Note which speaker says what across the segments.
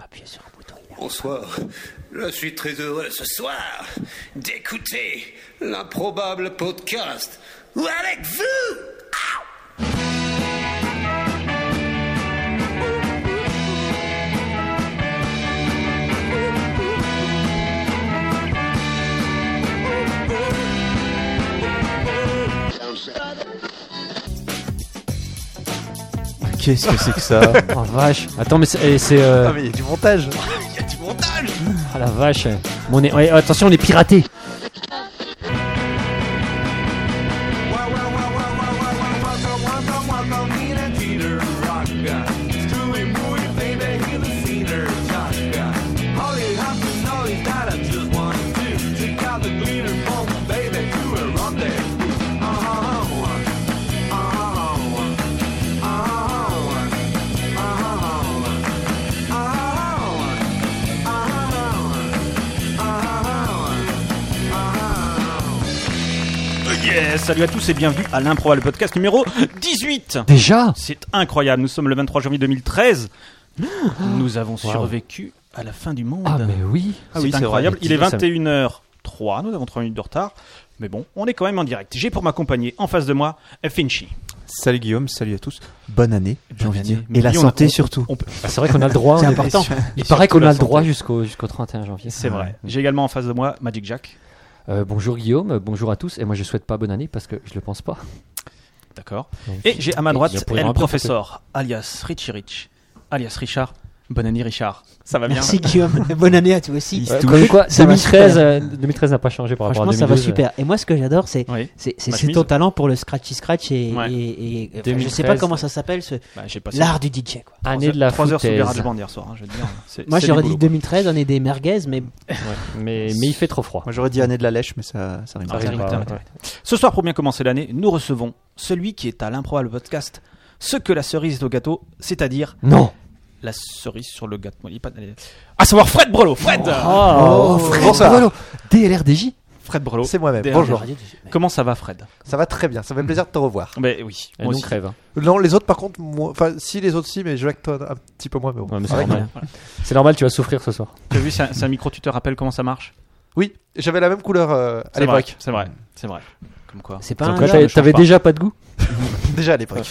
Speaker 1: appuyez sur un bouton. il arrive.
Speaker 2: Bonsoir. Je suis très heureux ce soir d'écouter l'improbable podcast Ou avec vous.
Speaker 3: Qu'est-ce que c'est que ça
Speaker 1: Oh vache. Attends, mais c'est. eh, c'est, euh,
Speaker 3: Ah mais il y a du montage
Speaker 1: Ah la vache. Bon, on est- ouais, attention, on est piraté.
Speaker 4: Yes, salut à tous et bienvenue à l'improbable podcast numéro 18.
Speaker 1: Déjà
Speaker 4: C'est incroyable, nous sommes le 23 janvier 2013. Nous avons survécu à la fin du monde.
Speaker 1: Ah, mais oui.
Speaker 4: c'est
Speaker 3: oui, c'est
Speaker 4: incroyable,
Speaker 1: vrai.
Speaker 4: il est
Speaker 1: Ça me-
Speaker 4: 21h03, nous avons 3 minutes de retard. Mais bon, on est quand même en direct. J'ai pour m'accompagner en face de moi Finchy.
Speaker 3: Salut Guillaume, salut à tous. Bonne année, j'ai
Speaker 4: Bonne
Speaker 3: envie de dire.
Speaker 4: année. Mais
Speaker 3: Et la
Speaker 4: oui, on a-
Speaker 3: santé
Speaker 4: on-
Speaker 3: surtout.
Speaker 4: on peut-
Speaker 1: Ah, c'est vrai qu'on a le droit.
Speaker 3: C'est
Speaker 1: on est-
Speaker 3: important.
Speaker 1: Il paraît
Speaker 3: Surtout
Speaker 1: qu'on a
Speaker 3: la
Speaker 1: le droit
Speaker 3: santé.
Speaker 1: jusqu'au jusqu'au 31 janvier.
Speaker 4: C'est vrai. J'ai également en face de moi Magic Jack.
Speaker 1: Euh, bonjour Guillaume, euh, bonjour à tous. Et moi je souhaite pas bonne année parce que je le pense pas.
Speaker 4: D'accord.
Speaker 1: Donc,
Speaker 4: Et j'ai à
Speaker 1: il y
Speaker 4: ma
Speaker 1: a
Speaker 4: droite
Speaker 1: pour
Speaker 4: El
Speaker 1: un peu-
Speaker 4: Professeur, alias Richie Rich, alias Richard. Bonne année Richard. Ça va bien
Speaker 5: Merci Guillaume, bonne année à toi aussi.
Speaker 1: Ouais, comme quoi,
Speaker 5: Ça va
Speaker 1: 2013,
Speaker 5: super.
Speaker 1: euh, 2013 n'a pas changé par rapport à
Speaker 5: Franchement,
Speaker 1: 2012.
Speaker 5: ça va super. Et moi, ce que j'adore, c'est
Speaker 4: Oui.
Speaker 5: c'est- c'est-
Speaker 4: Ma
Speaker 5: c'est ton
Speaker 4: chemise.
Speaker 5: talent pour le scratchy scratch et,
Speaker 4: Ouais.
Speaker 5: et- et- enfin, je
Speaker 1: 2013.
Speaker 5: sais pas comment ça s'appelle, ce-
Speaker 4: Bah, j'ai passé
Speaker 5: l'art du DJ. Quoi.
Speaker 4: trois
Speaker 1: Année
Speaker 4: heures-
Speaker 1: de la
Speaker 4: trois heures sur
Speaker 1: foutaise.
Speaker 4: GarageBand hier soir, hein, je vais te dire. C'est-
Speaker 5: Moi,
Speaker 4: c'est
Speaker 5: j'aurais
Speaker 4: du
Speaker 5: dit
Speaker 4: boulot.
Speaker 5: 2013, on est des merguez, mais
Speaker 1: Mais, mais il fait trop froid.
Speaker 3: Moi j'aurais dit année de la lèche mais ça, ça rime
Speaker 4: Ça
Speaker 3: pas.
Speaker 1: Arrive
Speaker 4: rime pas,
Speaker 1: pas,
Speaker 4: ouais.
Speaker 1: ouais.
Speaker 4: Ce soir, pour bien commencer l'année, nous recevons celui qui est à l'improbable podcast ce que la cerise est au gâteau, c'est-à-dire
Speaker 1: Non.
Speaker 4: la cerise sur le gâteau. Il est pas- À savoir Fred Brelo Fred Ah.
Speaker 3: Oh, Fred bonsoir. Boileau,
Speaker 1: DLRDJ.
Speaker 4: Fred Brelo.
Speaker 3: C'est moi-même.
Speaker 4: Derrière.
Speaker 3: Bonjour.
Speaker 4: Comment ça va, Fred
Speaker 3: Ça va très bien, ça fait plaisir de te revoir.
Speaker 4: Ben oui,
Speaker 1: Et
Speaker 4: moi
Speaker 1: nous
Speaker 4: aussi.
Speaker 1: crève. hein.
Speaker 3: Non, les autres par contre, moi- enfin si les autres si, mais je vais avec toi un petit peu moins. Mais bon.
Speaker 1: Ouais, mais c'est
Speaker 3: Avec-
Speaker 1: normal. C'est normal, tu vas souffrir ce soir.
Speaker 4: Ah T'as vu, c'est un, c'est un micro, tu te rappelles comment ça marche
Speaker 3: Oui, j'avais la même couleur euh, à
Speaker 4: C'est vrai,
Speaker 3: l'époque.
Speaker 4: c'est vrai, c'est vrai. Comme quoi.
Speaker 5: c'est pas
Speaker 1: Comme
Speaker 5: un
Speaker 1: quoi,
Speaker 5: hasard.
Speaker 1: t'avais
Speaker 4: change
Speaker 1: t'avais
Speaker 4: pas.
Speaker 1: déjà pas de goût.
Speaker 3: Déjà à l'époque.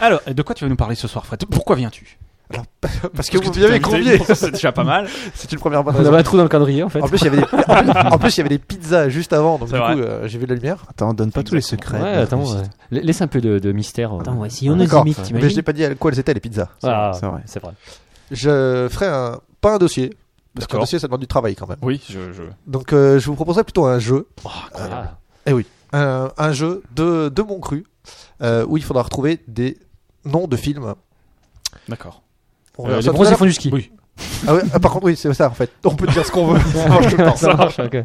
Speaker 4: Alors, de quoi tu vas nous parler ce soir, Fred Pourquoi viens-tu
Speaker 3: Parce que vous m'avez convié.
Speaker 4: C'est déjà pas mal.
Speaker 3: C'est une première bonne
Speaker 1: On
Speaker 3: raison.
Speaker 1: avait un trou dans le calendrier en fait.
Speaker 3: En plus, il y avait des... en plus- en plus, il y avait des pizzas juste avant, donc
Speaker 4: C'est
Speaker 3: du
Speaker 4: vrai.
Speaker 3: coup, euh, j'ai vu de la lumière.
Speaker 6: Attends, donne pas tous les secrets.
Speaker 1: Ouais, attends, ouais. La- laisse un peu de, de mystère. euh.
Speaker 5: Attends, ouais, si on nous
Speaker 3: D'accord.
Speaker 5: imite,
Speaker 3: Mais je
Speaker 5: t'imagines
Speaker 3: n'ai pas dit à quoi elles étaient les pizzas.
Speaker 1: Ah,
Speaker 6: C'est vrai.
Speaker 1: c'est vrai.
Speaker 3: Je ferai un pas un dossier. Parce qu'un
Speaker 4: D'accord.
Speaker 3: dossier, ça demande du travail quand même.
Speaker 4: Oui, je. je...
Speaker 3: Donc, euh, je vous proposerai plutôt un jeu,
Speaker 1: Ah.
Speaker 3: un, un jeu de, de mon cru, euh, où il faudra retrouver des noms de films.
Speaker 4: D'accord.
Speaker 3: On
Speaker 1: Euh,
Speaker 3: verra
Speaker 1: les
Speaker 3: ça tout à
Speaker 1: bronzés
Speaker 3: l'heure.
Speaker 1: font du ski.
Speaker 4: Oui.
Speaker 3: Ah ouais, ah, par contre, oui, c'est ça en fait. On peut dire ce qu'on veut. Ça marche tout le temps.
Speaker 1: Ça marche. ok.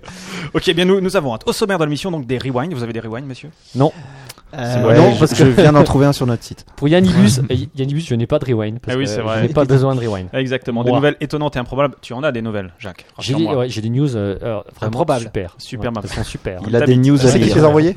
Speaker 4: Ok, eh bien nous, nous avons hâte. Au sommaire de l'émission, donc des rewinds. Vous avez des rewinds, monsieur
Speaker 5: Euh,
Speaker 1: Ouais,
Speaker 6: non,
Speaker 1: je-
Speaker 6: parce que je viens d'en trouver un sur notre site.
Speaker 1: Pour Yannibus, euh, Yannibus, je n'ai pas de rewind. Parce
Speaker 4: Ah oui,
Speaker 1: que
Speaker 4: c'est vrai.
Speaker 1: Je n'ai pas besoin de rewind.
Speaker 4: Exactement. Des
Speaker 1: Ouah.
Speaker 4: nouvelles étonnantes et improbables. Tu en as des nouvelles, Jacques.
Speaker 1: J'ai
Speaker 4: rassure-moi.
Speaker 1: des, ouais, j'ai des news euh, euh, vraiment
Speaker 5: Improbable.
Speaker 1: super.
Speaker 4: Super
Speaker 1: Ouais,
Speaker 4: marrant.
Speaker 1: elles sont super.
Speaker 6: Il a des news à
Speaker 3: C'est qui qui
Speaker 6: lire.
Speaker 3: les a envoyés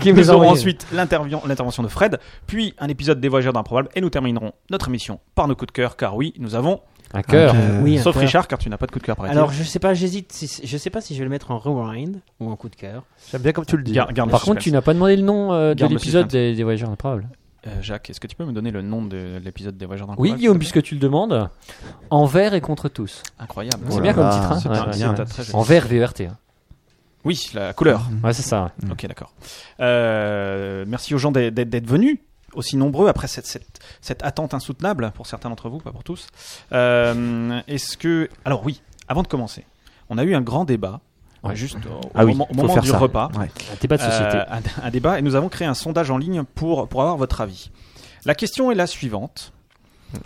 Speaker 1: Qui me les
Speaker 4: Nous
Speaker 1: a
Speaker 4: aurons
Speaker 1: envoyées
Speaker 4: ensuite l'intervient- l'intervention de Fred, puis un épisode des Voyageurs d'improbable, et nous terminerons notre émission par nos coups de cœur, car oui, nous avons,
Speaker 1: Un cœur.
Speaker 6: Euh,
Speaker 5: oui, un
Speaker 4: sauf
Speaker 5: cœur.
Speaker 4: Richard, car tu n'as pas de coup de cœur par
Speaker 5: Alors, je sais pas, j'hésite. si- Je sais pas si je vais le mettre en rewind ou en coup de cœur.
Speaker 3: J'aime bien comme tu le dis.
Speaker 4: Garde, garde le
Speaker 1: Par contre, tu
Speaker 4: suspense.
Speaker 1: n'as pas demandé le nom euh, de
Speaker 4: Garde le
Speaker 1: l'épisode
Speaker 4: suspense.
Speaker 1: des, des Voyageurs improbables.
Speaker 4: Euh, Jacques, est-ce que tu peux me donner le nom de l'épisode des Voyageurs d'improbable
Speaker 1: Oui, Guillaume, puisque tu le demandes. Envers et contre tous.
Speaker 4: Incroyable.
Speaker 1: C'est
Speaker 6: Oh là
Speaker 1: bien comme
Speaker 6: là,
Speaker 1: titre. hein.
Speaker 6: c'est
Speaker 1: Ouais,
Speaker 6: bien,
Speaker 1: ouais.
Speaker 6: bien.
Speaker 4: t'as très-
Speaker 1: Envers VERT. hein.
Speaker 4: Oui, la couleur.
Speaker 1: Ouais, c'est ça.
Speaker 6: Mm.
Speaker 4: Ok, d'accord. Euh, merci aux gens d'être- d'être d'être venus aussi nombreux après cette, cette, cette attente insoutenable pour certains d'entre vous, pas pour tous. Euh, Est-ce que alors oui, avant de commencer, on a eu un grand débat
Speaker 1: Ouais.
Speaker 4: juste au, au
Speaker 6: Ah oui,
Speaker 4: moment, au
Speaker 6: faut
Speaker 4: moment
Speaker 6: faire
Speaker 4: du
Speaker 6: ça.
Speaker 4: repas,
Speaker 6: Ouais.
Speaker 1: Un débat Ah, de société.
Speaker 4: Euh, un, un débat et nous avons créé un sondage en ligne pour pour avoir votre avis. La question est la suivante.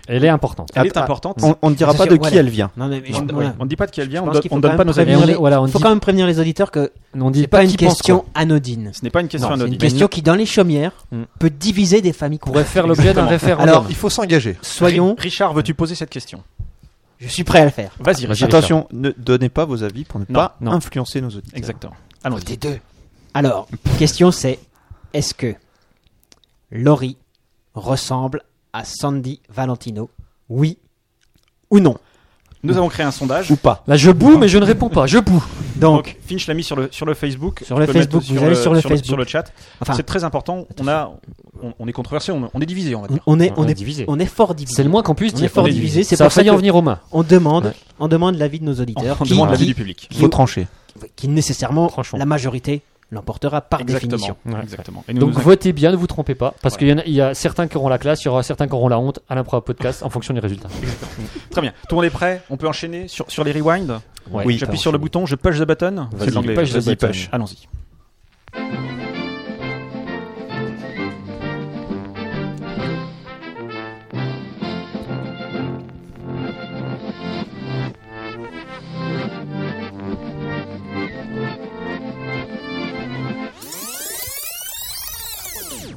Speaker 1: Elle est importante.
Speaker 4: Elle
Speaker 6: Ah,
Speaker 4: est
Speaker 6: ah,
Speaker 4: importante.
Speaker 6: On on ne dira
Speaker 5: Ça,
Speaker 6: pas
Speaker 5: c'est-
Speaker 6: de
Speaker 5: voilà.
Speaker 6: qui elle vient.
Speaker 5: Non, mais mais je-
Speaker 4: On
Speaker 5: voilà.
Speaker 4: ne dit pas de qui elle vient,
Speaker 5: Je
Speaker 4: on,
Speaker 5: pense
Speaker 4: donne-
Speaker 5: qu'il faut
Speaker 4: on donne
Speaker 5: quand
Speaker 4: pas
Speaker 5: même
Speaker 4: nos
Speaker 5: prévenir
Speaker 4: avis.
Speaker 1: Et on-
Speaker 5: les-
Speaker 1: voilà, on
Speaker 5: Faut
Speaker 1: dit-
Speaker 5: quand même prévenir les auditeurs que
Speaker 1: On dit
Speaker 5: c'est pas
Speaker 1: qui
Speaker 5: une
Speaker 1: pense quoi.
Speaker 5: question anodine.
Speaker 4: Ce n'est pas une question
Speaker 1: Non, c'est
Speaker 5: C'est une
Speaker 4: anodine.
Speaker 5: question qui, dans les chaumières,
Speaker 1: Mm.
Speaker 5: peut diviser des familles.
Speaker 1: pourrait faire l'objet d'un référendum.
Speaker 3: Alors, il faut s'engager.
Speaker 5: Soyons,
Speaker 4: Ri- Richard, veux-tu poser cette question
Speaker 5: je suis prêt à le faire.
Speaker 4: Vas-y, Richard.
Speaker 6: Attention, ne donnez pas vos avis pour ne
Speaker 4: Non,
Speaker 6: pas
Speaker 1: non.
Speaker 6: influencer nos auditeurs.
Speaker 4: Exactement. Allons-y.
Speaker 5: deux. Alors, question c'est est-ce que Laurie ressemble à Sandy Valentino Oui ou non.
Speaker 4: Nous avons créé un sondage.
Speaker 6: Ou pas.
Speaker 1: Là, je boue, mais je ne réponds pas. Je boue.
Speaker 5: Donc,
Speaker 4: Donc, Finch l'a mis sur le, sur le Facebook.
Speaker 5: Sur le
Speaker 4: Tu peux
Speaker 5: Facebook,
Speaker 4: mettre
Speaker 5: vous allez sur le Facebook.
Speaker 4: Sur le chat.
Speaker 5: enfin,
Speaker 4: c'est très important. On, a, on, on est controversé, on, on est divisé, on va dire.
Speaker 5: on est, on est,
Speaker 1: divisé.
Speaker 5: on est fort divisé.
Speaker 1: C'est le moins qu'on puisse
Speaker 5: On
Speaker 1: dire.
Speaker 5: est fort
Speaker 1: On
Speaker 5: divisé, c'est
Speaker 1: Ça
Speaker 5: pour
Speaker 1: a
Speaker 5: ça
Speaker 1: failli
Speaker 5: que-
Speaker 1: en venir aux mains.
Speaker 5: On demande,
Speaker 1: Ouais.
Speaker 5: on demande l'avis de nos auditeurs,
Speaker 4: On
Speaker 5: qui,
Speaker 4: demande
Speaker 5: qui-
Speaker 4: l'avis du public.
Speaker 6: Faut trancher.
Speaker 5: qui nécessairement,
Speaker 1: Franchement.
Speaker 5: la majorité l'emportera par définition.
Speaker 1: Ouais.
Speaker 4: Exactement. Et nous
Speaker 1: Donc
Speaker 4: nous
Speaker 1: votez bien, ne vous trompez pas, parce qu'il y en a- il y, a certains qui auront la classe, il y aura certains qui auront la honte à l'impro podcast en fonction des résultats.
Speaker 4: Très bien. Tout le monde est prêt On peut enchaîner sur, sur les rewinds
Speaker 1: Ouais,
Speaker 6: Oui.
Speaker 4: J'appuie sur le bouton, je push the button.
Speaker 1: Vas-y,
Speaker 4: C'est de l'anglais.
Speaker 1: push the
Speaker 4: Vas-y,
Speaker 1: button.
Speaker 4: push. Allons-y.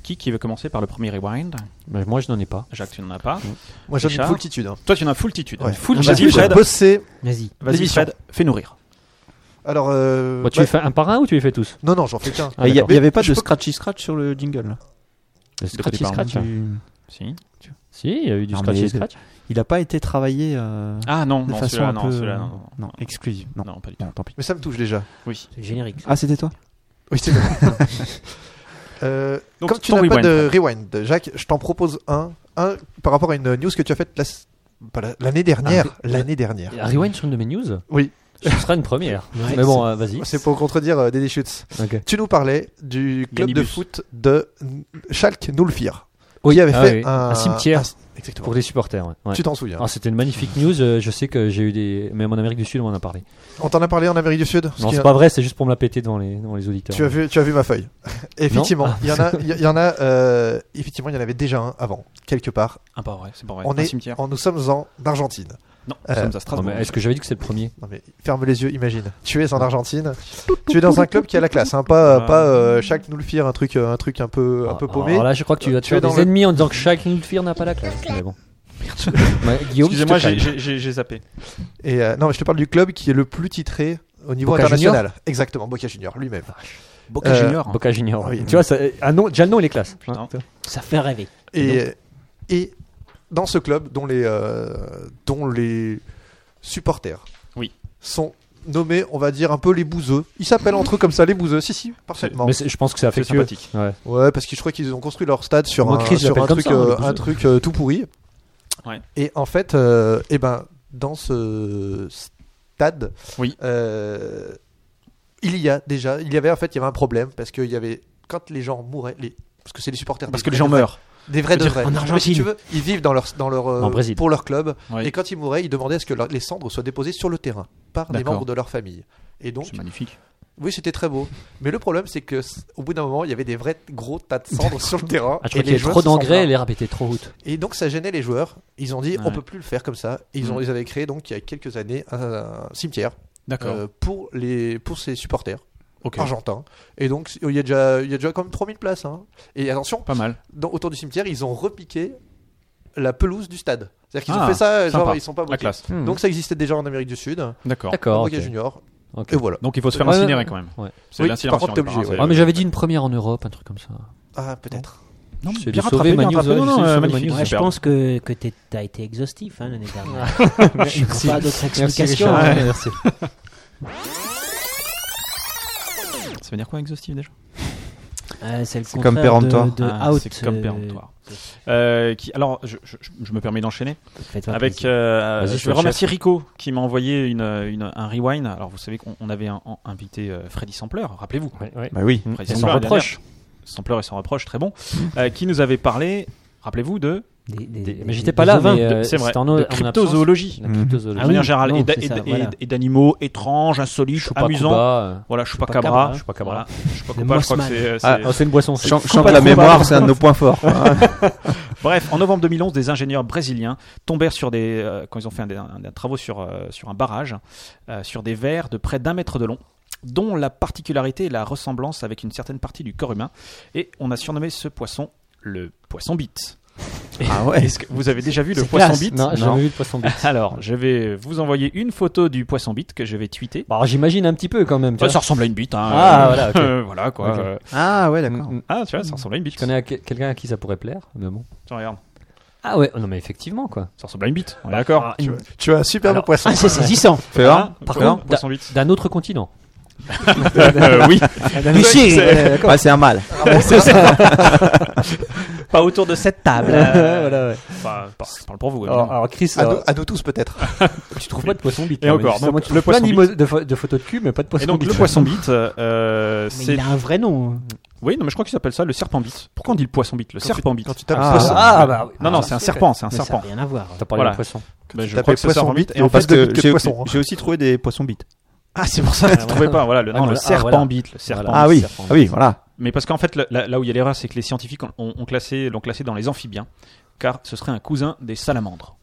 Speaker 4: Qui, qui veut commencer par le premier rewind
Speaker 1: Mais moi je n'en ai pas.
Speaker 4: Jacques, tu n'en as
Speaker 1: Mm.
Speaker 4: pas.
Speaker 3: Moi, j'aime une
Speaker 4: Richard
Speaker 3: foultitude. Hein.
Speaker 4: Toi, tu en as foultitude.
Speaker 3: Ouais.
Speaker 4: Full
Speaker 3: J'ai
Speaker 4: Vas-y, Fred.
Speaker 3: bossé.
Speaker 5: Vas-y.
Speaker 4: Vas-y,
Speaker 3: L'émission.
Speaker 4: Fred. Fais-nous rire.
Speaker 3: Alors, euh,
Speaker 1: Moi, tu
Speaker 3: bah,
Speaker 1: les fais un par un ou tu les fais tous
Speaker 3: non, non, j'en fais qu'un.
Speaker 1: Ah,
Speaker 6: Il n'y
Speaker 1: d'accord.
Speaker 6: avait pas
Speaker 3: Je
Speaker 6: de
Speaker 3: peux-
Speaker 6: scratchy scratch sur le jingle.
Speaker 1: Le Scratchy
Speaker 4: par
Speaker 1: Scratch hein.
Speaker 6: Tu-
Speaker 4: Si.
Speaker 1: Si, il y a eu du
Speaker 6: Non,
Speaker 1: Scratchy
Speaker 6: mais-
Speaker 1: Scratch.
Speaker 6: Il n'a pas été travaillé euh,
Speaker 4: Ah non,
Speaker 6: de
Speaker 4: non,
Speaker 6: façon
Speaker 4: celui-là,
Speaker 6: un
Speaker 4: non,
Speaker 6: peu.
Speaker 4: celui-là, non, non, non.
Speaker 6: Non, exclusive. Non,
Speaker 4: Non, pas du tout.
Speaker 6: bon, tant pis.
Speaker 3: Mais ça me touche déjà.
Speaker 4: Oui.
Speaker 5: C'est générique.
Speaker 6: Ah, c'était toi
Speaker 3: Oui, c'est vrai. Euh,
Speaker 4: Donc,
Speaker 3: comme tu
Speaker 4: ton
Speaker 3: n'as pas
Speaker 4: rewind,
Speaker 3: de rewind, Jacques, je t'en propose un, un par rapport à une news que tu as faite la s- pas la- l'année dernière.
Speaker 1: Ah, oui.
Speaker 3: l'année dernière.
Speaker 5: euh,
Speaker 1: Et un Rewind sur une de mes news
Speaker 3: Oui.
Speaker 1: Ce sera une première.
Speaker 5: Ouais,
Speaker 1: mais bon, euh, vas-y.
Speaker 3: C'est pour contredire euh, Dédé Schütz.
Speaker 1: Ok.
Speaker 3: Tu nous parlais du club de
Speaker 4: Yannibus.
Speaker 3: foot de N- Schalke Nulfir.
Speaker 1: Oui,
Speaker 3: qui avait
Speaker 1: ah
Speaker 3: fait
Speaker 1: oui.
Speaker 3: un,
Speaker 1: cimetière
Speaker 3: un- exactement.
Speaker 1: pour des supporters. ouais. Ouais.
Speaker 3: Tu t'en souviens.
Speaker 1: Ah, C'était une magnifique news. euh, Je sais que j'ai eu des. Même en Amérique du Sud, on en a parlé.
Speaker 3: On t'en a parlé en Amérique du Sud Ce
Speaker 1: Non,
Speaker 3: qui
Speaker 1: c'est
Speaker 3: est-
Speaker 1: pas vrai, c'est juste pour me la péter devant les, devant les auditeurs.
Speaker 3: Tu as vu, tu as vu ma feuille. effectivement, il y en a, il y- il y en a, euh, effectivement, il y en avait déjà un avant, quelque part.
Speaker 4: Ah, pas vrai, c'est pas vrai.
Speaker 3: on
Speaker 4: Un
Speaker 3: est,
Speaker 4: cimetière.
Speaker 3: en- nous sommes en Argentine.
Speaker 4: Non,
Speaker 3: Euh,
Speaker 4: nous sommes à
Speaker 1: Non,
Speaker 4: Strasbourg.
Speaker 1: mais Est-ce que j'avais dit que c'est le premier
Speaker 3: Non mais ferme les yeux, imagine. Tu es en Argentine, tu es dans un club qui a la classe, hein, pas
Speaker 4: Ah.
Speaker 3: pas euh, chaque nous le fire un truc euh, un truc un peu un peu
Speaker 1: Ah,
Speaker 3: paumé.
Speaker 1: Alors là, je crois que tu vas te
Speaker 3: Tu es
Speaker 1: faire
Speaker 3: dans
Speaker 1: des
Speaker 3: le-
Speaker 1: ennemis en disant que chaque Nulfir n'a pas la classe. Mais bon. Ouais, Guillaume,
Speaker 4: Excusez-moi,
Speaker 1: je te
Speaker 4: j'ai-
Speaker 1: calme.
Speaker 4: j'ai j'ai- j'ai zappé.
Speaker 3: Et euh, non, mais je te parle du club qui est le plus titré au niveau
Speaker 1: Boca
Speaker 3: international. Exactement, Boca Junior lui-même.
Speaker 4: Boca
Speaker 3: Euh,
Speaker 4: Junior. hein.
Speaker 1: Boca Junior.
Speaker 3: Ah oui.
Speaker 1: Tu vois, ça, ah non, déjà le nom, il est classe.
Speaker 4: Putain.
Speaker 5: Ça fait rêver.
Speaker 3: Et et dans ce club dont les euh, dont les supporters
Speaker 4: Oui.
Speaker 3: sont nommés, on va dire un peu les bouseux. Ils s'appellent entre eux comme ça les bouseux. Si si, parfaitement.
Speaker 1: Mais c'est- je pense que c'est
Speaker 4: C'est
Speaker 1: affectueux.
Speaker 4: sympathique.
Speaker 1: Ouais. Ah,
Speaker 3: Ouais, parce que je crois qu'ils ont construit leur stade sur
Speaker 1: Moi,
Speaker 3: un,
Speaker 1: Chris, je
Speaker 3: sur
Speaker 1: l'appelle
Speaker 3: un
Speaker 1: comme
Speaker 3: truc,
Speaker 1: ça, hein,
Speaker 3: euh,
Speaker 1: le bouseux.
Speaker 3: un truc euh, tout pourri.
Speaker 4: Ouais.
Speaker 3: Et en fait, euh, eh ben, dans ce stade,
Speaker 4: Oui.
Speaker 3: euh, il y a déjà, il y avait en fait, il y avait un problème parce qu'il y avait quand les gens mouraient, les, parce que c'est les supporters,
Speaker 4: Parce
Speaker 3: des
Speaker 4: que les
Speaker 3: vrais
Speaker 4: gens
Speaker 3: de vrais-
Speaker 4: meurent.
Speaker 3: des vrais de
Speaker 4: Je veux dire,
Speaker 3: vrais.
Speaker 5: en
Speaker 3: Mais si
Speaker 5: Argentine.
Speaker 3: tu veux, ils vivent dans leur, dans leur, euh,
Speaker 1: En Brésil.
Speaker 3: pour leur club.
Speaker 4: Ouais.
Speaker 3: Et quand ils mouraient, ils demandaient à ce que leur- les cendres soient déposées sur le terrain par des
Speaker 4: D'accord.
Speaker 3: membres de leur famille. Et donc,
Speaker 4: C'est magnifique.
Speaker 3: oui, c'était très beau. Mais le problème, c'est que c- au bout d'un moment, il y avait des vrais gros tas de cendres sur le terrain.
Speaker 1: Ah, je crois
Speaker 3: et
Speaker 1: qu'il
Speaker 3: les
Speaker 1: y avait
Speaker 3: joueurs
Speaker 1: trop
Speaker 3: se sont
Speaker 1: d'engrais,
Speaker 3: plaints.
Speaker 1: l'herbe était trop haute.
Speaker 3: Et donc, ça gênait les joueurs. Ils ont dit, on
Speaker 4: Ouais.
Speaker 3: peut plus le faire comme ça. Et ils, ont,
Speaker 4: Mm.
Speaker 3: ils avaient créé, donc, il y a quelques années, un, un cimetière
Speaker 4: D'accord.
Speaker 3: euh, pour, les, pour ses supporters
Speaker 4: ok.
Speaker 3: argentins. Et donc, il y a déjà, il y a déjà quand même 3000 places. hein. Et attention,
Speaker 4: Pas mal.
Speaker 3: dans- autour du cimetière, ils ont repiqué la pelouse du stade. C'est-à-dire qu'ils ont
Speaker 4: Ah,
Speaker 3: fait ça, genre,
Speaker 4: sympa.
Speaker 3: ils sont pas
Speaker 4: La
Speaker 3: bloqués.
Speaker 4: classe.
Speaker 1: Hmm.
Speaker 3: Donc, ça existait déjà en Amérique du Sud, à
Speaker 4: D'accord.
Speaker 1: d'accord.
Speaker 3: Boca
Speaker 1: ok.
Speaker 3: Junior.
Speaker 1: Ok.
Speaker 3: Et voilà.
Speaker 4: Donc il faut se faire
Speaker 1: Ouais.
Speaker 4: incinérer quand même.
Speaker 1: Ouais.
Speaker 4: C'est
Speaker 3: Oui,
Speaker 4: l'incinération.
Speaker 3: par contre, t'es
Speaker 4: au départ,
Speaker 3: obligé,
Speaker 4: hein,
Speaker 3: ouais.
Speaker 4: c'est-
Speaker 1: Ah, mais j'avais dit une première en Europe, un truc comme ça.
Speaker 3: Ah, peut-être.
Speaker 4: Non,
Speaker 1: J'essaie
Speaker 4: bien
Speaker 1: de sauver
Speaker 4: rattrapé,
Speaker 1: ma
Speaker 4: bien
Speaker 1: news,
Speaker 4: rattrapé. Non,
Speaker 1: euh,
Speaker 4: non,
Speaker 1: j'essaie de
Speaker 4: euh,
Speaker 1: sauver ma
Speaker 4: magnifique.
Speaker 1: news.
Speaker 5: Ouais, je
Speaker 4: Superbe.
Speaker 5: pense que, que t'es- t'as été exhaustif hein, l'année dernière. Je
Speaker 1: Merci.
Speaker 5: ne pas d'autres
Speaker 1: Merci,
Speaker 5: explications.
Speaker 1: Richard.
Speaker 5: hein.
Speaker 1: Ouais, merci.
Speaker 4: Ça veut dire quoi exhaustif déjà
Speaker 5: Euh, c'est le
Speaker 6: C'est comme
Speaker 5: contraire
Speaker 6: péremptoire.
Speaker 5: De, de
Speaker 4: Ah,
Speaker 5: out.
Speaker 4: C'est comme
Speaker 5: euh,
Speaker 4: péremptoire. Euh, qui- Alors, je- je je me permets d'enchaîner.
Speaker 5: fais-toi
Speaker 4: Avec,
Speaker 5: plaisir.
Speaker 4: euh,
Speaker 1: Vas-y, je
Speaker 4: je
Speaker 1: te
Speaker 4: vais
Speaker 1: le
Speaker 4: remercier Rico qui m'a envoyé une, une- un rewind. Alors vous savez qu'on on avait un- un- invité euh, Freddy Sampleur, rappelez-vous.
Speaker 1: Ouais, ouais.
Speaker 6: Bah oui.
Speaker 4: Freddy
Speaker 1: C'est
Speaker 4: Sampleur,
Speaker 1: sans
Speaker 4: la dernière-
Speaker 1: reproche.
Speaker 4: Sampleur et sans reproche, très bon. euh, qui nous avait parlé, rappelez-vous, de,
Speaker 5: Des- des-
Speaker 1: Des-
Speaker 5: des-
Speaker 1: Mais j'étais
Speaker 5: des
Speaker 1: pas là,
Speaker 5: ovins.
Speaker 1: mais euh,
Speaker 4: c'est vrai,
Speaker 1: c'était en-
Speaker 4: de
Speaker 1: en absence. Ah
Speaker 4: cryptozoologie.
Speaker 1: La
Speaker 6: Mhm.
Speaker 1: cryptozoologie.
Speaker 4: De manière générale,
Speaker 5: non,
Speaker 4: et d'a-
Speaker 5: c'est
Speaker 4: et
Speaker 5: ça,
Speaker 4: d'a-
Speaker 5: voilà.
Speaker 4: et d'animaux étranges, insolites,
Speaker 1: Chupacabra,
Speaker 4: amusants.
Speaker 1: euh,
Speaker 4: Voilà, je suis pas
Speaker 5: Chupacabra,
Speaker 4: cabra.
Speaker 5: hein.
Speaker 4: Je suis pas cabra. Je suis
Speaker 5: Le
Speaker 4: pas je crois que
Speaker 5: Mossman.
Speaker 4: c'est- euh,
Speaker 6: Ah,
Speaker 4: c'est-
Speaker 1: oh, c'est une boisson. ça.
Speaker 6: Chant
Speaker 4: pas
Speaker 6: de la
Speaker 4: trop mal.
Speaker 6: mémoire, c'est un de nos points forts.
Speaker 4: Bref, en novembre 2011, des ingénieurs brésiliens tombèrent sur des, euh, quand ils ont fait un, des- un des travaux sur, euh, sur un barrage, euh, sur des vers de près d'un mètre de long, dont la particularité est la ressemblance avec une certaine partie du corps humain. Et on a surnommé ce poisson le poisson bite.
Speaker 6: Ah ouais.
Speaker 4: Est-ce que vous avez déjà vu le
Speaker 5: C'est
Speaker 4: poisson
Speaker 5: classe.
Speaker 4: bite
Speaker 1: Non, j'ai jamais vu de poisson bite.
Speaker 4: Alors, je vais vous envoyer une photo du poisson bite que je vais tweeter.
Speaker 1: Bah, alors, J'imagine un petit peu quand même. tu
Speaker 4: Ah,
Speaker 1: vois.
Speaker 4: ça ressemble à une bite. hein.
Speaker 1: Ah, voilà, ok.
Speaker 4: Euh, voilà quoi.
Speaker 1: Ok.
Speaker 4: Euh,
Speaker 6: Ah ouais, d'accord.
Speaker 4: Ah, tu vois, ça ressemble à une bite.
Speaker 1: Je connais à que- quelqu'un à qui ça pourrait plaire, mais bon.
Speaker 4: Tiens, regarde.
Speaker 1: Ah ouais, non mais effectivement quoi.
Speaker 4: Ça ressemble à une bite, on est d'accord. Ah,
Speaker 3: Tu, vois- tu vois un superbe
Speaker 1: Alors-
Speaker 3: poisson.
Speaker 5: Ah, c'est saisissant.
Speaker 6: Fais voir.
Speaker 1: Par
Speaker 6: Fais voir.
Speaker 1: contre,
Speaker 4: Poisson vite.
Speaker 1: D'un autre continent.
Speaker 4: Euh, oui,
Speaker 5: Lucie, euh,
Speaker 6: Ouais, c'est un mâle.
Speaker 5: pas autour de cette table.
Speaker 4: Euh,
Speaker 1: voilà, ouais. Oh, ah,
Speaker 4: Enfin, par- je parle pour vous.
Speaker 1: alors,
Speaker 4: évidemment.
Speaker 1: alors, Chris, euh,
Speaker 3: À,
Speaker 1: alors,
Speaker 3: nous, à nous tous peut-être.
Speaker 1: tu trouves pas de poisson bite
Speaker 4: Et
Speaker 1: là, mais
Speaker 4: encore,
Speaker 1: justement,
Speaker 4: donc,
Speaker 1: tu
Speaker 4: le
Speaker 1: trouves plein
Speaker 4: poisson
Speaker 1: d'imo- de, pho- de photos de cul, mais pas de poisson
Speaker 4: Et donc
Speaker 1: bite.
Speaker 4: le poisson bite, euh,
Speaker 5: Mais
Speaker 4: c'est
Speaker 5: il a un vrai nom. hein.
Speaker 4: oui non mais je crois qu'il s'appelle ça le serpent bite. Pourquoi on dit le poisson bite Le serpent bite.
Speaker 3: Quand tu tapes
Speaker 6: Ah.
Speaker 3: poisson,
Speaker 1: Ah bah oui.
Speaker 4: Non non c'est un serpent, c'est un
Speaker 5: Mais ça n'a
Speaker 4: serpent.
Speaker 5: rien à voir.
Speaker 1: T'as parlé
Speaker 4: Voilà.
Speaker 1: de poisson.
Speaker 4: Bah, je
Speaker 3: tapais
Speaker 4: crois que c'est
Speaker 3: poisson
Speaker 4: serpent bite.
Speaker 3: bite,
Speaker 4: Et en
Speaker 3: parce
Speaker 4: fait
Speaker 3: que
Speaker 6: que
Speaker 3: j'ai-
Speaker 6: j'ai
Speaker 3: poisson, hein.
Speaker 6: j'ai aussi trouvé des poissons bites.
Speaker 4: ah c'est pour ça que tu trouvais pas voilà le, non,
Speaker 1: Ah,
Speaker 4: le
Speaker 1: voilà.
Speaker 4: serpent
Speaker 1: Voilà.
Speaker 4: bite le serpent.
Speaker 1: Voilà.
Speaker 6: Ah oui,
Speaker 1: serpent
Speaker 6: ah oui, voilà.
Speaker 4: Mais parce qu'en fait le- là, là où il y a l'erreur c'est que les scientifiques ont, ont- ont classé l'ont classé dans les amphibiens car ce serait un cousin des salamandres.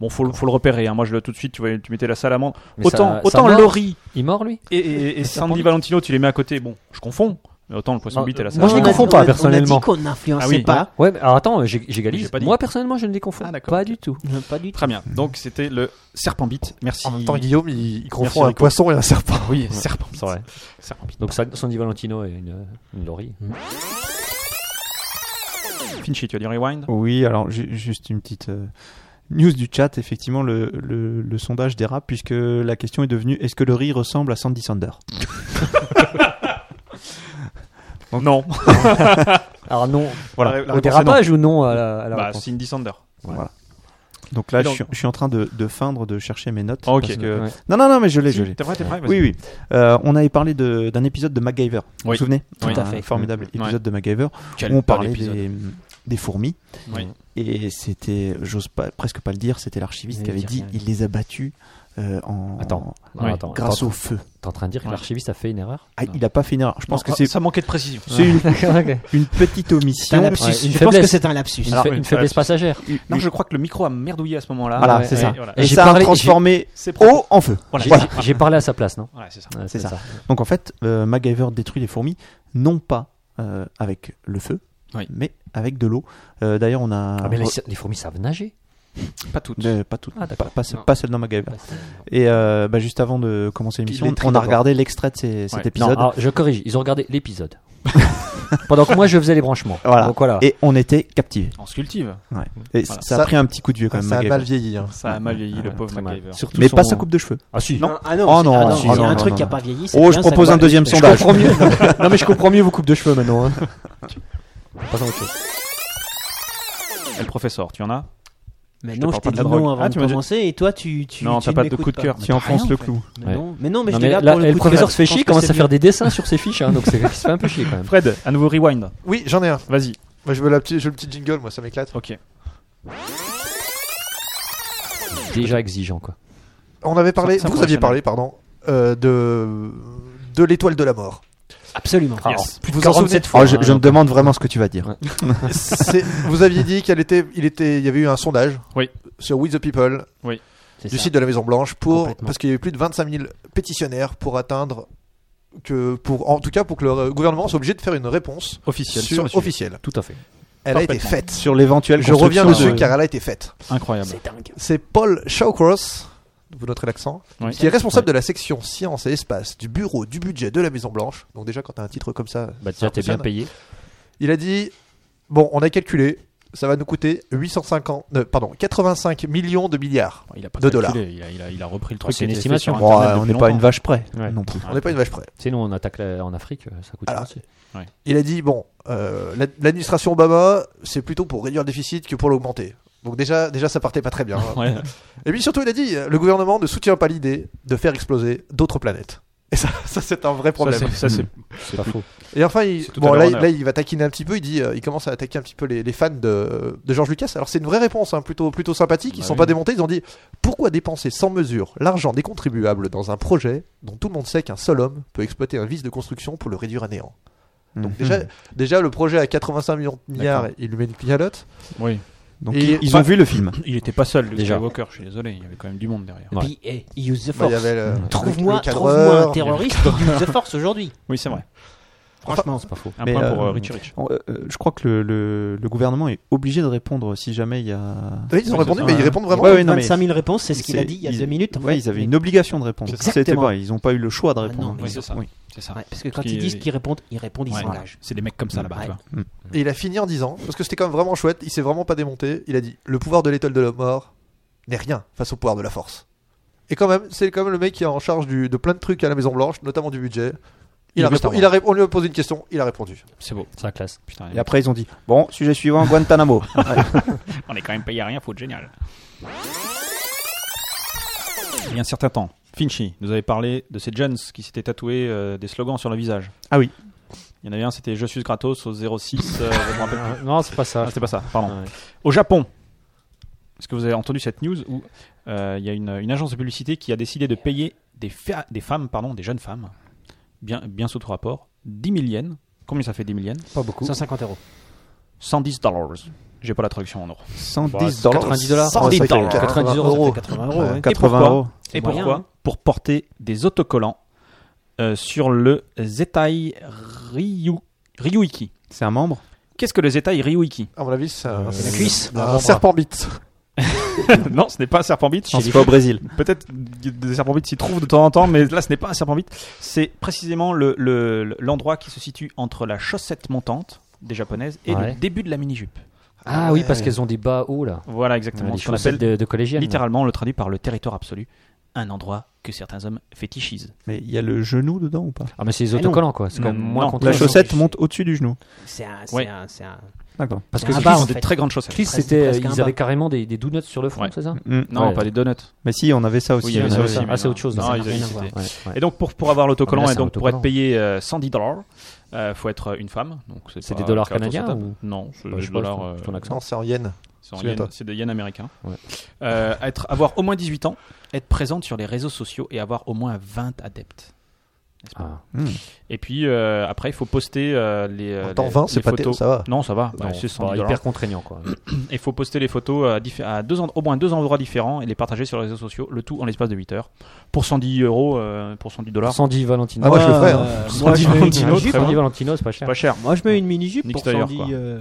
Speaker 4: Bon faut le, faut le repérer hein. moi je le tout de suite tu vois tu mettais la salamandre
Speaker 1: Mais
Speaker 4: autant
Speaker 1: ça-
Speaker 4: autant
Speaker 1: ça mord
Speaker 4: Laurie
Speaker 1: Il mord lui
Speaker 4: et, et- et
Speaker 1: serpent
Speaker 4: Sandy
Speaker 1: bite.
Speaker 4: Valentino tu les mets à côté bon je confonds mais autant le poisson
Speaker 1: Bah,
Speaker 4: bite et
Speaker 1: moi,
Speaker 4: la
Speaker 1: je
Speaker 4: salamandre.
Speaker 1: les confonds pas, personnellement.
Speaker 5: On a dit qu'on
Speaker 4: Ah
Speaker 5: n'influençait
Speaker 4: oui.
Speaker 5: pas.
Speaker 1: Ouais, mais alors attends, j'ai-
Speaker 4: J'ai
Speaker 1: j'égalise.
Speaker 4: pas dit.
Speaker 1: Moi personnellement, je ne les confonds
Speaker 4: Ah, d'accord.
Speaker 1: pas du tout.
Speaker 5: Pas du tout.
Speaker 4: Très bien. Donc c'était le serpent bite. Merci.
Speaker 3: en même temps, Guillaume, il, il confond un
Speaker 4: Rico.
Speaker 3: poisson et un serpent.
Speaker 4: Oui, serpent bite.
Speaker 1: C'est vrai.
Speaker 4: Serpent bite.
Speaker 1: Donc ça, Sandy Valentino et une, une Laurie.
Speaker 4: Mm. Finchy, tu as dit rewind
Speaker 6: Oui, alors ju- juste une petite euh, news du chat. Effectivement, le, le- le sondage dérape puisque la question est devenue est-ce que le riz ressemble à Sandy Sander
Speaker 4: Non.
Speaker 1: Alors non,
Speaker 4: La- la
Speaker 1: au
Speaker 4: réponse est
Speaker 1: dérapage ou non à la, à la
Speaker 4: Bah,
Speaker 1: réponse
Speaker 4: Cindy Sander.
Speaker 6: Donc là,
Speaker 4: Et donc-
Speaker 6: je, suis, je suis en train de, de feindre de chercher mes notes.
Speaker 4: Ok.
Speaker 6: parce que-
Speaker 1: Ouais.
Speaker 6: Non, non, non, mais je l'ai, je l'ai.
Speaker 4: T'es vrai, t'es prêt Vas-y.
Speaker 6: Oui, oui. Euh, on avait parlé de- d'un épisode de MacGyver. Vous
Speaker 4: Oui.
Speaker 6: vous souvenez
Speaker 4: Oui. Tout à
Speaker 6: Un
Speaker 5: fait.
Speaker 6: formidable
Speaker 4: Mm.
Speaker 6: épisode de MacGyver
Speaker 4: Quel
Speaker 6: où on
Speaker 4: bon
Speaker 6: parlait
Speaker 4: épisode.
Speaker 6: des, des fourmis.
Speaker 4: Oui.
Speaker 6: Et c'était, j'ose pas, presque pas le dire, c'était l'archiviste
Speaker 5: Il
Speaker 6: qui avait
Speaker 5: dit
Speaker 6: dit
Speaker 5: rien.
Speaker 6: il les a battus euh, en,
Speaker 1: Attends,
Speaker 4: Oui.
Speaker 1: attends, attends,
Speaker 6: grâce
Speaker 1: attends.
Speaker 6: au feu.
Speaker 1: T'es en train de dire que
Speaker 4: Ouais.
Speaker 1: l'archiviste a fait une erreur
Speaker 6: Ah, il a pas fait une erreur. Je pense que c'est
Speaker 4: Ah, ça manquait de précision.
Speaker 6: c'est une, une petite
Speaker 5: C'est un
Speaker 6: omission.
Speaker 5: lapsus.
Speaker 1: Ouais, une
Speaker 5: je pense
Speaker 1: faiblesse.
Speaker 5: que c'est un lapsus.
Speaker 1: Une,
Speaker 4: Alors,
Speaker 1: fa-
Speaker 4: oui,
Speaker 1: une
Speaker 4: ça
Speaker 1: faiblesse
Speaker 4: reste-
Speaker 1: passagère.
Speaker 4: Non, je crois que le micro a merdouillé à ce moment-là.
Speaker 6: Voilà,
Speaker 1: ouais,
Speaker 6: c'est
Speaker 4: Et
Speaker 6: ça.
Speaker 4: voilà.
Speaker 1: Et
Speaker 6: Et oh,
Speaker 1: j'ai
Speaker 6: ça
Speaker 1: parlé-
Speaker 6: a transformé
Speaker 4: C'est propre.
Speaker 6: eau en feu.
Speaker 4: Voilà.
Speaker 1: J'ai- j'ai- J'ai parlé à sa place, non
Speaker 4: Ouais, c'est ça.
Speaker 1: Ouais,
Speaker 6: C'est ça. Donc en fait, euh, MacGyver détruit les fourmis, non pas euh, avec le feu,
Speaker 4: Oui.
Speaker 6: mais avec de l'eau. Euh, D'ailleurs, on a...
Speaker 1: Ah, mais les, les fourmis savent nager.
Speaker 4: Pas toutes.
Speaker 6: Euh, pas toutes.
Speaker 1: Ah,
Speaker 6: pas,
Speaker 1: d'accord.
Speaker 6: pas,
Speaker 4: Non.
Speaker 6: pas celle dans MacGyver.
Speaker 5: Ah,
Speaker 6: Et euh, bah, juste avant de commencer l'émission,
Speaker 4: les trie
Speaker 6: on a
Speaker 4: d'abord.
Speaker 6: regardé l'extrait de ces- cet
Speaker 4: Ouais.
Speaker 1: Non,
Speaker 6: épisode.
Speaker 1: alors, je corrige, ils ont regardé l'épisode. Pendant que moi je faisais les branchements.
Speaker 6: Voilà.
Speaker 1: Donc voilà.
Speaker 6: Et on était captivés.
Speaker 4: On se cultive.
Speaker 6: Et
Speaker 4: Voilà.
Speaker 6: ça
Speaker 3: Ça-
Speaker 6: a pris un petit coup de vieux quand même,
Speaker 3: Ça a
Speaker 6: MacGyver.
Speaker 3: mal vieilli. hein.
Speaker 4: Ça a mal vieilli, le pauvre
Speaker 1: Très mal.
Speaker 4: MacGyver.
Speaker 1: Surtout
Speaker 6: Mais
Speaker 1: son-
Speaker 6: pas sa coupe de cheveux.
Speaker 1: Ah si.
Speaker 6: Non.
Speaker 5: Ah non,
Speaker 6: Oh
Speaker 5: c'est-
Speaker 6: non,
Speaker 5: ah
Speaker 6: si,
Speaker 5: il y a
Speaker 6: non,
Speaker 5: un
Speaker 6: non,
Speaker 5: truc
Speaker 6: non.
Speaker 5: qui n'a pas vieilli. c'est
Speaker 6: Oh, je
Speaker 5: bien, ça
Speaker 6: propose
Speaker 5: va.
Speaker 6: un deuxième
Speaker 1: Je
Speaker 6: sondage.
Speaker 1: comprends mieux. non mais je comprends mieux vos coupes de cheveux maintenant. hein. Passons à autre chose.
Speaker 4: Et le professeur, tu en as
Speaker 5: Mais
Speaker 4: Je
Speaker 5: non,
Speaker 4: te
Speaker 5: je
Speaker 4: parle pas
Speaker 5: t'ai
Speaker 4: de
Speaker 5: dit
Speaker 4: la drogue.
Speaker 5: non avant
Speaker 4: Ah, tu m'as
Speaker 5: de
Speaker 4: dit-
Speaker 5: commencer et toi tu. tu
Speaker 4: Non,
Speaker 5: tu
Speaker 4: t'as
Speaker 5: ne
Speaker 4: pas de
Speaker 5: m'écoutes
Speaker 4: coup de cœur.
Speaker 5: pas.
Speaker 4: Mais
Speaker 6: Tu
Speaker 4: t'as
Speaker 6: enfonces
Speaker 4: rien,
Speaker 6: le
Speaker 4: en fait.
Speaker 6: clou.
Speaker 5: Mais
Speaker 1: Ouais.
Speaker 5: non, mais non, mais
Speaker 1: Non,
Speaker 5: je te
Speaker 1: mais
Speaker 5: garde
Speaker 1: là,
Speaker 5: pour le
Speaker 1: le
Speaker 5: coup de
Speaker 1: professeur
Speaker 5: cœur.
Speaker 1: se fait
Speaker 5: Je pense
Speaker 1: chier,
Speaker 5: que
Speaker 1: commence à
Speaker 5: c'est
Speaker 1: faire des dessins sur ses fiches, hein, donc c'est- il se fait un peu chier quand même.
Speaker 4: Fred, à nouveau rewind.
Speaker 3: Oui, j'en ai un.
Speaker 4: Vas-y.
Speaker 3: Moi, je veux, la petite, je veux le petit jingle, moi, ça m'éclate.
Speaker 4: Ok.
Speaker 1: Déjà exigeant quoi.
Speaker 3: On avait parlé,
Speaker 4: Ça- ça
Speaker 3: vous aviez
Speaker 4: professionnel.
Speaker 3: parlé, pardon, euh, de, de l'étoile de la mort.
Speaker 5: Absolument.
Speaker 4: Yes.
Speaker 3: Vous vous en souvenez
Speaker 1: 47 fois.
Speaker 6: Oh, je, je me demande vraiment ce que tu vas dire.
Speaker 1: Ouais.
Speaker 3: C'est- Vous aviez dit qu'il était, il était, il y avait eu un sondage
Speaker 4: Oui.
Speaker 3: sur We the People
Speaker 5: C'est
Speaker 3: du
Speaker 5: ça.
Speaker 3: site de la Maison Blanche pour
Speaker 5: Complètement.
Speaker 3: parce qu'il y avait plus de 25 000 pétitionnaires pour atteindre que pour en tout cas pour que le gouvernement soit obligé de faire une réponse
Speaker 4: Officiel.
Speaker 3: sur-
Speaker 4: Sur, le sujet.
Speaker 3: officielle.
Speaker 1: Tout à fait.
Speaker 3: Elle a été
Speaker 4: Parfaitement.
Speaker 3: faite.
Speaker 6: Sur l'éventuelle
Speaker 3: Je reviens
Speaker 6: construction
Speaker 3: dessus
Speaker 6: de-
Speaker 3: car elle a été faite.
Speaker 4: Incroyable.
Speaker 5: C'est dingue.
Speaker 3: C'est Paul Shawcross, vous noterez l'accent,
Speaker 4: Oui.
Speaker 3: qui est responsable de la section sciences et espace du bureau du budget de la Maison Blanche. Donc déjà quand t'as un titre comme ça,
Speaker 1: Bah
Speaker 3: ça
Speaker 1: déjà t'es bien
Speaker 3: impressionne.
Speaker 1: payé.
Speaker 3: Il a dit bon, on a calculé, ça va nous coûter 850, euh, pardon, 85 millions de milliards.
Speaker 4: Il a pas
Speaker 3: De
Speaker 4: calculé,
Speaker 3: dollars.
Speaker 4: Il a, il a- il a repris le
Speaker 1: Oh,
Speaker 4: truc.
Speaker 1: c'est
Speaker 4: qui
Speaker 1: une
Speaker 4: était fait
Speaker 1: estimation.
Speaker 4: sur
Speaker 6: Bon,
Speaker 4: Internet
Speaker 6: euh, on
Speaker 4: depuis
Speaker 6: n'est pas à une
Speaker 4: longtemps.
Speaker 6: vache près
Speaker 1: Ouais.
Speaker 6: non plus.
Speaker 3: On n'est pas une vache près.
Speaker 1: Tu sais, nous on attaque la- en Afrique, euh, ça coûte
Speaker 3: Alors,
Speaker 1: cher aussi.
Speaker 3: Il a dit bon, euh, la- l'administration Obama, c'est plutôt pour réduire le déficit que pour l'augmenter. Donc déjà, déjà ça partait pas très bien. hein.
Speaker 4: Ouais.
Speaker 3: Et puis surtout, il a dit euh, le gouvernement ne soutient pas l'idée de faire exploser d'autres planètes. Et ça, ça c'est un vrai problème.
Speaker 4: Ça, c'est- ça, c'est
Speaker 1: C'est pas faux.
Speaker 3: Et enfin, il,
Speaker 4: C'est tout à
Speaker 3: bon, là,
Speaker 4: leur
Speaker 3: il-
Speaker 4: honneur.
Speaker 3: là, il va taquiner un petit peu. Il dit, euh, il commence à attaquer un petit peu les, les fans de, de George Lucas. Alors, c'est une vraie réponse, hein, plutôt, plutôt sympathique. Ils
Speaker 4: Bah
Speaker 3: sont
Speaker 4: oui.
Speaker 3: pas démontés. Ils ont dit pourquoi dépenser sans mesure l'argent des contribuables dans un projet dont tout le monde sait qu'un seul homme peut exploiter un vice de construction pour le réduire à néant. Donc
Speaker 6: Mhm.
Speaker 3: déjà, déjà, le projet à 85 millions de milliards,
Speaker 4: D'accord.
Speaker 3: il lui met une clignote.
Speaker 4: Oui.
Speaker 6: Donc,
Speaker 3: Et-
Speaker 6: ils, ils ont
Speaker 4: Enfin-
Speaker 6: vu le film.
Speaker 4: Il était pas seul, Luke
Speaker 1: Déjà.
Speaker 4: Skywalker, je suis désolé, il y avait quand même du monde derrière.
Speaker 1: Ouais.
Speaker 5: Puis, eh, use the
Speaker 3: Bah, il y
Speaker 5: force.
Speaker 3: avait le- le-
Speaker 5: Trouve-moi
Speaker 3: le
Speaker 5: trouve-moi un
Speaker 3: cadreur.
Speaker 5: terroriste qui use the force aujourd'hui.
Speaker 4: Oui, c'est vrai.
Speaker 5: Franchement,
Speaker 1: C'est pas faux.
Speaker 4: Un
Speaker 6: Mais,
Speaker 4: point pour
Speaker 6: euh,
Speaker 4: euh, Richie Rich.
Speaker 6: On- euh, euh, je crois que le, le- le gouvernement est obligé de répondre si jamais il y a.
Speaker 3: Oui, ils ont
Speaker 4: Ouais,
Speaker 3: répondu,
Speaker 4: c'est
Speaker 3: mais
Speaker 4: ça.
Speaker 3: ils répondent vraiment.
Speaker 6: Ouais, ouais, non, mais
Speaker 5: 25 000 réponses, c'est ce qu'il a
Speaker 6: c'est-
Speaker 5: dit il y a
Speaker 6: ils-
Speaker 5: deux minutes. en
Speaker 6: ouais,
Speaker 5: fait.
Speaker 6: ils avaient
Speaker 5: Mais-
Speaker 6: une obligation de répondre.
Speaker 5: C'est ça.
Speaker 6: C'était
Speaker 5: Exactement.
Speaker 6: pas, ils n'ont pas eu le choix de
Speaker 5: Ah non,
Speaker 6: répondre.
Speaker 5: mais
Speaker 4: Oui,
Speaker 5: ils
Speaker 4: c'est
Speaker 5: ont-
Speaker 4: ça.
Speaker 6: oui.
Speaker 4: C'est ça.
Speaker 5: Ouais, parce que quand
Speaker 4: Parce
Speaker 5: ils
Speaker 4: qu'il-
Speaker 5: disent qu'ils répondent, ils répondent, ils
Speaker 4: Ouais,
Speaker 5: sont
Speaker 4: voilà.
Speaker 5: lâches.
Speaker 4: C'est des mecs comme ça là-bas.
Speaker 5: Ouais.
Speaker 4: tu vois.
Speaker 3: Et il a fini en disant, parce que c'était quand même vraiment chouette, il s'est vraiment pas démonté. Il a dit Le pouvoir de l'étoile de la mort n'est rien face au pouvoir de la force. Et quand même, c'est quand même le mec qui est en charge du- de plein de trucs à la Maison Blanche, notamment du budget. Il
Speaker 1: Il
Speaker 3: a
Speaker 1: veut Star
Speaker 3: répo- il a ré- on lui a posé une question, il a répondu.
Speaker 4: C'est beau.
Speaker 1: C'est la classe.
Speaker 4: Putain,
Speaker 6: Et après, ils ont dit Bon, sujet suivant, Guantanamo.
Speaker 4: on est quand même payé à rien, faut être génial. Il y a un certain temps, Finchy nous avait parlé de ces jeunes qui s'étaient tatoués euh, des slogans sur le visage.
Speaker 6: Ah oui.
Speaker 4: Il y en avait un, c'était Je suis gratos au 06. euh, je me rappelle plus.
Speaker 1: Non, c'est pas ça.
Speaker 4: Ah, c'était pas ça, pardon.
Speaker 1: Ouais.
Speaker 4: Au Japon, est-ce que vous avez entendu cette news où euh, il y a une, une agence de publicité qui a décidé de payer des, fa- des femmes, pardon, des jeunes femmes, bien, bien sous tout rapport, 10 000 yens. Combien ça fait 10 000 yens
Speaker 1: Pas beaucoup.
Speaker 5: 150 euros.
Speaker 4: 110 dollars. J'ai pas la traduction en euros.
Speaker 6: 110
Speaker 1: Bah,
Speaker 6: dollars.
Speaker 1: 90 dollars.
Speaker 3: 110
Speaker 6: Ouais, ça fait
Speaker 3: dollars.
Speaker 1: 90 euros.
Speaker 5: Ça fait 80 euros. ouais.
Speaker 6: 80
Speaker 4: pourquoi
Speaker 6: euros.
Speaker 4: Et
Speaker 5: moyen,
Speaker 4: pourquoi
Speaker 5: hein.
Speaker 4: Euh, Pour porter des autocollants euh, sur le Zetai Ryu, Ryuiki.
Speaker 6: C'est un membre
Speaker 4: Qu'est-ce que le Zetai Ryuiki
Speaker 3: À mon avis, c'est un,
Speaker 5: C'est Euh, la cuisse. Ah,
Speaker 3: un serpent bite.
Speaker 4: Non, ce n'est pas un serpent bite.
Speaker 6: Non, c'est pas au Brésil.
Speaker 4: Peut-être des serpents bites s'y trouvent de temps en temps, mais là, ce n'est pas un serpent bite. C'est précisément le- le- l'endroit qui se situe entre la chaussette montante des japonaises et
Speaker 1: Ouais.
Speaker 4: le début de la mini-jupe.
Speaker 1: Ah oui, parce qu'elles ont des bas hauts là.
Speaker 4: Voilà exactement
Speaker 1: les
Speaker 4: ce qu'on
Speaker 1: chaussettes
Speaker 4: appelle
Speaker 1: de, de collégiennes.
Speaker 4: littéralement, on le traduit par le territoire absolu, un endroit que certains hommes fétichisent.
Speaker 6: Mais il y a le genou dedans ou pas
Speaker 1: Ah, mais c'est les
Speaker 5: Ah non.
Speaker 1: autocollants quoi. C'est quand même
Speaker 4: Non,
Speaker 1: moins
Speaker 4: non,
Speaker 1: contre
Speaker 6: La
Speaker 4: Ouais,
Speaker 6: chaussette
Speaker 5: non,
Speaker 6: monte au-dessus du genou.
Speaker 5: C'est un,
Speaker 4: Ouais.
Speaker 5: c'est un, c'est un.
Speaker 6: D'accord.
Speaker 1: Parce
Speaker 5: c'est
Speaker 1: que
Speaker 5: un
Speaker 1: les
Speaker 5: bas,
Speaker 1: Suisses-
Speaker 5: en
Speaker 4: Des
Speaker 5: fait.
Speaker 4: très grandes chaussettes.
Speaker 1: Chris,
Speaker 5: bah, presque-
Speaker 1: c'était,
Speaker 5: presque un
Speaker 1: ils
Speaker 5: bas.
Speaker 1: avaient carrément des, des donuts sur le front,
Speaker 4: Ouais.
Speaker 1: c'est ça
Speaker 6: Mm.
Speaker 4: Non,
Speaker 1: Ouais.
Speaker 4: pas des donuts.
Speaker 6: Mais si, on avait ça aussi.
Speaker 4: Oui, il y avait
Speaker 6: on
Speaker 4: ça
Speaker 6: avait-
Speaker 4: aussi, mais
Speaker 1: Ah, c'est
Speaker 4: non.
Speaker 1: autre chose.
Speaker 4: Non,
Speaker 1: ça.
Speaker 4: ils avaient-
Speaker 1: Rien à
Speaker 4: c'était-
Speaker 1: voir. Ouais, ouais.
Speaker 4: Et donc pour, pour avoir l'autocollant
Speaker 1: Ah, mais là,
Speaker 4: et
Speaker 1: c'est un
Speaker 4: donc pour être
Speaker 1: autocollant.
Speaker 4: payé euh, 110 dollars, euh, faut être euh, une femme. Donc
Speaker 1: C'est
Speaker 4: pas
Speaker 1: des dollars
Speaker 4: quatre euros
Speaker 1: canadiens
Speaker 4: sur table.
Speaker 1: ou-
Speaker 4: Non, c'est
Speaker 1: Bah,
Speaker 4: des
Speaker 1: je sais pas,
Speaker 4: dollars.
Speaker 1: c'est ton
Speaker 4: euh,
Speaker 1: accent.
Speaker 3: Non, c'est en yen.
Speaker 4: c'est en
Speaker 3: Souviens-toi.
Speaker 4: yens- C'est des yens américains.
Speaker 1: Ouais.
Speaker 4: Euh, être, avoir au moins 18 ans, être présente sur les réseaux sociaux et avoir au moins 20 adeptes. n'est-ce pas
Speaker 1: Ah.
Speaker 6: Mm.
Speaker 4: Et puis euh, après, il faut poster euh, les, euh,
Speaker 3: Attends,
Speaker 4: les-
Speaker 3: 20, c'est
Speaker 4: les
Speaker 3: pas terrible,
Speaker 4: photos.
Speaker 3: ça va.
Speaker 4: Non, ça va.
Speaker 1: Non,
Speaker 4: Ouais, c'est
Speaker 1: c'est pas
Speaker 4: 110 dollars.
Speaker 1: hyper contraignant quoi.
Speaker 4: Il faut poster les photos à, diffé- à deux en- au moins deux endroits différents et les partager sur les réseaux sociaux, le tout en l'espace de 8 heures. Pour 110 euros, euh, pour 110 dollars.
Speaker 1: 110 Valentino.
Speaker 3: Ah, moi, je le
Speaker 5: Ouais,
Speaker 3: ferais, hein.
Speaker 5: euh,
Speaker 4: Sans
Speaker 5: moi,
Speaker 4: dire
Speaker 5: je mets une
Speaker 4: Valentino,
Speaker 5: mini-jupe,
Speaker 4: très
Speaker 5: hein.
Speaker 1: Valentino, Valentino, c'est pas cher.
Speaker 4: Pas cher.
Speaker 5: Moi, je mets une mini-jupe
Speaker 4: Nick
Speaker 5: pour
Speaker 4: Steyer,
Speaker 5: 110.
Speaker 4: quoi.
Speaker 5: euh,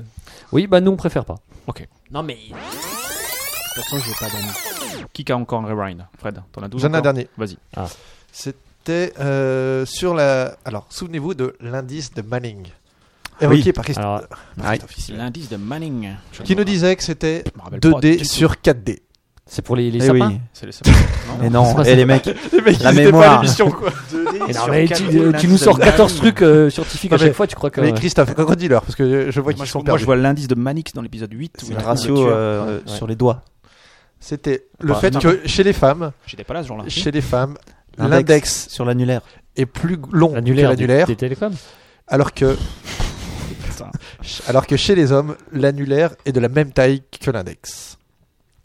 Speaker 1: Oui, bah nous on préfère pas.
Speaker 5: Non, mais. De toute façon, j'ai pas d'amis.
Speaker 4: Qui a encore un rewind Fred, t'en as 12
Speaker 3: J'en ai un
Speaker 4: encore
Speaker 3: dernier.
Speaker 4: Vas-y. Ah.
Speaker 3: C'était euh, sur la. Alors, souvenez-vous de l'indice de Manning, évoqué par Christophe.
Speaker 1: Alors,
Speaker 3: par
Speaker 6: ouais.
Speaker 3: Christophe Issier,
Speaker 4: L'indice de Manning. Je
Speaker 3: Ah, Qui
Speaker 4: me-
Speaker 3: nous disait que c'était
Speaker 4: euh, je me rappelle pas du
Speaker 3: 2D
Speaker 4: tout.
Speaker 3: sur 4D.
Speaker 1: c'est pour les, les
Speaker 6: Eh
Speaker 1: sapins.
Speaker 6: oui.
Speaker 4: C'est les sapins.
Speaker 6: Mais
Speaker 1: Non, c'est
Speaker 6: non,
Speaker 1: pas
Speaker 6: et
Speaker 1: ça.
Speaker 6: les mecs,
Speaker 3: Les mecs, ils
Speaker 6: la
Speaker 3: étaient pas à
Speaker 6: mémoire.
Speaker 3: l'émission, quoi.
Speaker 1: Et non,
Speaker 4: sur
Speaker 1: mais
Speaker 4: quatre
Speaker 1: tu, euh, tu
Speaker 4: lunettes
Speaker 1: nous
Speaker 4: de
Speaker 1: sors
Speaker 4: Manning.
Speaker 1: 14 trucs euh, scientifiques
Speaker 3: Non,
Speaker 1: à
Speaker 3: mais-
Speaker 1: chaque fois, tu crois que.
Speaker 3: Mais Christophe, redis-leur, parce que je vois qu'ils
Speaker 4: Moi, je,
Speaker 3: sont
Speaker 4: moi, je
Speaker 3: perdus.
Speaker 4: vois l'indice de Manix dans l'épisode 8. où il
Speaker 6: c'est
Speaker 4: y a
Speaker 6: le
Speaker 4: une
Speaker 6: ratio
Speaker 4: voiture.
Speaker 6: euh,
Speaker 1: Ouais.
Speaker 6: sur les doigts.
Speaker 3: C'était le
Speaker 4: Bah,
Speaker 3: fait
Speaker 4: non.
Speaker 3: que chez les femmes,
Speaker 4: J'étais pas là ce jour-là.
Speaker 3: chez les femmes,
Speaker 6: L'index
Speaker 3: l'index
Speaker 6: sur l'annulaire.
Speaker 3: est plus long que
Speaker 1: l'annulaire.
Speaker 3: l'annulaire,
Speaker 1: Des, des télécoms.
Speaker 3: alors que
Speaker 4: Putain.
Speaker 3: alors que chez les hommes, l'annulaire est de la même taille que l'index.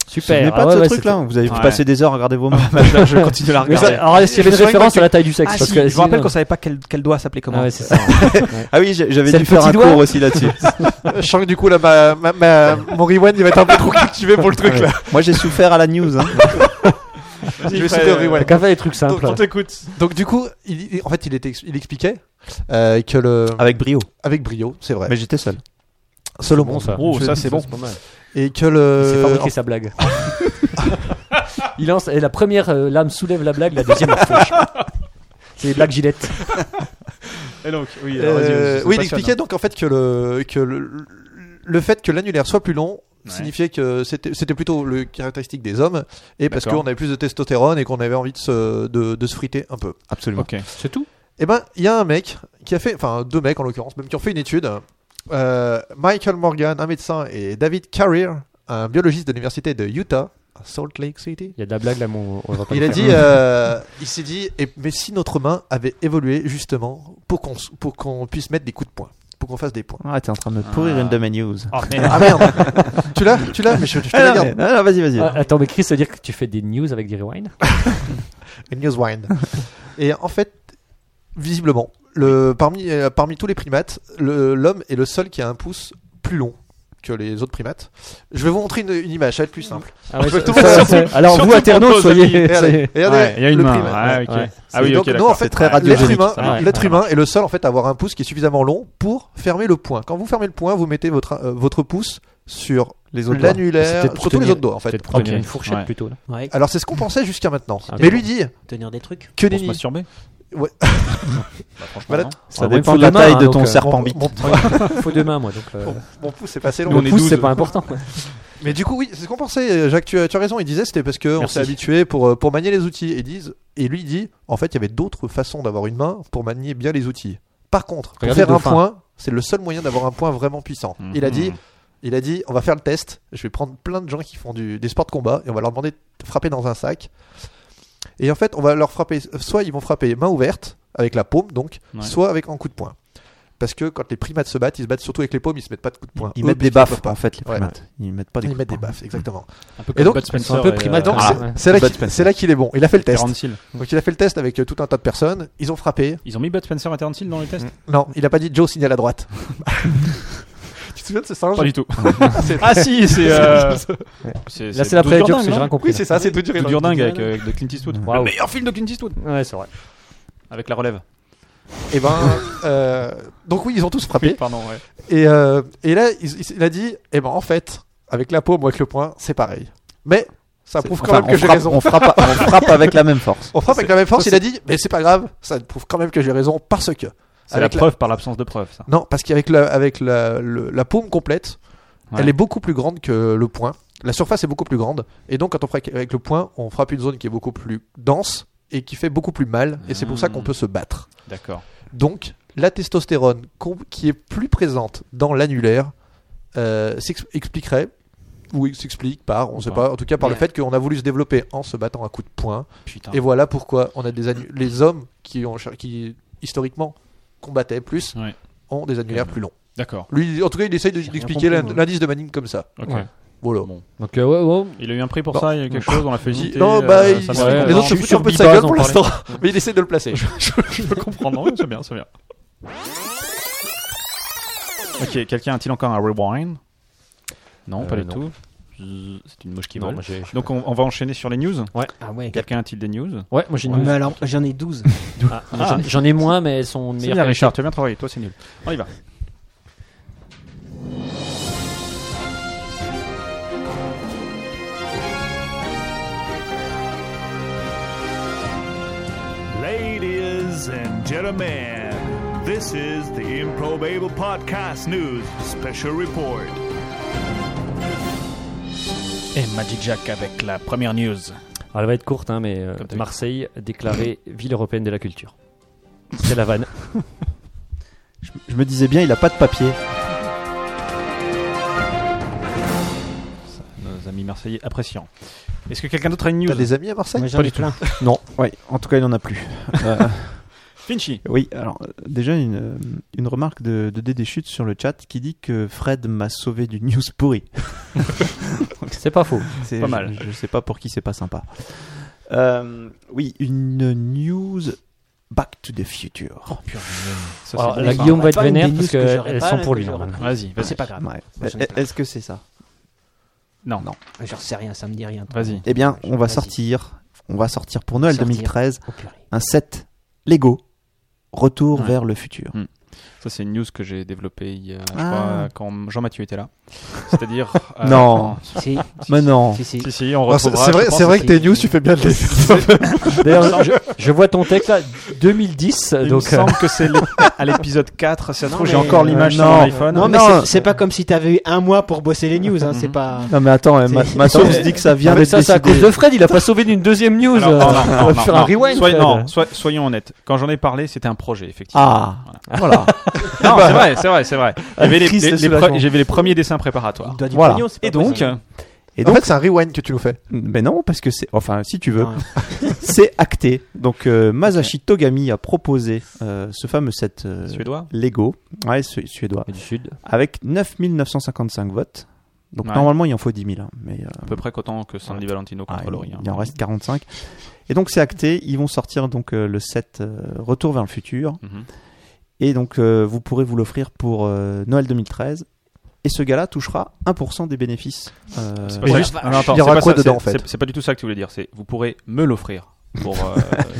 Speaker 6: Ce
Speaker 1: Super.
Speaker 6: n'est pas
Speaker 1: Ah
Speaker 6: de
Speaker 1: ouais,
Speaker 6: ce
Speaker 1: ouais,
Speaker 6: truc-là. hein. Vous avez
Speaker 4: Ouais.
Speaker 6: passé des heures à regarder vos mains.
Speaker 4: Là, je continue la
Speaker 1: c'était- Mais ça-
Speaker 4: regarder.
Speaker 1: alors, est-ce qu'il y
Speaker 4: Mais
Speaker 1: avait
Speaker 4: c'est vrai
Speaker 1: référence
Speaker 4: que-
Speaker 1: à la taille du sexe
Speaker 4: Ah
Speaker 1: parce
Speaker 4: si,
Speaker 1: que,
Speaker 4: je me rappelle qu'on
Speaker 1: sinon-
Speaker 4: savait pas quel, quel doigt s'appelait comment.
Speaker 1: Ah ouais, c'est ça.
Speaker 6: Ah oui, j'ai- j'avais
Speaker 1: C'est
Speaker 6: dû
Speaker 1: le
Speaker 6: faire
Speaker 1: petit
Speaker 6: un
Speaker 1: doigt
Speaker 6: cours aussi là-dessus.
Speaker 3: je sens que du coup là, ma, ma- ma- mon rewind il va être un peu trop cultivé pour le truc là.
Speaker 6: Moi, j'ai souffert à la news. hein.
Speaker 3: Je vais essayer de rewind.
Speaker 1: T'as qu'à faire des trucs simples.
Speaker 4: On t'écoute.
Speaker 3: Donc du coup, il, il- en fait, il, était, ex- il expliquait euh, que le
Speaker 6: Avec brio.
Speaker 3: avec brio, c'est vrai,
Speaker 6: Ah. Mais j'étais seul.
Speaker 3: selon
Speaker 1: bon, ça.
Speaker 4: Oh,
Speaker 1: Je-
Speaker 4: ça, c'est bon.
Speaker 1: pas mal.
Speaker 3: et que
Speaker 1: Il s'est
Speaker 3: le
Speaker 1: fabriqué sa blague. Il lance et la première euh, lame soulève la blague, la deuxième la fauche. C'est les blagues gilettes.
Speaker 4: Et donc, oui,
Speaker 3: euh, oui, il expliquait
Speaker 1: hein.
Speaker 3: donc en fait que le que le, le fait que l'annulaire soit plus long
Speaker 4: Ouais.
Speaker 3: signifiait que c'était c'était plutôt le caractéristique des hommes et parce
Speaker 4: D'accord.
Speaker 3: qu'on avait plus de testostérone et qu'on avait envie de se de, de se friter un peu.
Speaker 6: Absolument.
Speaker 4: Ok, c'est tout.
Speaker 3: Eh ben, il y a un mec qui a fait, enfin deux mecs en l'occurrence, même qui ont fait une étude. Euh, Michael Morgan, un médecin, et David Carrier, un biologiste de l'université de Utah, à Salt Lake City.
Speaker 1: Il y a de la blague là, mais on, on va pas
Speaker 3: Il
Speaker 1: le
Speaker 3: a
Speaker 1: faire.
Speaker 3: dit, euh, il s'est dit, et- mais si notre main avait évolué justement pour qu'on s- pour qu'on puisse mettre des coups de poing, pour qu'on fasse des points.
Speaker 6: Ah, t'es en train de me pourrir une de mes news.
Speaker 4: Oh, merde.
Speaker 3: Ah merde, tu l'as, tu l'as, mais je, je te la
Speaker 6: Ah, non, mais-
Speaker 3: garde.
Speaker 6: non, non, vas-y, vas-y.
Speaker 1: Ah, attends, mais Chris, ça veut dire que tu fais des news avec des rewinds
Speaker 3: Une newswind. Et en fait, visiblement, le parmi euh, parmi tous les primates, le- l'homme est le seul qui a un pouce plus long que les autres primates. Je vais vous montrer une, une image, ça va être plus simple.
Speaker 1: Ah ouais,
Speaker 3: Je vais
Speaker 1: ça-
Speaker 3: tout
Speaker 1: ça-
Speaker 3: mettre
Speaker 1: ça- Alors,
Speaker 4: Surtout
Speaker 1: vous,
Speaker 4: qu'on
Speaker 1: internautes,
Speaker 4: pose,
Speaker 1: soyez.
Speaker 3: Regardez,
Speaker 1: soyez-
Speaker 3: regardez
Speaker 4: Ouais, il y a une
Speaker 3: le
Speaker 4: main.
Speaker 3: primate.
Speaker 4: Ah, ok.
Speaker 1: Ouais.
Speaker 4: Ah oui,
Speaker 3: Et
Speaker 4: ok,
Speaker 3: donc, nous, en
Speaker 4: d'accord.
Speaker 3: fait,
Speaker 6: C'est très
Speaker 3: l'être
Speaker 6: radiogénique,
Speaker 3: humain,
Speaker 1: ça, ouais.
Speaker 3: l'être humain est le seul en fait à avoir un pouce qui est suffisamment long pour fermer le point. Quand vous fermez le point, vous mettez votre euh, votre pouce sur
Speaker 6: Les autres.
Speaker 3: l'annulaire,
Speaker 1: C'était pour
Speaker 3: surtout les
Speaker 1: tenir-
Speaker 3: autres doigts en fait.
Speaker 1: Peut-être pour tenir
Speaker 4: Ok.
Speaker 1: une fourchette
Speaker 4: Ouais.
Speaker 1: plutôt. Là.
Speaker 5: Ouais,
Speaker 3: Alors c'est ce qu'on pensait jusqu'à maintenant.
Speaker 1: Ah,
Speaker 3: Mais
Speaker 1: d'accord.
Speaker 3: lui dit
Speaker 5: tenir des trucs.
Speaker 3: que
Speaker 4: Pour se
Speaker 3: nenni.
Speaker 4: masturber
Speaker 3: Ouais.
Speaker 4: Bah, franchement,
Speaker 3: Voilà.
Speaker 4: non.
Speaker 1: Ah,
Speaker 6: Ça
Speaker 1: moi, il me
Speaker 6: dépend
Speaker 1: faut
Speaker 6: de la
Speaker 1: deux mains,
Speaker 6: taille
Speaker 1: hein,
Speaker 6: de ton
Speaker 1: donc, euh,
Speaker 6: serpent
Speaker 3: Mon,
Speaker 6: bite.
Speaker 3: mon-
Speaker 1: Il faut deux mains, moi. Donc, euh,
Speaker 3: mon pouce est passé
Speaker 1: mon
Speaker 3: long.
Speaker 4: on est
Speaker 1: pouce, c'est
Speaker 4: 12.
Speaker 1: pas important. quoi.
Speaker 3: Mais du coup, oui, c'est ce qu'on pensait. euh, Jacques, tu as, tu as raison. Il disait c'était parce qu'on
Speaker 1: Merci.
Speaker 3: s'est habitué pour, euh, pour manier les outils. Et, disent, et lui dit en fait, il y avait d'autres façons d'avoir une main pour manier bien les outils. Par contre, pour
Speaker 1: Regardez
Speaker 3: faire
Speaker 1: le
Speaker 3: un
Speaker 1: dauphin.
Speaker 3: point, c'est le seul moyen d'avoir un point vraiment puissant.
Speaker 4: Mhm.
Speaker 3: Il a dit il a dit on va faire le test. Je vais prendre plein de gens qui font du- des sports de combat et on va leur demander de frapper dans un sac. Et en fait, on va leur frapper. Soit ils vont frapper main ouverte avec la paume, donc,
Speaker 4: Ouais.
Speaker 3: soit avec un coup de poing. Parce que quand les primates se battent, ils se battent surtout avec les paumes, ils se mettent pas de coups de poing.
Speaker 6: Ils
Speaker 3: Eux,
Speaker 6: mettent des
Speaker 3: puisqu'ils peuvent
Speaker 6: baffes,
Speaker 3: pas.
Speaker 6: en fait, les
Speaker 3: Ouais.
Speaker 6: primates. Ils mettent pas des
Speaker 3: Ils
Speaker 6: coups
Speaker 3: mettent
Speaker 6: de
Speaker 3: des
Speaker 6: poing.
Speaker 3: baffes, exactement.
Speaker 4: Un peu
Speaker 3: Et
Speaker 4: comme
Speaker 3: donc,
Speaker 4: Bud Spencer.
Speaker 1: un peu
Speaker 4: et, euh,
Speaker 1: primates
Speaker 3: Donc
Speaker 1: Ah,
Speaker 3: c'est-
Speaker 1: ouais.
Speaker 3: c'est là
Speaker 6: Bud
Speaker 3: qu'il-
Speaker 6: Spencer.
Speaker 3: c'est là qu'il est bon. Il a fait le test.
Speaker 4: Terence Hill.
Speaker 3: Donc il a fait le test avec euh, tout un tas de personnes. Ils ont frappé.
Speaker 4: Ils ont mis Bud Spencer et Terence Hill dans les tests
Speaker 3: Non, il a pas dit Joe signale à droite. tu te souviens de ce singe
Speaker 4: Pas du tout.
Speaker 3: C'est-
Speaker 4: Ah si, c'est. euh,
Speaker 1: Là, c'est la
Speaker 4: Douze
Speaker 1: pré joke
Speaker 4: Gurdingues,
Speaker 1: j'ai
Speaker 4: non
Speaker 1: rien compris.
Speaker 3: Oui, c'est ça, c'est tout dur.
Speaker 4: Douze Gurdingues avec euh, de Clint Eastwood.
Speaker 1: Waouh.
Speaker 4: Le meilleur film de Clint Eastwood.
Speaker 1: Ouais, c'est vrai.
Speaker 4: Avec la relève.
Speaker 3: Et ben, euh, donc oui, ils ont tous frappé.
Speaker 4: Pardon, ouais.
Speaker 3: Et, euh, et là, il, il- il a dit, eh ben en fait, avec la paume ou avec le poing, c'est pareil. Mais ça prouve quand
Speaker 6: Enfin,
Speaker 3: même que
Speaker 6: on
Speaker 3: j'ai
Speaker 6: frappe-
Speaker 3: raison.
Speaker 6: On frappe, on frappe avec la même force.
Speaker 3: On frappe avec la même force. Il a dit, mais c'est pas grave, ça prouve quand même que j'ai raison parce que.
Speaker 4: C'est la
Speaker 3: Avec la-
Speaker 4: preuve par l'absence de preuve, ça.
Speaker 3: Non, parce qu'avec la, avec la, le- la paume complète,
Speaker 4: Ouais.
Speaker 3: elle est beaucoup plus grande que le poing. La surface est beaucoup plus grande. Et donc, quand on frappe avec le poing, on frappe une zone qui est beaucoup plus dense et qui fait beaucoup plus mal. Et c'est pour ça
Speaker 4: Ah.
Speaker 3: qu'on peut se battre.
Speaker 4: D'accord.
Speaker 3: Donc, la testostérone qu'on- qui est plus présente dans l'annulaire euh, s'ex- expliquerait ou s'explique par, on
Speaker 4: Ou
Speaker 3: sait
Speaker 4: pas.
Speaker 3: pas, en tout cas par le
Speaker 5: Ouais.
Speaker 3: fait qu'on a voulu se développer en se battant à coups de poing.
Speaker 4: Putain.
Speaker 3: Et voilà pourquoi on a des annu- les hommes qui ont cher- qui historiquement combattaient plus
Speaker 4: Ouais.
Speaker 3: ont des annulaires plus longs.
Speaker 4: D'accord.
Speaker 3: Lui, en tout cas, il essaye de-
Speaker 4: rien
Speaker 3: d'expliquer
Speaker 4: compris, moi.
Speaker 3: l'in- l'indice de Manning comme ça.
Speaker 4: Ok.
Speaker 1: Ouais.
Speaker 3: Voilà.
Speaker 4: Bon.
Speaker 1: Donc, euh, ouais, ouais.
Speaker 4: Il a eu un prix pour
Speaker 3: Bon.
Speaker 4: ça, il y a eu quelque chose, on l'a fait
Speaker 3: Il-
Speaker 4: hésiter.
Speaker 3: non,
Speaker 4: euh, ça
Speaker 3: bah, il-
Speaker 4: n'a rien
Speaker 1: ouais,
Speaker 4: à
Speaker 3: les
Speaker 4: voir.
Speaker 3: autres se
Speaker 1: Je
Speaker 3: foutent
Speaker 1: suis
Speaker 3: un peu de
Speaker 1: sur
Speaker 3: sa gueule
Speaker 1: Bibaz,
Speaker 3: pour
Speaker 1: on
Speaker 3: l'instant, mais il essaie de le placer.
Speaker 4: Je peux comprendre, ouais, c'est bien, c'est bien. Ok, quelqu'un a-t-il encore un rewind Non,
Speaker 1: Euh,
Speaker 4: pas du
Speaker 1: non.
Speaker 4: tout. Zzz, C'est une mouche qui
Speaker 1: Non,
Speaker 4: vole.
Speaker 1: moi, j'ai- j'ai-
Speaker 4: Donc on, on va enchaîner sur les news.
Speaker 5: Ah ouais.
Speaker 4: Quelqu'un a-t-il des news
Speaker 1: Ouais, moi j'ai une
Speaker 5: Mais alors, j'en ai 12.
Speaker 1: Ah, j'en- J'en ai moins, mais elles sont de
Speaker 4: C'est
Speaker 1: meilleure
Speaker 4: bien,
Speaker 1: qualité.
Speaker 4: Richard, tu as bien travaillé, toi c'est nul. On y va.
Speaker 7: Ladies and gentlemen, this is the Improbable Podcast News Special Report.
Speaker 4: Et Magic Jack avec la première news.
Speaker 1: Alors, elle va être courte, hein, mais euh,
Speaker 4: Comme d'habitude.
Speaker 1: Marseille déclarée ville européenne de la culture. C'est la vanne.
Speaker 6: Je, je me disais bien, il a pas de papier.
Speaker 4: Nos amis marseillais apprécient. Est-ce que quelqu'un d'autre a une news
Speaker 3: T'as des amis à Marseille
Speaker 5: Moi, j'en ai plein.
Speaker 6: Non. Ouais. En tout cas, il en a plus. Euh,
Speaker 4: Finchy
Speaker 6: oui. Alors, euh, déjà une, euh, une remarque de, de Dédé Chute sur le chat qui dit que Fred m'a sauvé d'une news pourrie.
Speaker 1: C'est pas faux.
Speaker 6: C'est
Speaker 4: Pas mal.
Speaker 6: Je, je sais pas pour qui c'est pas sympa. Euh, oui, une news Back to the
Speaker 3: Oh,
Speaker 6: Future.
Speaker 4: Ça,
Speaker 1: Alors, Oh, la
Speaker 4: c'est bon, ça.
Speaker 1: Guillaume va
Speaker 5: Pas
Speaker 1: être
Speaker 5: une
Speaker 1: vénère
Speaker 5: des news
Speaker 1: parce
Speaker 5: que j'aurais
Speaker 1: qu'elles
Speaker 5: pas,
Speaker 1: sont
Speaker 5: là,
Speaker 1: pour
Speaker 5: que
Speaker 1: lui.
Speaker 5: j'aurais pas.
Speaker 4: Vas-y, vas-y.
Speaker 5: C'est pas grave.
Speaker 6: Ouais.
Speaker 5: Moi, j'en ai plein.
Speaker 6: Euh, Est-ce que c'est ça
Speaker 4: Non, non.
Speaker 5: J'en sais rien, ça me dit rien. toi.
Speaker 4: Vas-y.
Speaker 6: Eh bien, on va
Speaker 5: Vas-y.
Speaker 6: sortir. On va sortir pour Noël
Speaker 5: Sortir.
Speaker 6: 2013
Speaker 5: Oh purée.
Speaker 6: un set Lego Retour
Speaker 4: Ouais.
Speaker 6: vers le futur.
Speaker 4: Ça, c'est une news que j'ai développée hier, je crois,
Speaker 6: Ah.
Speaker 4: quand Jean-Mathieu était là. C'est-à-dire. euh,
Speaker 6: Non.
Speaker 5: Si,
Speaker 6: Mais non.
Speaker 5: si, si.
Speaker 4: Si, si, on
Speaker 3: Ah, C'est
Speaker 4: retrouvera.
Speaker 3: c'est vrai,
Speaker 4: je pense,
Speaker 3: c'est vrai que
Speaker 5: que
Speaker 3: tes
Speaker 5: c'est-
Speaker 3: news, tu fais bien de les
Speaker 1: D'ailleurs, je, je vois ton texte là, 2010.
Speaker 4: Il
Speaker 1: donc, euh,
Speaker 4: me semble que c'est l'ép- à l'épisode 4, si ça se
Speaker 5: Non,
Speaker 4: trouve, j'ai
Speaker 5: mais- euh,
Speaker 4: encore l'image sur
Speaker 6: Non.
Speaker 4: mon iPhone.
Speaker 5: Non, mais
Speaker 6: Non.
Speaker 5: c'est- c'est pas comme si t'avais eu un mois pour bosser les news. hein,
Speaker 4: Mhm.
Speaker 5: C'est pas.
Speaker 6: Non mais attends, ma,
Speaker 5: C'est-
Speaker 6: ma source dit que ça vient
Speaker 1: Ah, mais
Speaker 6: d'être
Speaker 1: ça, c'est à
Speaker 6: décidé.
Speaker 1: cause de Fred. Il a pas sauvé d'une deuxième news.
Speaker 4: Alors,
Speaker 1: euh,
Speaker 4: non, non,
Speaker 1: on va
Speaker 4: non,
Speaker 1: faire
Speaker 4: non.
Speaker 1: un rewind.
Speaker 4: Soy-
Speaker 1: Fred.
Speaker 4: non, soy- soyons honnêtes. Quand j'en ai parlé, c'était un projet, effectivement.
Speaker 6: Ah, voilà.
Speaker 4: Non, c'est vrai, c'est vrai, c'est vrai. Il y avait les-
Speaker 6: Triste
Speaker 4: les- les pre-
Speaker 6: soulagement.
Speaker 4: J'avais les premiers dessins préparatoires.
Speaker 5: Il doit du
Speaker 6: Voilà.
Speaker 5: pognon, c'est pas
Speaker 4: Et donc,
Speaker 5: possible.
Speaker 6: Et
Speaker 3: En
Speaker 6: donc,
Speaker 3: fait, c'est un rewind que tu nous fais.
Speaker 6: ben non, parce que c'est, enfin, si tu veux,
Speaker 5: Non,
Speaker 6: c'est acté. Donc, euh, Masashi Togami a proposé euh, ce fameux set euh,
Speaker 4: suédois
Speaker 6: Lego, ouais, su- suédois,
Speaker 1: Du sud.
Speaker 6: avec 9955 votes. Donc,
Speaker 4: Ouais.
Speaker 6: normalement, il en faut 10 000, hein, mais euh,
Speaker 4: à peu près autant que Sandy Valentino
Speaker 6: ah,
Speaker 4: contre
Speaker 6: il-
Speaker 4: Laurie. hein.
Speaker 6: il en reste 45. Et donc, c'est acté. Ils vont sortir donc euh, le set euh, Retour vers le futur.
Speaker 4: Mhm.
Speaker 6: Et donc, euh, vous pourrez vous l'offrir pour euh, Noël 2013. et ce gars-là touchera 1% des bénéfices. euh,
Speaker 4: C'est
Speaker 3: Mais
Speaker 4: ça.
Speaker 3: juste,
Speaker 4: Non, non, attends,
Speaker 3: il y aura
Speaker 4: c'est pas
Speaker 3: quoi
Speaker 4: ça,
Speaker 3: dedans,
Speaker 4: c'est-
Speaker 3: en fait
Speaker 4: c'est- C'est pas du tout ça que tu voulais dire. C'est vous pourrez me l'offrir pour euh,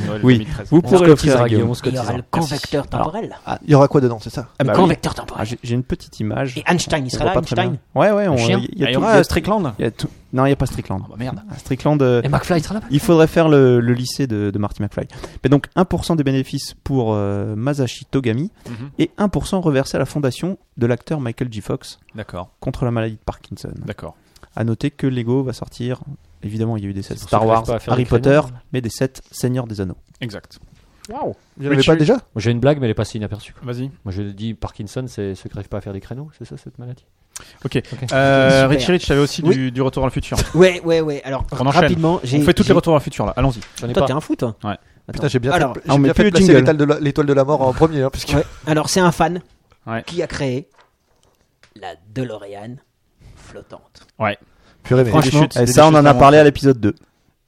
Speaker 4: Noël
Speaker 6: Oui.
Speaker 4: 2013.
Speaker 6: Vous pourrez
Speaker 1: On se cotisera,
Speaker 6: l'offrir à Guillaume.
Speaker 1: Guillaume, on se cotisera.
Speaker 5: le convecteur temporel.
Speaker 3: Il y aura quoi dedans, c'est ça
Speaker 6: Ah bah
Speaker 5: le
Speaker 6: oui.
Speaker 5: convecteur
Speaker 6: Ah,
Speaker 5: temporel.
Speaker 6: j'ai j'ai une petite image.
Speaker 5: Et Einstein, il
Speaker 6: On
Speaker 5: sera là,
Speaker 6: voit pas très
Speaker 5: Einstein.
Speaker 6: bien. Ouais, ouais,
Speaker 5: Le
Speaker 6: on-
Speaker 5: chien.
Speaker 6: il y,
Speaker 4: Ah,
Speaker 6: a
Speaker 4: il y
Speaker 6: tout-
Speaker 4: aura
Speaker 6: il y a-
Speaker 4: Strickland.
Speaker 6: il y a tout- Non, il n'y a pas Strickland.
Speaker 4: Ah bah merde.
Speaker 6: Ah, Strickland, euh,
Speaker 1: Et McFly sera là.
Speaker 6: il faudrait faire le, le lycée de, de Marty McFly. Mais donc 1% des bénéfices pour euh, Masashi Togami
Speaker 4: Mhm.
Speaker 6: et 1% reversé à la fondation de l'acteur Michael J. Fox
Speaker 4: D'accord,
Speaker 6: contre la maladie de Parkinson.
Speaker 4: d'accord.
Speaker 6: À noter que Lego va sortir. Évidemment, il y a eu des sets
Speaker 1: C'est pour ça
Speaker 6: Star
Speaker 1: que j'arrive
Speaker 6: Wars,
Speaker 1: pas à faire
Speaker 6: Harry
Speaker 1: des créneaux.
Speaker 6: Potter, mais des sets Seigneur des Anneaux.
Speaker 4: Exact.
Speaker 3: Il n'y en avait
Speaker 4: Richard.
Speaker 3: pas déjà
Speaker 1: Moi, J'ai une blague, mais elle est passée inaperçue. quoi.
Speaker 4: Vas-y.
Speaker 1: Moi, je dis Parkinson, c'est ceux qui n'arrivent pas à faire des créneaux, c'est ça cette maladie
Speaker 4: Ok. Euh,
Speaker 5: Super.
Speaker 4: Richie Rich, j'avais aussi
Speaker 5: Oui.
Speaker 4: du, du retour à le futur.
Speaker 5: Ouais, ouais, ouais. Alors,
Speaker 4: On enchaîne.
Speaker 5: rapidement, j'ai.
Speaker 4: On fait toutes
Speaker 5: j'ai-
Speaker 4: les retours à le futur là. Allons-y.
Speaker 1: J'en ai
Speaker 5: Toi,
Speaker 1: pas.
Speaker 5: t'es un fou, toi.
Speaker 3: Putain, j'ai bien
Speaker 5: Alors,
Speaker 3: fait,
Speaker 6: on
Speaker 3: j'ai
Speaker 6: met
Speaker 3: bien
Speaker 6: plus
Speaker 3: fait
Speaker 6: le
Speaker 3: placer
Speaker 6: jingle.
Speaker 3: l'étoile de, la- l'étoile de la mort en premier, hein, puisque
Speaker 5: Ouais. Alors, c'est un fan
Speaker 4: Ouais.
Speaker 5: qui a créé la DeLorean flottante.
Speaker 4: Ouais.
Speaker 3: Purée, mais-
Speaker 4: Franchement,
Speaker 6: Et eh, ça, on en a parlé à l'épisode 2.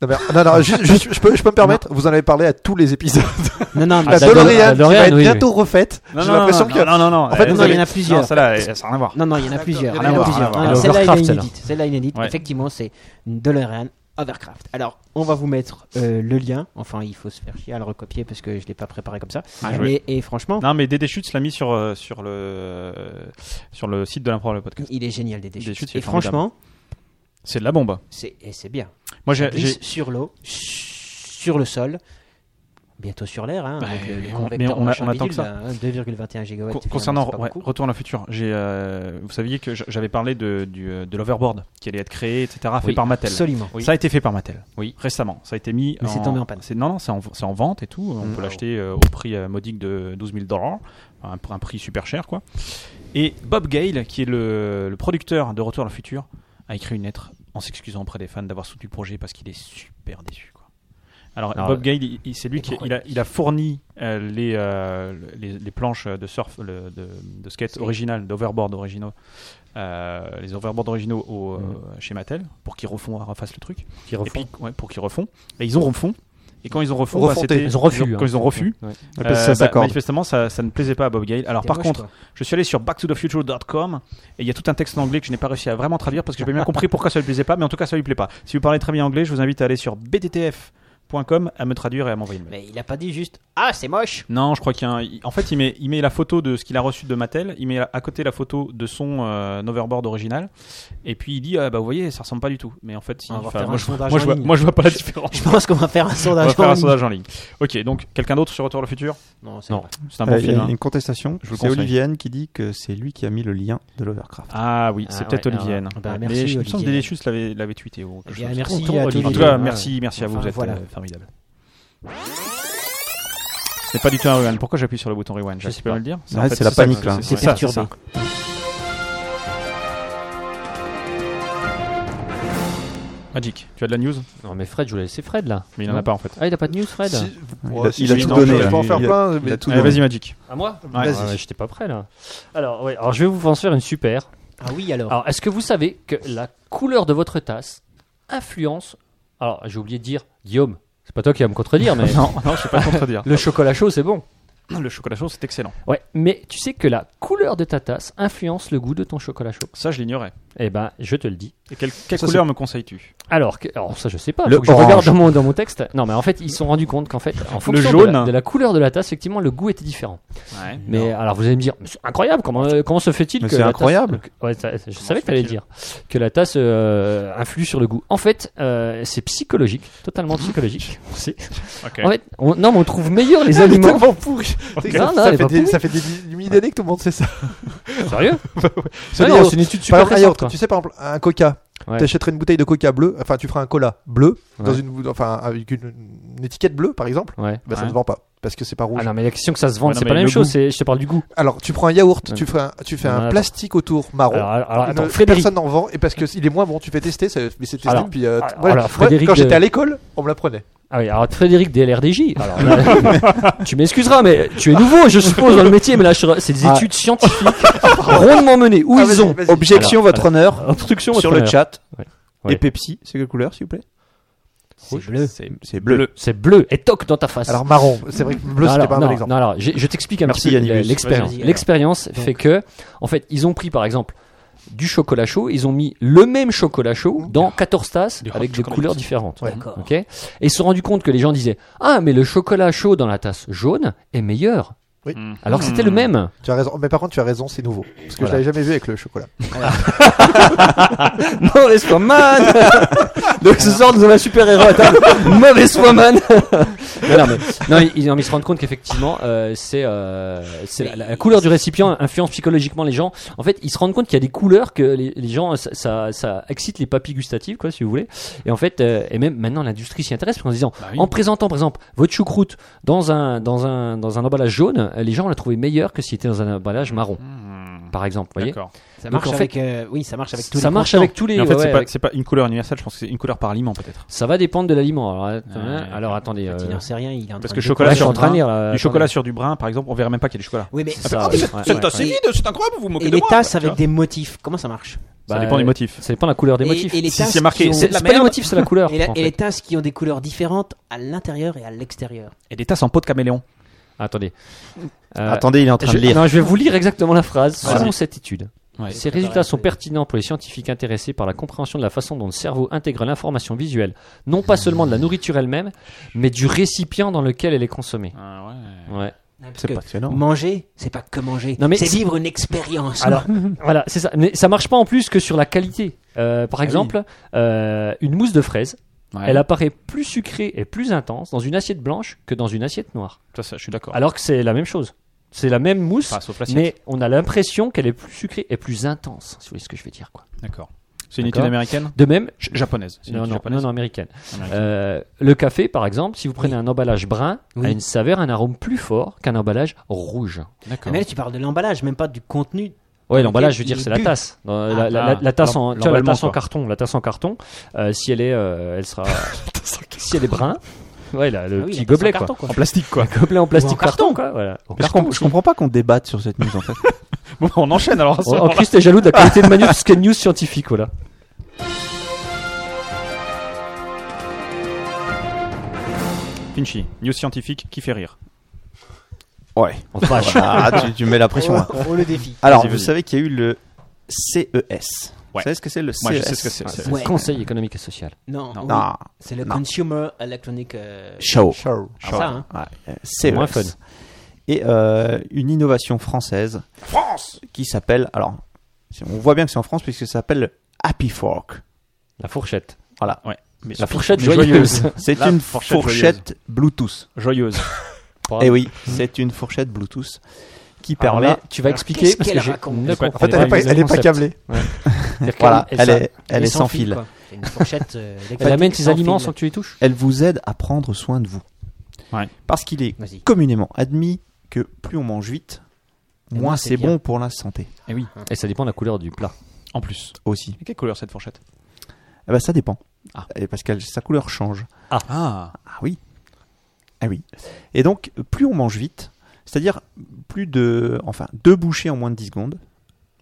Speaker 3: Non, mais- non, non, juste- juste- je, peux, je peux me permettre, vous en avez parlé à tous les épisodes.
Speaker 5: Non, non,
Speaker 1: Ah,
Speaker 5: mais.
Speaker 3: la
Speaker 1: la
Speaker 3: DeLorean,
Speaker 1: DeLorean,
Speaker 3: qui va être
Speaker 1: oui,
Speaker 3: bientôt refaite. J'ai l'impression que.
Speaker 4: Non, non, non, non.
Speaker 3: En fait,
Speaker 4: Eh,
Speaker 5: non,
Speaker 4: vous
Speaker 5: non, il y
Speaker 4: avez-
Speaker 5: en a plusieurs.
Speaker 4: Non, celle-là, elle- ça n'a rien à voir.
Speaker 5: Non, non, il y en a plusieurs.
Speaker 3: il y
Speaker 5: Il
Speaker 3: en
Speaker 5: y
Speaker 3: a
Speaker 5: en a
Speaker 4: plusieurs.
Speaker 5: plusieurs.
Speaker 4: Ah,
Speaker 5: Non,
Speaker 1: ouais.
Speaker 5: Celle-là, elle est
Speaker 1: Overcraft, celle-là.
Speaker 5: inédite. Celle-là, elle est inédite.
Speaker 4: Ouais.
Speaker 5: Effectivement, c'est une DeLorean Overcraft. Alors, on va vous mettre euh, le lien. Enfin, il faut se faire chier à le recopier parce que je ne l'ai pas préparé comme ça.
Speaker 4: Ah, joué.
Speaker 5: Mais- et franchement,
Speaker 4: Non, mais Dédé Chutes l'a mis sur, euh, sur, le, euh, sur le site de l'improbable podcast.
Speaker 5: il est génial des
Speaker 4: Des
Speaker 5: déchets.
Speaker 4: chutes, il est
Speaker 5: Et franchement,
Speaker 4: C'est de la bombe.
Speaker 5: c'est et c'est bien.
Speaker 4: Moi,
Speaker 5: Ça
Speaker 4: j'ai.
Speaker 5: glisse
Speaker 4: j'ai-
Speaker 5: sur l'eau, sur le sol, bientôt sur l'air, hein, avec
Speaker 4: Bah,
Speaker 5: le- le
Speaker 4: mais on-
Speaker 5: convecteur
Speaker 4: mais on a- on
Speaker 5: machin
Speaker 4: attend
Speaker 5: bidule,
Speaker 4: que ça.
Speaker 5: là, hein, 2,21 gigawatts.
Speaker 4: co-
Speaker 5: finalement,
Speaker 4: concernant
Speaker 5: c'est pas
Speaker 4: ouais,
Speaker 5: beaucoup.
Speaker 4: Retour à le futur, j'ai, euh, vous saviez que j- j'avais parlé de, du, euh, de l'overboard qui allait être créé, etc., fait
Speaker 1: Oui.
Speaker 4: par Mattel.
Speaker 5: Absolument.
Speaker 4: Ça a été fait par Mattel.
Speaker 1: Oui.
Speaker 4: Récemment. Ça a été mis.
Speaker 5: Mais c'est tombé en panne.
Speaker 4: c'est- non, non, c'est en, c'est en vente et tout. On
Speaker 1: Hmm.
Speaker 6: Mm.
Speaker 4: peut l'acheter euh, au prix euh, modique de 12 000 dollars. Un, un prix super cher, quoi. Et Bob Gale, qui est le, le producteur de Retour à le futur, a écrit une lettre en s'excusant auprès des fans d'avoir soutenu le projet parce qu'il est super déçu, quoi. Alors,
Speaker 1: Alors,
Speaker 4: Bob Gale, il- il- c'est lui
Speaker 5: et
Speaker 4: qui
Speaker 5: pourquoi
Speaker 4: il a, il a fourni euh, les, euh, les, les planches de surf, le- de, de skate
Speaker 5: Skate.
Speaker 4: original, d'overboard originaux, euh, les overboards originaux au, euh, chez Mattel pour qu'ils refont, euh, refassent le truc.
Speaker 1: Qui
Speaker 4: Et
Speaker 1: Mhm. refont.
Speaker 4: puis, ouais, pour qu'ils refont. Et ils ont refont. Et quand ils ont refont, bah,
Speaker 3: Refonté.
Speaker 4: c'était-
Speaker 1: Ils ont refus,
Speaker 4: Quand
Speaker 1: hein.
Speaker 4: ils ont refus,
Speaker 1: Ouais.
Speaker 4: euh,
Speaker 6: ça
Speaker 4: bah,
Speaker 6: s'accorde.
Speaker 4: manifestement, ça, ça ne plaisait pas à Bob Gale. Alors,
Speaker 5: T'es
Speaker 4: par
Speaker 5: moche,
Speaker 4: contre,
Speaker 5: toi.
Speaker 4: je suis allé sur backtothefuture.com et il y a tout un texte en anglais que je n'ai pas réussi à vraiment traduire parce que j'ai pas bien compris pourquoi ça lui plaisait pas, mais en tout cas, ça lui plaît pas. Si vous parlez très bien anglais, je vous invite à aller sur bttf.com à me traduire et à m'envoyer une mail.
Speaker 5: mais il a pas dit juste ah c'est moche.
Speaker 4: Non, je crois qu'il y a un- il- En fait, il met, il met la photo de ce qu'il a reçu de Mattel, il met à côté la photo de son euh, overboard original, et puis il dit Ah bah vous voyez, ça ressemble pas du tout. Mais en fait, si-
Speaker 5: On va
Speaker 4: enfin,
Speaker 5: faire un
Speaker 4: moi, je,
Speaker 5: sondage
Speaker 4: moi, je
Speaker 5: en
Speaker 4: vois,
Speaker 5: ligne.
Speaker 4: moi, je vois pas la différence.
Speaker 5: Je pense qu'on va faire un
Speaker 4: On
Speaker 5: sondage.
Speaker 4: va faire
Speaker 5: en
Speaker 4: un
Speaker 5: ligne.
Speaker 4: sondage en ligne. Ok, donc quelqu'un d'autre sur Retour à le futur
Speaker 5: Non, c'est
Speaker 1: Non.
Speaker 5: vrai.
Speaker 4: C'est un
Speaker 6: Euh,
Speaker 4: bon
Speaker 6: Il y
Speaker 4: film.
Speaker 6: a
Speaker 4: hein.
Speaker 6: une contestation.
Speaker 4: Je vous le
Speaker 6: C'est
Speaker 4: conseille.
Speaker 6: Olivienne qui dit que c'est lui qui a mis le lien de l'Overcraft.
Speaker 4: Ah oui, c'est
Speaker 5: Ah
Speaker 4: peut-être
Speaker 5: ouais,
Speaker 4: Olivienne.
Speaker 5: alors, bah,
Speaker 4: Ouais,
Speaker 5: merci,
Speaker 4: mais je me sens que
Speaker 5: Olivienne.
Speaker 4: Delicious l'avait l'avait tweeté. ou quelque
Speaker 5: Eh bien,
Speaker 4: chose.
Speaker 5: merci
Speaker 4: Tonton
Speaker 5: à tous
Speaker 4: Olivienne.
Speaker 5: les
Speaker 4: En tout cas,
Speaker 5: deux.
Speaker 4: merci, merci à vous,
Speaker 5: Enfin,
Speaker 4: vous êtes
Speaker 5: voilà.
Speaker 4: euh, formidable. C'est pas du tout un rewind. Pourquoi j'appuie sur le bouton rewind
Speaker 1: Je sais
Speaker 4: Tu peux
Speaker 1: pas.
Speaker 4: me le dire
Speaker 6: Ouais,
Speaker 4: en fait,
Speaker 6: c'est la
Speaker 4: ça,
Speaker 6: panique, là.
Speaker 5: C'est
Speaker 4: ça,
Speaker 5: perturbé.
Speaker 4: ça. Magic, tu as de la news
Speaker 1: Non, mais Fred, je voulais laisser Fred là.
Speaker 4: Mais il en a pas en fait.
Speaker 1: Ah, il a pas de news, Fred
Speaker 3: Si-
Speaker 6: Il
Speaker 3: Ouais,
Speaker 6: a-
Speaker 3: si,
Speaker 6: Il a
Speaker 3: si,
Speaker 6: tout
Speaker 3: non,
Speaker 6: donné.
Speaker 3: Je peux en
Speaker 6: Il-
Speaker 3: faire
Speaker 6: il a-
Speaker 3: plein.
Speaker 6: il
Speaker 3: mais-
Speaker 6: a tout
Speaker 4: Allez,
Speaker 6: donné.
Speaker 4: Ah, vas-y Magic.
Speaker 1: À moi Ah,
Speaker 4: Ouais.
Speaker 3: Vas-y.
Speaker 1: J'étais pas prêt là. Alors, ouais, alors je vais vous en faire une super.
Speaker 5: Ah oui alors.
Speaker 1: Alors, est-ce que vous savez que la couleur de votre tasse influence. Alors, j'ai oublié de dire, Guillaume, c'est pas toi qui vas me contredire, mais.
Speaker 4: Non, non, je sais pas contredire.
Speaker 1: Le chocolat chaud, c'est bon.
Speaker 4: Ah, le chocolat chaud, c'est excellent.
Speaker 1: Ouais, mais tu sais que la couleur de ta tasse influence le goût de ton chocolat chaud.
Speaker 4: Ça, je l'ignorais.
Speaker 1: Eh ben, je te le dis.
Speaker 4: Et quelle, quelle
Speaker 3: Ça,
Speaker 4: couleur me conseilles-tu
Speaker 1: Alors, que- alors ça, je sais pas.
Speaker 6: Le
Speaker 1: faut que je
Speaker 6: orange.
Speaker 1: regarde dans mon, dans mon texte. Non, mais en fait, ils se sont rendus compte qu'en fait, en fonction de, la,
Speaker 4: jaune.
Speaker 1: de la couleur de la tasse, effectivement, le goût était différent.
Speaker 4: Ouais.
Speaker 1: Mais alors, vous allez me dire, mais c'est incroyable, comment, euh, comment se fait-il
Speaker 6: Mais
Speaker 1: que.
Speaker 6: c'est
Speaker 1: la tasse-
Speaker 6: incroyable.
Speaker 1: que- ouais, ça- je savais que t'allais le
Speaker 4: fait-il
Speaker 1: dire. Que la tasse euh, influe sur le goût. En fait, euh, c'est psychologique, totalement psychologique. C'est-
Speaker 4: Ok.
Speaker 1: En fait, on, non, mais on trouve meilleur les
Speaker 3: Il est
Speaker 1: aliments.
Speaker 3: tellement pourri. C'est
Speaker 1: Non,
Speaker 3: grave,
Speaker 1: non,
Speaker 3: ça
Speaker 1: elle est
Speaker 3: fait
Speaker 1: pas
Speaker 3: des-
Speaker 1: pourrie.
Speaker 3: Ça fait des milliers d'années que tout le monde sait ça.
Speaker 1: Sérieux
Speaker 3: C'est
Speaker 1: Non,
Speaker 3: des-
Speaker 1: non, C'est une étude
Speaker 3: Par
Speaker 1: super
Speaker 3: exemple, un
Speaker 1: récente.
Speaker 3: yaourt,
Speaker 1: quoi.
Speaker 3: tu sais, par exemple, un coca.
Speaker 1: Ouais.
Speaker 3: T'achèterais une bouteille de coca bleu, enfin, tu feras un cola bleu, dans
Speaker 1: Ouais.
Speaker 3: une, bou- enfin, avec une, une étiquette bleue, par exemple,
Speaker 1: Ouais.
Speaker 3: bah, ça
Speaker 4: Ouais.
Speaker 3: ne se vend pas. Parce que c'est pas rouge.
Speaker 1: Ah non, mais la question que ça se vende,
Speaker 4: Ouais, non,
Speaker 1: c'est
Speaker 4: mais
Speaker 1: pas la
Speaker 4: le
Speaker 1: même chose.
Speaker 4: goût.
Speaker 1: c'est- Je te parle du goût.
Speaker 3: Alors, tu prends un yaourt,
Speaker 1: Ouais.
Speaker 3: tu fais un, tu fais
Speaker 1: Non,
Speaker 3: un
Speaker 1: attends.
Speaker 3: plastique autour marron.
Speaker 1: Alors, alors,
Speaker 3: Ne-
Speaker 1: attends, Frédéric.
Speaker 3: Personne n'en vend et parce qu'il est moins bon. Tu fais tester, ça- mais c'est testé
Speaker 1: Alors,
Speaker 3: depuis. euh,
Speaker 1: alors,
Speaker 3: moi,
Speaker 1: alors,
Speaker 3: moi,
Speaker 1: Frédéric
Speaker 3: quand j'étais
Speaker 1: de-
Speaker 3: à l'école, on me l'apprenait.
Speaker 1: Ah oui, alors Frédéric DLRDJ, alors, là, tu m'excuseras, mais tu es nouveau, je suppose, dans le métier, mais là, je te- c'est des
Speaker 6: Ah.
Speaker 1: études scientifiques rondement menées, où
Speaker 3: Ah, vas-y,
Speaker 1: ils ont
Speaker 3: vas-y.
Speaker 6: Objection, votre honneur.
Speaker 1: obstruction
Speaker 6: Sur le
Speaker 1: honneur.
Speaker 6: chat.
Speaker 1: Ouais.
Speaker 6: Et
Speaker 1: Ouais.
Speaker 6: Pepsi, c'est quelle couleur, s'il vous plaît
Speaker 1: C'est bleu.
Speaker 6: C'est bleu.
Speaker 1: C'est bleu et toc dans ta face.
Speaker 3: Alors, marron, c'est vrai que bleu,
Speaker 1: Non,
Speaker 3: c'était pas un
Speaker 1: non,
Speaker 3: bon exemple.
Speaker 1: non, alors, j'ai- je t'explique un
Speaker 6: Merci,
Speaker 1: petit peu
Speaker 6: Yannibus.
Speaker 1: l'expérience.
Speaker 5: Vas-y, alors.
Speaker 1: L'expérience fait que, en fait, ils ont pris par exemple du chocolat chaud. Ils ont mis le même chocolat chaud dans 14 tasses
Speaker 8: Des hot
Speaker 1: avec des
Speaker 8: chocolats.
Speaker 1: couleurs différentes.
Speaker 3: Ouais.
Speaker 8: D'accord.
Speaker 1: Ok. Et ils se sont rendus compte que les gens disaient Ah, mais le chocolat chaud dans la tasse jaune est meilleur.
Speaker 3: Oui.
Speaker 4: Hmm.
Speaker 1: Alors que c'était le même.
Speaker 3: Tu as raison. Mais par contre, tu as raison, c'est nouveau. Parce que
Speaker 1: Voilà.
Speaker 3: je l'avais jamais vu avec le chocolat.
Speaker 1: Mauvais woman Donc ce soir, nous avons un super héros à table. Mauvais woman non, non, mais, non, ils, non, mais ils se rendent compte qu'effectivement, euh, c'est euh, c'est la, la couleur du récipient influence psychologiquement les gens. En fait, ils se rendent compte qu'il y a des couleurs que les, les gens, ça, ça, ça excite les papilles gustatives, quoi, si vous voulez. Et en fait, euh, et même maintenant, l'industrie s'y intéresse en se disant,
Speaker 8: Bah oui.
Speaker 1: en présentant, par exemple, votre choucroute dans un, dans un, dans un emballage jaune, euh, les gens la trouvaient meilleure que si était dans un emballage marron, par exemple, vous voyez.
Speaker 4: Hmm. D'accord.
Speaker 5: Ça
Speaker 1: Donc,
Speaker 5: marche
Speaker 1: en fait,
Speaker 5: avec. euh, oui, ça marche avec tous les.
Speaker 1: Ça marche
Speaker 5: contenants.
Speaker 1: avec tous les.
Speaker 4: Mais en fait,
Speaker 1: ouais,
Speaker 4: c'est
Speaker 1: ouais, Euh,
Speaker 4: pas- c'est pas, une couleur universelle, je pense que c'est une couleur par aliment peut-être.
Speaker 1: Ça va dépendre de l'aliment. Alors, att-
Speaker 4: Ah, Ouais.
Speaker 1: alors, attendez.
Speaker 5: En fait,
Speaker 1: euh,
Speaker 5: Il n'en sait rien. Il est en
Speaker 4: Parce
Speaker 5: train
Speaker 4: que
Speaker 5: de
Speaker 4: chocolat
Speaker 1: là, je suis
Speaker 4: sur
Speaker 1: en train de
Speaker 4: brun,
Speaker 1: lire. euh, là,
Speaker 4: du chocolat
Speaker 1: attendez.
Speaker 4: sur du brun, par exemple, on verra même pas qu'il y a du chocolat. Ah,
Speaker 5: Oui, mais
Speaker 1: C'est ça, ouais, ouais, ouais.
Speaker 8: tasse est vide, c'est incroyable, vous vous moquez
Speaker 5: et
Speaker 8: de
Speaker 5: les
Speaker 8: moi.
Speaker 5: tasses
Speaker 8: Tu vois.
Speaker 5: avec des motifs, comment ça marche
Speaker 1: Bah,
Speaker 4: ça dépend du motif.
Speaker 1: Ça dépend de la couleur des motifs.
Speaker 5: Et, et les
Speaker 4: Si
Speaker 5: tasses
Speaker 4: c'est marqué,
Speaker 5: qui ont-
Speaker 1: C'est
Speaker 4: de la
Speaker 1: c'est pas les
Speaker 4: merde.
Speaker 1: motifs, c'est la couleur.
Speaker 5: et, la-
Speaker 1: en
Speaker 5: et les
Speaker 1: fait.
Speaker 5: tasses qui ont des couleurs différentes à l'intérieur et à l'extérieur.
Speaker 4: Et des tasses en pot de caméléon.
Speaker 1: Attendez. Euh,
Speaker 6: Attendez, il est en train
Speaker 1: je,
Speaker 6: de lire.
Speaker 1: non, je vais vous lire exactement la phrase.
Speaker 4: Vas-y.
Speaker 1: Selon cette étude, Ah, Ces résultats sont pertinents pour les scientifiques intéressés par la compréhension de la façon dont le cerveau intègre l'information visuelle, non pas seulement de la nourriture elle-même, mais du récipient dans lequel elle est consommée.
Speaker 4: Ah,
Speaker 1: Ouais.
Speaker 5: Parce
Speaker 6: C'est
Speaker 5: que
Speaker 6: passionnant.
Speaker 5: manger, c'est pas que manger.
Speaker 1: Non, mais
Speaker 5: c'est
Speaker 1: si-
Speaker 5: vivre une expérience.
Speaker 1: Alors, voilà, c'est ça. Mais ça marche pas en plus que sur la qualité. Euh,
Speaker 4: Ah
Speaker 1: par exemple, euh, une mousse de fraise, elle apparaît plus sucrée et plus intense dans une assiette blanche que dans une assiette noire.
Speaker 4: Ça, ça, je suis d'accord.
Speaker 1: Alors que c'est la même chose. C'est la même mousse,
Speaker 4: Enfin, sauf l'assiette.
Speaker 1: Ah, mais on a l'impression qu'elle est plus sucrée et plus intense, si vous voyez ce que je veux dire. Quoi.
Speaker 4: D'accord. C'est une
Speaker 1: D'accord.
Speaker 4: étude américaine
Speaker 1: De même,
Speaker 4: J- Japonaise. C'est une
Speaker 1: non,
Speaker 4: étude
Speaker 1: non,
Speaker 4: japonaise.
Speaker 1: non, non, américaine.
Speaker 4: Américaine.
Speaker 1: Euh, le café, par exemple, si vous prenez un emballage brun,
Speaker 5: Oui.
Speaker 1: a une saveur, un arôme plus fort qu'un emballage rouge.
Speaker 4: D'accord.
Speaker 5: Mais là, tu parles de l'emballage, même pas du contenu.
Speaker 1: Ouais, l'emballage, je veux
Speaker 5: Il
Speaker 1: dire,
Speaker 5: est
Speaker 1: c'est la
Speaker 5: bu.
Speaker 1: tasse. Dans la,
Speaker 5: Ah,
Speaker 1: la-
Speaker 4: ah,
Speaker 1: la- la tasse en,
Speaker 4: l'em-
Speaker 1: tu vois, la
Speaker 4: l'emballement,
Speaker 1: tasse en
Speaker 4: quoi.
Speaker 1: carton, la tasse en carton, euh, si elle est, euh, elle sera, si elle est brun, ouais, là, le
Speaker 5: Ah oui,
Speaker 1: petit
Speaker 5: la tasse
Speaker 1: gobelet,
Speaker 5: en
Speaker 1: quoi.
Speaker 5: carton, quoi.
Speaker 4: En plastique quoi.
Speaker 1: Un gobelet en plastique carton, quoi. Voilà. Au
Speaker 6: Je,
Speaker 1: carton.
Speaker 6: com- je comprends pas qu'on débatte sur cette news en fait.
Speaker 4: Bon, on enchaîne alors.
Speaker 1: Oh, oh, Chris, t'es jaloux de la qualité de Manu parce qu'il y a une news scientifique, voilà.
Speaker 4: Finchy, news scientifique qui fait rire.
Speaker 6: Ouais.
Speaker 1: Enfin, je-
Speaker 6: Ah, tu, tu me mets la pression. hein.
Speaker 5: On le défie.
Speaker 6: Alors,
Speaker 4: Vas-y,
Speaker 6: vous
Speaker 4: vas-y.
Speaker 6: savez qu'il y a eu le CES. Vous
Speaker 4: Ouais.
Speaker 6: savez ce que Ah, c'est le CES
Speaker 4: Moi, je sais ce que c'est. c'est-
Speaker 5: Ouais.
Speaker 1: Conseil économique et social.
Speaker 5: Non, oui.
Speaker 6: Non,
Speaker 5: c'est le
Speaker 6: Non.
Speaker 5: Consumer Electronic euh,
Speaker 6: show.
Speaker 3: Ciao.
Speaker 5: ça, hein.
Speaker 6: Ouais, euh, CES.
Speaker 1: Moins fun.
Speaker 6: Et euh, une innovation française. France Qui s'appelle. Alors, c'est- on voit bien que c'est en France puisque ça s'appelle Happy Fork.
Speaker 1: La fourchette.
Speaker 6: Voilà.
Speaker 4: Ouais. Mais-
Speaker 1: La fourchette
Speaker 4: mais
Speaker 1: joyeuse.
Speaker 6: C'est
Speaker 4: La
Speaker 6: une
Speaker 4: fourchette
Speaker 6: fourchette, Bluetooth.
Speaker 4: Joyeuse.
Speaker 1: Pardon.
Speaker 6: Eh oui, c'est une fourchette Bluetooth qui
Speaker 1: Alors
Speaker 6: permet.
Speaker 1: là, tu vas expliquer
Speaker 5: qu'est-ce
Speaker 1: parce que
Speaker 5: qu'elle
Speaker 1: je
Speaker 5: raconte
Speaker 1: ne
Speaker 4: En fait,
Speaker 1: comprends
Speaker 3: En fait, elle est pas, elle est pas câblée.
Speaker 6: Voilà,
Speaker 1: elle,
Speaker 6: elle est, elle
Speaker 5: et
Speaker 6: est sans fil.
Speaker 5: quoi. C'est Une fourchette. euh, électronique
Speaker 1: elle amène
Speaker 5: sans
Speaker 1: ses aliments
Speaker 5: fil.
Speaker 1: sans que tu les touches.
Speaker 6: Elle vous aide à prendre soin de vous.
Speaker 4: Ouais.
Speaker 6: Parce qu'il est
Speaker 5: Vas-y.
Speaker 6: communément admis que plus on mange vite,
Speaker 5: Et
Speaker 6: moins
Speaker 5: moins
Speaker 6: c'est
Speaker 5: c'est bien.
Speaker 6: bon pour la santé
Speaker 4: Et oui.
Speaker 1: Et ça dépend de la couleur du plat.
Speaker 4: En plus.
Speaker 6: aussi.
Speaker 4: Et quelle couleur cette fourchette
Speaker 6: Eh ben, ça dépend.
Speaker 4: Ah.
Speaker 6: Et parce que sa couleur change.
Speaker 4: Ah.
Speaker 6: Ah oui. Ah oui. Et donc, plus on mange vite, c'est-à-dire plus de, enfin, deux bouchées en moins de 10 secondes,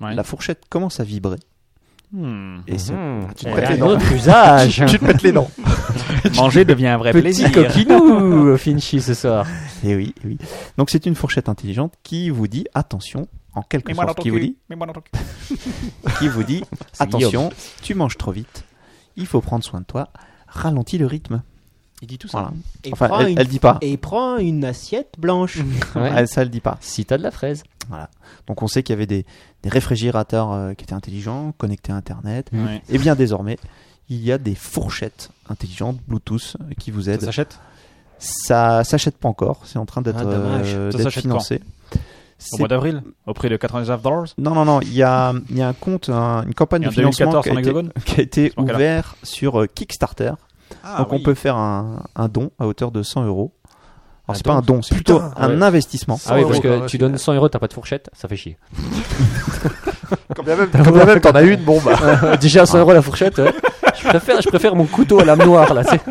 Speaker 4: Ouais.
Speaker 6: la fourchette commence à vibrer.
Speaker 4: Hmm.
Speaker 6: Et c'est-
Speaker 1: tu
Speaker 3: prêtes les
Speaker 1: Mm. un
Speaker 3: dents.
Speaker 1: autre usage.
Speaker 3: Tu te pètes les dents.
Speaker 4: Manger devient un vrai
Speaker 1: Petit
Speaker 4: plaisir.
Speaker 1: coquinou, Finchy, ce soir.
Speaker 6: Eh oui, eh oui. Donc c'est une fourchette intelligente qui vous dit attention, en quelque
Speaker 4: Mets-moi dans
Speaker 6: sorte,
Speaker 4: ton
Speaker 6: qui vous
Speaker 4: cul.
Speaker 6: dit,
Speaker 4: Mets-moi dans ton cul.
Speaker 6: qui vous dit
Speaker 1: C'est
Speaker 6: attention, tu manges trop vite, il faut prendre soin de toi, ralentis le rythme.
Speaker 4: Il dit tout ça.
Speaker 6: Voilà.
Speaker 5: Et
Speaker 6: Enfin,
Speaker 5: prends
Speaker 6: elle,
Speaker 5: une-
Speaker 6: elle dit pas.
Speaker 5: Et prends une assiette blanche.
Speaker 1: Ouais.
Speaker 6: Elle, ça, elle dit pas.
Speaker 1: Si t'as de la fraise.
Speaker 6: Donc on sait qu'il y avait des, des réfrigérateurs euh, qui étaient intelligents, connectés à Internet.
Speaker 4: Ouais.
Speaker 6: Et bien désormais, il y a des fourchettes intelligentes Bluetooth euh, qui vous
Speaker 4: Ça
Speaker 6: aident.
Speaker 4: s'achète
Speaker 6: Ça s'achète pas encore, c'est en train d'être
Speaker 5: Ah, dommage.
Speaker 6: euh,
Speaker 4: Ça
Speaker 6: d'être
Speaker 4: s'achète
Speaker 6: financé.
Speaker 4: au
Speaker 6: C'est-
Speaker 4: mois d'avril Au prix de 99 dollars
Speaker 6: Non, non, non, il y a, il y a un compte, un- une campagne
Speaker 4: Et en
Speaker 6: de financement
Speaker 4: 2014
Speaker 6: qui a,
Speaker 4: en
Speaker 6: été,
Speaker 4: hexagone
Speaker 6: qui a été
Speaker 4: manque à la-
Speaker 6: ouvert sur euh, Kickstarter.
Speaker 4: Ah
Speaker 6: Donc on peut faire un, un don à hauteur de 100 euros.
Speaker 1: Un
Speaker 6: Alors c'est pas un don, c'est
Speaker 3: Putain,
Speaker 6: plutôt un
Speaker 1: ouais.
Speaker 6: investissement.
Speaker 1: Ah oui, parce
Speaker 3: euros, quoi,
Speaker 1: que
Speaker 3: ouais,
Speaker 1: tu donnes 100 euros, t'as pas de fourchette, ça fait chier.
Speaker 3: Quand bien même, quand bien même t'en as une, bon bah.
Speaker 1: Euh, Déjà 100 euros la fourchette, ouais. je, préfère, je préfère mon couteau à lame noire, là, tu sais.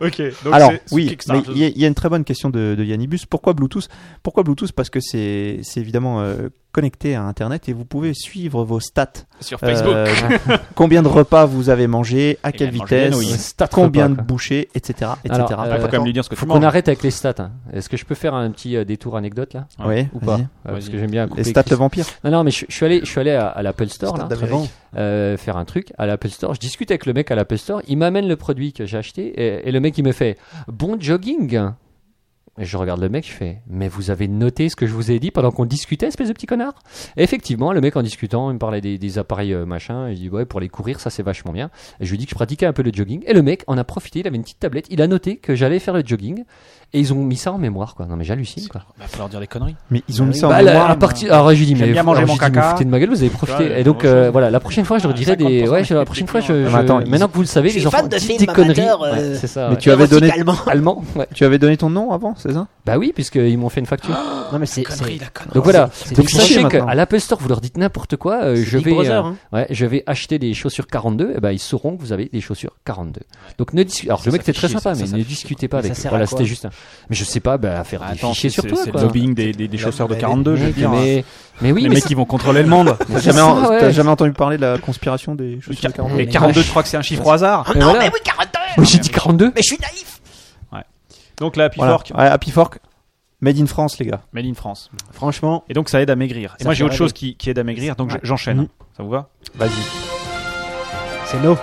Speaker 4: Ok. Donc
Speaker 6: Alors oui, mais il y, a- il y a une très bonne question de, de Yannibus. Pourquoi Bluetooth Pourquoi Bluetooth Parce que c'est c'est évidemment euh, connecté à Internet et vous pouvez suivre vos stats.
Speaker 8: Sur Facebook.
Speaker 6: Euh, combien de repas vous avez mangé, à
Speaker 8: Et
Speaker 6: quelle
Speaker 8: elle mange bien,
Speaker 6: vitesse,
Speaker 8: oui.
Speaker 1: Stats
Speaker 6: combien
Speaker 1: repas,
Speaker 6: de
Speaker 1: quoi.
Speaker 6: bouchées, etc. etc.
Speaker 1: Alors,
Speaker 4: Ah, faut
Speaker 1: euh,
Speaker 4: quand même lui dire ce que tu
Speaker 1: Qu'on
Speaker 4: manges.
Speaker 1: arrête avec les stats. hein. Est-ce que je peux faire un petit euh, détour anecdote là
Speaker 6: ouais,
Speaker 1: ou
Speaker 6: vas-y.
Speaker 1: pas Euh, Parce
Speaker 8: Vas-y.
Speaker 1: que j'aime bien couper
Speaker 6: Les stats
Speaker 1: Chris.
Speaker 6: le vampire.
Speaker 1: Non, non, mais je, je suis allé, je suis allé à, à l'Apple Store là,
Speaker 3: Stade d'Amérique.
Speaker 1: euh, faire un truc à l'Apple Store. Je discute avec le mec à l'Apple Store. Il m'amène le produit que j'ai acheté et, et le mec il me fait bon jogging. Et je regarde le mec, je fais mais vous avez noté ce que je vous ai dit pendant qu'on discutait, espèce de petit connard. Et effectivement, le mec en discutant, il me parlait des, des appareils euh, machin. Et je dis ouais pour les courir ça c'est vachement bien. Et je lui dis que je pratiquais un peu le jogging. Et le mec en a profité. Il avait une petite tablette. Il a noté que j'allais faire le jogging. Et ils ont mis ça en mémoire quoi. Non mais j'hallucine quoi.
Speaker 8: Il va falloir dire des conneries.
Speaker 6: Mais ils ont mis ça en
Speaker 1: Bah, la-
Speaker 6: mémoire.
Speaker 1: à partir- alors je lui dis
Speaker 4: J'aime
Speaker 1: mais
Speaker 4: bien
Speaker 1: alors,
Speaker 4: manger
Speaker 1: je lui
Speaker 4: mon
Speaker 1: dis, mais
Speaker 4: caca.
Speaker 1: foutez de ma gueule, vous avez profité.
Speaker 8: vois,
Speaker 1: et donc
Speaker 8: euh,
Speaker 1: euh, voilà, la prochaine fois je leur dirai des
Speaker 8: 50%
Speaker 1: ouais, je- la
Speaker 8: des
Speaker 1: prochaine fois je,
Speaker 8: clients.
Speaker 1: je-
Speaker 6: Mais attends, ils-
Speaker 1: maintenant que vous le savez,
Speaker 5: Je suis
Speaker 1: les gens
Speaker 5: fan
Speaker 1: font
Speaker 5: de
Speaker 1: des
Speaker 5: films
Speaker 1: petites conneries.
Speaker 5: amateurs,
Speaker 1: Ouais,
Speaker 5: euh,
Speaker 1: c'est ça.
Speaker 6: Mais
Speaker 1: ouais.
Speaker 6: tu avais donné,
Speaker 5: Érotiquement.
Speaker 1: Allemand, ouais.
Speaker 6: tu avais donné ton nom avant, c'est ça
Speaker 1: Bah oui, puisqu'ils m'ont fait une facture.
Speaker 5: Non, mais c'est.
Speaker 8: Conneries,
Speaker 5: c'est-
Speaker 8: la connerie.
Speaker 1: Donc voilà.
Speaker 5: c'est- c'est
Speaker 1: Donc
Speaker 5: du
Speaker 1: sachez
Speaker 6: cliché,
Speaker 1: qu'à
Speaker 6: maintenant.
Speaker 1: l'Apple Store vous leur dites n'importe quoi, euh,
Speaker 5: C'est
Speaker 1: je
Speaker 5: Big
Speaker 1: vais
Speaker 5: Brother,
Speaker 1: euh,
Speaker 5: hein.
Speaker 1: ouais, je vais acheter des chaussures 42 et ben ils sauront que vous avez des chaussures 42. Donc ne discutez alors
Speaker 8: Ça,
Speaker 1: le mec
Speaker 8: ça
Speaker 1: c'était
Speaker 8: fait
Speaker 1: très
Speaker 8: chier,
Speaker 1: sympa
Speaker 8: ça,
Speaker 1: mais
Speaker 8: ça
Speaker 1: ne
Speaker 8: fait chier,
Speaker 1: discutez pas
Speaker 5: Mais
Speaker 1: avec
Speaker 5: ça sert à
Speaker 1: voilà,
Speaker 5: quoi
Speaker 1: c'était juste un- mais je sais pas bah, faire des
Speaker 8: Attends,
Speaker 1: fichiers
Speaker 8: c'est
Speaker 1: sur toi
Speaker 8: c'est le
Speaker 1: quoi.
Speaker 8: lobbying des, des, des chausseurs de
Speaker 3: mais-
Speaker 8: 42, je veux
Speaker 1: Mais,
Speaker 8: dire.
Speaker 1: mais, mais oui,
Speaker 8: les
Speaker 1: mais
Speaker 8: mecs,
Speaker 1: ça-
Speaker 8: ils vont contrôler le monde.
Speaker 1: mais
Speaker 6: T'as
Speaker 1: c'est
Speaker 6: jamais,
Speaker 1: ça,
Speaker 6: t'as
Speaker 1: ouais.
Speaker 6: jamais entendu parler de la conspiration des choses
Speaker 4: Ca-
Speaker 5: quarante-deux.
Speaker 4: Et
Speaker 5: Mais
Speaker 4: 42,
Speaker 5: vache.
Speaker 4: je crois que c'est un chiffre au hasard.
Speaker 1: Mais
Speaker 5: Non,
Speaker 1: voilà.
Speaker 5: mais oui, 42
Speaker 1: Moi, j'ai dit 42.
Speaker 5: Mais je suis naïf
Speaker 4: Donc là, Happy
Speaker 6: Voilà.
Speaker 4: Fork,
Speaker 6: Ouais, Happy Fork, made in France, les gars.
Speaker 4: made in France.
Speaker 5: Franchement,
Speaker 4: Et donc ça aide à maigrir. Et
Speaker 5: Ça
Speaker 4: moi j'ai
Speaker 5: fait
Speaker 4: autre chose
Speaker 5: rêver.
Speaker 4: qui, qui aide à maigrir, donc
Speaker 5: Ouais.
Speaker 4: je- j'enchaîne. hein.
Speaker 6: Mhm.
Speaker 4: Ça vous va
Speaker 6: Vas-y.
Speaker 5: c'est l'eau.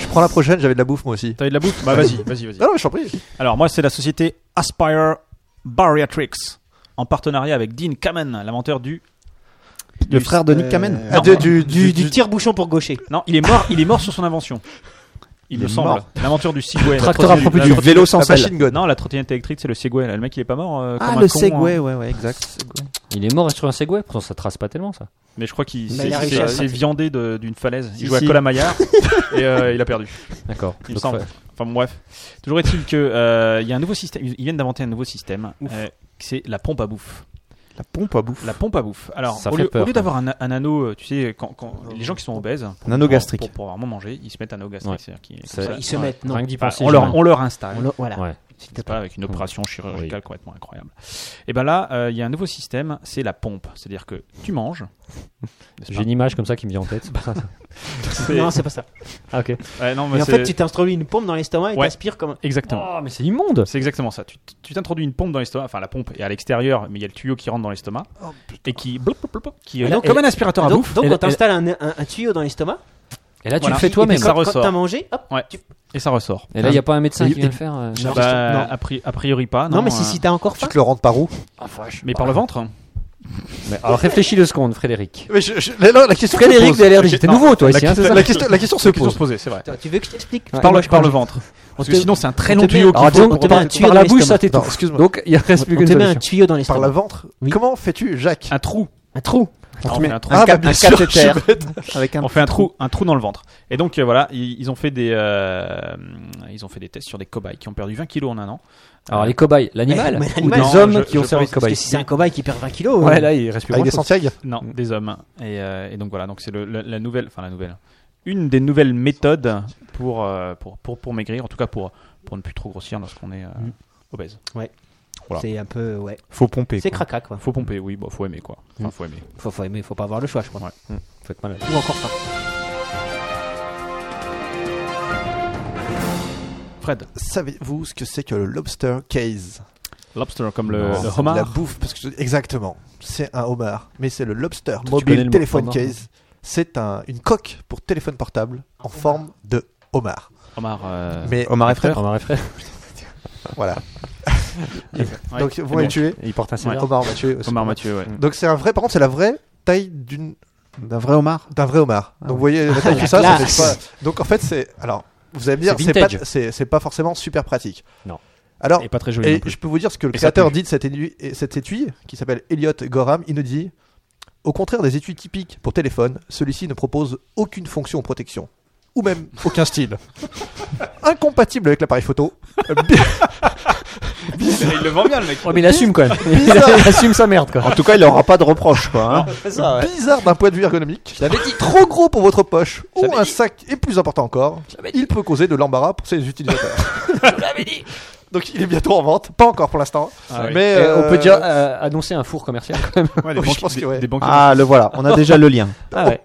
Speaker 3: Je prends la prochaine, j'avais de la bouffe moi aussi.
Speaker 4: T'as eu de la bouffe Bah vas-y, vas-y, vas-y.
Speaker 3: Non, non, mais je t'en prie.
Speaker 4: Alors moi c'est la société Aspire Bariatrics en partenariat avec Dean Kamen, l'inventeur du
Speaker 6: Le
Speaker 4: du-
Speaker 6: frère de Nick Kamen.
Speaker 3: Ah, de- du,
Speaker 5: Du, du tire-bouchon pour gaucher.
Speaker 4: Non, il est mort, il est mort sur son invention. Il,
Speaker 6: Il
Speaker 4: me
Speaker 6: est
Speaker 4: semble.
Speaker 6: mort.
Speaker 4: L'inventeur du Segway. la
Speaker 1: Tracteur à
Speaker 4: trottinette-
Speaker 1: propulsion.
Speaker 4: la
Speaker 6: du
Speaker 4: trottinette-
Speaker 6: vélo sans
Speaker 3: la
Speaker 6: selle.
Speaker 3: machine gun.
Speaker 4: Non, la trottinette électrique, c'est le Segway. là. Le mec, il est pas mort. euh,
Speaker 6: Ah,
Speaker 4: comme un
Speaker 6: le
Speaker 4: con,
Speaker 6: Segway,
Speaker 4: hein.
Speaker 6: ouais, ouais, exact.
Speaker 1: Il est mort sur un Segway, pourtant ça trace pas tellement ça.
Speaker 4: Mais je crois qu'il
Speaker 5: Mais
Speaker 4: s'est
Speaker 5: il a
Speaker 4: s'est-
Speaker 5: réussi à-
Speaker 4: s'est viandé de- d'une falaise. Il
Speaker 6: Si,
Speaker 4: jouait à
Speaker 6: si.
Speaker 4: Cola Maillard et euh, il a perdu.
Speaker 1: D'accord.
Speaker 4: Il me
Speaker 1: Donc,
Speaker 4: semble.
Speaker 1: fa-
Speaker 4: Enfin bon, bref. Toujours est-il que euh, il y a un nouveau système. Ils viennent d'inventer un nouveau système.
Speaker 5: Ouf.
Speaker 4: euh, c'est la pompe à bouffe.
Speaker 6: La pompe
Speaker 3: ah,
Speaker 6: à bouffe.
Speaker 4: La pompe à bouffe. Alors,
Speaker 1: Ça
Speaker 4: au
Speaker 1: fait
Speaker 4: lieu,
Speaker 1: peur,
Speaker 4: au lieu
Speaker 1: quand
Speaker 4: d'avoir un, un anneau, euh, tu sais, quand, quand les gens qui sont obèses,
Speaker 6: Un anneau
Speaker 4: pour-
Speaker 6: gastrique.
Speaker 4: pour, pour vraiment manger, ils se mettent un anneau gastrique.
Speaker 1: Ouais.
Speaker 4: C'est-à-dire qu'ils-
Speaker 1: Ça-
Speaker 4: comme ça.
Speaker 5: Ils se
Speaker 1: ouais.
Speaker 5: mettent, non.
Speaker 1: Rien que d'y
Speaker 4: Enfin,
Speaker 1: penser.
Speaker 4: on,
Speaker 1: j'ai
Speaker 4: leur,
Speaker 1: mal.
Speaker 4: on leur installe.
Speaker 5: On le- Voilà.
Speaker 1: Ouais.
Speaker 4: C'est pas avec une opération chirurgicale complètement incroyable. Et ben là, euh, il y a un nouveau système, c'est la pompe. C'est-à-dire que tu manges. n'est-ce
Speaker 1: J'ai une image comme ça qui me vient en tête.
Speaker 4: pas
Speaker 5: Non, c'est pas ça.
Speaker 1: ah, ok.
Speaker 4: Ouais, non, mais
Speaker 5: Mais en
Speaker 4: c'est-
Speaker 5: fait, tu t'introduis une pompe dans l'estomac et
Speaker 4: Ouais.
Speaker 5: t'aspires comme.
Speaker 4: Exactement.
Speaker 1: Oh, mais c'est immonde.
Speaker 4: C'est exactement ça. Tu tu t'introduis une pompe dans l'estomac, enfin la pompe est à l'extérieur, mais il y a le tuyau qui rentre dans l'estomac et qui, blop, blop, blop, blop, qui euh,
Speaker 5: Et
Speaker 4: est
Speaker 5: donc-
Speaker 4: comme un aspirateur à
Speaker 5: donc,
Speaker 4: bouffe.
Speaker 5: donc
Speaker 1: Elle-
Speaker 5: quand t'installes un, un- un tuyau dans l'estomac,
Speaker 1: Et là, tu
Speaker 4: Voilà.
Speaker 1: le fais
Speaker 5: et-
Speaker 1: toi-même. Ah
Speaker 5: et
Speaker 4: Ça
Speaker 5: Quand, quand
Speaker 4: ressort.
Speaker 5: t'as mangé, hop.
Speaker 4: Ouais.
Speaker 5: tu-
Speaker 4: Et ça ressort.
Speaker 1: Et là, il n'y a pas un médecin qui vient le faire. euh,
Speaker 5: Non.
Speaker 4: Bah,
Speaker 5: Non.
Speaker 4: a, pri- a priori pas.
Speaker 5: Non,
Speaker 4: Non,
Speaker 5: mais si,
Speaker 4: euh,
Speaker 5: si t'as encore
Speaker 3: Tu
Speaker 5: faim.
Speaker 3: te le rentres par où
Speaker 4: Mais par le ventre.
Speaker 1: mais- Alors réfléchis deux secondes, Frédéric.
Speaker 3: mais je, je- là, là, la question
Speaker 1: Frédéric
Speaker 3: se pose.
Speaker 1: DLRJ, t'es
Speaker 4: Non.
Speaker 1: nouveau toi ici,
Speaker 4: La-
Speaker 1: hein, c'est ça
Speaker 3: La question, la question se
Speaker 4: Ils se
Speaker 3: pose.
Speaker 4: poser, c'est vrai.
Speaker 5: Attends, Tu veux que je t'explique
Speaker 1: Ouais.
Speaker 4: Par le,
Speaker 1: moi, je
Speaker 4: par
Speaker 1: crois
Speaker 4: le
Speaker 1: que-
Speaker 4: ventre.
Speaker 5: On
Speaker 4: Parce
Speaker 5: te-
Speaker 4: que sinon, c'est un très
Speaker 5: on
Speaker 4: long
Speaker 5: te met-
Speaker 4: tuyau. qui-
Speaker 1: Alors disons
Speaker 5: on
Speaker 1: que
Speaker 5: te met un
Speaker 1: par,
Speaker 5: tuyau
Speaker 1: par
Speaker 5: dans
Speaker 1: la bouche, ça
Speaker 5: l'estomac.
Speaker 1: t'étouffe.
Speaker 3: Non, excuse-moi.
Speaker 1: Donc il reste plus
Speaker 5: On
Speaker 1: qu'une
Speaker 5: te met un
Speaker 1: solution.
Speaker 5: tuyau dans
Speaker 3: Par
Speaker 5: l'estomac.
Speaker 3: la ventre
Speaker 5: Oui.
Speaker 3: Comment fais-tu,
Speaker 1: Ah,
Speaker 3: Jacques
Speaker 4: Un trou.
Speaker 5: Un trou.
Speaker 4: On
Speaker 6: te
Speaker 4: fait
Speaker 6: met
Speaker 4: un trou.
Speaker 3: Ah,
Speaker 6: Un,
Speaker 3: bah,
Speaker 6: cap-
Speaker 3: bien
Speaker 6: un
Speaker 3: sûr,
Speaker 6: cathéter avec un
Speaker 4: on fait un trou, un trou dans le ventre. Et donc euh, voilà, ils, ils ont fait des, euh, ils ont fait des tests sur des cobayes qui ont perdu 20 kilos en un an.
Speaker 1: Alors les cobayes, l'animal
Speaker 5: Mais
Speaker 1: ou
Speaker 5: l'animal,
Speaker 1: des
Speaker 4: non,
Speaker 1: hommes
Speaker 4: je-
Speaker 1: qui ont
Speaker 4: je
Speaker 1: servi
Speaker 4: pense
Speaker 1: de
Speaker 5: Parce
Speaker 1: cobayes
Speaker 5: que si c'est un cobaye qui perd 20 kilos.
Speaker 1: Ouais,
Speaker 5: euh,
Speaker 1: là il reste plus
Speaker 3: Avec des
Speaker 1: grand-chose.
Speaker 3: Santiago
Speaker 4: Non, des hommes. Et, euh, et donc voilà, donc c'est le- le- la nouvelle, enfin la nouvelle, une des nouvelles méthodes pour euh, pour, pour pour maigrir, en tout cas pour pour ne plus trop grossir lorsqu'on est euh,
Speaker 5: Mm.
Speaker 4: obèse. Voilà.
Speaker 5: C'est un peu. Ouais.
Speaker 6: Faut pomper.
Speaker 5: C'est
Speaker 6: quoi.
Speaker 5: craca, quoi.
Speaker 4: Faut pomper, oui, bon, faut aimer quoi. Enfin, faut aimer.
Speaker 5: Faut, faut aimer, faut pas avoir le choix, je crois.
Speaker 4: Ouais.
Speaker 1: Faut être malade.
Speaker 5: Ou encore faim.
Speaker 4: Fred,
Speaker 3: Savez-vous ce que c'est que le lobster case
Speaker 4: lobster comme le,
Speaker 1: Non,
Speaker 4: le
Speaker 3: C'est de La
Speaker 4: homard.
Speaker 3: bouffe, parce que je- exactement. C'est un homard, mais c'est le lobster
Speaker 1: tu connais
Speaker 3: mobile
Speaker 1: le mot
Speaker 3: téléphone
Speaker 1: homard
Speaker 3: case. C'est un, une coque pour téléphone portable en forme de homard.
Speaker 4: Homard. euh,
Speaker 3: Mais
Speaker 6: Omar et frère.
Speaker 1: On va
Speaker 3: voilà.
Speaker 4: ouais,
Speaker 3: Donc
Speaker 4: c'est
Speaker 3: vous m'avez
Speaker 4: bon.
Speaker 3: tué.
Speaker 1: Il porte un
Speaker 4: Ouais.
Speaker 1: cédar.
Speaker 3: Homard m'a tué aussi.
Speaker 4: Homard Mathieu, ouais.
Speaker 3: Donc c'est un vrai. Par contre, c'est la vraie taille d'une
Speaker 6: D'un vrai homard. Ah
Speaker 3: d'un vrai homard. Donc vous voyez la taille
Speaker 5: la
Speaker 3: que ça, ça fait
Speaker 5: classe.
Speaker 3: pas- Donc en fait, c'est alors vous allez me dire,
Speaker 1: C'est
Speaker 3: c'est pas
Speaker 1: vintage.
Speaker 3: c'est c'est pas forcément super pratique.
Speaker 1: Non.
Speaker 3: Alors
Speaker 4: Et pas très joli. non
Speaker 3: Et
Speaker 4: plus.
Speaker 3: je peux vous dire ce que le
Speaker 4: Et ça
Speaker 3: créateur
Speaker 4: pue.
Speaker 3: dit de cet, élu- et- cet étui, qui s'appelle Elliot Gorham, il nous dit Au contraire des étuis typiques pour téléphone, celui-ci ne propose aucune fonction protection, ou même aucun style. Incompatible avec l'appareil photo.
Speaker 4: Il le vend bien le mec.
Speaker 1: Ouais, mais il assume quand même. Il assume sa merde quoi.
Speaker 6: En tout cas, il aura pas de reproche, quoi. hein.
Speaker 3: Bizarre d'un point de vue ergonomique. Trop gros pour votre poche, ou un sac, et plus important encore, il peut causer de l'embarras pour ses utilisateurs. Donc il est bientôt en vente. Pas encore pour l'instant.
Speaker 4: Ah
Speaker 3: mais
Speaker 1: Et On
Speaker 3: euh,
Speaker 1: peut déjà euh, annoncer un four commercial. quand même.
Speaker 8: Ouais, les
Speaker 3: Oui,
Speaker 8: banquiers-
Speaker 3: je pense que
Speaker 8: des-
Speaker 3: ouais.
Speaker 8: des banquiers-
Speaker 6: Ah, le voilà, on a déjà le lien.
Speaker 1: Ah ouais.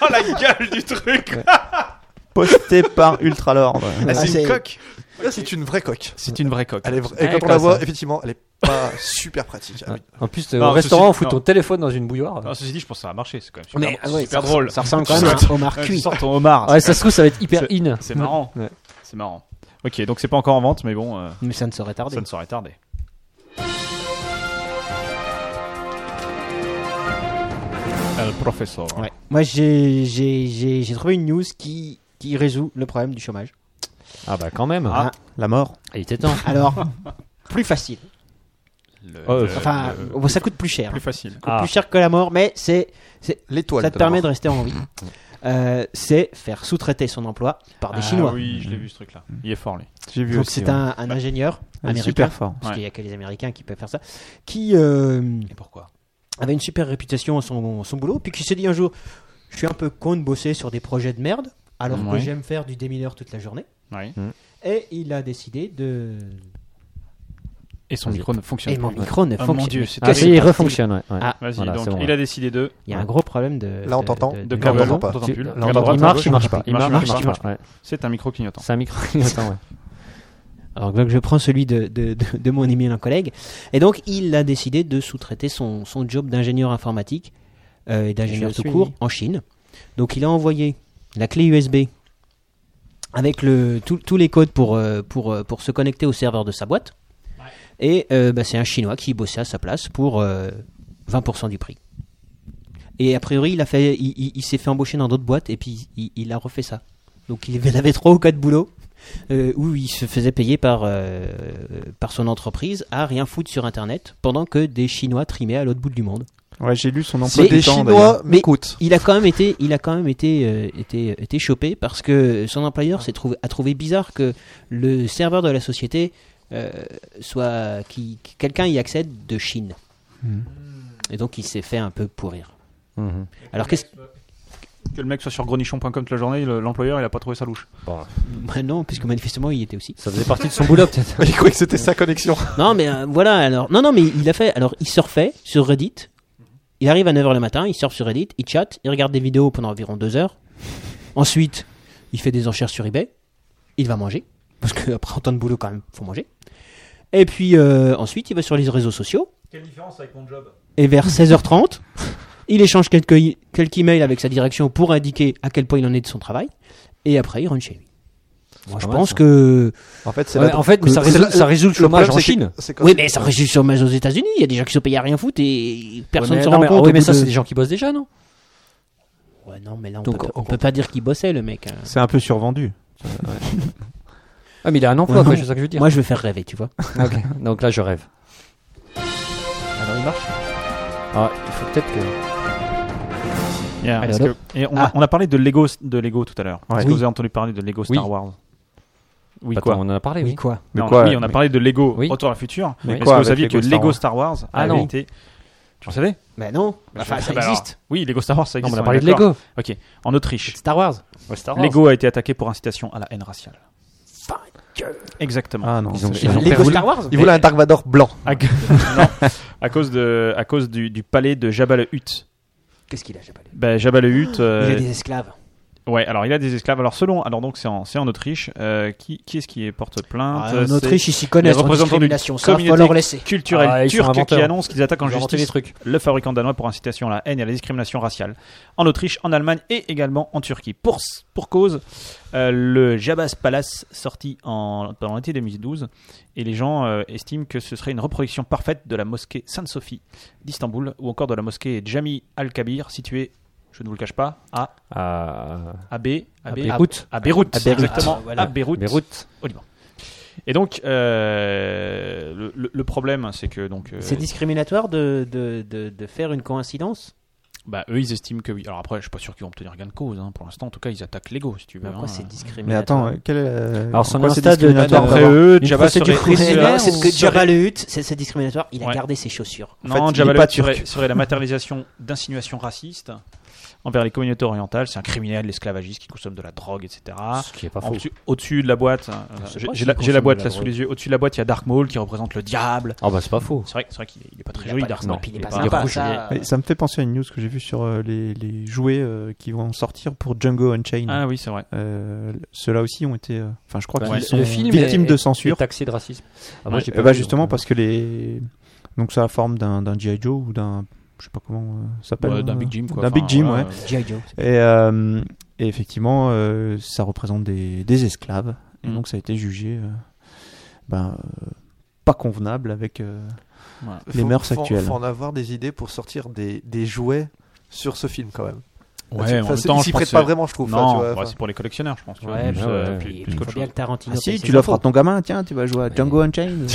Speaker 4: Oh la gueule du truc
Speaker 6: Posté par Ultralord.
Speaker 4: Ah,
Speaker 5: Ah,
Speaker 4: C'est
Speaker 5: c'est-
Speaker 4: une coque
Speaker 3: là, c'est une vraie coque.
Speaker 4: C'est une vraie coque.
Speaker 3: Elle est vra- Et
Speaker 1: Ouais,
Speaker 3: quand on la
Speaker 1: comme
Speaker 3: voit,
Speaker 1: ça.
Speaker 3: effectivement, elle est pas super pratique. Ah oui.
Speaker 1: En plus, euh,
Speaker 4: Non,
Speaker 1: au restaurant,
Speaker 4: ceci-
Speaker 1: on fout
Speaker 4: non.
Speaker 1: ton téléphone dans une bouilloire.
Speaker 4: Non, ceci dit, je pense que ça a marché, c'est quand même super,
Speaker 5: Mais, ah
Speaker 4: c'est
Speaker 5: ouais,
Speaker 4: super
Speaker 5: ça-
Speaker 4: drôle.
Speaker 5: Ça ressemble quand même à un homard
Speaker 4: Ouais, tu
Speaker 5: cuit.
Speaker 4: sors ton homard.
Speaker 1: Ouais, ça se trouve, ça va être hyper in.
Speaker 4: C'est marrant.
Speaker 1: Ouais.
Speaker 4: C'est marrant. Ok, donc c'est pas encore en vente, mais bon, euh,
Speaker 5: Mais ça ne saurait tarder.
Speaker 4: ça ne saurait tarder. Le Euh, professeur.
Speaker 5: Ouais. Moi, j'ai- j'ai j'ai- j'ai trouvé une news qui, qui résout le problème du chômage.
Speaker 1: Ah bah quand même.
Speaker 4: Ah.
Speaker 6: La mort.
Speaker 1: Il était temps.
Speaker 5: Alors, plus facile.
Speaker 4: Le-
Speaker 1: Oh,
Speaker 4: le-
Speaker 5: Enfin,
Speaker 4: le-
Speaker 5: bon, ça coûte plus cher.
Speaker 4: Euh, plus facile.
Speaker 5: Coûte plus cher que la mort, mais c'est
Speaker 3: L'étoile.
Speaker 5: ça te
Speaker 3: de la
Speaker 5: permet
Speaker 3: mort.
Speaker 5: de rester en vie. Euh, c'est faire sous-traiter son emploi par des Chinois.
Speaker 4: Ah oui, je l'ai vu ce truc-là. Il est fort, lui.
Speaker 6: J'ai vu
Speaker 5: Donc
Speaker 6: aussi.
Speaker 5: c'est
Speaker 6: ouais.
Speaker 5: un, un ingénieur
Speaker 6: Ah,
Speaker 5: américain,
Speaker 6: Super fort.
Speaker 5: parce
Speaker 4: ouais.
Speaker 5: qu'il n'y a que les Américains qui peuvent faire ça, qui euh,
Speaker 4: Et pourquoi
Speaker 5: avait une super réputation à son, son boulot, puis qui s'est dit un jour, je suis un peu con de bosser sur des projets de merde, alors que
Speaker 4: Ouais.
Speaker 5: j'aime faire du démineur toute la journée.
Speaker 4: Oui.
Speaker 5: Et il a décidé de...
Speaker 4: Et son
Speaker 1: Vas-y.
Speaker 4: micro ne fonctionne
Speaker 5: Et
Speaker 4: pas.
Speaker 5: mon micro ne
Speaker 4: Oh
Speaker 5: fonctionne
Speaker 4: mon dieu, c'est
Speaker 1: Ah,
Speaker 4: terrible.
Speaker 1: si, il refonctionne. Ouais, ouais.
Speaker 5: Ah,
Speaker 4: Vas-y,
Speaker 1: Voilà,
Speaker 4: donc
Speaker 1: c'est bon,
Speaker 4: il
Speaker 1: là.
Speaker 4: a décidé de.
Speaker 5: Il y a un gros problème de...
Speaker 3: Là, on t'entend.
Speaker 5: de-
Speaker 4: De
Speaker 5: de-
Speaker 3: câble.
Speaker 4: câble,
Speaker 3: On t'entend pas.
Speaker 4: t'entends
Speaker 1: Si-
Speaker 4: plus.
Speaker 1: là,
Speaker 4: Regarde à
Speaker 1: on-
Speaker 4: droite,
Speaker 1: il
Speaker 4: à
Speaker 1: marche,
Speaker 4: gauche.
Speaker 1: il marche pas.
Speaker 4: Il marche, marche, marche
Speaker 1: pas. Ouais.
Speaker 4: C'est un micro clignotant.
Speaker 1: C'est un micro. Attends, ouais.
Speaker 5: Alors donc, je prends celui de, de, de, de mon éminent collègue. Et donc, il a décidé de sous-traiter son, son job d'ingénieur informatique euh, et d'ingénieur
Speaker 1: Je
Speaker 5: tout
Speaker 1: suis.
Speaker 5: court en Chine. Donc, il a envoyé la clé USB avec le, tout- tous les codes pour, euh, pour, euh, pour se connecter au serveur de sa boîte. Et euh, bah, c'est un Chinois qui bossait à sa place pour euh, 20% du prix. Et a priori, il, a fait, il, il- il s'est fait embaucher dans d'autres boîtes et puis il, il a refait ça. Donc il avait trois ou quatre boulots euh, où il se faisait payer par, euh, par son entreprise à rien foutre sur Internet pendant que des Chinois trimaient à l'autre bout du monde.
Speaker 6: Ouais, j'ai lu son emploi
Speaker 5: C'est
Speaker 6: du
Speaker 3: Des
Speaker 6: temps, d'ailleurs.
Speaker 3: Chinois
Speaker 5: Mais-
Speaker 3: m'écoutent.
Speaker 5: Il a quand même été, il a quand même été, euh, été, été chopé parce que son employeur s'est trouvé, a trouvé bizarre que le serveur de la société euh, soit qui qui- quelqu'un y accède de Chine.
Speaker 6: Mhm.
Speaker 5: Et donc il s'est fait un peu pourrir.
Speaker 1: Mhm.
Speaker 5: Alors qu'est-ce
Speaker 4: Que le mec soit sur grenichon.com toute la journée, le- l'employeur, il a pas trouvé sa louche.
Speaker 5: Bah non, puisque manifestement il y était aussi.
Speaker 1: Ça faisait partie de son boulot peut-être.
Speaker 3: Il croyait que c'était sa connexion.
Speaker 5: Non, mais euh, voilà, alors. Non, non, mais il a fait. Alors, il surfait sur Reddit. Il arrive à 9h le matin, il surfe sur Reddit, il chatte, il regarde des vidéos pendant environ 2 heures. Ensuite, il fait des enchères sur eBay. Il va manger. Parce qu'après autant de boulot, quand même, faut manger. Et puis, euh, ensuite, il va sur les réseaux sociaux.
Speaker 4: Quelle différence avec mon job
Speaker 5: Et vers 16h30, il échange quelques, quelques emails avec sa direction pour indiquer à quel point il en est de son travail. Et après, il rentre chez lui. Moi, je
Speaker 1: pas mal,
Speaker 5: pense
Speaker 1: ça.
Speaker 5: que.
Speaker 3: En fait, c'est
Speaker 1: Ouais,
Speaker 3: la-
Speaker 1: en fait, mais ça
Speaker 3: c'est
Speaker 1: résout,
Speaker 3: la-
Speaker 1: ça résout le
Speaker 3: le
Speaker 1: chômage
Speaker 3: problème,
Speaker 1: en
Speaker 3: c'est que-
Speaker 1: Chine.
Speaker 3: c'est que-
Speaker 5: Oui, mais ça réussit sur aux États-Unis. Il y a des gens qui sont payés à rien foutre et personne
Speaker 1: Ouais,
Speaker 5: ne
Speaker 1: mais-
Speaker 5: s'en
Speaker 1: non,
Speaker 5: rend
Speaker 1: mais-
Speaker 5: compte. au
Speaker 1: oui, mais
Speaker 5: bout
Speaker 1: ça,
Speaker 5: de-
Speaker 1: c'est des gens qui bossent déjà, non
Speaker 5: Ouais, non, mais là, on
Speaker 1: Donc, au
Speaker 5: peut, pas- on peut
Speaker 1: contraire.
Speaker 5: pas dire qu'il bossait, le mec. hein.
Speaker 6: C'est un peu survendu.
Speaker 1: Ah, mais il a un emploi,
Speaker 5: Ouais,
Speaker 1: quoi,
Speaker 5: non.
Speaker 1: c'est ça que je veux dire.
Speaker 5: Moi, je vais faire rêver, tu vois.
Speaker 1: Ah, ok. Donc là, je rêve.
Speaker 4: Alors il marche
Speaker 1: Ah, il faut peut-être que.
Speaker 4: Yeah,
Speaker 1: Allez,
Speaker 4: parce
Speaker 1: hop.
Speaker 4: que- et on, a,
Speaker 5: Ah.
Speaker 4: on a parlé de Lego, de Lego tout à l'heure.
Speaker 6: Ouais.
Speaker 4: Est-ce que
Speaker 6: Oui.
Speaker 4: vous avez entendu parler de Lego
Speaker 1: Oui.
Speaker 4: Star Wars Oui,
Speaker 1: Attends,
Speaker 4: quoi
Speaker 1: on en a parlé, oui.
Speaker 5: quoi
Speaker 6: De
Speaker 4: Non,
Speaker 6: quoi
Speaker 4: Oui, on a parlé de Lego
Speaker 1: Oui.
Speaker 4: Retour à la future.
Speaker 1: Mais
Speaker 4: Mais est-ce
Speaker 6: quoi
Speaker 4: que vous
Speaker 6: avec
Speaker 4: saviez que
Speaker 6: Lego Star
Speaker 4: Lego
Speaker 6: Wars
Speaker 4: Star Wars
Speaker 1: Ah
Speaker 4: a
Speaker 1: non.
Speaker 4: été. Tu le savais
Speaker 5: Bah non.
Speaker 4: Ah,
Speaker 5: Enfin, ça
Speaker 4: bah alors.
Speaker 5: existe.
Speaker 4: Oui, Lego Star Wars, ça
Speaker 1: Non,
Speaker 4: existe.
Speaker 1: mais on a
Speaker 4: est
Speaker 1: parlé de
Speaker 4: d'accord.
Speaker 1: Lego.
Speaker 4: Ok, en Autriche,
Speaker 5: Star Wars.
Speaker 4: Lego a été attaqué pour incitation à la haine raciale. Exactement.
Speaker 6: Ah non,
Speaker 1: Ils ont-
Speaker 6: ça,
Speaker 1: ils ont
Speaker 5: Lego
Speaker 1: perdu-
Speaker 5: Star Wars
Speaker 3: Il voulait un Dark Vador blanc.
Speaker 4: À... non, à cause de, à cause du, du palais de Jabba le Hutt.
Speaker 5: Qu'est-ce qu'il a J'ai pas lu.
Speaker 4: Ben, Jabba le Hutt. euh,
Speaker 5: Il a des esclaves.
Speaker 4: Ouais, alors il a des esclaves. Alors selon, alors donc c'est en, c'est en Autriche. Euh, qui, qui est-ce qui porte plainte
Speaker 1: Ah,
Speaker 5: en
Speaker 4: C'est
Speaker 5: Autriche, Ah, ils s'y connaissent.
Speaker 4: les
Speaker 5: en
Speaker 4: représentants du
Speaker 5: discrimination, ça, faut
Speaker 4: communauté-
Speaker 5: leur laisser.
Speaker 4: culturel
Speaker 1: Ah, ils sont
Speaker 4: turc qui
Speaker 1: inventeurs.
Speaker 4: annonce qu'ils attaquent en
Speaker 1: Ils ont inventé
Speaker 4: justice
Speaker 1: des trucs.
Speaker 4: le fabricant danois pour incitation à la haine et à la discrimination raciale en Autriche, en Allemagne et également en Turquie. Pour, pour cause, euh, le Jabba's Palace sorti en, pendant l'été 2012 et les gens euh, estiment que ce serait une reproduction parfaite de la mosquée Sainte-Sophie d'Istanbul ou encore de la mosquée Jami al-Kabir située, je ne vous le cache pas, à,
Speaker 1: Ah,
Speaker 4: à, B, à, B-
Speaker 1: ah, écoute.
Speaker 4: à Beyrouth.
Speaker 1: À Beyrouth.
Speaker 4: Exactement,
Speaker 5: Ah, voilà.
Speaker 4: à Beyrouth.
Speaker 1: Beyrouth.
Speaker 4: au Liban. Et donc, euh, le, le- le problème, c'est que donc, euh,
Speaker 5: C'est discriminatoire de, de, de, de faire une coïncidence
Speaker 4: bah, eux, ils estiment que oui. Alors après, je suis pas sûr qu'ils vont obtenir gain de cause. hein. Pour l'instant, en tout cas, ils attaquent Lego, si tu veux.
Speaker 5: Mais Pourquoi
Speaker 4: hein.
Speaker 5: c'est
Speaker 6: Mais
Speaker 5: discriminatoire
Speaker 6: attends, euh, quel est. euh,
Speaker 1: Alors, c'en est
Speaker 6: pourquoi
Speaker 1: un
Speaker 6: c'est
Speaker 1: stade de-
Speaker 6: discriminatoire
Speaker 1: d'après
Speaker 4: Après
Speaker 6: d'avoir-
Speaker 4: eux,
Speaker 1: Une
Speaker 4: Jabba serait,
Speaker 1: procédure
Speaker 5: Mais
Speaker 1: criminelle.
Speaker 4: serait-
Speaker 5: là, euh, c'est que
Speaker 4: serait-
Speaker 5: Jabba le Hutt, c'est c'est discriminatoire. Il a
Speaker 4: Ouais.
Speaker 5: gardé ses chaussures.
Speaker 6: fait,
Speaker 4: Non,
Speaker 6: il
Speaker 4: Jabba
Speaker 6: est
Speaker 4: le
Speaker 6: pas
Speaker 4: Hutt serait,
Speaker 6: turc.
Speaker 4: serait la matérialisation d'insinuations racistes envers les communautés orientales. C'est un criminel, l'esclavagiste qui consomme de la drogue, etc.
Speaker 1: Ce qui est pas
Speaker 4: En
Speaker 1: faux.
Speaker 4: dessus- Au-dessus de la boîte, euh,
Speaker 1: sais
Speaker 4: j'ai-
Speaker 1: pas
Speaker 4: j'ai
Speaker 1: s'il
Speaker 4: la, j'ai la
Speaker 1: consomme
Speaker 4: boîte
Speaker 1: de
Speaker 4: là
Speaker 1: la
Speaker 4: sous
Speaker 1: drogue.
Speaker 4: les yeux. Au-dessus de la boîte, il y a Dark Maul qui représente le diable.
Speaker 1: Ah bah c'est pas faux.
Speaker 4: C'est vrai, c'est vrai qu'il est, il est pas très
Speaker 5: Il a
Speaker 4: joli,
Speaker 5: pas
Speaker 4: Dark
Speaker 5: de
Speaker 4: Maul.
Speaker 5: snap, il est pas
Speaker 1: il est
Speaker 5: sympa,
Speaker 1: rouge,
Speaker 5: ça.
Speaker 6: Mais ça me fait penser à une news que j'ai vue sur euh, les, les jouets euh, qui vont sortir pour Django Unchained.
Speaker 4: Ah oui, c'est vrai.
Speaker 6: Euh, Ceux-là aussi ont été, euh, enfin, je crois
Speaker 1: Bah,
Speaker 6: qu'ils
Speaker 1: le-
Speaker 6: sont
Speaker 1: le film
Speaker 6: victimes
Speaker 1: est-
Speaker 6: de
Speaker 1: Tu es
Speaker 6: censure.
Speaker 1: taxé de racisme. Ah, moi,
Speaker 6: Ouais.
Speaker 1: j'ai
Speaker 6: Eh
Speaker 1: pas
Speaker 6: bah,
Speaker 1: vu,
Speaker 6: justement
Speaker 1: donc,
Speaker 6: parce que les, donc ça a la forme d'un d'un GI Joe ou d'un, je sais pas comment euh, ça s'appelle.
Speaker 8: Ouais, d'un
Speaker 6: euh,
Speaker 8: Big Jim, quoi.
Speaker 6: D'un
Speaker 8: Enfin,
Speaker 6: Big Jim,
Speaker 8: voilà,
Speaker 6: ouais.
Speaker 8: euh,
Speaker 5: G.I. Joe.
Speaker 6: Et, euh, et effectivement, euh, ça représente des, des esclaves. Et
Speaker 4: Mm.
Speaker 6: donc ça a été jugé, euh, ben, euh, pas convenable avec. euh, Les
Speaker 3: Faut-
Speaker 6: mœurs
Speaker 3: faut-
Speaker 6: actuelles.
Speaker 3: Faut en avoir des idées pour sortir des, des jouets sur ce film quand même.
Speaker 4: Ouais, en
Speaker 3: Enfin,
Speaker 4: même
Speaker 3: c'est-
Speaker 4: temps,
Speaker 3: ils
Speaker 4: je
Speaker 3: s'y
Speaker 4: pense
Speaker 3: prêtent
Speaker 4: que-
Speaker 3: pas vraiment, je trouve.
Speaker 4: Non,
Speaker 3: enfin, tu vois,
Speaker 4: bah,
Speaker 3: enfin.
Speaker 4: c'est pour les collectionneurs, je pense. tu vois,
Speaker 5: Ouais,
Speaker 4: plus,
Speaker 1: bah
Speaker 4: euh,
Speaker 1: ouais.
Speaker 4: plus-
Speaker 5: Il
Speaker 4: plus
Speaker 5: faut
Speaker 4: qu'autre
Speaker 5: bien
Speaker 4: chose.
Speaker 5: que Tarantino.
Speaker 6: Ah si,
Speaker 5: paye
Speaker 6: tu
Speaker 5: ses
Speaker 6: l'offres à
Speaker 5: impôts.
Speaker 6: ton gamin, tiens, tu vas jouer à Django Unchained.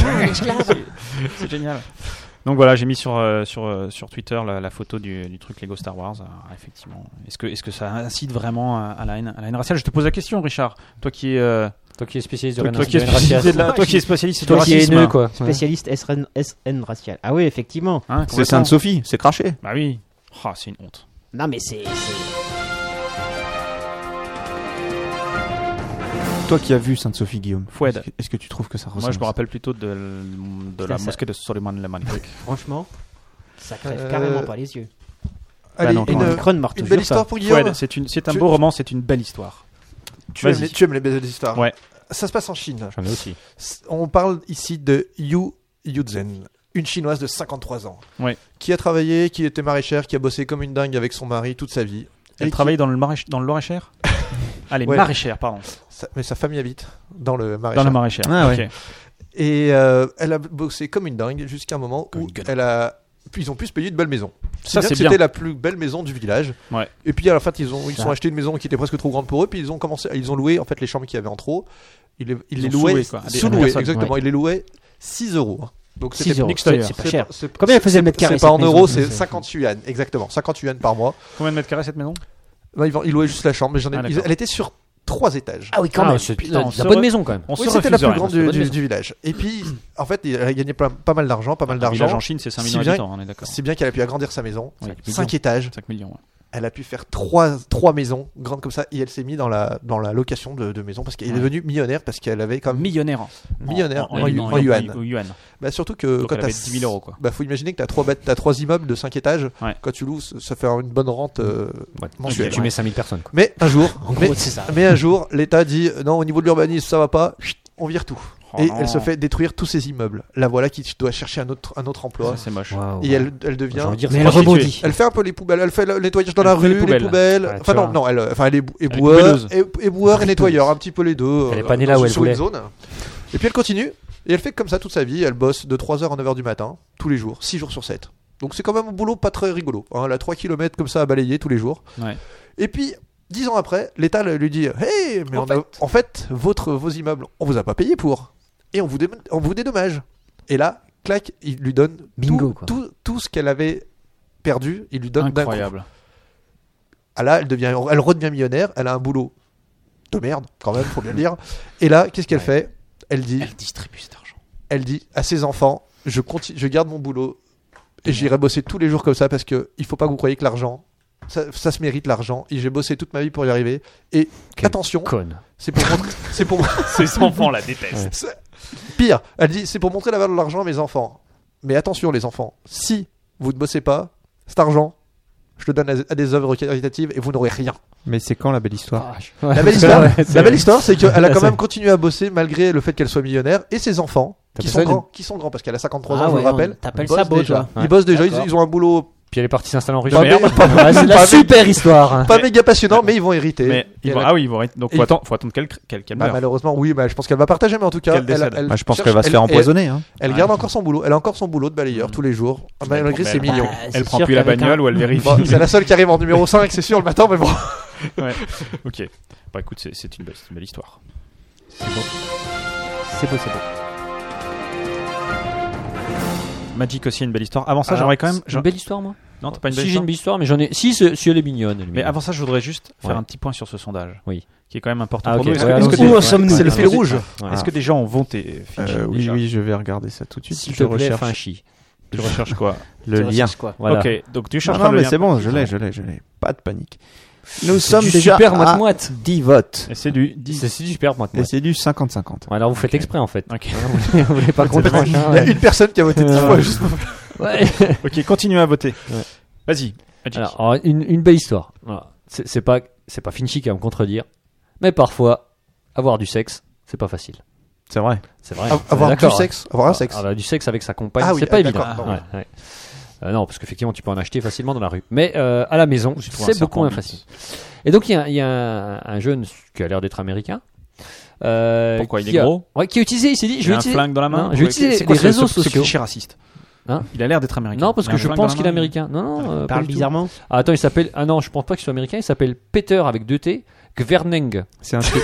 Speaker 4: C'est génial. Donc voilà, j'ai mis sur, euh, sur, euh, sur Twitter la, la photo du, du truc Lego Star Wars. Alors, effectivement, est-ce que, est que ça incite vraiment à, à la haine, à la haine raciale Je te pose la question, Richard. Toi qui es, euh,
Speaker 1: Toi qui es spécialiste de
Speaker 4: toi,
Speaker 1: la
Speaker 4: toi qui es spécialiste de la- toi qui es spécialiste du
Speaker 1: Toi qui es
Speaker 4: racisme.
Speaker 1: haineux, quoi.
Speaker 5: Spécialiste SN, SN racial. Ah oui, effectivement.
Speaker 4: Hein,
Speaker 6: C'est
Speaker 4: complètement.
Speaker 6: Sainte-Sophie, c'est craché.
Speaker 4: Bah oui. Ah, c'est une honte.
Speaker 5: Non, mais c'est. c'est-
Speaker 6: Toi qui as vu Sainte-Sophie, Guillaume,
Speaker 4: Foued.
Speaker 6: est-ce que, est-ce que tu trouves que ça ressemble
Speaker 4: Moi, je me
Speaker 6: à ça
Speaker 4: rappelle plutôt de, l- de la
Speaker 5: Ça, ça-
Speaker 4: mosquée de Soliman le Magnifique.
Speaker 5: Franchement, ça crève
Speaker 3: Euh,
Speaker 5: carrément pas les yeux.
Speaker 3: Allez,
Speaker 4: non,
Speaker 3: une,
Speaker 4: quand même.
Speaker 3: une
Speaker 5: Cronenberg, te
Speaker 3: belle
Speaker 5: jure ça.
Speaker 3: histoire pour Guillaume.
Speaker 4: Foued, c'est une- c'est un
Speaker 3: Tu-
Speaker 4: beau roman, c'est une belle histoire.
Speaker 3: Tu aimes,
Speaker 4: Vas-y.
Speaker 3: les, tu aimes les belles histoires.
Speaker 4: Ouais.
Speaker 3: Ça se passe en Chine.
Speaker 1: J'en ai aussi.
Speaker 3: S- On parle ici de Yu Yuzhen, une chinoise de 53 ans.
Speaker 4: Ouais.
Speaker 3: Qui a travaillé, qui était maraîchère, qui a bossé comme une dingue avec son mari toute sa vie.
Speaker 4: Elle
Speaker 3: Et qui-
Speaker 4: travaillait dans le, marais, dans le Loir-et-Cher Ah, les
Speaker 3: Ouais.
Speaker 4: maraîchères, pardon.
Speaker 3: sa- mais sa famille habite dans le
Speaker 4: Dans
Speaker 3: maraîchage.
Speaker 4: le maraîchère.
Speaker 6: Ah
Speaker 4: ok.
Speaker 6: ouais.
Speaker 3: Et euh, elle a bossé comme une dingue jusqu'à un moment
Speaker 8: Comme
Speaker 3: où
Speaker 8: une gueule.
Speaker 3: elle a... ils ont pu se payer de belles maisons.
Speaker 4: Ça,
Speaker 3: C'est-à-dire
Speaker 4: c'est
Speaker 3: que
Speaker 4: bien.
Speaker 3: C'était la plus belle maison du village.
Speaker 4: Ouais.
Speaker 3: Et puis à la fin, ils ont ils
Speaker 5: Ça.
Speaker 3: sont acheté une maison qui était presque trop grande pour eux. Puis ils ont commencé, ils ont loué en fait les chambres qu'il y avait en trop. Ils les, ils
Speaker 4: Ils
Speaker 3: les
Speaker 4: ont
Speaker 3: louaient,
Speaker 4: sous-loué, quoi, à des- à des
Speaker 3: sous-loués,
Speaker 4: personnes,
Speaker 3: exactement. Ils les louaient 6 euros. hein. Donc
Speaker 5: 6
Speaker 3: c'était
Speaker 5: euros.
Speaker 4: Nick Steyer.
Speaker 5: C'est c'est pas cher.
Speaker 3: c'est-
Speaker 5: Combien elle faisait le mètre carré
Speaker 3: C'est pas en
Speaker 5: cette maison
Speaker 3: euros, c'est
Speaker 5: Ça-
Speaker 3: 50 yuan, exactement, 50 yuan par mois.
Speaker 4: Combien de mètres carrés cette maison
Speaker 3: Là, ils, vont- ils louaient juste la chambre, mais j'en ai-
Speaker 4: Ah,
Speaker 3: ils-
Speaker 4: d'accord.
Speaker 3: elle était sur trois étages.
Speaker 5: Ah oui, quand
Speaker 1: Ah,
Speaker 5: même.
Speaker 1: c'est
Speaker 4: putain, on
Speaker 1: la
Speaker 4: se
Speaker 1: bonne
Speaker 4: re-
Speaker 1: maison quand même.
Speaker 4: On se
Speaker 3: Oui, c'était la
Speaker 4: refuse
Speaker 3: plus
Speaker 4: rien.
Speaker 3: grande
Speaker 1: c'est
Speaker 3: du,
Speaker 1: pas de
Speaker 3: du-
Speaker 1: maison.
Speaker 3: du village. Et puis, en fait, elle a gagné plein- pas mal d'argent, pas mal
Speaker 4: Un village en
Speaker 3: d'argent.
Speaker 4: Chine, c'est 5
Speaker 3: Si
Speaker 4: millions
Speaker 3: bien-
Speaker 4: d'habitants, on est d'accord.
Speaker 3: C'est bien qu'elle a pu agrandir sa maison.
Speaker 4: Oui,
Speaker 3: 5 étages.
Speaker 4: 5 millions, ouais.
Speaker 3: elle a pu faire trois, trois maisons grandes comme ça et elle s'est mise dans la, dans la location de, de maisons parce qu'elle
Speaker 4: Ouais.
Speaker 3: est devenue millionnaire parce qu'elle avait comme.
Speaker 4: Millionnaire.
Speaker 3: Millionnaire, en yu- en yuan.
Speaker 4: en yuan.
Speaker 3: Bah, surtout que
Speaker 4: Donc
Speaker 3: quand
Speaker 4: elle
Speaker 3: t'as
Speaker 4: avait 10 000 euros, quoi.
Speaker 3: Bah, faut imaginer que t'as trois, bêtes- t'as trois immeubles de 5 étages.
Speaker 4: Ouais.
Speaker 3: Quand tu loues, ça ça fait une bonne rente euh,
Speaker 1: Ouais.
Speaker 3: mensuelle.
Speaker 1: Tu mets 5000 personnes, quoi.
Speaker 3: Mais un jour,
Speaker 5: En
Speaker 3: mais,
Speaker 5: gros, c'est ça.
Speaker 3: mais un jour, l'État dit euh, non, au niveau de l'urbanisme, ça va pas, chut, on vire tout.
Speaker 4: Oh
Speaker 3: et
Speaker 4: non.
Speaker 3: elle se fait détruire tous ses immeubles. La voilà qui doit chercher un autre, un autre emploi.
Speaker 4: Ça, c'est moche.
Speaker 3: et elle, elle devient.
Speaker 1: J'ai envie de dire,
Speaker 5: Mais
Speaker 1: c'est
Speaker 5: elle
Speaker 1: prostituée.
Speaker 5: rebondit.
Speaker 3: Elle fait un peu les poubelles, elle fait le nettoyage dans
Speaker 4: Elle
Speaker 3: la
Speaker 4: fait les
Speaker 3: rue, les
Speaker 4: poubelles.
Speaker 3: poubelles.
Speaker 1: Ouais, tu
Speaker 3: enfin non,
Speaker 1: vois.
Speaker 3: non, elle, euh, enfin elle est bou- éboueur,
Speaker 4: poubelleuse.
Speaker 3: ébou- éboueur et nettoyeur, un petit peu les deux.
Speaker 1: Elle est
Speaker 3: euh,
Speaker 1: pas née
Speaker 3: dans-
Speaker 1: là où elle
Speaker 3: sur une
Speaker 1: voulait.
Speaker 3: zone. Et puis elle continue et elle fait comme ça toute sa vie. Elle bosse de 3h à 9h du matin tous les jours, 6 jours sur 7. Donc c'est quand même un boulot pas très rigolo. hein. Elle a 3 km comme ça à balayer tous les jours.
Speaker 4: Ouais.
Speaker 3: Et puis 10 ans après, l'État lui dit Hey, mais en, fait... en fait, votre, vos immeubles, on vous a pas payé pour. Et on vous, dé- on vous dédommage. Et là, clac, il lui donne tout-
Speaker 5: Bingo, quoi.
Speaker 3: tout, tout ce qu'elle avait perdu, il lui donne d'un coup.
Speaker 4: Incroyable.
Speaker 3: Ah là, elle, devient, elle redevient millionnaire, elle a un boulot de merde, quand même, faut bien le dire. Et là, qu'est-ce qu'elle fait Elle dit,
Speaker 4: Elle distribue cet argent.
Speaker 3: elle dit à ses enfants, je, continue, je garde mon boulot et j'irai bosser tous les jours comme ça parce que il faut pas que vous croyez que l'argent, ça, ça se mérite l'argent. Et j'ai bossé toute ma vie pour y arriver. Et
Speaker 1: Quelle
Speaker 3: attention,
Speaker 1: Conne.
Speaker 3: c'est pour montrer, c'est pour
Speaker 4: Ses enfants la détestent.
Speaker 3: c'est- Pire, elle dit c'est pour montrer la valeur de l'argent à mes enfants. Mais attention, les enfants, si vous ne bossez pas, cet argent, je le donne à à des œuvres caritatives et vous n'aurez rien.
Speaker 6: Mais c'est quand la belle histoire
Speaker 3: La belle histoire, la belle histoire, c'est qu'elle a quand même continué à bosser malgré le fait qu'elle soit millionnaire et ses enfants
Speaker 1: T'as
Speaker 3: qui
Speaker 1: fait
Speaker 3: sont
Speaker 1: ça,
Speaker 3: grands, qui sont grands parce qu'elle a 53
Speaker 5: Ah
Speaker 3: ans, je
Speaker 5: ouais,
Speaker 3: vous rappelle.
Speaker 5: on- t'appelles
Speaker 3: Ils bossent
Speaker 5: ça beau,
Speaker 3: déjà.
Speaker 5: toi.
Speaker 3: Ils bossent déjà, ils,
Speaker 1: D'accord.
Speaker 3: ils ont un boulot
Speaker 1: Puis elle est partie s'installer en Russie.
Speaker 3: pas,
Speaker 4: merde.
Speaker 3: mé- pas-
Speaker 1: Ouais, C'est
Speaker 3: pas
Speaker 1: la
Speaker 3: mé-
Speaker 1: super histoire. hein.
Speaker 3: pas méga passionnant, mais ils vont hériter.
Speaker 4: Mais
Speaker 3: Et
Speaker 4: ils vont-
Speaker 3: elle a-
Speaker 4: ah oui, ils vont arrêter. donc
Speaker 3: Et-
Speaker 4: faut attendre, faut attendre qu'elle cr- qu'elle qu'elle
Speaker 3: bah,
Speaker 4: meure.
Speaker 3: malheureusement, oui, bah, je pense qu'elle va partager, mais en tout cas,
Speaker 4: Qu'elle décède.
Speaker 6: Bah, Je pense
Speaker 3: cherche-
Speaker 6: qu'elle va se
Speaker 3: elle-
Speaker 6: faire
Speaker 3: elle-
Speaker 6: empoisonner. hein.
Speaker 3: Elle garde encore son boulot, elle a encore son boulot de balayeur
Speaker 4: Mm.
Speaker 3: tous les jours, malgré ses
Speaker 4: elle-
Speaker 3: millions.
Speaker 5: Bah, c'est
Speaker 4: Elle prend
Speaker 5: sûr
Speaker 4: plus la
Speaker 5: qu'avec un-
Speaker 4: bagnole ou elle vérifie.
Speaker 3: Bon, c'est la seule qui arrive en numéro 5, c'est sûr, le matin, mais bon.
Speaker 4: Ok. Bah écoute, c'est- c'est une belle c'est une belle histoire.
Speaker 5: C'est beau, c'est beau.
Speaker 4: Magic aussi une belle histoire. Avant ça, j'aimerais quand même.
Speaker 1: C'est Une belle histoire, moi.
Speaker 4: Non, t'as pas une
Speaker 1: Si
Speaker 4: belle
Speaker 1: j'ai
Speaker 4: histoire.
Speaker 1: une belle histoire, mais j'en ai. Si, ce- si elle est mignonne. elle est
Speaker 4: Mais
Speaker 1: mignonne.
Speaker 4: avant ça, je voudrais juste faire
Speaker 1: Ouais.
Speaker 4: un petit point sur ce sondage.
Speaker 1: Oui.
Speaker 4: Qui est quand même important
Speaker 1: Ah,
Speaker 4: pour
Speaker 1: ok.
Speaker 4: nous. Est-ce que-
Speaker 1: Ouais,
Speaker 4: est-ce que
Speaker 1: allons-y.
Speaker 4: des-
Speaker 1: Où
Speaker 4: ouais, Ah.
Speaker 1: en sommes-nous
Speaker 4: ouais,
Speaker 3: C'est le
Speaker 4: ouais.
Speaker 3: fil rouge.
Speaker 1: Voilà.
Speaker 4: Est-ce que des gens ont voté euh, Finch,
Speaker 6: Euh, oui,
Speaker 4: déjà
Speaker 6: oui, je vais regarder ça tout de suite.
Speaker 1: S'il
Speaker 6: je
Speaker 1: te plaît, fais
Speaker 6: recherche.
Speaker 1: un chi.
Speaker 4: Tu recherches quoi
Speaker 6: le lien.
Speaker 5: quoi
Speaker 1: Voilà.
Speaker 4: Ok, donc tu
Speaker 6: Non,
Speaker 4: cherches
Speaker 6: non,
Speaker 4: pas le
Speaker 6: mais
Speaker 4: lien.
Speaker 6: c'est bon, je l'ai, je l'ai, je l'ai. Pas de panique. Nous
Speaker 1: C'est
Speaker 6: sommes
Speaker 1: du
Speaker 6: déjà
Speaker 4: ah,
Speaker 1: super
Speaker 6: à
Speaker 1: moite-moite.
Speaker 6: 10 votes.
Speaker 4: Et c'est du 10.
Speaker 1: C'est c'est du super moite
Speaker 6: Et c'est du 50-50.
Speaker 1: Alors vous faites exprès en fait.
Speaker 4: Ok.
Speaker 1: Vous voulez- vous voulez pas compter.
Speaker 4: hein,
Speaker 3: Il y a une personne qui a voté 10 fois juste pour
Speaker 1: Ouais.
Speaker 4: Ok, continue à voter. Vas-y. Magic.
Speaker 1: Alors, alors, une, une belle histoire. Voilà. C'est c'est pas c'est pas Finchy qui va me contredire, mais parfois avoir du sexe, c'est pas facile.
Speaker 6: C'est vrai.
Speaker 1: C'est vrai.
Speaker 3: av-
Speaker 1: On est
Speaker 3: avoir du
Speaker 1: d'accord, hein.
Speaker 3: sexe. Avoir un sexe.
Speaker 1: Alors, du sexe avec sa compagne,
Speaker 3: Ah
Speaker 1: c'est
Speaker 3: oui,
Speaker 1: pas
Speaker 3: ah,
Speaker 1: évident.
Speaker 3: d'accord, pardon.
Speaker 1: Ouais, ouais. Euh, non, parce qu'effectivement, tu peux en acheter facilement dans la rue. Mais euh, à la maison,
Speaker 4: J'ai trouvé un
Speaker 1: c'est beaucoup
Speaker 4: serpent
Speaker 1: moins
Speaker 4: bite.
Speaker 1: facile. Et donc, il y a, il y a un, un jeune qui a l'air d'être américain. euh,
Speaker 4: Pourquoi, il
Speaker 1: qui
Speaker 4: est
Speaker 1: a-
Speaker 4: gros
Speaker 1: Ouais, qui a utilisé, il s'est dit, je
Speaker 4: J'ai
Speaker 1: vais
Speaker 4: un
Speaker 1: utiliser.
Speaker 4: flingue dans la main.
Speaker 1: Non, je vais utiliser
Speaker 4: C'est quoi
Speaker 1: les
Speaker 4: ce-
Speaker 1: réseaux
Speaker 4: ce- ce
Speaker 1: sociaux.
Speaker 4: cliché raciste.
Speaker 1: Hein
Speaker 4: il a l'air d'être américain.
Speaker 1: Non, parce
Speaker 4: Il a
Speaker 1: que
Speaker 4: un
Speaker 1: je
Speaker 4: flingue dans
Speaker 1: pense
Speaker 4: la
Speaker 1: qu'il est
Speaker 4: main.
Speaker 1: américain. Non, non, euh, pas
Speaker 5: Parle
Speaker 1: du tout.
Speaker 5: bizarrement.
Speaker 1: Ah, attends, il s'appelle. Ah non, je pense pas qu'il soit américain. Il s'appelle Peter avec deux T. Gverneng.
Speaker 6: C'est un Sué-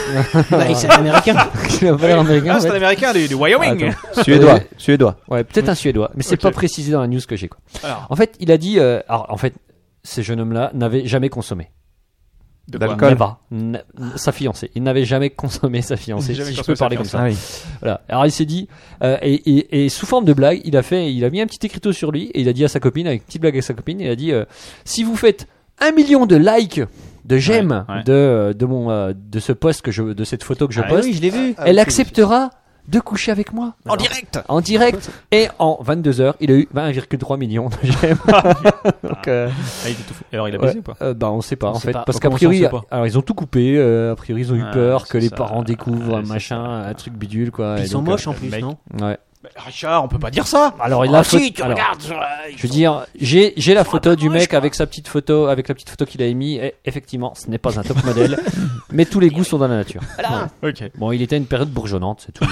Speaker 5: Bah, il- c'est américain.
Speaker 1: Il a pas l'air américain.
Speaker 4: Ah,
Speaker 1: en
Speaker 4: c'est un
Speaker 1: fait.
Speaker 4: américain du, du Wyoming.
Speaker 1: Attends.
Speaker 6: suédois. Suédois.
Speaker 1: Ouais, peut-être un suédois, mais c'est
Speaker 4: Ok.
Speaker 1: pas précisé dans la news que j'ai quoi.
Speaker 4: Alors.
Speaker 1: En fait, il a dit euh, alors en fait, ces jeunes hommes-là n'avaient jamais consommé.
Speaker 4: De quoi
Speaker 6: D'alcool.
Speaker 1: Never. N- sa fiancée. Il n'avait jamais consommé sa fiancée.
Speaker 4: Il n'avait
Speaker 1: Si je
Speaker 4: jamais
Speaker 1: peux parler comme
Speaker 4: consommé
Speaker 1: ça.
Speaker 6: Ah oui.
Speaker 1: Voilà. Alors il s'est dit euh, et, et- et sous forme de blague, il a fait, il a mis un petit écriteau sur lui et il a dit à sa copine, avec une petite blague à sa copine, il a dit euh, si vous faites un million de likes, de j'aime
Speaker 4: Ouais, ouais.
Speaker 1: de de mon euh, de ce post que je, de cette photo que je
Speaker 4: Ah
Speaker 1: poste,
Speaker 5: oui, je l'ai vu.
Speaker 1: elle acceptera de coucher avec moi
Speaker 4: En direct.
Speaker 1: en direct et en 22 heures, il a eu 20,3 millions de j'aime. Donc, euh,
Speaker 4: Ah, il était tout fou. Et Alors, il a
Speaker 1: Ouais.
Speaker 4: baisé ou pas
Speaker 1: euh, bah, on sait pas
Speaker 5: On
Speaker 1: en
Speaker 5: sait
Speaker 1: fait.
Speaker 5: pas.
Speaker 1: Parce
Speaker 5: Comment
Speaker 1: qu'a
Speaker 5: ça, on
Speaker 1: priori,
Speaker 5: sait pas
Speaker 1: alors ils ont tout coupé. euh, a priori, ils ont eu
Speaker 4: Ah,
Speaker 1: peur
Speaker 4: c'est
Speaker 1: que les
Speaker 4: ça.
Speaker 1: parents découvrent
Speaker 4: Ouais,
Speaker 1: un
Speaker 4: c'est
Speaker 1: machin,
Speaker 4: ça.
Speaker 1: un truc bidule quoi. et
Speaker 5: Ils sont
Speaker 1: donc, euh,
Speaker 5: moches en plus,
Speaker 4: mec-
Speaker 5: non
Speaker 1: ouais.
Speaker 4: Richard, on peut pas dire ça.
Speaker 1: Alors il
Speaker 5: Ah
Speaker 1: a
Speaker 5: si,
Speaker 1: faut-
Speaker 5: tu
Speaker 1: alors,
Speaker 5: regardes.
Speaker 1: Je veux dire, j'ai j'ai la photo du mec avec sa petite photo, avec la petite photo qu'il a émise. Et effectivement, ce n'est pas un top modèle, mais tous les goûts sont dans la nature. Voilà.
Speaker 4: Ok.
Speaker 1: Bon, il était à une période bourgeonnante, c'est tout.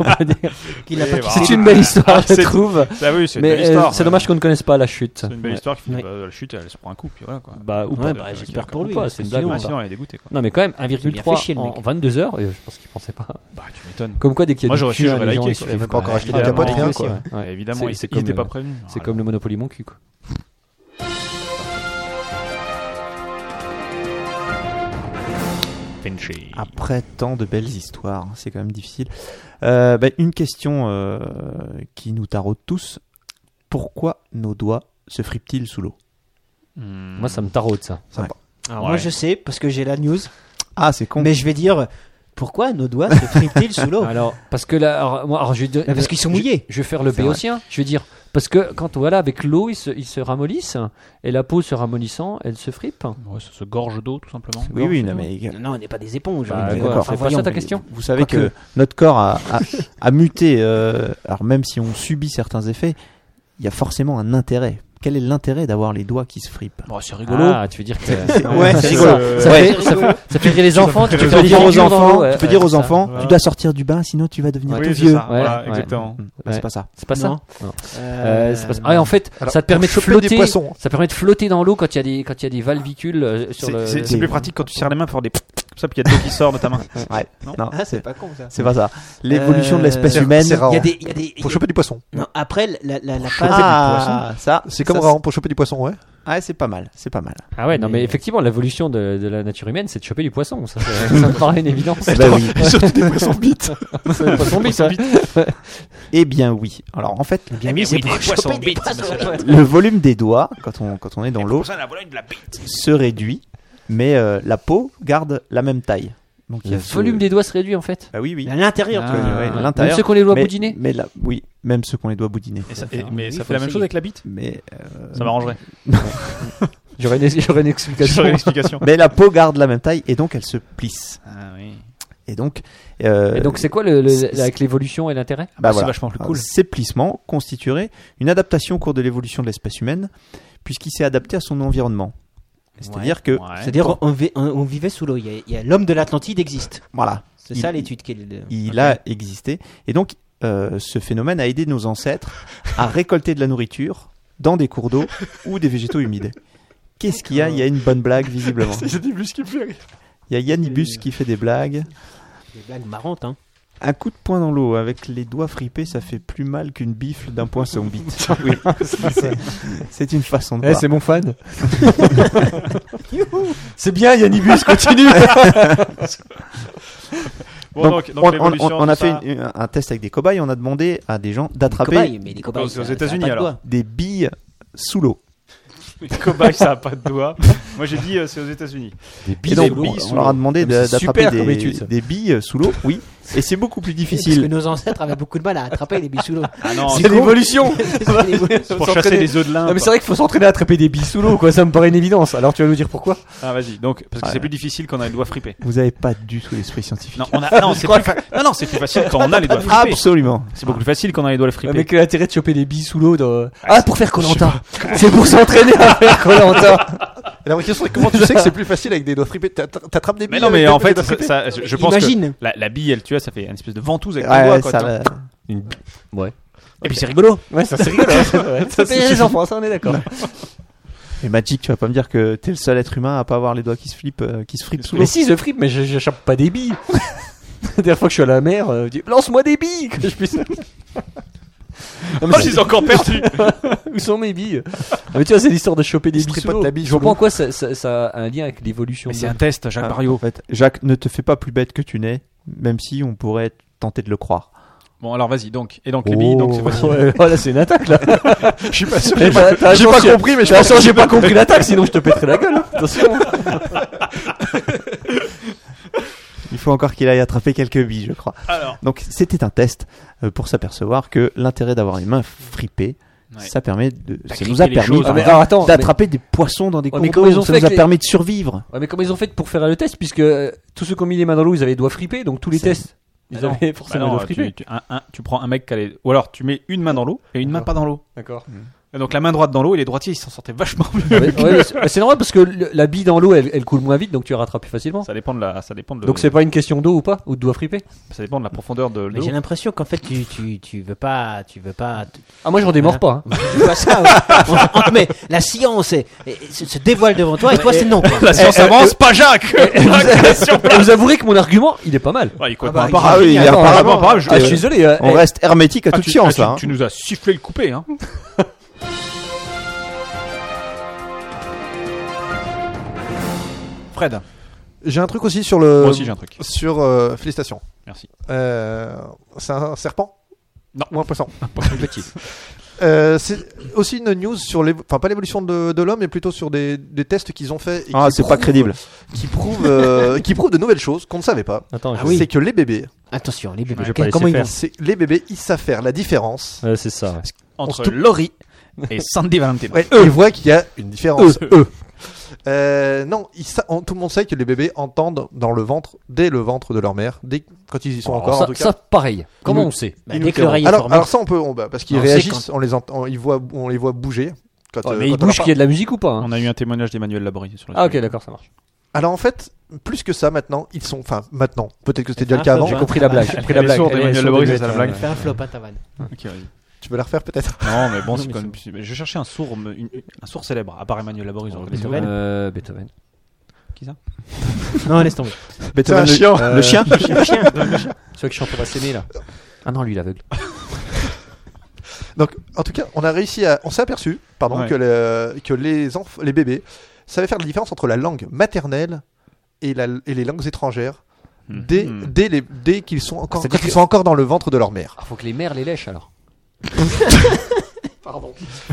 Speaker 1: On peut dire.
Speaker 5: Qu'il a
Speaker 4: Et
Speaker 5: pas
Speaker 4: voilà.
Speaker 5: quitté.
Speaker 1: c'est une belle histoire, je
Speaker 4: c'est-
Speaker 1: trouve.
Speaker 4: Ah oui, c'est une
Speaker 1: Mais
Speaker 4: belle
Speaker 1: euh,
Speaker 4: histoire.
Speaker 1: c'est dommage qu'on ne connaisse pas la chute.
Speaker 4: C'est une belle
Speaker 5: Ouais.
Speaker 4: histoire qui fait
Speaker 5: Ouais.
Speaker 4: que, bah, la chute, elle se prend un coup, puis voilà quoi.
Speaker 1: Bah ou
Speaker 5: Ouais,
Speaker 1: pas.
Speaker 5: bah,
Speaker 4: Ok,
Speaker 5: j'espère
Speaker 4: ok,
Speaker 5: pour
Speaker 1: ou
Speaker 5: lui.
Speaker 1: pas,
Speaker 5: parce
Speaker 1: c'est
Speaker 5: que
Speaker 1: une blague
Speaker 5: sinon,
Speaker 1: ou
Speaker 4: Ah,
Speaker 1: pas.
Speaker 4: sinon, elle est dégoûtée quoi.
Speaker 1: Non mais quand même
Speaker 5: Il a fait
Speaker 1: 1,3
Speaker 5: chier, le
Speaker 1: en
Speaker 5: mec.
Speaker 1: 22 heures, euh, je pense qu'il pensait pas.
Speaker 4: Bah, tu m'étonnes.
Speaker 1: Comme quoi dès qu'il y a
Speaker 4: Moi,
Speaker 1: du
Speaker 4: j'aurais
Speaker 1: cul,
Speaker 4: su,
Speaker 1: hein,
Speaker 4: j'aurais
Speaker 1: les gens, ils
Speaker 4: liké,
Speaker 1: Ah, se
Speaker 4: quoi.
Speaker 1: lèvent
Speaker 4: Il avait
Speaker 3: pas encore acheté de
Speaker 1: évidemment,
Speaker 3: capote, rien,
Speaker 1: aussi,
Speaker 3: quoi.
Speaker 1: ouais. Ouais.
Speaker 4: Évidemment,
Speaker 1: C'est-
Speaker 4: il
Speaker 1: c'est
Speaker 4: il était
Speaker 1: comme,
Speaker 4: pas
Speaker 1: euh,
Speaker 4: prévenu.
Speaker 1: C'est
Speaker 4: Ah,
Speaker 1: comme le Monopoly mon cul quoi.
Speaker 4: Finchy.
Speaker 6: Après tant de belles histoires, hein, c'est quand même difficile. Euh, bah, une question euh, qui nous taraude tous. Pourquoi nos doigts se fripent-ils sous l'eau
Speaker 4: Mmh. Hmm.
Speaker 1: Moi ça me taraude ça.
Speaker 5: Alors,
Speaker 4: Ah Ouais.
Speaker 5: Moi, je sais, parce que j'ai la news.
Speaker 6: Ah, c'est con.
Speaker 5: Mais je vais dire, pourquoi nos doigts se fripent-ils sous l'eau
Speaker 1: Alors parce que là alors, moi alors, je vais dire-
Speaker 5: Bah, Oh. parce qu'ils sont mouillés.
Speaker 1: Je, je vais faire le béotien, hein. je vais dire parce que quand voilà avec l'eau ils se, ils se ramollissent et la peau se ramollissant, elle se frippe.
Speaker 4: Ouais, ça se gorge d'eau tout simplement.
Speaker 6: Oui, oui, non, mais
Speaker 5: Non, on n'est pas des éponges.
Speaker 1: Bah,
Speaker 5: on est-
Speaker 1: quoi,
Speaker 5: enfin,
Speaker 1: c'est pas
Speaker 5: voyons.
Speaker 1: ça ta question
Speaker 6: Vous savez
Speaker 5: Quoique-
Speaker 6: que, notre corps a, a- a muté. euh, alors même si on subit certains effets, il y a forcément un intérêt. Quel est l'intérêt d'avoir les doigts qui se frippent
Speaker 4: Bon, c'est
Speaker 1: Ah, tu veux dire que
Speaker 6: Ouais, c'est
Speaker 1: ça.
Speaker 6: rigolo.
Speaker 1: Ça
Speaker 6: Ouais.
Speaker 1: fait- ça fait- ça fait rire les enfants, tu
Speaker 6: Tu
Speaker 1: peux dire aux enfants,
Speaker 6: tu peux dire aux enfants,
Speaker 4: Voilà.
Speaker 6: tu dois sortir du bain, sinon tu vas devenir
Speaker 4: Oui,
Speaker 6: tout
Speaker 4: c'est
Speaker 6: vieux.
Speaker 4: ça. Voilà,
Speaker 1: Ouais.
Speaker 4: exactement.
Speaker 6: Mm. Bah,
Speaker 1: Ouais.
Speaker 6: C'est pas ça.
Speaker 1: c'est pas ça.
Speaker 5: Non.
Speaker 1: Non.
Speaker 5: Euh,
Speaker 1: Euh, c'est pas ça. Ah, et en fait,
Speaker 3: Alors,
Speaker 1: ça te permet de
Speaker 3: pour choper des
Speaker 1: flotter.
Speaker 3: poissons.
Speaker 1: Ça permet de flotter dans l'eau quand il y a des quand il y a des valvicules euh, sur
Speaker 4: C'est-
Speaker 1: le.
Speaker 4: C'est c'est plus pratique quand tu serres les mains pour faire des comme ça, puis il y a de l'eau qui sort de ta main.
Speaker 6: Ouais.
Speaker 4: Non.
Speaker 6: Non,
Speaker 5: Ah, c'est
Speaker 6: c'est
Speaker 5: pas Euh, con ça.
Speaker 6: c'est pas ça. L'évolution de l'espèce
Speaker 3: C'est-
Speaker 6: humaine.
Speaker 3: c'est rare.
Speaker 5: Il y a des. il y a des-
Speaker 3: Pour choper du poisson.
Speaker 5: Non, après, la, la, la phase.
Speaker 6: Ah, ça,
Speaker 3: C'est comme
Speaker 6: ça,
Speaker 3: Raon pour choper du poisson, ouais.
Speaker 6: Ah, c'est pas mal, c'est pas mal.
Speaker 1: Ah ouais, non mais
Speaker 6: Mais-
Speaker 1: effectivement, l'évolution de, de la nature humaine, c'est de choper du poisson. Ça, c'est- ça me paraît une évidence.
Speaker 6: Bah oui.
Speaker 3: Surtout des poissons bites.
Speaker 1: C'est le poisson bite, ouais.
Speaker 6: Eh bien oui. Alors en fait,
Speaker 5: Eh Bien oui, c'est pour choper des poissons.
Speaker 6: le volume des doigts, quand on, quand on est dans l'eau,
Speaker 7: ça, la Pologne de la bite.
Speaker 6: se réduit, mais euh, la peau garde la même taille. Donc il y
Speaker 1: Le
Speaker 6: a ce-
Speaker 1: volume des doigts se réduit en fait.
Speaker 6: Bah oui, oui.
Speaker 5: À l'intérieur,
Speaker 4: Ah,
Speaker 5: tu vois.
Speaker 6: Ouais, à
Speaker 1: Même
Speaker 6: l'intérieur.
Speaker 1: ceux qu'on les doigts
Speaker 6: mais,
Speaker 1: boudinés.
Speaker 6: mais la- oui, même ceux qu'on les doit boudiner.
Speaker 4: Et ça-
Speaker 5: Faut
Speaker 4: et-
Speaker 5: faire-
Speaker 4: mais
Speaker 5: oui,
Speaker 4: ça
Speaker 5: faut
Speaker 4: fait la même chose
Speaker 5: essayer.
Speaker 4: avec la bite
Speaker 6: Mais, euh,
Speaker 4: Ça m'arrangerait.
Speaker 1: J'aurais une, j'aurais une explication.
Speaker 4: J'aurais une explication.
Speaker 6: mais la peau garde la même taille et donc elle se plisse.
Speaker 4: Ah oui.
Speaker 6: Et donc, euh,
Speaker 1: Et donc c'est quoi le, le-
Speaker 6: c'est-
Speaker 1: avec l'évolution et l'intérêt
Speaker 6: bah
Speaker 4: c'est
Speaker 6: voilà.
Speaker 4: vachement plus
Speaker 6: Alors,
Speaker 4: cool.
Speaker 6: Ces plissements constitueraient une adaptation au cours de l'évolution de l'espèce humaine, puisqu'il s'est adapté à son environnement. C'est-à-dire que,
Speaker 4: Ouais.
Speaker 5: C'est-à-dire, on, vi- on- on vivait sous l'eau. Il y a- il y a l'homme de l'Atlantide existe.
Speaker 6: voilà,
Speaker 5: C'est
Speaker 6: Il-
Speaker 5: ça l'étude qui est. le-
Speaker 6: il a existé. Et donc, euh, ce phénomène a aidé nos ancêtres à récolter de la nourriture dans des cours d'eau ou des végétaux humides. Qu'est-ce qu'il y a Il y a une bonne blague, visiblement. Il y a Yannibus qui fait des blagues.
Speaker 5: Des blagues marrantes, hein.
Speaker 6: Un coup de poing dans l'eau avec les doigts fripés, ça fait plus mal qu'une bifle d'un poing sur bite. Oui, c'est- c'est une façon de voir.
Speaker 1: Eh, mon fan. c'est bien, Yannibus continue.
Speaker 4: Bon, Bon,
Speaker 6: donc,
Speaker 4: donc- donc
Speaker 6: on- on,
Speaker 4: l'évolution,
Speaker 6: on- on a
Speaker 4: tout
Speaker 6: fait
Speaker 4: ça.
Speaker 6: une- un- un test avec des cobayes, on a demandé à des gens d'attraper
Speaker 5: cobayes, mais des cobayes.
Speaker 4: Aux- aux
Speaker 5: ça- ça a
Speaker 4: États-Unis,
Speaker 5: pas de
Speaker 4: alors.
Speaker 5: doigt.
Speaker 6: des billes sous l'eau.
Speaker 4: Les cobayes, ça a pas de doigts. Moi, j'ai dit, euh, c'est aux États-Unis.
Speaker 1: Des
Speaker 6: Et
Speaker 1: billes
Speaker 6: donc,
Speaker 1: sous l'eau. Ah,
Speaker 6: on leur a demandé
Speaker 1: Mais
Speaker 6: de-
Speaker 1: c'est
Speaker 6: d'attraper
Speaker 1: super comme
Speaker 6: des,
Speaker 1: étude, ça.
Speaker 6: des billes sous l'eau, oui. Et c'est beaucoup plus
Speaker 5: Parce
Speaker 6: difficile.
Speaker 5: que nos ancêtres avaient beaucoup de mal à attraper les billes sous l'eau.
Speaker 4: Ah non,
Speaker 1: C'est l'évolution
Speaker 5: C'était les boules.
Speaker 4: c'est pour chasser les œufs de
Speaker 1: Non,
Speaker 4: l'Inde.
Speaker 1: mais c'est vrai qu'il faut s'entraîner à attraper des billes sous l'eau, quoi. Ça me paraît une évidence. Alors tu vas nous dire pourquoi
Speaker 4: Ah, vas-y. Donc, parce que
Speaker 6: Ouais.
Speaker 4: c'est plus difficile quand on a les doigts fripés.
Speaker 6: Vous n'avez pas du tout l'esprit scientifique.
Speaker 4: Non, on a, non, c'est plus, fa- non, non, c'est plus facile quand on a les doigts
Speaker 6: Ah,
Speaker 4: fripés.
Speaker 6: Absolument.
Speaker 4: C'est beaucoup plus facile quand on a les doigts fripés.
Speaker 1: Mais quel intérêt de choper des billes sous l'eau dans... Ah, pour faire Colanta C'est pour s'entraîner à faire Colanta
Speaker 3: Et la vraie question, c'est comment tu sais que c'est plus facile avec des doigts fripés T'attra- T'attrapes des
Speaker 4: Mais
Speaker 3: billes
Speaker 4: non, mais
Speaker 3: avec
Speaker 4: en
Speaker 3: des- des
Speaker 4: fait,
Speaker 3: doigts
Speaker 4: ça,
Speaker 3: fripés
Speaker 4: ça- je, je pense
Speaker 5: Imagine.
Speaker 4: que la, la bille, elle, tu vois, ça fait une espèce de ventouse avec les
Speaker 6: Ouais,
Speaker 4: doigts. Quoi,
Speaker 6: ça
Speaker 4: tu vois.
Speaker 6: l'a-
Speaker 4: Et puis c'est rigolo.
Speaker 1: Ouais, ça c'est rigolo. c'est vrai. Ça c'est les enfants, ça on est d'accord.
Speaker 6: Mais Magic, tu vas pas me dire que t'es le seul être humain à pas avoir les doigts qui se flippent, euh, qui se frippent sous l'eau.
Speaker 1: Mais si, je frippe, mais je- j'échappe pas des billes. La dernière fois que je suis à la mer, euh, je dis lance-moi des billes que je puisse. Non, mais
Speaker 4: Oh,
Speaker 1: c'est-
Speaker 4: ils ont encore perdu.
Speaker 1: Où sont mes billes Non, Ah, Mais tu vois, c'est l'histoire de choper des
Speaker 3: Il se
Speaker 1: billes. Sous
Speaker 3: tripote
Speaker 1: l'eau.
Speaker 3: la bille
Speaker 1: je
Speaker 3: sous
Speaker 1: comprends
Speaker 3: l'eau.
Speaker 1: quoi ça, ça- ça a un lien avec l'évolution.
Speaker 4: Mais
Speaker 1: de
Speaker 4: c'est un
Speaker 1: l'homme.
Speaker 4: test, Jacques
Speaker 6: Ah,
Speaker 4: Barrio.
Speaker 6: En fait, Jacques, ne te fais pas plus bête que tu n'es, même si on pourrait tenter de le croire.
Speaker 4: Bon, alors vas-y, donc. Et donc, les billes, donc c'est facile. Bah
Speaker 1: Ouais, oh, là, c'est une attaque là.
Speaker 3: Je suis pas sûr.
Speaker 1: J'ai pas,
Speaker 3: J'ai pas compris, mais je pense
Speaker 1: j'ai pas compris l'attaque, sinon je te pèterais la gueule. hein. Attention.
Speaker 6: Il faut encore qu'il aille attraper quelques billes, je crois.
Speaker 4: Alors.
Speaker 6: Donc, c'était un test euh, pour s'apercevoir que l'intérêt d'avoir les mains fripées,
Speaker 4: Ouais.
Speaker 6: ça permet de, ça
Speaker 4: gripper
Speaker 6: nous a
Speaker 4: les
Speaker 6: permis
Speaker 4: choses, hein.
Speaker 6: par
Speaker 1: Ah, mais
Speaker 6: exemple,
Speaker 1: alors, attends, mais-
Speaker 6: d'attraper des poissons dans des
Speaker 1: Ouais, mais
Speaker 6: cours
Speaker 1: comment ils
Speaker 6: d'eau.
Speaker 1: ont
Speaker 6: Ça
Speaker 1: fait
Speaker 6: nous a
Speaker 1: que les-
Speaker 6: permis de survivre.
Speaker 1: Ouais, mais comment ils ont fait pour faire le test Puisque euh, tous ceux qui ont mis les mains dans l'eau, ils avaient les doigts fripés, donc tous les
Speaker 6: C'est-
Speaker 1: tests, ils
Speaker 4: Bah non.
Speaker 1: avaient
Speaker 4: Bah
Speaker 1: forcément les
Speaker 4: non,
Speaker 1: doigts
Speaker 4: tu,
Speaker 1: fripés.
Speaker 4: tu- un- un- tu prends un mec qui a les... Ou alors tu mets une main dans l'eau et une main pas dans l'eau.
Speaker 1: D'accord.
Speaker 4: Et Donc la main droite dans l'eau et les droitiers ils s'en sortaient vachement mieux.
Speaker 1: Ah Ouais, ouais, c'est c'est normal parce que le- la bille dans l'eau, elle, elle coule moins vite, donc tu la rattrapes plus facilement.
Speaker 4: Ça dépend de la, ça dépend de,
Speaker 1: Donc c'est pas une question d'eau ou pas Ou de doigts fripés
Speaker 4: ça dépend de la profondeur de
Speaker 5: Mais
Speaker 4: l'eau.
Speaker 5: j'ai l'impression qu'en fait tu, tu, tu veux pas tu veux pas tu
Speaker 1: Ah, moi j'en démords pas. hein.
Speaker 5: veux pas ça. On- on- mais la science est- est- se se dévoile devant toi et toi c'est non. quoi.
Speaker 4: La science avance, pas Jacques.
Speaker 1: Et vous, et vous avouerez que mon argument, il est pas mal.
Speaker 4: eh, Ouais, il coûte
Speaker 3: Ah bah,
Speaker 4: pas un parrain.
Speaker 6: Ah oui,
Speaker 1: Attends,
Speaker 6: apparemment,
Speaker 4: apparemment, je-
Speaker 1: Ah, je suis désolé. euh,
Speaker 6: on
Speaker 1: eh,
Speaker 6: reste hermétique à
Speaker 4: Ah,
Speaker 6: toute
Speaker 4: tu, ah,
Speaker 6: science,
Speaker 4: tu-
Speaker 6: là. hein.
Speaker 4: tu nous as sifflé le coupé, hein. Fred,
Speaker 3: J'ai un truc aussi sur le.
Speaker 4: moi aussi j'ai un truc.
Speaker 3: Sur. euh, Félicitations.
Speaker 4: Merci.
Speaker 3: Euh, c'est un serpent
Speaker 4: Non.
Speaker 3: Ou un poisson
Speaker 4: Petit.
Speaker 3: Euh, c'est aussi une news sur les, enfin pas l'évolution de, de l'homme, mais plutôt sur des, des tests qu'ils ont fait et
Speaker 6: Ah,
Speaker 3: qui
Speaker 6: c'est pas
Speaker 3: prouvent-
Speaker 6: crédible.
Speaker 3: qui prouvent, euh, qui prouvent de nouvelles choses qu'on ne savait pas.
Speaker 1: Attends, je-
Speaker 5: Ah oui.
Speaker 3: C'est que les bébés,
Speaker 5: Attention les bébés.
Speaker 1: Je vais
Speaker 5: quel-
Speaker 1: pas
Speaker 5: comment ils
Speaker 1: laisser
Speaker 5: vont
Speaker 3: c'est les bébés, ils savent faire la différence.
Speaker 1: Ouais, c'est ça.
Speaker 4: Entre Laurie et Sandy Valentino.
Speaker 3: Ouais, Ils voient qu'il y a une différence. Euh, non, ils sa- on- tout le monde sait que les bébés entendent dans le ventre, dès le ventre de leur mère, dès quand ils y sont encore.
Speaker 1: Oh, ça,
Speaker 3: en tout cas.
Speaker 1: ça, pareil. Comment
Speaker 5: Nous-
Speaker 1: on sait
Speaker 5: Bah,
Speaker 3: In
Speaker 5: dès que
Speaker 3: utero.
Speaker 5: l'oreille est
Speaker 3: alors,
Speaker 5: formée.
Speaker 3: alors ça on peut, on- bah, parce qu'ils
Speaker 5: On sait
Speaker 3: réagissent, on les entend, on, ils voient, on les voit bouger. Quand, euh,
Speaker 1: Mais il
Speaker 3: quand on leur
Speaker 1: bouge
Speaker 3: parle.
Speaker 1: qu'il y a de la musique ou pas hein
Speaker 4: On a eu un témoignage d'Emmanuel Labrie sur le
Speaker 1: Ah, ok,
Speaker 4: sujet.
Speaker 1: d'accord, ça marche.
Speaker 3: Alors en fait, plus que ça maintenant, ils sont, enfin maintenant, peut-être que c'était déjà
Speaker 5: Ah,
Speaker 3: le cas
Speaker 5: ça,
Speaker 3: avant.
Speaker 1: J'ai compris la blague. J'ai compris la
Speaker 4: Elle est
Speaker 1: blague.
Speaker 4: sourde,
Speaker 1: Elle est
Speaker 4: Emmanuel
Speaker 1: sourde,
Speaker 4: Lebris,
Speaker 1: elle est
Speaker 4: c'est la
Speaker 1: sourde.
Speaker 4: blague.
Speaker 5: Fais un flop à ta vanne.
Speaker 4: Ok, vas-y.
Speaker 3: Tu peux la refaire peut-être
Speaker 4: Non, mais bon, c'est
Speaker 1: mais
Speaker 4: quand même. Je cherchais un sourd, me- une- une- un sourd célèbre, à part Emmanuel Laboris.
Speaker 1: Euh,
Speaker 4: on connaît
Speaker 1: Beethoven. Euh, Beethoven.
Speaker 5: Non laisse tomber.
Speaker 6: Beethoven,
Speaker 3: C'est un
Speaker 6: le-
Speaker 3: chien.
Speaker 4: Euh,
Speaker 3: Euh,
Speaker 6: le chien.
Speaker 1: Celui qui chante pour s'aimer là. Ah non, lui, l'aveugle.
Speaker 3: Donc, en tout cas, on a réussi à, on s'est aperçu, pardon,
Speaker 4: Ouais.
Speaker 3: que, le- que les enfants, les bébés savaient faire la différence entre la langue maternelle et, la, et les langues étrangères
Speaker 4: Hmm.
Speaker 3: dès,
Speaker 4: Hmm.
Speaker 3: dès, les- dès qu'ils sont encore,
Speaker 1: C'est-à-dire
Speaker 3: quand ils sont encore dans le ventre de leur mère.
Speaker 1: Ah, faut que les mères les lèchent alors.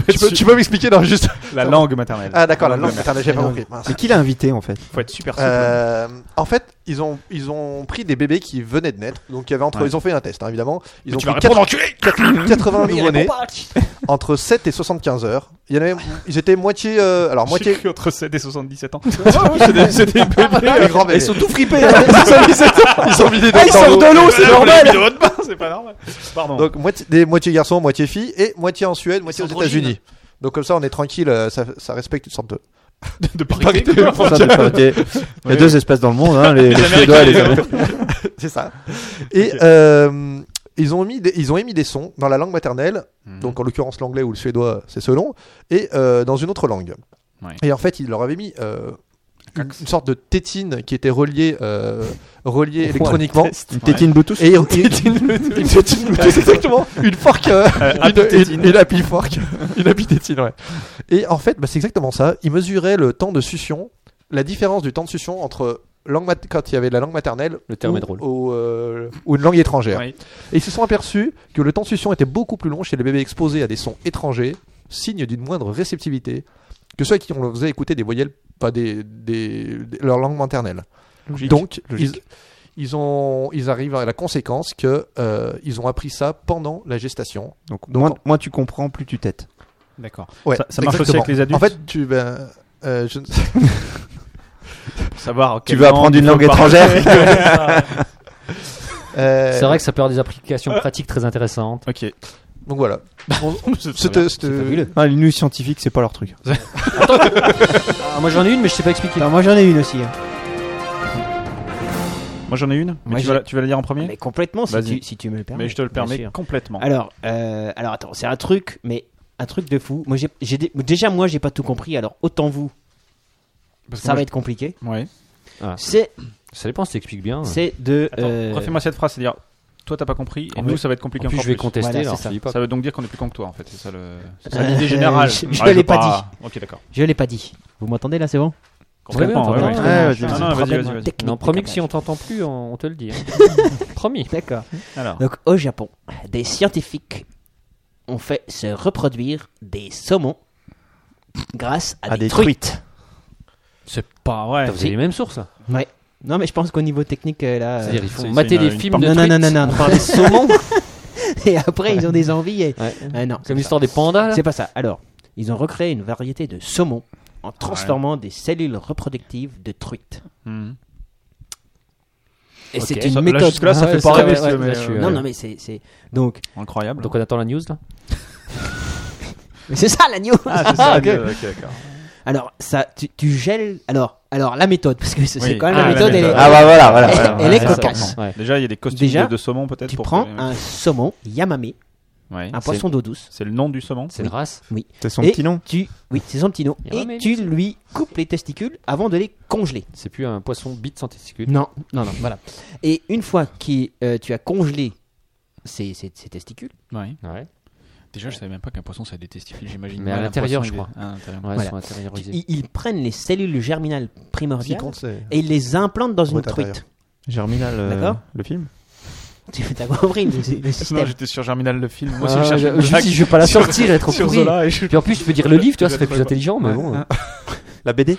Speaker 3: tu, peux, tu peux m'expliquer non juste.
Speaker 4: La langue maternelle.
Speaker 3: Ah d'accord, la
Speaker 4: Faut
Speaker 3: langue maternelle, j'ai pas compris. mince.
Speaker 6: Mais qui l'a invité, en fait
Speaker 4: être super souple.
Speaker 3: Euh, en fait, ils ont, ils ont pris des bébés qui venaient de naître, donc il y avait entre,
Speaker 4: Ouais.
Speaker 3: ils ont fait un test, hein, évidemment. Ils ont
Speaker 4: tu vas
Speaker 3: pris
Speaker 4: répondre, enculé
Speaker 3: 80 nouveau-nés entre 7 et 75 heures. Il y en avait, ils étaient moitié, euh, alors
Speaker 4: J'ai
Speaker 3: moitié,
Speaker 4: cru entre 7 et 77 ans. c'est des, c'est des bébés.
Speaker 3: les grands bébés.
Speaker 1: tout fripés
Speaker 3: Ils ont mis
Speaker 6: Ah,
Speaker 3: des doigts dans l'eau.
Speaker 1: l'eau, c'est
Speaker 4: Les bébés de haute main, c'est pas normal. Pardon.
Speaker 3: Donc moitié, des moitié garçons, moitié filles et moitié en Suède, moitié aux États-Unis. Donc comme ça on est tranquille, euh, ça, ça respecte une sorte de.
Speaker 4: de parité. quoi.
Speaker 6: Ça, c'est pas- Il y a deux espèces dans le monde, hein, les, les Suédois et les Américains.
Speaker 3: C'est ça. Et euh, ils ont mis, des- ils ont émis des sons dans la langue maternelle,
Speaker 4: Mhm.
Speaker 3: donc en l'occurrence l'anglais ou le suédois, c'est selon, et euh, dans une autre langue.
Speaker 4: Ouais.
Speaker 3: Et en fait ils leur avaient mis. euh, une une sorte de tétine qui était reliée, euh, reliée électroniquement.
Speaker 6: Une tétine Bluetooth.
Speaker 3: Et, et- une tétine Bluetooth, exactement. Une fork, euh, une, une, une happy fork, une happy tétine, ouais. Et en fait, bah, c'est exactement ça. Ils mesuraient le temps de succion, la différence du temps de succion entre langue mat- quand il y avait de la langue maternelle
Speaker 1: Le terme
Speaker 3: ou,
Speaker 1: est drôle.
Speaker 3: au, euh, ou une langue étrangère.
Speaker 4: Oui.
Speaker 3: Et ils se sont aperçus que le temps de succion était beaucoup plus long chez les bébés exposés à des sons étrangers, signe d'une moindre réceptivité, que ceux à qui on leur faisait écouter des voyelles, pas des, des- des- leur langue maternelle. Donc, ils, ils ont, ils arrivent à la conséquence que euh, ils ont appris ça pendant la gestation.
Speaker 6: Donc,
Speaker 3: Donc,
Speaker 6: moins,
Speaker 3: en-
Speaker 6: moins tu comprends, plus tu têtes.
Speaker 4: D'accord.
Speaker 3: Ouais,
Speaker 4: Ça- ça marche aussi
Speaker 3: exactement.
Speaker 4: avec les adultes
Speaker 3: En fait, tu ben, euh, je ne-
Speaker 4: Pour savoir.
Speaker 6: Tu veux apprendre une langue
Speaker 4: étrangère
Speaker 3: euh,
Speaker 1: C'est vrai que ça peut avoir des applications pratiques très intéressantes.
Speaker 4: Ok.
Speaker 3: Donc voilà. On-
Speaker 4: C'est très
Speaker 3: c'était- c'était-
Speaker 6: Ah, les news scientifiques, c'est pas leur truc.
Speaker 1: Ah, moi j'en ai une, mais je sais pas expliquer.
Speaker 5: Moi j'en ai une aussi.
Speaker 4: Moi j'en ai une. Mais
Speaker 5: Moi,
Speaker 4: tu, vas
Speaker 5: j'ai-
Speaker 4: la, tu vas la lire en premier
Speaker 5: Mais complètement, si
Speaker 4: Vas-y.
Speaker 5: tu, si tu me le permets.
Speaker 4: Mais je te le
Speaker 5: bien
Speaker 4: permets
Speaker 5: sûr.
Speaker 4: complètement.
Speaker 5: Alors, euh, alors attends, c'est un truc, mais un truc de fou. Moi, j'ai, j'ai dé- déjà moi, j'ai pas tout compris. Alors autant vous,
Speaker 4: Parce que
Speaker 5: ça
Speaker 4: moi,
Speaker 5: va être compliqué.
Speaker 4: Ouais.
Speaker 5: C'est,
Speaker 1: Ça dépend si t'expliques bien.
Speaker 5: c'est de.
Speaker 4: Attends,
Speaker 5: euh,
Speaker 4: Refais-moi cette phrase, c'est-à-dire, toi t'as pas compris, et
Speaker 1: En
Speaker 4: nous
Speaker 1: plus-
Speaker 4: ça va être compliqué
Speaker 1: En plus,
Speaker 4: encore
Speaker 1: je vais
Speaker 4: plus.
Speaker 1: contester,
Speaker 5: Voilà,
Speaker 1: alors
Speaker 5: c'est ça.
Speaker 1: je dis pas.
Speaker 4: Ça veut donc dire qu'on est plus con que toi en fait, c'est ça le. C'est ça
Speaker 5: Euh,
Speaker 4: l'idée générale.
Speaker 5: je-
Speaker 4: Ah,
Speaker 5: je l'ai pas
Speaker 4: dit. Ok, d'accord.
Speaker 5: je l'ai pas dit. Vous m'entendez là, c'est bon
Speaker 4: Complètement,
Speaker 1: Ouais,
Speaker 4: ouais,
Speaker 1: ouais,
Speaker 4: ouais.
Speaker 1: ouais.
Speaker 6: Ouais, vas-y,
Speaker 4: Non,
Speaker 6: vas-y.
Speaker 4: non, vas-y,
Speaker 5: Problème
Speaker 4: vas-y, vas-y.
Speaker 5: technique
Speaker 1: Non, promis
Speaker 5: de
Speaker 1: que si on t'entend plus, on, on te le dit. hein. promis.
Speaker 5: D'accord.
Speaker 4: Alors,
Speaker 5: Donc au Japon, des scientifiques ont fait se reproduire des saumons grâce à,
Speaker 6: À
Speaker 5: des,
Speaker 6: des
Speaker 5: truites.
Speaker 6: truites.
Speaker 1: C'est
Speaker 4: pas vrai.
Speaker 1: T'as
Speaker 5: si.
Speaker 1: les mêmes sources. hein.
Speaker 5: Ouais. Non, mais je pense qu'au niveau technique euh, là. euh,
Speaker 1: C'est-à-dire, ils
Speaker 4: Euh, c'est-
Speaker 1: font
Speaker 4: c'est
Speaker 1: mater
Speaker 4: une-
Speaker 1: des
Speaker 4: une
Speaker 1: films
Speaker 5: non,
Speaker 1: de
Speaker 5: non, non,
Speaker 1: truites.
Speaker 5: non, non,
Speaker 1: On parle des saumons.
Speaker 5: et après ils ont des envies. Et...
Speaker 1: Ouais.
Speaker 5: Euh, non, c'est
Speaker 1: Comme
Speaker 5: pas
Speaker 1: l'histoire des pandas, là.
Speaker 5: C'est pas ça. Alors, ils ont recréé une variété de saumon en transformant des cellules reproductives de truites.
Speaker 4: Hmm.
Speaker 5: Et
Speaker 1: Ok.
Speaker 5: c'est une
Speaker 4: Ça- là,
Speaker 5: méthode.
Speaker 4: jusque-là, ça
Speaker 1: Ah, Ouais,
Speaker 4: fait
Speaker 1: c'est
Speaker 4: pas
Speaker 1: vrai,
Speaker 4: rêver,
Speaker 1: ouais,
Speaker 4: ce-
Speaker 1: ouais,
Speaker 4: mais,
Speaker 1: je suis,
Speaker 4: euh,
Speaker 1: euh,
Speaker 5: Non, non, mais c'est c'est- donc
Speaker 4: Incroyable.
Speaker 1: Donc on attend la news, là.
Speaker 5: mais c'est ça l'agneau.
Speaker 4: Ah, c'est ça,
Speaker 5: Ok.
Speaker 4: le- ok, d'accord.
Speaker 5: Alors ça, tu, tu gèles. Alors, alors la méthode parce que c'est
Speaker 4: Oui.
Speaker 5: c'est quand même
Speaker 4: Ah,
Speaker 5: la
Speaker 4: la
Speaker 5: méthode. elle est-
Speaker 4: méthode.
Speaker 6: Ah bah voilà, voilà.
Speaker 5: Elle-
Speaker 6: voilà,
Speaker 5: elle
Speaker 6: voilà,
Speaker 5: est
Speaker 6: c'est
Speaker 5: cocasse.
Speaker 6: important.
Speaker 1: Ouais.
Speaker 4: Déjà, il y a des costumes
Speaker 5: Déjà,
Speaker 4: de, de saumon peut-être
Speaker 5: Tu
Speaker 4: pour
Speaker 5: prends
Speaker 4: que-
Speaker 5: un saumon yamamé,
Speaker 4: Ouais.
Speaker 5: un poisson d'eau douce.
Speaker 4: C'est le nom du saumon
Speaker 1: C'est une race.
Speaker 6: C'est son
Speaker 5: Et
Speaker 6: petit nom.
Speaker 5: Tu, oui, c'est son petit nom. Et
Speaker 1: Yamamé.
Speaker 5: tu lui coupes les testicules avant de les congeler.
Speaker 1: C'est plus un poisson bite sans testicule.
Speaker 5: Non, non, non, voilà. Et une fois que euh, tu as congelé ces, ces- ces testicules,
Speaker 8: Ouais.
Speaker 1: Ouais.
Speaker 8: Déjà, je savais même pas qu'un poisson ça a des testicules, j'imagine.
Speaker 1: Mais à
Speaker 8: mal un
Speaker 1: l'intérieur,
Speaker 8: poisson,
Speaker 1: je
Speaker 8: il est-
Speaker 1: crois.
Speaker 8: Ah, à l'intérieur.
Speaker 1: Ouais,
Speaker 5: Voilà.
Speaker 1: ils sont
Speaker 5: tu-
Speaker 1: intériorisés.
Speaker 5: ils, ils prennent les cellules germinales
Speaker 3: Ce qui
Speaker 5: primordiales
Speaker 3: compte, c'est.
Speaker 5: et ils les implantent dans
Speaker 3: Ouais,
Speaker 5: une
Speaker 3: t'as
Speaker 5: truite.
Speaker 6: Germinal, euh,
Speaker 5: D'accord.
Speaker 6: le film.
Speaker 5: Tu as compris le, le
Speaker 4: Non,
Speaker 5: système
Speaker 4: j'étais sur Germinal le film. Moi
Speaker 1: Ah,
Speaker 4: aussi, je cherchais
Speaker 1: je-
Speaker 4: une
Speaker 1: je-
Speaker 4: blague
Speaker 1: si je vais pas la
Speaker 4: sur-
Speaker 1: sortir, elle est trop
Speaker 4: sur
Speaker 1: pourrie.
Speaker 4: Zola et je-
Speaker 1: Puis en plus, je peux dire le livre, tu vois, ce serait
Speaker 4: Je
Speaker 1: plus
Speaker 4: la trouvais
Speaker 1: intelligent, mais
Speaker 4: Ah.
Speaker 1: bon. euh.
Speaker 6: euh, La BD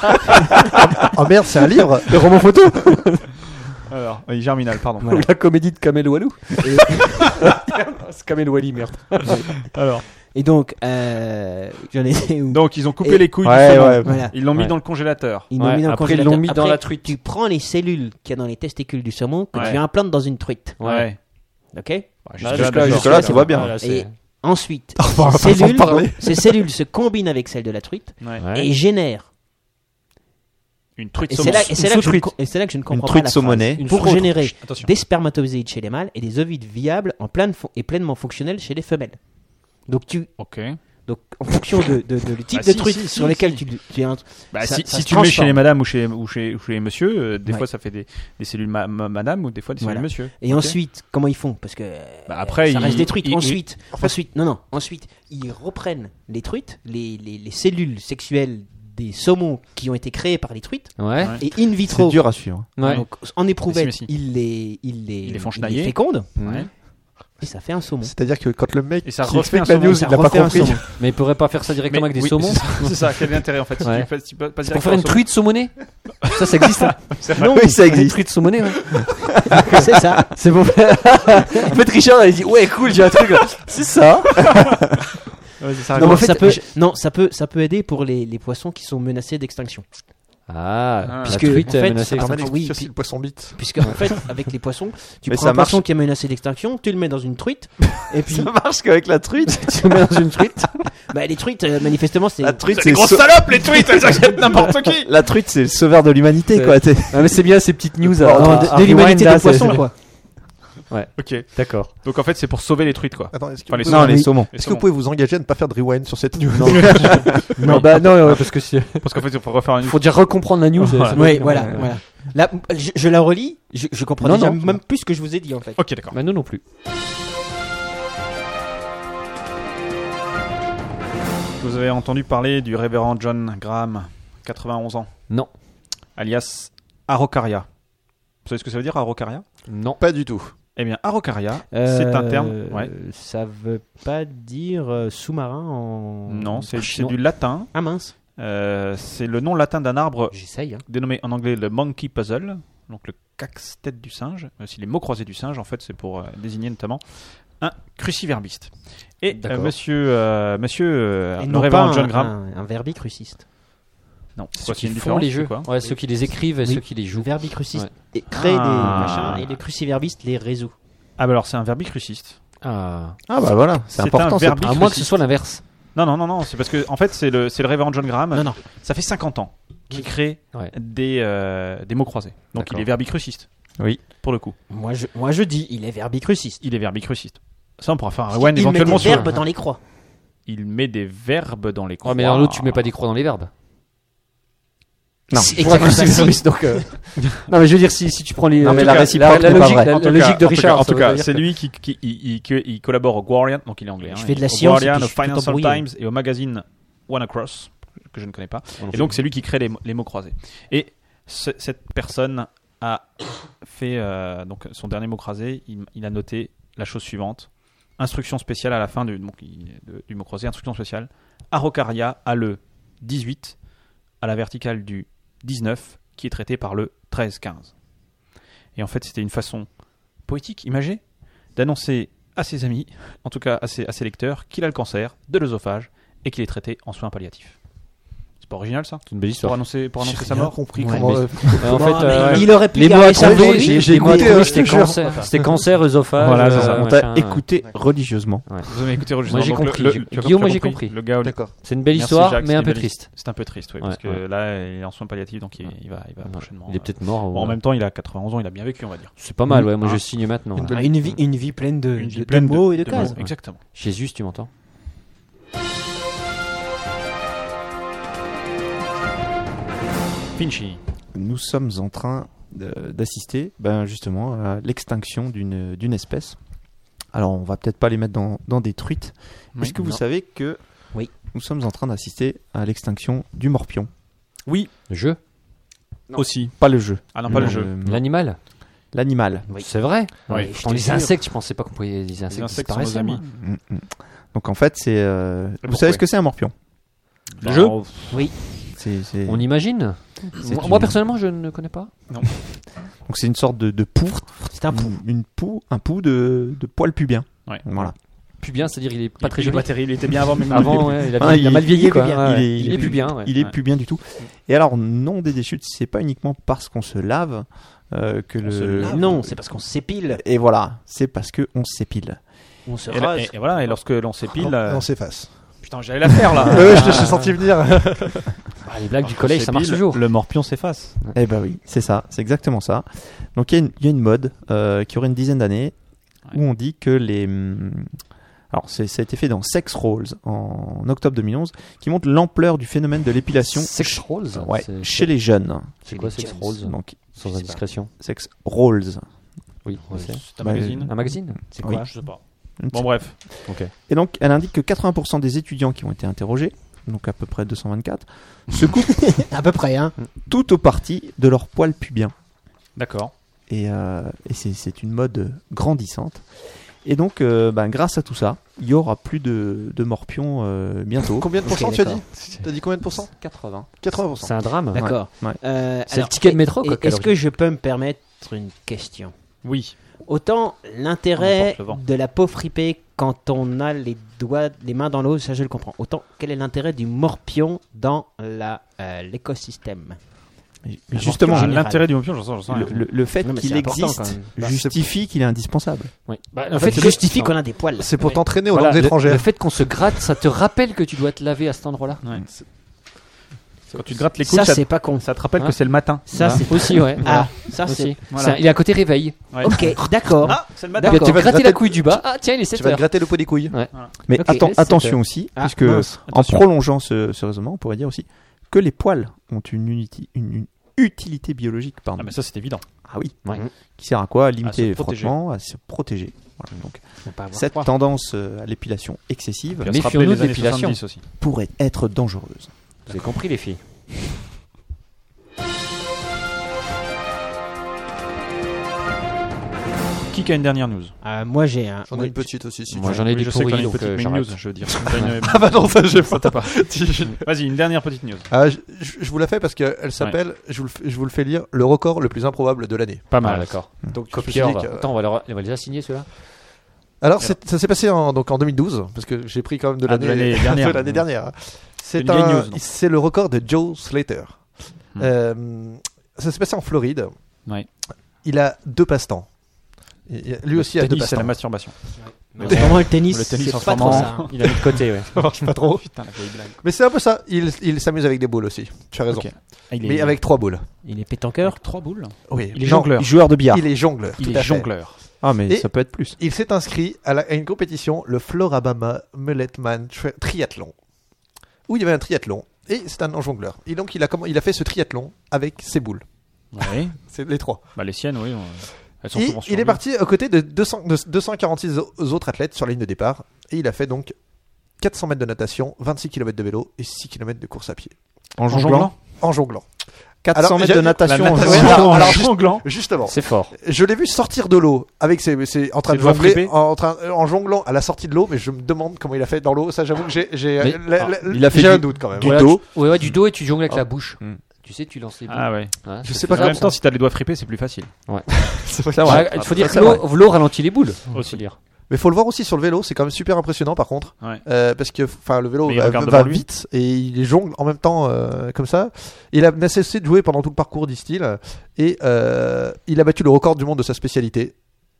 Speaker 3: Ah merde, c'est un livre
Speaker 1: Le roman photo
Speaker 4: Alors, oui, Germinal, pardon.
Speaker 1: Ou la comédie de Kamel Walou C'est Kamel Wally, merde.
Speaker 4: Alors,
Speaker 5: Et donc, euh, j'en étais où
Speaker 4: donc, ils ont coupé
Speaker 5: Et-
Speaker 4: les couilles
Speaker 6: Ouais,
Speaker 4: du saumon.
Speaker 6: ouais.
Speaker 5: Voilà.
Speaker 4: Ils l'ont mis
Speaker 1: Ouais.
Speaker 4: dans le congélateur.
Speaker 5: Ils l'ont
Speaker 1: Ouais,
Speaker 5: mis dans le
Speaker 1: après, ils l'ont
Speaker 5: congélateur.
Speaker 1: mis dans
Speaker 5: Après,
Speaker 1: la truite.
Speaker 5: Tu prends les cellules qu'il y a dans les testicules du saumon que
Speaker 4: Ouais.
Speaker 5: tu implantes dans une truite.
Speaker 4: Ouais. Bah,
Speaker 5: Ok
Speaker 1: Jusque-là,
Speaker 4: jusque-là,
Speaker 1: d'accord.
Speaker 4: d'accord.
Speaker 6: jusque-là, ça va bien.
Speaker 1: Voilà, Ah, c'est-
Speaker 5: Et ensuite,
Speaker 3: Enfin,
Speaker 5: ces,
Speaker 3: on va pas en
Speaker 5: cellules,
Speaker 3: parler.
Speaker 5: ces cellules se combinent avec celles de la truite
Speaker 4: Ouais.
Speaker 1: Ouais.
Speaker 5: et génèrent.
Speaker 4: Une truite
Speaker 5: Et c'est
Speaker 4: saumon.
Speaker 5: là, et c'est
Speaker 1: Une
Speaker 5: là que je ne
Speaker 1: sous-truite.
Speaker 5: co- et c'est là que je ne
Speaker 6: Une
Speaker 5: comprends pas.
Speaker 6: truite
Speaker 5: la
Speaker 6: saumonée.
Speaker 5: phrase.
Speaker 1: Une
Speaker 5: Pour
Speaker 1: sous-truite.
Speaker 5: générer
Speaker 1: Chut, attention.
Speaker 5: des spermatozoïdes chez les mâles et des ovides viables en pleine fo- et pleinement fonctionnels chez les femelles. Donc, tu,
Speaker 8: Ok.
Speaker 5: donc en fonction de, de- de- du type
Speaker 1: Ah,
Speaker 4: Bah,
Speaker 5: de
Speaker 4: si,
Speaker 5: truite
Speaker 4: si, si,
Speaker 5: sur lesquels tu, tu es un-
Speaker 4: Bah,
Speaker 5: Ça-
Speaker 4: si
Speaker 5: ça
Speaker 4: si
Speaker 5: se
Speaker 4: tu le mets chez
Speaker 5: transforme.
Speaker 4: les madames ou chez, ou chez, ou chez les messieurs, euh, des
Speaker 5: Ouais.
Speaker 4: fois ça fait des, des cellules ma- ma- madame ou des fois des cellules
Speaker 5: Voilà.
Speaker 4: monsieur.
Speaker 5: Et ensuite, comment ils font Parce que euh,
Speaker 4: Bah, après,
Speaker 5: ça
Speaker 4: ils-
Speaker 5: reste des truites.
Speaker 4: ils-
Speaker 5: ensuite, ensuite, non, non. Ensuite, ils reprennent les truites, les, les, les cellules sexuelles des saumons qui ont été créées par les truites,
Speaker 1: Ouais.
Speaker 4: Ouais.
Speaker 5: et in
Speaker 6: C'est
Speaker 5: vitro,
Speaker 6: dur à suivre.
Speaker 1: Ouais.
Speaker 5: donc, en éprouvette,
Speaker 4: Merci, merci.
Speaker 5: ils les, ils les,
Speaker 4: Ils les font
Speaker 5: ils
Speaker 4: chenailler.
Speaker 5: fécondent,
Speaker 4: Ouais.
Speaker 5: et ça fait un saumon.
Speaker 3: C'est-à-dire que quand le mec
Speaker 4: Et ça
Speaker 3: qui
Speaker 4: refait
Speaker 3: explique
Speaker 4: un
Speaker 3: la news,
Speaker 4: saumon,
Speaker 3: il n'a pas
Speaker 5: refait un
Speaker 3: compris.
Speaker 5: saumon.
Speaker 1: Mais il peut pas faire ça directement avec des
Speaker 4: oui,
Speaker 1: saumons
Speaker 4: c'est ça- C'est ça, quel est l'intérêt en fait si
Speaker 1: Ouais.
Speaker 4: tu fais- si tu passes
Speaker 1: Pour
Speaker 4: directement
Speaker 1: faire
Speaker 4: au
Speaker 1: une
Speaker 4: saumon.
Speaker 1: truite saumonée Ça, ça existe. hein.
Speaker 6: Non, oui, ça
Speaker 1: Une
Speaker 6: existe.
Speaker 1: truite saumonée, ouais.
Speaker 5: c'est ça.
Speaker 1: C'est bon. en fait, Richard, il dit Ouais, cool, j'ai un truc. là. C'est ça.
Speaker 4: Ouais, c'est ça.
Speaker 5: Non,
Speaker 1: mais
Speaker 5: en fait,
Speaker 1: ça peut-
Speaker 5: je- non, ça peut, ça peut aider pour les, les poissons qui sont menacés d'extinction.
Speaker 1: Ah,
Speaker 5: Puisque,
Speaker 1: la truite
Speaker 5: en fait,
Speaker 1: est menacée.
Speaker 5: ça-
Speaker 3: Normal,
Speaker 5: oui,
Speaker 3: explique
Speaker 5: puis-
Speaker 3: si le poisson bite.
Speaker 5: Puisque en fait, avec les poissons, tu
Speaker 6: Mais
Speaker 5: prends
Speaker 6: ça
Speaker 5: un poisson
Speaker 6: marche.
Speaker 5: qui est menacé d'extinction, tu le mets dans une truite, et puis
Speaker 6: Ça marche qu'avec la truite.
Speaker 1: Tu mets dans une truite.
Speaker 5: bah, les truites, euh, manifestement, c'est
Speaker 6: La truite,
Speaker 4: C'est
Speaker 6: c'est
Speaker 4: des
Speaker 6: le
Speaker 4: grosses
Speaker 6: sau-
Speaker 4: salopes les tweets, elles acceptent n'importe qui
Speaker 6: la truite, c'est le sauveur de l'humanité,
Speaker 1: Euh,
Speaker 6: quoi. t'es-
Speaker 1: Ah, mais c'est bien ces petites news.
Speaker 5: Non, de- de l'humanité des poissons, quoi.
Speaker 4: Ok,
Speaker 1: D'accord.
Speaker 4: donc en fait c'est pour sauver les truites quoi.
Speaker 3: Attends, est-ce que,
Speaker 4: Enfin, les
Speaker 3: vous,
Speaker 4: saumons.
Speaker 6: Non, les saumons.
Speaker 4: Les
Speaker 3: est-ce que vous
Speaker 4: saumons.
Speaker 3: pouvez vous engager à ne pas faire de rewind sur cette news
Speaker 1: Non, bah non, ouais, parce que si-
Speaker 4: Parce qu'en fait il faut refaire une
Speaker 1: faut déjà recomprendre la news.
Speaker 4: Voilà.
Speaker 1: ça doit
Speaker 5: Oui,
Speaker 1: être-
Speaker 5: voilà,
Speaker 1: ouais.
Speaker 5: voilà. Là, je, je la relis, je, je comprends
Speaker 1: Non,
Speaker 5: déjà
Speaker 1: non.
Speaker 5: même plus ce que je vous ai dit en fait.
Speaker 4: Ok, d'accord.
Speaker 1: Bah, nous non plus.
Speaker 4: Vous avez entendu parler du révérend John Graham, 91 ans.
Speaker 1: Non.
Speaker 4: alias Araucaria. Vous savez ce que ça veut dire, Araucaria
Speaker 1: Non.
Speaker 3: Pas du tout.
Speaker 4: Eh bien, Araucaria,
Speaker 5: Euh,
Speaker 4: c'est un terme. Ouais.
Speaker 5: Ça veut pas dire euh, sous-marin en.
Speaker 4: Non, c'est
Speaker 5: en
Speaker 4: c'est
Speaker 5: chinois.
Speaker 4: du latin.
Speaker 5: Ah mince,
Speaker 4: Euh, c'est le nom latin d'un arbre
Speaker 5: j'essaye. hein.
Speaker 4: dénommé en anglais le monkey puzzle, donc le caxe-tête du singe. Euh, si les mots croisés du singe, en fait, c'est pour euh, désigner notamment un cruciverbiste. Et euh,
Speaker 1: D'accord.
Speaker 4: monsieur, euh, monsieur euh,
Speaker 5: Et
Speaker 4: le
Speaker 5: non
Speaker 4: révérend
Speaker 5: pas
Speaker 4: John
Speaker 5: un-
Speaker 4: Graham,
Speaker 5: Un, un verbicruciste.
Speaker 4: non, c'est
Speaker 1: Ceux
Speaker 4: quoi,
Speaker 1: qui
Speaker 4: c'est une
Speaker 1: font
Speaker 4: différence,
Speaker 1: les
Speaker 4: c'est
Speaker 1: jeux.
Speaker 4: quoi
Speaker 1: Ouais, ceux qui les écrivent et
Speaker 5: Oui.
Speaker 1: ceux qui les
Speaker 5: Le
Speaker 1: jouent.
Speaker 5: verbicruciste
Speaker 1: Ouais.
Speaker 5: et crée
Speaker 4: Ah.
Speaker 5: des machins et les cruciverbistes les résout.
Speaker 4: Ah, bah alors c'est un verbicruciste.
Speaker 1: Ah.
Speaker 6: Ah bah voilà, c'est
Speaker 4: C'est
Speaker 6: important.
Speaker 4: un
Speaker 6: c'est-
Speaker 4: verbi-
Speaker 1: À moins que ce soit l'inverse.
Speaker 4: Non, non, non, non, c'est parce que en fait, c'est le, c'est le révérend John Graham.
Speaker 5: Non, non.
Speaker 4: Ça fait 50 ans qu'il crée
Speaker 1: Ouais.
Speaker 4: des, euh, des mots croisés. Donc
Speaker 1: D'accord.
Speaker 4: il est verbicruciste.
Speaker 6: Oui.
Speaker 4: Pour le coup,
Speaker 5: Moi je, moi je dis, il est verbicruciste.
Speaker 4: il est verbicruciste. Ça, on pourra faire un
Speaker 5: Parce
Speaker 4: rewind
Speaker 5: qu'il met
Speaker 4: éventuellement
Speaker 5: des
Speaker 4: sur.
Speaker 5: verbes dans les croix.
Speaker 4: Il met des verbes dans les croix.
Speaker 1: Ouais, Ah, mais alors l'autre, tu mets pas des croix dans les verbes.
Speaker 6: Non.
Speaker 1: Si, exactement,
Speaker 5: Pour un
Speaker 1: si. donc. euh, non, mais je veux dire, si, si tu prends les.
Speaker 6: Non, mais la
Speaker 1: tout cas,
Speaker 6: réciproque
Speaker 1: la
Speaker 6: n'est pas
Speaker 1: logique,
Speaker 6: vraie.
Speaker 1: la-
Speaker 4: En
Speaker 1: la
Speaker 4: tout cas-
Speaker 1: logique de
Speaker 4: en tout cas-
Speaker 1: Richard.
Speaker 4: En
Speaker 1: ça
Speaker 4: tout
Speaker 1: veut
Speaker 4: cas,
Speaker 1: dire
Speaker 4: c'est
Speaker 1: que-
Speaker 4: lui qui, qui- il- il- qui- il collabore au Guardian, donc il est anglais.
Speaker 5: Je
Speaker 4: hein,
Speaker 5: fais de la
Speaker 4: au
Speaker 5: science et
Speaker 4: Guardian,
Speaker 5: puis
Speaker 4: au
Speaker 5: je suis tout
Speaker 4: Financial
Speaker 5: embrouillé.
Speaker 4: Times et au magazine One Across, que je ne connais pas. Et donc c'est lui qui crée les, mo- les mots croisés. Et ce- cette personne a fait euh, donc son dernier mot croisé. Il, il a noté la chose suivante instruction spéciale à la fin du, donc, il- de- du mot croisé. Instruction spéciale. Araucaria a le 18 à la verticale du 19 qui est traité par le 13-15. Et en fait, c'était une façon poétique, imagée, d'annoncer à ses amis, en tout cas à ses, à ses lecteurs, qu'il a le cancer de l'œsophage et qu'il est traité en soins palliatifs. C'est pas original ça
Speaker 6: C'est une belle
Speaker 4: Pour
Speaker 6: histoire.
Speaker 4: annoncer, pour annoncer
Speaker 3: J'ai
Speaker 4: sa
Speaker 3: rien
Speaker 4: mort
Speaker 3: compris
Speaker 5: Ouais,
Speaker 3: comment.
Speaker 1: mais-
Speaker 3: euh,
Speaker 1: Euh, En fait,
Speaker 5: Ah,
Speaker 1: euh,
Speaker 5: mais il aurait pu
Speaker 1: les mots à
Speaker 5: garder sa
Speaker 1: trouver,
Speaker 5: vie.
Speaker 1: j'ai-
Speaker 3: j'ai
Speaker 1: les mots à
Speaker 3: écouté,
Speaker 1: trouver,
Speaker 3: euh,
Speaker 1: c'était
Speaker 3: je te jure.
Speaker 1: cancer, c'était cancer, œsophage.
Speaker 4: Voilà, c'est ça.
Speaker 1: euh,
Speaker 6: On t'a
Speaker 1: machin,
Speaker 6: écouté religieusement.
Speaker 4: Vous avez écouté
Speaker 1: Moi, j'ai
Speaker 4: donc, le-
Speaker 1: compris,
Speaker 4: le-
Speaker 1: j'ai-
Speaker 4: tu as- tu as
Speaker 1: Guillaume, moi, j'ai compris.
Speaker 4: Le gars,
Speaker 3: D'accord.
Speaker 1: ouais. C'est une belle
Speaker 4: Merci,
Speaker 1: histoire,
Speaker 4: Jacques,
Speaker 1: mais un
Speaker 4: c'est
Speaker 1: peu
Speaker 4: une belle-
Speaker 1: triste.
Speaker 4: c'est un peu triste, oui,
Speaker 1: Ouais,
Speaker 4: parce que
Speaker 1: ouais.
Speaker 4: là, il est en soins palliatifs, donc il, il va, il va
Speaker 1: Ouais.
Speaker 4: prochainement.
Speaker 1: Il est
Speaker 4: euh,
Speaker 1: peut-être mort.
Speaker 4: bon,
Speaker 1: ouais.
Speaker 4: en même temps, il a 91 ans, il a bien vécu, on va dire.
Speaker 1: C'est pas mal, ouais. Moi,
Speaker 4: Ah.
Speaker 1: je signe maintenant. hein.
Speaker 3: Une
Speaker 1: ouais.
Speaker 3: belle-
Speaker 5: Ah, une vie, une vie pleine
Speaker 1: Euh,
Speaker 5: de,
Speaker 4: Une vie
Speaker 5: de- de
Speaker 4: pleine de-
Speaker 5: mots et de,
Speaker 4: de
Speaker 5: cases.
Speaker 4: mots, Exactement.
Speaker 1: Jésus, tu m'entends
Speaker 4: Finchy.
Speaker 6: Nous sommes en train de- d'assister, ben justement, à l'extinction d'une d'une espèce. Alors, on va peut-être pas les mettre dans, dans des truites. Est-ce que vous savez que
Speaker 5: Oui.
Speaker 6: nous sommes en train d'assister à l'extinction du morpion
Speaker 4: Oui,
Speaker 1: Je
Speaker 4: Mm. aussi.
Speaker 6: Pas le jeu.
Speaker 4: Ah non,
Speaker 1: Euh,
Speaker 4: pas le jeu.
Speaker 1: L'animal
Speaker 6: L'animal.
Speaker 5: Oui.
Speaker 1: C'est vrai
Speaker 4: Oui,
Speaker 1: Dans
Speaker 5: je te
Speaker 1: les
Speaker 5: jure.
Speaker 1: insectes, je pensais pas qu'on pouvait. Les
Speaker 4: Les
Speaker 1: insectes
Speaker 4: insectes sont nos
Speaker 1: disparaissaient.
Speaker 4: amis.
Speaker 1: moi.
Speaker 6: Mm, mm. Donc en fait, c'est. euh, Vous
Speaker 4: pourquoi
Speaker 6: savez ce que c'est un morpion
Speaker 4: Le
Speaker 1: jeu
Speaker 6: C'est- c'est-
Speaker 1: On imagine
Speaker 6: C'est
Speaker 1: Moi, moi,
Speaker 6: une-
Speaker 1: personnellement, je ne connais pas.
Speaker 6: Donc c'est une sorte de, de pou,
Speaker 5: C'est un pou.
Speaker 6: une- une pou, un pou de, de poil pubien.
Speaker 4: Ouais.
Speaker 6: Voilà.
Speaker 1: Plus bien, c'est-à-dire, il est pas
Speaker 4: Il-
Speaker 1: très
Speaker 4: il est
Speaker 1: joli.
Speaker 4: pas terrible, il était bien avant, mais
Speaker 1: Avant, ouais, il, a,
Speaker 6: Ah,
Speaker 1: il a
Speaker 6: il-
Speaker 1: mal
Speaker 6: il
Speaker 1: vieilli,
Speaker 6: est
Speaker 1: quoi. Ouais,
Speaker 6: pubien. Il est- il est
Speaker 1: plus bien, ouais.
Speaker 6: Il est
Speaker 4: Ouais.
Speaker 6: pubien du tout. Et alors non des déchutes, c'est pas uniquement parce qu'on se lave euh, que le.
Speaker 4: se lave.
Speaker 5: Non, c'est parce qu'on s'épile,
Speaker 6: Et voilà, c'est parce que on s'épile.
Speaker 5: on se
Speaker 4: Et,
Speaker 5: rase.
Speaker 4: et- et voilà, et lorsque l'on s'épile.
Speaker 3: on-
Speaker 4: euh,
Speaker 3: On s'efface.
Speaker 4: Putain, j'allais la faire là
Speaker 3: Ouais, ouais, je t'ai senti venir.
Speaker 1: Euh, Ah, les blagues du collège, ça marche toujours.
Speaker 4: Le morpion s'efface.
Speaker 6: Eh ben oui, c'est ça, c'est exactement ça. Donc il y a une- il y, a une mode euh, qui aurait une dizaine d'années où on dit que les... hum, Alors c'est- ça a été fait dans Sex Rolls en octobre 2011 qui montre l'ampleur du phénomène de l'épilation
Speaker 1: Sex Rolls
Speaker 6: ouais,
Speaker 1: c'est-
Speaker 6: chez les jeunes.
Speaker 1: C'est quoi Sex Rolls
Speaker 6: Donc
Speaker 1: Sans indiscrétion.
Speaker 6: Sex Rolls.
Speaker 1: Oui, on sait.
Speaker 4: C'est un
Speaker 6: Bah,
Speaker 4: magazine.
Speaker 1: Un magazine
Speaker 6: C'est
Speaker 4: Quoi, Je sais pas. Bon, bref.
Speaker 6: Et donc elle indique que 80% des étudiants qui ont été interrogés, donc à peu près 224, se coupent
Speaker 5: à peu près, hein.
Speaker 6: tout au parti de leur poil pubien.
Speaker 4: D'accord.
Speaker 6: et, euh, et c'est- c'est une mode grandissante. Et donc, euh, ben, grâce à tout ça, il y aura plus de, de morpions euh, bientôt.
Speaker 3: Combien de
Speaker 6: Ok,
Speaker 3: pourcents tu as
Speaker 6: d'accord.
Speaker 3: dit T'as dit combien de pourcents
Speaker 6: 80.
Speaker 3: 80%.
Speaker 1: C'est un drame.
Speaker 5: D'accord.
Speaker 6: ouais.
Speaker 5: Euh,
Speaker 1: C'est le
Speaker 5: Bah, alors,
Speaker 1: ticket de métro,
Speaker 5: et-
Speaker 1: quoi.
Speaker 5: et- Est-ce que je peux me permettre une question
Speaker 4: Oui.
Speaker 5: Autant
Speaker 4: On
Speaker 5: l'intérêt
Speaker 4: emporte le vent.
Speaker 5: de la peau fripée quand on a les doigts, les mains dans l'eau, ça je le comprends. Autant quel est l'intérêt du morpion dans la, euh, l'écosystème
Speaker 6: Mais
Speaker 5: Un
Speaker 6: justement,
Speaker 5: morpion,
Speaker 6: l'in-
Speaker 4: L'intérêt du morpion, j'en sens, j'en sens
Speaker 6: le,
Speaker 4: rien.
Speaker 6: le- le fait
Speaker 5: Non, mais
Speaker 6: qu'il
Speaker 5: c'est important, quand
Speaker 6: existe
Speaker 5: même.
Speaker 3: Bah,
Speaker 6: justifie qu'il est indispensable.
Speaker 1: Oui.
Speaker 5: Bah, En fait, justifie qu'on a des poils.
Speaker 3: C'est pour t'entraîner aux
Speaker 1: Voilà,
Speaker 3: langues
Speaker 1: le- Le
Speaker 3: étrangères.
Speaker 1: fait qu'on se gratte, ça te rappelle que tu dois te laver à cet endroit-là
Speaker 4: Ouais. Quand tu te grattes les couilles,
Speaker 5: Ça,
Speaker 4: ça,
Speaker 5: c'est pas con.
Speaker 4: ça te rappelle
Speaker 1: Hein
Speaker 4: que c'est le matin.
Speaker 5: Ça, c'est
Speaker 1: Aussi, ouais.
Speaker 5: ah,
Speaker 1: voilà,
Speaker 5: ça c'est.
Speaker 1: aussi.
Speaker 4: Voilà.
Speaker 1: C'est un- Il est à côté réveil.
Speaker 4: Ouais.
Speaker 5: Ok, d'accord.
Speaker 4: Ah, c'est le matin.
Speaker 1: Tu vas te
Speaker 3: Tu
Speaker 5: D'accord.
Speaker 3: vas te
Speaker 1: gratter la
Speaker 3: gratter-
Speaker 1: couille du bas. Ah, tiens, il est 7
Speaker 3: Tu vas te
Speaker 1: heures.
Speaker 3: gratter le pot des couilles.
Speaker 6: Mais
Speaker 5: Ok,
Speaker 6: atten-
Speaker 5: c'est-
Speaker 6: attention aussi,
Speaker 5: Ah,
Speaker 6: puisque
Speaker 5: mince,
Speaker 6: en
Speaker 4: attention.
Speaker 6: prolongeant ce, ce raisonnement, on pourrait dire aussi que les poils ont une, uniti- une- une utilité biologique. Pardon.
Speaker 4: Ah, mais ça, c'est évident.
Speaker 6: Ah oui.
Speaker 1: Ouais.
Speaker 6: Qui sert à quoi À limiter
Speaker 4: se
Speaker 6: les
Speaker 4: protéger.
Speaker 6: frottements, à se protéger. Voilà. Donc,
Speaker 5: pas avoir
Speaker 6: cette
Speaker 5: froid.
Speaker 6: tendance euh, à l'épilation excessive
Speaker 4: Puis on se
Speaker 1: Bah, Méfions-nous
Speaker 4: rappelle les
Speaker 1: de
Speaker 4: années
Speaker 1: l'épilation.
Speaker 4: 70 aussi.
Speaker 6: pourrait être dangereuse.
Speaker 1: Vous avez compris, les filles
Speaker 4: Qui a une dernière news
Speaker 5: Euh, moi, j'ai un.
Speaker 3: J'en ai
Speaker 5: oui,
Speaker 3: une petite aussi. Si
Speaker 1: Moi
Speaker 3: tu
Speaker 1: j'en ai
Speaker 4: Oui,
Speaker 1: des
Speaker 4: Je sais que t'en as
Speaker 1: pourris
Speaker 4: une
Speaker 1: donc
Speaker 4: petite,
Speaker 1: euh,
Speaker 4: mais une news,
Speaker 1: j'arrête.
Speaker 4: je veux dire. T'as une-
Speaker 3: veux. Ah bah non, ça j'ai pas.
Speaker 4: pas. Vas-y, une dernière petite news.
Speaker 3: Ah, je, je- je vous la fais parce qu'elle s'appelle, je, vous le f- je vous le fais lire, le record le plus improbable de l'année.
Speaker 4: Pas
Speaker 1: Ah,
Speaker 4: mal.
Speaker 1: d'accord.
Speaker 3: Donc, je me suis
Speaker 1: Copieur.
Speaker 3: dit que-
Speaker 1: Attends, on va, leur... on va les assigner ceux-là.
Speaker 3: Alors, c'est- ça s'est passé en, donc en 2012, parce que j'ai pris quand même de
Speaker 4: Ah, de
Speaker 3: l'année
Speaker 4: l'année dernière. Hmm.
Speaker 3: de l'année dernière.
Speaker 4: une
Speaker 3: C'est
Speaker 4: vieille
Speaker 3: un-
Speaker 4: news, non
Speaker 3: c'est le record de Joe Slater.
Speaker 4: Hmm.
Speaker 3: Euh, ça s'est passé en Floride.
Speaker 4: Ouais.
Speaker 3: Il a deux passe-temps. Il- il-
Speaker 1: Bah,
Speaker 3: Lui aussi a deux
Speaker 4: Tennis, c'est la
Speaker 3: passe-temps.
Speaker 4: masturbation.
Speaker 5: mais en ce moment, le tennis,
Speaker 4: Le tennis, en
Speaker 5: c'est
Speaker 4: ce
Speaker 5: pas trop
Speaker 4: moment.
Speaker 5: ça. hein.
Speaker 1: Il a mis de côté, ouais.
Speaker 3: pas trop.
Speaker 4: Putain, la vieille blague.
Speaker 3: Mais c'est un peu ça. Il, il s'amuse avec des boules aussi. Tu as raison.
Speaker 4: Ok. Ah, il est-
Speaker 3: Mais avec trois boules.
Speaker 5: Il est pétanqueur.
Speaker 4: Trois boules.
Speaker 3: Oui.
Speaker 4: Il est
Speaker 3: Non,
Speaker 4: jongleur.
Speaker 6: Joueur de billard.
Speaker 3: Il est jongleur.
Speaker 4: Il
Speaker 3: tout
Speaker 4: est
Speaker 3: à fait.
Speaker 4: jongleur.
Speaker 6: Ah, mais
Speaker 3: Et-
Speaker 6: ça peut être plus.
Speaker 3: Il s'est inscrit à, la- à une compétition, le Florabama Mulletman Tri- Triathlon, où il y avait un triathlon. Et c'est un jongleur. Et donc, il a, comm- il a fait ce triathlon avec ses boules.
Speaker 4: Oui.
Speaker 3: C'est les trois.
Speaker 4: Bah, les siennes, oui. on- Elles sont
Speaker 3: Et
Speaker 4: souvent sur
Speaker 3: il est
Speaker 4: lui.
Speaker 3: parti aux côtés de, 200 de 246 au- autres athlètes sur la ligne de départ. Et il a fait donc 400 mètres de natation, 26 km de vélo et 6 km de course à pied.
Speaker 6: En
Speaker 4: En jonglant.
Speaker 3: En jonglant.
Speaker 6: 400
Speaker 3: Alors,
Speaker 6: mètres
Speaker 3: j'ai-
Speaker 6: de natation.
Speaker 4: la
Speaker 6: en
Speaker 3: natation.
Speaker 6: jonglant.
Speaker 3: alors,
Speaker 4: En
Speaker 3: juste-
Speaker 4: jonglant.
Speaker 3: Justement,
Speaker 1: C'est fort.
Speaker 3: je l'ai vu sortir de l'eau avec ses, ses- en train
Speaker 4: Ses
Speaker 3: de
Speaker 4: doigts
Speaker 3: jongler,
Speaker 4: fripés
Speaker 3: en, en train, euh, en jonglant à la sortie de l'eau, mais je me demande comment il a fait dans l'eau. Ça, j'avoue que j'ai, j'ai,
Speaker 1: Mais-
Speaker 3: euh, la-
Speaker 1: ah,
Speaker 3: la-
Speaker 6: il a fait
Speaker 3: j'ai
Speaker 6: du-
Speaker 3: un doute quand même.
Speaker 6: du
Speaker 1: Voilà,
Speaker 6: dos.
Speaker 1: tu- Ouais, ouais, du dos et tu jongles avec la bouche.
Speaker 6: Mm.
Speaker 1: Tu sais, tu lances les boules.
Speaker 4: Ah ouais.
Speaker 1: Voilà,
Speaker 3: Je
Speaker 1: ça
Speaker 3: sais
Speaker 1: fait
Speaker 3: pas
Speaker 4: En
Speaker 1: ça.
Speaker 4: même temps, si t'as les doigts fripés, c'est plus facile.
Speaker 1: Ah, voilà, Il faut dire que l'eau- l'eau ralentit les boules.
Speaker 4: Aussi.
Speaker 1: faut dire.
Speaker 3: Mais faut le voir aussi sur le vélo, c'est quand même super impressionnant par contre,
Speaker 4: Ouais.
Speaker 3: Euh, parce que enfin le vélo
Speaker 4: Mais il
Speaker 3: va,
Speaker 4: regarde
Speaker 3: va
Speaker 4: devant lui.
Speaker 3: vite et il jongle en même temps euh, comme ça. Il a nécessité de jouer pendant tout le parcours, disent-ils, et euh, il a battu le record du monde de sa spécialité,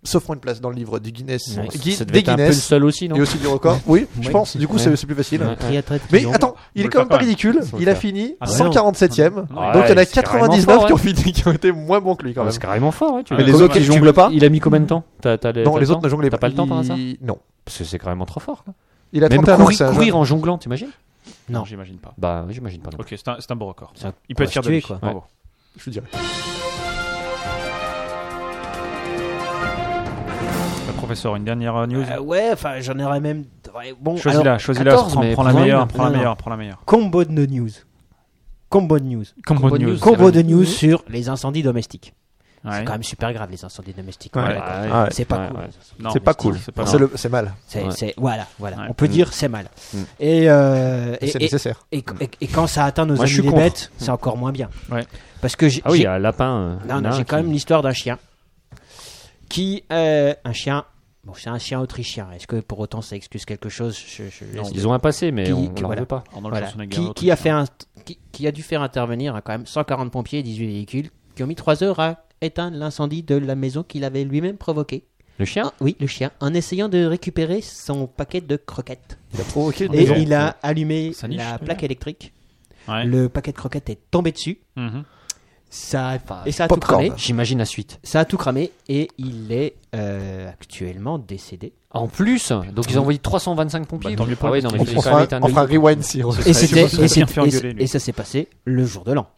Speaker 3: s'offrant une place dans le livre du Guinness,
Speaker 5: Ouais,
Speaker 3: Gui-
Speaker 1: Ça devait
Speaker 3: des
Speaker 1: être un peu le
Speaker 3: Guinness
Speaker 1: seul aussi, non
Speaker 3: et aussi du record. Oui, je
Speaker 5: Ouais.
Speaker 3: pense. Du coup,
Speaker 5: Ouais.
Speaker 3: c'est c'est plus facile.
Speaker 1: Ouais.
Speaker 5: Triathlète qui
Speaker 3: Mais
Speaker 5: jongle.
Speaker 3: attends,
Speaker 4: Faut
Speaker 3: il est
Speaker 4: le
Speaker 3: quand
Speaker 4: faire
Speaker 3: même pas
Speaker 4: quand même.
Speaker 3: ridicule.
Speaker 1: Faut le
Speaker 3: Il a
Speaker 1: faire.
Speaker 3: fini
Speaker 5: Ah, bah non.
Speaker 3: 147ème.
Speaker 4: Non,
Speaker 3: Donc il y en a
Speaker 1: Ouais, c'est carrément
Speaker 3: 99
Speaker 1: fort,
Speaker 3: qui ont
Speaker 1: ouais.
Speaker 3: fini, qui ont été moins bons que lui quand
Speaker 1: Ouais,
Speaker 3: même.
Speaker 1: C'est carrément fort, ouais. tu-
Speaker 4: Mais
Speaker 6: les
Speaker 1: Comment-
Speaker 6: autres, ils
Speaker 1: tu-
Speaker 6: jonglent pas
Speaker 1: Il a mis combien de temps T'as- t'as le-
Speaker 3: Non,
Speaker 1: t'as
Speaker 3: les
Speaker 1: le
Speaker 3: autres ne
Speaker 1: temps
Speaker 3: jonglaient
Speaker 1: T'as pas le temps par hasard
Speaker 3: Il- Non,
Speaker 1: Parce que c'est carrément trop fort. quoi.
Speaker 3: il a
Speaker 1: Même
Speaker 3: 31 ans.
Speaker 1: courir,
Speaker 3: c'est un
Speaker 1: courir en jonglant, t'imagines
Speaker 5: Non.
Speaker 4: j'imagine pas.
Speaker 1: Bah, oui, j'imagine pas. non.
Speaker 4: Ok, c'est un, c'est un beau record.
Speaker 5: C'est un-
Speaker 4: Il peut
Speaker 5: on va
Speaker 4: être fier
Speaker 5: se
Speaker 4: de
Speaker 5: tuer,
Speaker 4: lui.
Speaker 5: quoi.
Speaker 4: Bravo.
Speaker 3: jeune, Je vous dirais.
Speaker 4: Le professeur, une dernière euh, news.
Speaker 5: Euh, ouais, enfin, j'en aurais même. ouais, Bon, alors,
Speaker 4: Choisis-la, choisis-la.
Speaker 1: 14,
Speaker 4: prends-
Speaker 1: mais
Speaker 4: Prends la
Speaker 1: prends une.
Speaker 4: meilleure, prends la
Speaker 5: Non,
Speaker 4: meilleure, prends la meilleure.
Speaker 5: combo de no news. Combo de news.
Speaker 4: Combo
Speaker 1: de news.
Speaker 5: Combo de
Speaker 1: vrai.
Speaker 5: news
Speaker 1: Oui.
Speaker 5: sur les incendies domestiques.
Speaker 4: Ouais.
Speaker 5: C'est quand même super grave, les incendies domestiques.
Speaker 6: Ouais.
Speaker 5: on est
Speaker 4: Ouais.
Speaker 5: d'accord.
Speaker 1: Ah,
Speaker 6: Ah ouais.
Speaker 5: C'est pas
Speaker 1: Ouais,
Speaker 5: cool.
Speaker 1: ouais.
Speaker 4: Non,
Speaker 6: C'est pas cool.
Speaker 4: C'est pas
Speaker 3: C'est le- C'est mal,
Speaker 5: C'est,
Speaker 1: Ouais.
Speaker 5: c'est- voilà, voilà.
Speaker 4: Ouais.
Speaker 5: On peut dire c'est mal.
Speaker 1: Mm.
Speaker 5: Et, euh, et,
Speaker 3: c'est
Speaker 5: et-
Speaker 3: nécessaire.
Speaker 5: et- et- et quand ça atteint nos
Speaker 1: Moi, je
Speaker 5: amis
Speaker 1: suis
Speaker 5: les
Speaker 1: contre.
Speaker 5: bêtes, c'est encore moins bien.
Speaker 4: Ouais.
Speaker 5: Parce que j'ai,
Speaker 1: Ah oui, il
Speaker 5: j'ai-
Speaker 1: y a un lapin. euh,
Speaker 5: non, non,
Speaker 1: nain
Speaker 5: j'ai quand
Speaker 1: qui-
Speaker 5: même l'histoire d'un chien qui euh, un chien. Bon, c'est un chien autrichien. Est-ce que pour autant ça excuse quelque chose Je- je- laisse-
Speaker 1: Ils ont un passé, mais
Speaker 5: Qui-
Speaker 1: on ne
Speaker 5: qui-
Speaker 1: leur
Speaker 5: voilà.
Speaker 1: veut pas.
Speaker 4: Arnold
Speaker 5: Voilà.
Speaker 4: Schwarzenegger,
Speaker 5: Qui,
Speaker 4: autre
Speaker 5: qui a
Speaker 4: chose.
Speaker 5: fait un, qui, qui a dû faire intervenir hein, quand même 140 pompiers et 18 véhicules qui ont mis 3 heures à éteindre l'incendie de la maison qu'il avait lui-même provoqué.
Speaker 1: Le chien
Speaker 5: Ah, oui, le chien, en essayant de récupérer son paquet de croquettes.
Speaker 3: Il a provoqué
Speaker 5: Et
Speaker 4: Maison.
Speaker 5: il a allumé
Speaker 4: Ça niche,
Speaker 5: la
Speaker 4: ouais.
Speaker 5: plaque électrique.
Speaker 4: Ouais.
Speaker 5: Le paquet de croquettes est tombé dessus.
Speaker 4: Mhm.
Speaker 5: Ça,
Speaker 1: Enfin,
Speaker 5: et ça a tout
Speaker 3: popcorn.
Speaker 5: cramé.
Speaker 1: J'imagine la suite.
Speaker 5: Ça a tout cramé et il est euh, actuellement décédé.
Speaker 1: En plus, donc ils ont envoyé 325 pompiers.
Speaker 4: Bah, tant mieux pour
Speaker 1: ah
Speaker 4: le
Speaker 1: ouais, non, mais
Speaker 3: On
Speaker 1: il est
Speaker 3: fera,
Speaker 1: quand même éteint
Speaker 3: on
Speaker 1: de-
Speaker 3: fera un rewind si on
Speaker 5: Et,
Speaker 4: Ça,
Speaker 5: c'était-
Speaker 4: il s'est
Speaker 5: et c'est-
Speaker 4: bien fait engueuler, lui.
Speaker 5: et ça s'est passé le jour de l'an.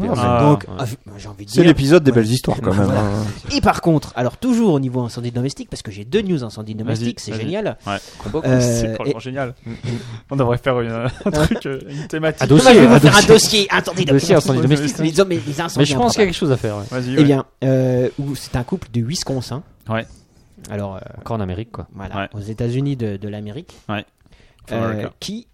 Speaker 4: Ah.
Speaker 5: Donc,
Speaker 4: Ouais.
Speaker 5: ah, j'ai envie de
Speaker 6: C'est
Speaker 5: dire,
Speaker 6: l'épisode des belles histoires quand même.
Speaker 5: Voilà.
Speaker 6: hein.
Speaker 5: Et par contre, alors toujours au niveau incendie domestique, parce que j'ai deux news incendie domestique, c'est
Speaker 4: vas-y.
Speaker 5: génial.
Speaker 4: Ouais.
Speaker 5: Euh,
Speaker 4: C'est
Speaker 5: et-
Speaker 4: complètement génial. On devrait faire une, euh, un truc, euh, une
Speaker 1: Un
Speaker 4: thématique.
Speaker 5: Dommage,
Speaker 1: dossier.
Speaker 5: je vais
Speaker 1: un
Speaker 5: vous faire un
Speaker 1: dossier.
Speaker 5: dossier incendie
Speaker 1: Dossier
Speaker 5: domestique.
Speaker 1: incendie domestique.
Speaker 5: Les hommes et les incendies.
Speaker 1: Mais je pense qu'il y a
Speaker 5: improbables.
Speaker 1: quelque chose à faire. ouais.
Speaker 4: Vas-y.
Speaker 5: Eh
Speaker 4: ouais.
Speaker 5: bien, euh, où c'est un couple de Wisconsin.
Speaker 4: Ouais.
Speaker 5: Alors, euh,
Speaker 1: Encore en Amérique, quoi.
Speaker 5: Voilà,
Speaker 4: Ouais.
Speaker 5: aux États-Unis de, de l'Amérique,
Speaker 4: Faut le
Speaker 5: euh,
Speaker 4: record.
Speaker 5: qui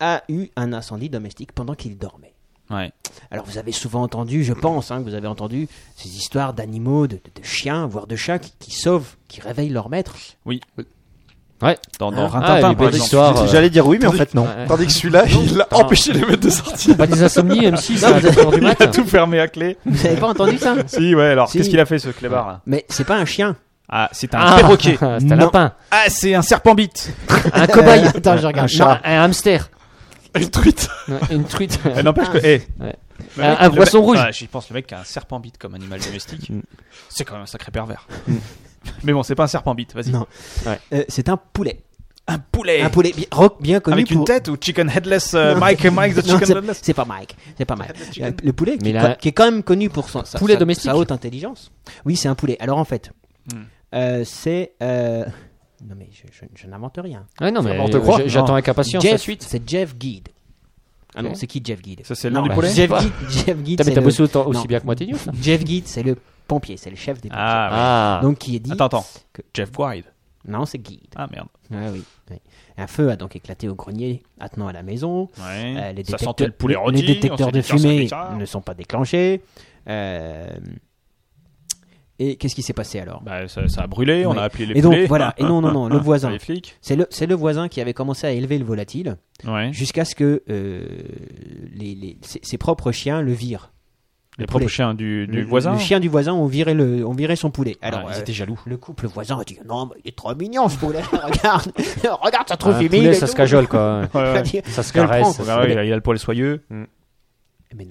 Speaker 5: a eu un incendie domestique pendant qu'il dormait.
Speaker 4: Ouais.
Speaker 5: Alors, vous avez souvent entendu, je pense, hein, que vous avez entendu ces histoires d'animaux, de, de- de chiens, voire de chats qui, qui sauvent, qui réveillent leur maître.
Speaker 4: Dans, dans
Speaker 5: Ah,
Speaker 4: Rintintin,
Speaker 1: les
Speaker 4: par
Speaker 1: bonnes
Speaker 4: exemple.
Speaker 1: histoires. euh,
Speaker 6: J'allais dire oui, mais en fait non.
Speaker 1: ouais, ouais.
Speaker 3: Tandis que celui-là, il a
Speaker 1: Attends.
Speaker 3: empêché les mecs de sortir.
Speaker 1: Pas des insomnies, M6 à
Speaker 5: Non, vous
Speaker 1: 4 heures du mat.
Speaker 4: Il a tout fermé à clé.
Speaker 5: Vous n'avez pas entendu ça
Speaker 4: si, ouais, alors
Speaker 5: Si.
Speaker 4: qu'est-ce qu'il a fait ce clébard là
Speaker 5: Mais c'est pas un chien.
Speaker 4: Ah, c'est un
Speaker 1: Ah,
Speaker 4: perroquet.
Speaker 1: C'est un
Speaker 5: Non.
Speaker 1: lapin.
Speaker 4: Ah, c'est un serpent bite.
Speaker 1: Un cobaye.
Speaker 5: Euh, attends, je regarde.
Speaker 1: Un chat. Un hamster.
Speaker 3: Une truite.
Speaker 1: Ouais, Une truite.
Speaker 4: Eh, N'empêche que. eh,
Speaker 1: Ouais.
Speaker 4: le
Speaker 1: Un-
Speaker 4: mec-
Speaker 1: un
Speaker 4: le
Speaker 1: poisson
Speaker 4: mec-
Speaker 1: rouge.
Speaker 4: Ah, J'y pense, le mec qui a un serpent bite comme animal domestique.
Speaker 6: Mm.
Speaker 4: c'est quand même un sacré pervers.
Speaker 5: Mm.
Speaker 4: Mais bon, c'est pas un serpent bite, vas-y.
Speaker 5: Non. Euh, c'est un poulet.
Speaker 4: Un poulet.
Speaker 5: Un poulet bien, rock bien connu
Speaker 4: Eh. Avec une
Speaker 5: pour-
Speaker 4: tête ou Chicken Headless euh, Mike, Mike the
Speaker 5: Non,
Speaker 4: Chicken
Speaker 5: c'est-
Speaker 4: Headless
Speaker 5: c'est pas Mike, c'est pas Mike.
Speaker 4: chicken.
Speaker 5: Le poulet qui,
Speaker 1: Mais
Speaker 5: est
Speaker 1: là-
Speaker 5: co- qui est quand même connu pour son, sa,
Speaker 1: Poulet
Speaker 5: sa-
Speaker 1: domestique.
Speaker 5: sa haute intelligence. Oui, c'est un poulet. Alors en fait,
Speaker 4: Hmm.
Speaker 5: euh, c'est euh, non mais je, je- je n'invente rien.
Speaker 1: Ouais, non, mais
Speaker 4: n'importe quoi.
Speaker 1: euh, j'- j'attends avec impatience la
Speaker 5: Jeff,
Speaker 1: suite.
Speaker 5: c'est Jeff Guide. Ah non,
Speaker 1: Ok.
Speaker 5: c'est qui Jeff Guide
Speaker 4: Ça, c'est le nom
Speaker 5: Non,
Speaker 4: du
Speaker 5: bah,
Speaker 4: poulet
Speaker 5: Jeff Guide, Jeff Guide,
Speaker 1: Putain, mais
Speaker 5: c'est
Speaker 1: T'as
Speaker 5: le-
Speaker 1: bossé autant- aussi
Speaker 5: Non.
Speaker 1: bien que moi, t'es nul, ça.
Speaker 5: Jeff Guide, c'est le pompiers, c'est le chef des pompiers.
Speaker 4: Ah, ouais.
Speaker 1: Ah.
Speaker 5: Donc qui est dit
Speaker 4: Attends, attends.
Speaker 5: que-
Speaker 4: Jeff Guide.
Speaker 5: Non, c'est Guide.
Speaker 4: Ah merde.
Speaker 5: Ah oui, oui. Un feu a donc éclaté au grenier attenant à la maison.
Speaker 4: Ouais.
Speaker 5: Euh, les
Speaker 4: ça
Speaker 5: détecteurs-
Speaker 4: sentait le poulet
Speaker 5: les-
Speaker 4: rôti.
Speaker 5: les détecteurs
Speaker 4: on s'est
Speaker 5: de
Speaker 4: dit, tiens, ça
Speaker 5: fumée
Speaker 4: bizarre.
Speaker 5: ne sont pas déclenchés. Euh, Et qu'est-ce qui s'est passé alors
Speaker 4: Bah, ça, ça a brûlé, on
Speaker 5: Ouais.
Speaker 4: a appelé les
Speaker 5: Et donc,
Speaker 4: poulets. Ah,
Speaker 5: voilà. Et non, non, non, le voisin.
Speaker 4: Les flics.
Speaker 5: C'est le, c'est le voisin qui avait commencé à élever le volatile
Speaker 4: Ouais.
Speaker 5: jusqu'à ce que euh, les- les- ses, ses propres chiens le virent.
Speaker 4: Les
Speaker 5: poulet.
Speaker 4: propres chiens du, du
Speaker 5: le,
Speaker 4: voisin.
Speaker 5: le chien du voisin ont viré, le, ont viré son poulet.
Speaker 4: Ah,
Speaker 5: Alors,
Speaker 4: ils
Speaker 5: euh,
Speaker 4: étaient jaloux.
Speaker 5: le couple voisin a dit Non, mais il est trop mignon ce poulet, regarde, regarde, ça
Speaker 4: Ah,
Speaker 5: trouve
Speaker 1: Un poulet, ça se cajole quoi.
Speaker 4: Ouais, ouais.
Speaker 1: Ça se
Speaker 5: Je le prends.
Speaker 1: caresse. ça se-
Speaker 4: Regarde, ouais, il, a, il a le poil soyeux.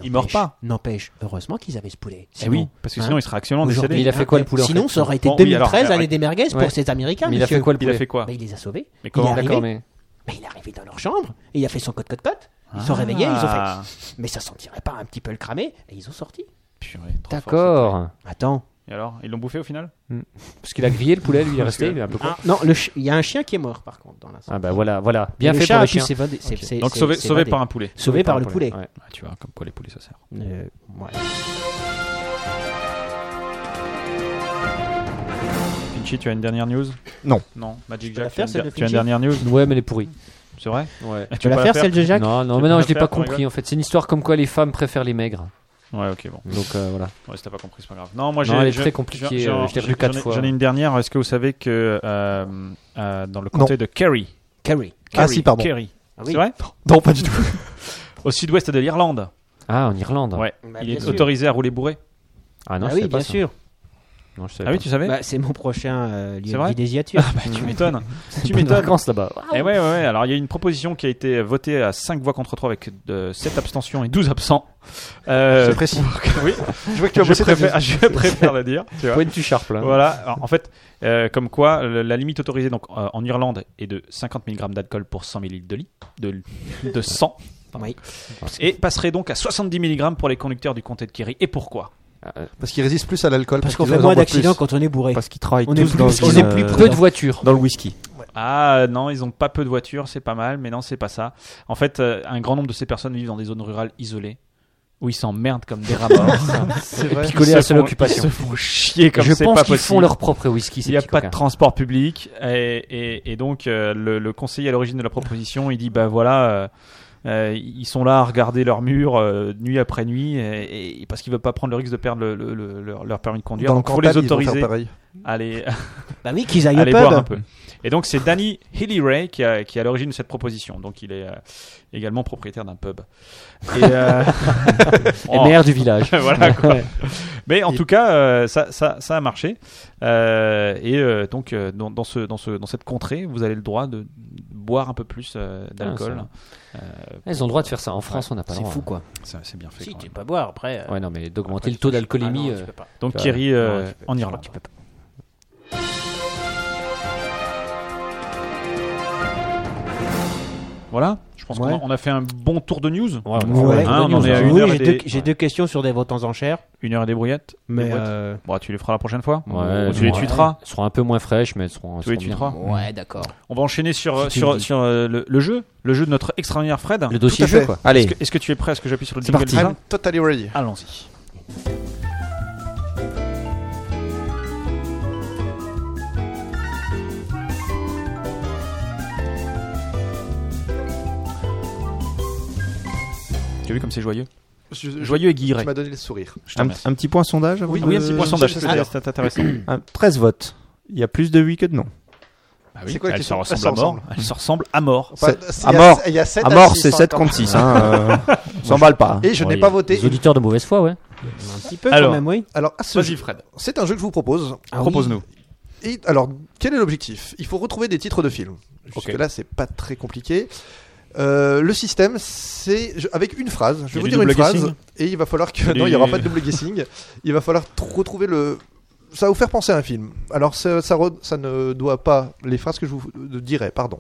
Speaker 4: Il meurt pas.
Speaker 5: N'empêche, heureusement qu'ils avaient ce poulet.
Speaker 4: Eh oui, parce que sinon
Speaker 5: Hein
Speaker 4: il serait actuellement décédé.
Speaker 1: Aujourd'hui, il a fait quoi, le poulet, en
Speaker 5: Sinon,
Speaker 1: fait
Speaker 5: ça aurait été
Speaker 4: Bon, oui,
Speaker 5: 2013,
Speaker 4: alors,
Speaker 5: année des merguez
Speaker 1: ouais.
Speaker 5: pour ces Américains.
Speaker 1: Mais il a
Speaker 5: monsieur.
Speaker 1: fait quoi le
Speaker 4: Il a
Speaker 1: poulet
Speaker 4: fait quoi
Speaker 5: Bah, Il les a sauvés.
Speaker 4: Mais comment
Speaker 5: il est
Speaker 1: D'accord,
Speaker 5: arrivé.
Speaker 1: mais.
Speaker 5: Mais il est arrivé dans leur chambre et il a fait son code-code-code.
Speaker 4: Ah.
Speaker 5: Ils sont réveillés, ils ont fait. Mais ça sentirait pas un petit peu le cramé et ils ont sorti.
Speaker 4: Purée, trop fort,
Speaker 1: D'accord.
Speaker 5: Attends.
Speaker 4: ça. Et alors, ils l'ont bouffé au final
Speaker 1: Parce qu'il a grillé le poulet, lui, il est resté.
Speaker 4: que-
Speaker 1: Il est un peu con.
Speaker 5: Ah, non, le chi- il y a un chien qui est mort par contre dans l'incendie.
Speaker 1: Ah bah voilà, voilà. Bien
Speaker 5: Et
Speaker 1: fait
Speaker 5: chat
Speaker 1: pour
Speaker 5: a
Speaker 1: le
Speaker 5: pu
Speaker 1: chien.
Speaker 5: s'évader- s'é- s'é-
Speaker 4: Donc
Speaker 5: s'é-
Speaker 4: sauvé, sauvé
Speaker 5: s'évader.
Speaker 4: par un poulet.
Speaker 5: Sauvé par le poulet.
Speaker 1: Ouais.
Speaker 8: Ah, tu vois, comme quoi les poulets ça sert.
Speaker 5: Euh, ouais.
Speaker 4: Pinchy, tu as une dernière news
Speaker 6: Non.
Speaker 4: Non. Magic
Speaker 5: peux la
Speaker 4: Jack, tu as
Speaker 5: faire,
Speaker 4: une
Speaker 5: celle de
Speaker 4: der- tu as une
Speaker 5: Pinchy
Speaker 4: dernière news
Speaker 1: Ouais, mais elle est pourrie.
Speaker 4: C'est vrai
Speaker 1: Ouais.
Speaker 5: Tu vas la faire celle de Jacques
Speaker 1: Non, non,
Speaker 4: Tu
Speaker 1: mais
Speaker 4: peux
Speaker 1: non,
Speaker 4: la
Speaker 1: je l'ai
Speaker 4: faire,
Speaker 1: pas
Speaker 4: ton
Speaker 1: compris en fait. C'est une histoire comme quoi les femmes préfèrent les maigres.
Speaker 4: Ouais, ok, bon.
Speaker 1: Donc euh, voilà.
Speaker 4: Ouais, si t'as pas compris, c'est pas grave. Non, moi
Speaker 1: Non,
Speaker 4: j'ai.
Speaker 1: elle est
Speaker 4: je-
Speaker 1: très compliquée,
Speaker 4: j'ai- j'ai-
Speaker 1: euh, je l'ai
Speaker 4: j'ai-
Speaker 1: revue quatre
Speaker 4: j'en ai-
Speaker 1: fois.
Speaker 4: J'en ai une dernière. Est-ce que vous savez que euh, euh, dans le comté de Kerry.
Speaker 5: Carrie.
Speaker 3: Ah,
Speaker 4: Kerry-
Speaker 3: si, pardon.
Speaker 4: Kerry.
Speaker 5: Ah
Speaker 4: C'est vrai
Speaker 3: Non, pas du tout.
Speaker 4: Au sud-ouest de l'Irlande.
Speaker 1: Ah, en Irlande.
Speaker 4: Ouais.
Speaker 5: Bah,
Speaker 4: Il
Speaker 5: bien
Speaker 4: est
Speaker 5: sûr.
Speaker 4: autorisé à rouler bourré.
Speaker 1: Ah non,
Speaker 5: Ah
Speaker 1: je
Speaker 5: oui,
Speaker 1: savais pas
Speaker 5: bien
Speaker 1: ça.
Speaker 5: sûr.
Speaker 1: Non, je savais
Speaker 4: Ah oui,
Speaker 1: pas.
Speaker 4: tu savais
Speaker 5: Bah, c'est mon prochain euh, lieu
Speaker 4: C'est vrai
Speaker 5: de Mm. villégiature.
Speaker 4: Bah, tu m'étonnes. tu
Speaker 1: Bonnes
Speaker 4: m'étonnes.
Speaker 1: vacances là-bas.
Speaker 4: Et Eh ouais, ouais, ouais. Alors, il y a une proposition qui a été votée à 5 voix contre 3 avec 7 abstentions et 12 absents. Euh,
Speaker 3: C'est précis.
Speaker 4: oui,
Speaker 3: Je vois que
Speaker 4: je préfère, je préfère le dire. tu vois.
Speaker 1: Point du sharp là.
Speaker 4: Voilà. Alors, en fait, euh, comme quoi, le- la limite autorisée donc, euh, en Irlande est de 50 mg d'alcool pour 100 ml de, lit, de, de sang
Speaker 5: Oui.
Speaker 4: et passerait donc à 70 mg pour les conducteurs du comté de Kerry. Et pourquoi
Speaker 1: Euh,
Speaker 3: Parce qu'il résiste plus à l'alcool.
Speaker 5: Parce qu'on
Speaker 3: qu'il
Speaker 5: fait
Speaker 3: en
Speaker 5: moins
Speaker 3: boit
Speaker 5: d'accidents
Speaker 3: plus.
Speaker 5: quand on est bourré.
Speaker 6: Parce qu'ils travaillent
Speaker 5: On est
Speaker 6: tous
Speaker 5: plus-
Speaker 6: dans,
Speaker 5: on
Speaker 6: une,
Speaker 5: est plus
Speaker 6: euh,
Speaker 1: Peu de voitures.
Speaker 6: dans le whisky.
Speaker 4: Ah euh, non, ils ont pas peu de voitures, c'est pas mal, mais non, c'est pas ça. En fait, euh, un grand nombre de ces personnes vivent dans des zones rurales isolées où ils s'emmerdent comme des rats morts.
Speaker 3: C'est vrai.
Speaker 1: Picoler
Speaker 4: Ils se
Speaker 1: à seule
Speaker 4: font-
Speaker 1: occupation.
Speaker 4: Ils se font chier comme
Speaker 1: Je
Speaker 4: c'est pas
Speaker 1: pense qu'ils
Speaker 4: possible.
Speaker 1: font leur propre whisky. ces
Speaker 4: Il n'y a
Speaker 1: petits
Speaker 4: pas de
Speaker 1: coquins.
Speaker 4: transport public et, et- et donc euh, le, le conseiller à l'origine de la proposition, il dit bah voilà, euh, euh, ils sont là à regarder leur mur euh, nuit après nuit et, et- parce qu'ils veulent pas prendre le risque de perdre le- le- le- leur, leur permis de conduire.
Speaker 3: Dans le
Speaker 4: donc faut
Speaker 3: Cantal,
Speaker 4: les
Speaker 3: ils vont
Speaker 4: autoriser
Speaker 3: faire pareil.
Speaker 4: à les,
Speaker 5: Bah oui, qu'ils aillent au
Speaker 4: aller
Speaker 5: pub.
Speaker 4: boire un peu. Et donc c'est Danny Hilly Ray qui, a- qui est à l'origine de cette proposition. Donc il est euh, également propriétaire d'un pub. Et, euh,
Speaker 1: Et
Speaker 4: oh,
Speaker 1: maire du village.
Speaker 4: voilà quoi.
Speaker 1: Ouais.
Speaker 4: Mais en tout cas, euh, ça, ça, ça a marché. Euh, et euh, donc euh, dans, dans, ce, dans, ce, dans cette contrée, vous avez le droit de boire un peu plus euh, d'alcool. Euh,
Speaker 1: Ils ont le droit de faire ça. En France, on n'a pas le
Speaker 5: C'est
Speaker 1: droit.
Speaker 5: fou quoi.
Speaker 4: Ça, c'est bien fait.
Speaker 5: Si,
Speaker 4: quand
Speaker 5: tu
Speaker 4: même.
Speaker 5: peux pas boire après. euh,
Speaker 1: Ouais, non,
Speaker 4: Ah,
Speaker 1: mais
Speaker 5: après,
Speaker 1: d'augmenter le
Speaker 5: tu
Speaker 1: taux
Speaker 5: touches.
Speaker 1: d'alcoolémie.
Speaker 5: Ah non,
Speaker 1: euh,
Speaker 5: tu peux pas.
Speaker 4: Donc
Speaker 1: Ouais.
Speaker 4: Kerry euh,
Speaker 1: Ouais, tu peux-
Speaker 4: en
Speaker 5: tu
Speaker 4: Irlande.
Speaker 5: peux- tu peux pas.
Speaker 4: Voilà. Je pense
Speaker 5: Ouais.
Speaker 4: qu'on a, on a fait un bon tour de news.
Speaker 1: Ouais, on a-
Speaker 5: Ouais,
Speaker 4: hein, on en est à une
Speaker 5: oui,
Speaker 4: heure
Speaker 5: j'ai
Speaker 4: et
Speaker 5: deux-
Speaker 4: des-
Speaker 5: j'ai deux questions sur des votants en chair.
Speaker 4: Une heure et des brouillettes. Des
Speaker 5: Mais
Speaker 4: boîtes.
Speaker 5: euh,
Speaker 4: Bon, tu les feras la prochaine fois.
Speaker 1: Ouais,
Speaker 4: Ou tu les
Speaker 1: ouais.
Speaker 4: tweeteras.
Speaker 1: Elles seront un peu moins fraîches, mais elles seront. elles
Speaker 4: Tu les
Speaker 1: seront bien.
Speaker 4: tweeteras.
Speaker 5: ouais, d'accord.
Speaker 4: On va enchaîner sur, euh,
Speaker 1: Si tu le
Speaker 4: sur,
Speaker 1: dis.
Speaker 4: sur euh, le, le jeu, le jeu de notre extraordinaire Fred.
Speaker 1: Le dossier
Speaker 3: Tout à
Speaker 1: jeu,
Speaker 3: fait.
Speaker 1: quoi.
Speaker 6: Allez,
Speaker 4: Est-ce que, est-ce que tu es prêt Est-ce que j'appuie sur le
Speaker 6: C'est
Speaker 4: jingle
Speaker 6: parti.
Speaker 4: déjà
Speaker 3: I'm totally ready.
Speaker 4: Allons-y. Tu as vu comme c'est joyeux
Speaker 3: Je- je-
Speaker 4: Joyeux et
Speaker 3: Tu
Speaker 4: guiré.
Speaker 3: m'as donné le sourire.
Speaker 4: Je te
Speaker 6: un,
Speaker 4: remercie.
Speaker 6: un petit point sondage avant
Speaker 3: Oui,
Speaker 6: de-
Speaker 4: Ah oui, un petit point
Speaker 3: Euh,
Speaker 4: sondage,
Speaker 3: je-
Speaker 4: c'est
Speaker 3: je-
Speaker 4: c'est intéressant.
Speaker 6: Un- 13 votes. Il y a plus de oui que de non.
Speaker 4: Ah
Speaker 3: C'est quoi la
Speaker 4: Elles se
Speaker 3: question
Speaker 4: ressemblent à
Speaker 3: Elles se
Speaker 4: mort. Elles se ressemblent à mort.
Speaker 3: Enfin,
Speaker 6: Sept-
Speaker 3: c'est-
Speaker 6: à
Speaker 3: il y a-
Speaker 6: mort.
Speaker 3: Il y a 7
Speaker 6: À mort, c'est 7 contre 6. Hein, euh, on S'emballe pas.
Speaker 3: Et je
Speaker 1: Ouais,
Speaker 3: n'ai
Speaker 1: les-
Speaker 3: pas voté.
Speaker 1: Les auditeurs de mauvaise foi, ouais.
Speaker 5: Un petit peu
Speaker 4: Alors.
Speaker 5: quand même, oui. Ah
Speaker 3: Alors, à ce
Speaker 4: Vas-y
Speaker 3: jeu-
Speaker 4: Fred,
Speaker 3: c'est un jeu que je vous propose.
Speaker 4: propose-nous.
Speaker 3: Ah Et alors, quel est l'objectif Il faut retrouver des titres de films. Jusque-là, c'est pas très compliqué. Euh, le système, c'est je- avec une phrase. Je
Speaker 4: Il y a
Speaker 3: vais vous
Speaker 4: du
Speaker 3: dire une
Speaker 4: double
Speaker 3: phrase
Speaker 4: guessing
Speaker 3: et il va falloir que
Speaker 4: Il y a
Speaker 3: non, il
Speaker 4: du-
Speaker 3: y aura pas de double guessing. Il va falloir tr- retrouver le. Ça va vous faire penser à un film. Alors ça, ça, re- ça ne doit pas les phrases que je vous euh, dirai. Pardon.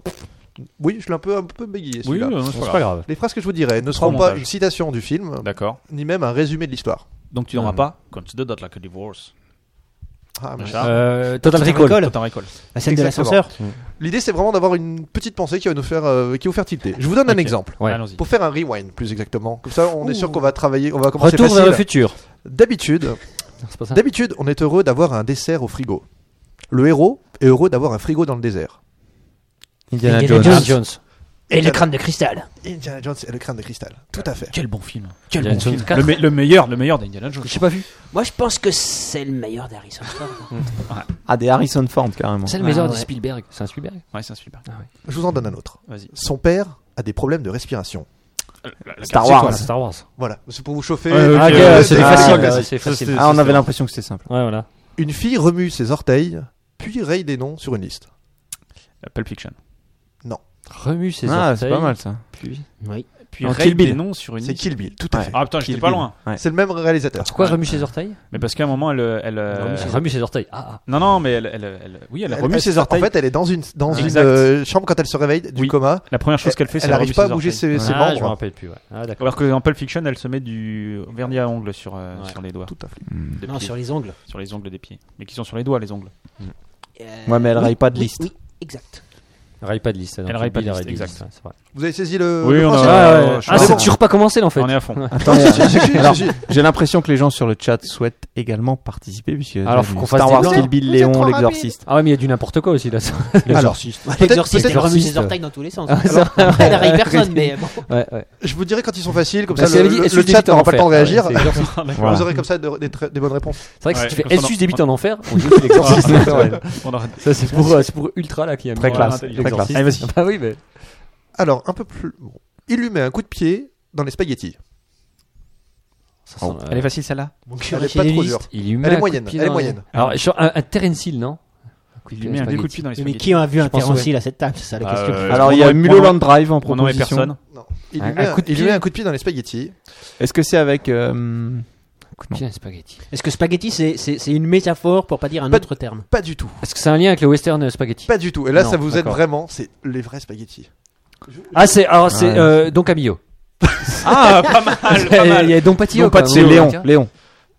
Speaker 3: Oui, je l'ai un peu un peu bégayé
Speaker 4: Oui,
Speaker 3: celui-là.
Speaker 4: euh, c'est
Speaker 1: C'est
Speaker 4: pas
Speaker 1: pas
Speaker 4: grave.
Speaker 1: grave.
Speaker 3: les phrases que je vous dirai ne
Speaker 4: Trois
Speaker 3: seront pas
Speaker 4: montages.
Speaker 3: une citation du film,
Speaker 4: D'accord.
Speaker 3: ni même un résumé de l'histoire.
Speaker 4: Donc tu n'auras pas Consider that like a divorce.
Speaker 3: Ah, mais-
Speaker 4: Machin.
Speaker 1: Euh, Total
Speaker 5: Total
Speaker 1: Recall.
Speaker 5: Recall.
Speaker 4: Total Recall.
Speaker 5: La scène de
Speaker 3: Exactement.
Speaker 5: l'ascenseur.
Speaker 3: L'idée, c'est vraiment d'avoir une petite pensée qui va nous faire, euh, qui va vous faire tilter. Je vous donne un
Speaker 4: Ok.
Speaker 3: exemple.
Speaker 1: Ouais.
Speaker 4: Allons-y.
Speaker 3: Pour faire un rewind, plus exactement. Comme ça, on est sûr qu'on va travailler, on va commencer
Speaker 1: Retour vers
Speaker 3: facile.
Speaker 1: le futur.
Speaker 3: D'habitude,
Speaker 1: Non, c'est pas ça.
Speaker 3: D'habitude, on est heureux d'avoir un dessert au frigo. Le héros est heureux d'avoir un frigo dans le désert.
Speaker 6: Indiana
Speaker 5: Indiana
Speaker 6: Jones.
Speaker 1: Indiana Jones.
Speaker 5: Et le crâne de cristal.
Speaker 3: Indiana Jones et le crâne de cristal. Tout à fait.
Speaker 8: Quel bon film. Quel
Speaker 1: Indiana
Speaker 8: bon
Speaker 1: Jones
Speaker 8: film.
Speaker 1: 4.
Speaker 8: Le, me- le meilleur, le meilleur d'Indiana Jones.
Speaker 1: J'ai pas vu.
Speaker 5: Moi, je pense que c'est le meilleur d'Harrison Ford.
Speaker 6: Ah, des Harrison Ford, carrément.
Speaker 1: C'est le meilleur
Speaker 5: ouais.
Speaker 1: de Spielberg. C'est un Spielberg.
Speaker 8: Ouais, c'est un super.
Speaker 3: Je vous en donne un autre.
Speaker 8: Vas-y.
Speaker 3: Son père a des problèmes de respiration.
Speaker 6: Star
Speaker 1: C'est quoi,
Speaker 6: Wars.
Speaker 1: c'est Star Wars.
Speaker 3: Voilà, c'est pour vous chauffer.
Speaker 4: Ouais,
Speaker 1: Ah,
Speaker 4: ok,
Speaker 1: gars,
Speaker 4: ouais,
Speaker 1: c'est
Speaker 4: c'est-
Speaker 1: facile.
Speaker 4: ah,
Speaker 1: ouais,
Speaker 4: c'est-
Speaker 1: c'est
Speaker 4: ça,
Speaker 1: facile.
Speaker 4: c'est-
Speaker 1: Ouais,
Speaker 6: Ah, on avait l'impression que c'était simple.
Speaker 1: voilà.
Speaker 3: Une fille remue ses orteils, puis raye des noms sur une liste.
Speaker 4: Euh, Pulp Fiction.
Speaker 1: Remue ses
Speaker 6: Ah,
Speaker 1: orteils.
Speaker 6: c'est pas mal ça.
Speaker 5: Oui.
Speaker 4: Puis
Speaker 6: Non,
Speaker 4: Raid
Speaker 6: Kill Bill.
Speaker 4: des noms sur une
Speaker 3: C'est
Speaker 4: liste.
Speaker 3: Kill Bill, tout à
Speaker 6: Ouais.
Speaker 3: fait.
Speaker 4: Ah putain, j'étais
Speaker 6: Kill
Speaker 4: pas
Speaker 6: Bill.
Speaker 4: loin.
Speaker 6: Ouais.
Speaker 3: C'est le même réalisateur.
Speaker 1: Pourquoi remue ses orteils
Speaker 4: Mais parce qu'à un moment, elle. elle euh,
Speaker 1: Remue ses- Remue ses orteils. Ah,
Speaker 4: Non, non, mais elle, elle, elle- oui, elle,
Speaker 3: Elle-
Speaker 4: remue
Speaker 3: elle-
Speaker 4: ses orteils.
Speaker 3: En fait, elle est dans une, dans une
Speaker 4: Exact.
Speaker 3: euh, chambre quand elle se réveille du
Speaker 4: Oui.
Speaker 3: coma.
Speaker 4: la première chose qu'elle fait, c'est
Speaker 3: Elle
Speaker 4: elle remue
Speaker 3: n'arrive pas à
Speaker 4: ses
Speaker 3: bouger
Speaker 4: orteils.
Speaker 3: ses,
Speaker 1: ah.
Speaker 3: ses
Speaker 1: Ah, je me
Speaker 3: membres.
Speaker 1: rappelle plus. ouais. Ah, d'accord.
Speaker 4: Alors qu'en Pulp Fiction, elle se met du vernis à ongles sur, euh,
Speaker 1: Ouais.
Speaker 4: sur les doigts.
Speaker 3: Tout à fait.
Speaker 4: des
Speaker 5: Non,
Speaker 4: pieds.
Speaker 5: sur les ongles.
Speaker 4: Sur les ongles des pieds. Mais qui sont sur les doigts, les ongles.
Speaker 5: Euh,
Speaker 6: Ouais, mais elle
Speaker 5: oui,
Speaker 6: raye pas de
Speaker 5: oui,
Speaker 6: liste.
Speaker 5: Oui, exact.
Speaker 1: Raille pas de liste. Elle
Speaker 4: Elle raille pas de liste, exact.
Speaker 3: Vous avez saisi le.
Speaker 4: Oui,
Speaker 3: le
Speaker 4: on a-
Speaker 3: principe Euh,
Speaker 4: Ah, ouais, ouais.
Speaker 1: Ah,
Speaker 4: On est
Speaker 1: c'est
Speaker 4: bon.
Speaker 1: toujours pas commencé là en fait.
Speaker 4: On est à fond.
Speaker 6: Attends,
Speaker 3: Si, si, si,
Speaker 6: Alors,
Speaker 3: si, si.
Speaker 6: j'ai l'impression que les gens sur le chat souhaitent également participer. Puisque
Speaker 1: Alors, faut qu'on fasse
Speaker 6: Star
Speaker 1: des
Speaker 6: Wars,
Speaker 1: blancs.
Speaker 6: Kill Bill,
Speaker 3: Vous êtes trop
Speaker 6: Léon,
Speaker 3: rapide.
Speaker 6: l'exorciste.
Speaker 1: Ah ouais, mais il y a du n'importe quoi aussi là.
Speaker 5: L'exorciste. L'exorciste,
Speaker 3: peut-être-
Speaker 5: elle remue ses
Speaker 1: peut-être-
Speaker 5: orteils dans tous les sens.
Speaker 4: Ah,
Speaker 5: Après, elle raye personne, mais bon.
Speaker 1: Ouais, ouais.
Speaker 3: Je vous dirai quand ils sont faciles, comme
Speaker 1: Bah, si
Speaker 3: ça
Speaker 1: elle
Speaker 3: le,
Speaker 1: dit,
Speaker 3: le-
Speaker 1: est-ce
Speaker 3: le
Speaker 1: que
Speaker 3: chat
Speaker 1: débite en
Speaker 3: n'aura pas le temps de
Speaker 1: enfer
Speaker 3: réagir.
Speaker 1: Ouais, c'est exorciste.
Speaker 6: Voilà.
Speaker 3: Vous aurez comme ça de- des, très- des bonnes réponses.
Speaker 1: C'est vrai que
Speaker 4: Ouais,
Speaker 1: si tu
Speaker 4: comme
Speaker 1: fais
Speaker 4: ça,
Speaker 1: Elsus
Speaker 4: on-
Speaker 1: débite en enfer, on dit que c'est l'exorciste.
Speaker 4: On aurait-
Speaker 1: Ça, c'est pour, euh, c'est pour Ultra là qui aime
Speaker 6: Très
Speaker 1: bien
Speaker 6: classe,
Speaker 1: l'intelligence.
Speaker 6: très classe.
Speaker 1: L'exorciste.
Speaker 4: Allez,
Speaker 1: Ah Bah oui, mais.
Speaker 4: vas-y.
Speaker 3: Alors, un peu plus. bon. Il lui met un coup de pied dans les spaghettis.
Speaker 1: Ça sent, euh,
Speaker 4: Elle est facile celle-là
Speaker 3: Elle est pas trop dure.
Speaker 1: Il lui met
Speaker 3: Elle
Speaker 1: un
Speaker 3: est
Speaker 1: coup de
Speaker 3: moyenne.
Speaker 1: pied
Speaker 3: Elle est
Speaker 1: dans-
Speaker 3: moyenne.
Speaker 1: Alors, sur un, un Terence Hill, non
Speaker 4: Il lui met un coup de pied dans les
Speaker 5: Mais
Speaker 4: spaghettis.
Speaker 5: qui a vu un
Speaker 1: pense,
Speaker 5: Terence Hill à cette table C'est ça la
Speaker 4: Bah,
Speaker 5: question.
Speaker 4: euh,
Speaker 6: Alors,
Speaker 4: on
Speaker 6: il y a
Speaker 4: aurait- on
Speaker 6: Mulholland
Speaker 4: aurait-
Speaker 6: Drive en
Speaker 4: On n'en est
Speaker 6: proposition.
Speaker 4: personne.
Speaker 3: Il,
Speaker 1: Un-
Speaker 3: lui met
Speaker 1: un coup de
Speaker 3: il lui
Speaker 1: pied.
Speaker 3: met un coup de pied dans les spaghettis.
Speaker 6: Est-ce que c'est avec. euh, Non.
Speaker 1: Tiens, spaghetti.
Speaker 5: Est-ce que spaghetti, c'est- c'est c'est une métaphore pour pas dire un
Speaker 3: Pas-
Speaker 5: autre terme
Speaker 3: Pas du tout.
Speaker 1: Est-ce que c'est un lien avec le western euh, spaghetti
Speaker 3: Pas du tout. Et là,
Speaker 1: Non,
Speaker 3: ça vous aide
Speaker 1: d'accord.
Speaker 3: vraiment. C'est les vrais spaghettis.
Speaker 1: Ah, c'est. Alors, c'est.
Speaker 6: Ouais.
Speaker 1: euh, Don Camillo.
Speaker 4: Ah, pas mal, pas
Speaker 1: Il
Speaker 4: mal.
Speaker 1: y a Don Patillo.
Speaker 6: Non, pas de- c'est Léon. Léon.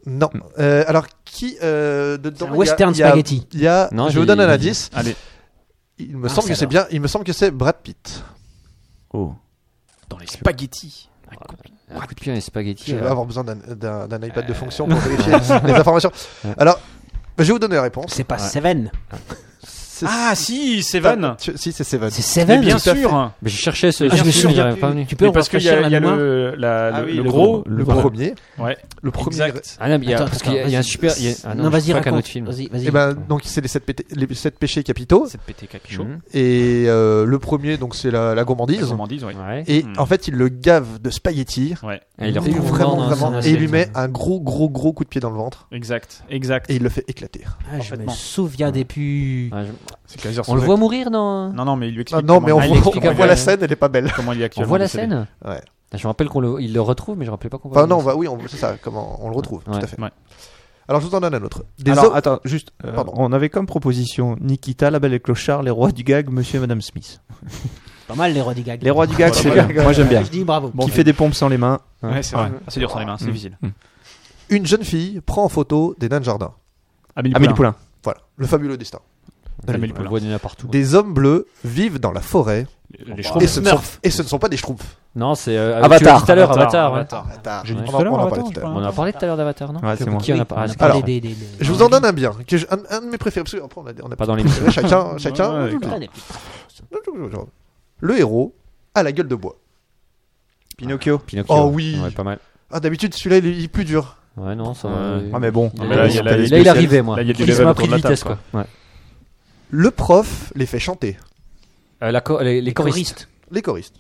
Speaker 3: Non.
Speaker 1: Mm.
Speaker 3: Euh, alors, qui. euh, dedans,
Speaker 5: C'est un
Speaker 3: il y a-
Speaker 5: western
Speaker 3: il y a-
Speaker 5: spaghetti.
Speaker 3: Il y a.
Speaker 1: Non,
Speaker 3: je vous
Speaker 1: j'ai-
Speaker 3: donne un indice.
Speaker 4: Allez.
Speaker 3: Il me
Speaker 5: Ah,
Speaker 3: semble
Speaker 5: ça
Speaker 3: que c'est bien. Il me semble que c'est Brad Pitt.
Speaker 6: Oh.
Speaker 8: Dans les spaghettis.
Speaker 1: Un coup de pied dans les spaghettis. euh,
Speaker 3: Je vais
Speaker 1: alors.
Speaker 3: avoir besoin d'un- d'un d'un iPad de fonction pour vérifier les informations. Alors, je vais vous donner la réponse.
Speaker 5: C'est pas Seven.
Speaker 3: C'est-
Speaker 4: Ah si, Seven.
Speaker 3: Tu- Si, c'est Seven.
Speaker 5: C'est
Speaker 4: Mais
Speaker 5: Seven.
Speaker 4: bien
Speaker 3: tout à
Speaker 4: sûr.
Speaker 1: Mais j'ai cherché ce.
Speaker 5: Ah, je me
Speaker 1: ce film,
Speaker 5: souviens
Speaker 1: il est
Speaker 5: plus.
Speaker 1: pas venu.
Speaker 5: Tu peux
Speaker 4: Mais
Speaker 5: en
Speaker 4: parce qu'il y a,
Speaker 5: rafraîchir
Speaker 4: il y
Speaker 5: la
Speaker 4: a
Speaker 5: mémoire
Speaker 4: le, la-
Speaker 6: Ah
Speaker 4: le-
Speaker 6: oui,
Speaker 4: le
Speaker 6: le
Speaker 4: gros,
Speaker 6: gros, le
Speaker 3: Le premier.
Speaker 4: Ouais.
Speaker 3: Le premier.
Speaker 4: Exact.
Speaker 1: Ah non, mais il y a,
Speaker 5: Attends,
Speaker 1: parce qu'il y a,
Speaker 5: attends,
Speaker 1: il y a un
Speaker 5: vas-y.
Speaker 1: super. il y a- ah non,
Speaker 5: non, vas-y,
Speaker 1: je crois qu'un
Speaker 5: raconte.
Speaker 1: autre film.
Speaker 5: Vas-y, vas-y.
Speaker 3: Et ben, donc, c'est les sept, pété- les sept péchés capitaux.
Speaker 4: Cette pété capichot.
Speaker 6: Mhm.
Speaker 3: Et euh, le premier, donc, c'est la, la
Speaker 4: La
Speaker 3: gourmandise.
Speaker 4: gourmandise, ouais.
Speaker 1: Ouais.
Speaker 3: Et
Speaker 4: Hmm.
Speaker 3: en fait, il le gave de spaghettis.
Speaker 4: Ouais.
Speaker 1: Ah, il est
Speaker 3: Vraiment,
Speaker 1: vraiment
Speaker 3: vraiment,
Speaker 1: dans un-
Speaker 3: vraiment.
Speaker 1: dans un
Speaker 3: Et il lui
Speaker 1: siège.
Speaker 3: met un gros, gros, gros coup de pied dans le ventre.
Speaker 4: Exact, exact.
Speaker 3: Et il le fait éclater.
Speaker 5: Ah, je me
Speaker 4: parfaitement.
Speaker 5: souviens des pu.
Speaker 1: Ouais, je-
Speaker 4: C'est quasi
Speaker 1: On le voit mourir dans.
Speaker 4: Non, non, mais il lui explique.
Speaker 3: Ah, non, mais on
Speaker 4: comment-
Speaker 1: Ah,
Speaker 3: voit,
Speaker 1: il
Speaker 3: on
Speaker 1: explique
Speaker 3: voit
Speaker 1: à-
Speaker 3: la scène, elle est pas belle.
Speaker 4: Comment il est
Speaker 1: On
Speaker 4: actuellement
Speaker 1: voit la
Speaker 4: décédé.
Speaker 1: scène
Speaker 3: Ouais.
Speaker 1: Je me rappelle qu'on le, il le retrouve, mais je me rappelais pas qu'on voit.
Speaker 3: Enfin, non, on va, oui, on, c'est ça, comment on le retrouve,
Speaker 1: Ouais.
Speaker 3: tout à fait.
Speaker 4: Ouais.
Speaker 3: Alors, je vous en donne un autre. Des
Speaker 6: Alors,
Speaker 3: o-
Speaker 6: attends, juste. euh,
Speaker 3: Pardon.
Speaker 6: on avait comme proposition Nikita, La Belle et le Clochard, Les Rois du Gag, Monsieur et Madame Smith.
Speaker 5: Pas mal les Roddy Gag.
Speaker 6: Les Rois du Gag,
Speaker 4: Ouais,
Speaker 6: c'est
Speaker 4: ouais.
Speaker 6: bien. Moi, j'aime bien.
Speaker 5: Je dis bravo.
Speaker 6: Qui fait des pompes sans les mains.
Speaker 4: Ouais, c'est vrai. Ah, c'est dur sans les mains, c'est
Speaker 6: Mhm.
Speaker 4: difficile.
Speaker 3: Une jeune fille prend en photo des nains de jardin.
Speaker 4: Amélie
Speaker 6: Amélie
Speaker 4: Poulain.
Speaker 6: Poulain.
Speaker 3: Voilà, le fabuleux destin.
Speaker 4: Amélie
Speaker 1: On le
Speaker 4: Poulain.
Speaker 1: voit déjà partout.
Speaker 3: Des hommes bleus vivent dans la forêt.
Speaker 4: Les
Speaker 3: et,
Speaker 4: Schtroumpfs.
Speaker 3: ce ne sont, et ce ne sont pas des schtroumpfs.
Speaker 1: Non, c'est. euh,
Speaker 6: Avatar.
Speaker 1: tu l'as dit tout à l'heure, Avatar.
Speaker 4: Avatar,
Speaker 1: ouais.
Speaker 4: Avatar.
Speaker 5: Ah.
Speaker 3: Avatar.
Speaker 4: J'ai dit
Speaker 3: On
Speaker 4: tout
Speaker 3: en-
Speaker 4: à l'heure,
Speaker 3: on en parlait
Speaker 4: Avatar,
Speaker 3: tout à
Speaker 4: je
Speaker 3: l'heure.
Speaker 1: On a parlé tout à l'heure d'Avatar, non
Speaker 6: Ouais, c'est moi.
Speaker 1: Qui en a parlé
Speaker 3: Alors,
Speaker 5: des, des, des-
Speaker 3: Je vous en donne un bien, que je- un, un de mes préférés. Parce que après, on a, on a-
Speaker 1: Pas dans l'émission.
Speaker 3: Chacun, chacun.
Speaker 4: Ouais,
Speaker 5: Ah, des petits-
Speaker 3: Le héros a la gueule de bois.
Speaker 6: Pinocchio.
Speaker 1: Pinocchio.
Speaker 3: Oh oui.
Speaker 1: Ouais, pas mal.
Speaker 3: Ah, d'habitude, celui-là, il est il est plus dur.
Speaker 1: Ouais, non, ça.
Speaker 6: Ouais. Ah, mais bon.
Speaker 1: Il
Speaker 4: Ah,
Speaker 1: est-
Speaker 4: mais là, il y a la-
Speaker 1: là,
Speaker 4: les
Speaker 1: il
Speaker 4: spécialistes.
Speaker 1: arrivait, moi.
Speaker 4: Là, il y a du
Speaker 1: Il
Speaker 4: level
Speaker 1: m'a
Speaker 4: autour
Speaker 1: pris
Speaker 4: de la
Speaker 1: de vitesse,
Speaker 4: table,
Speaker 1: quoi. Ouais.
Speaker 3: Le prof les fait chanter.
Speaker 1: Euh, la cho- Les les choristes.
Speaker 3: Les choristes.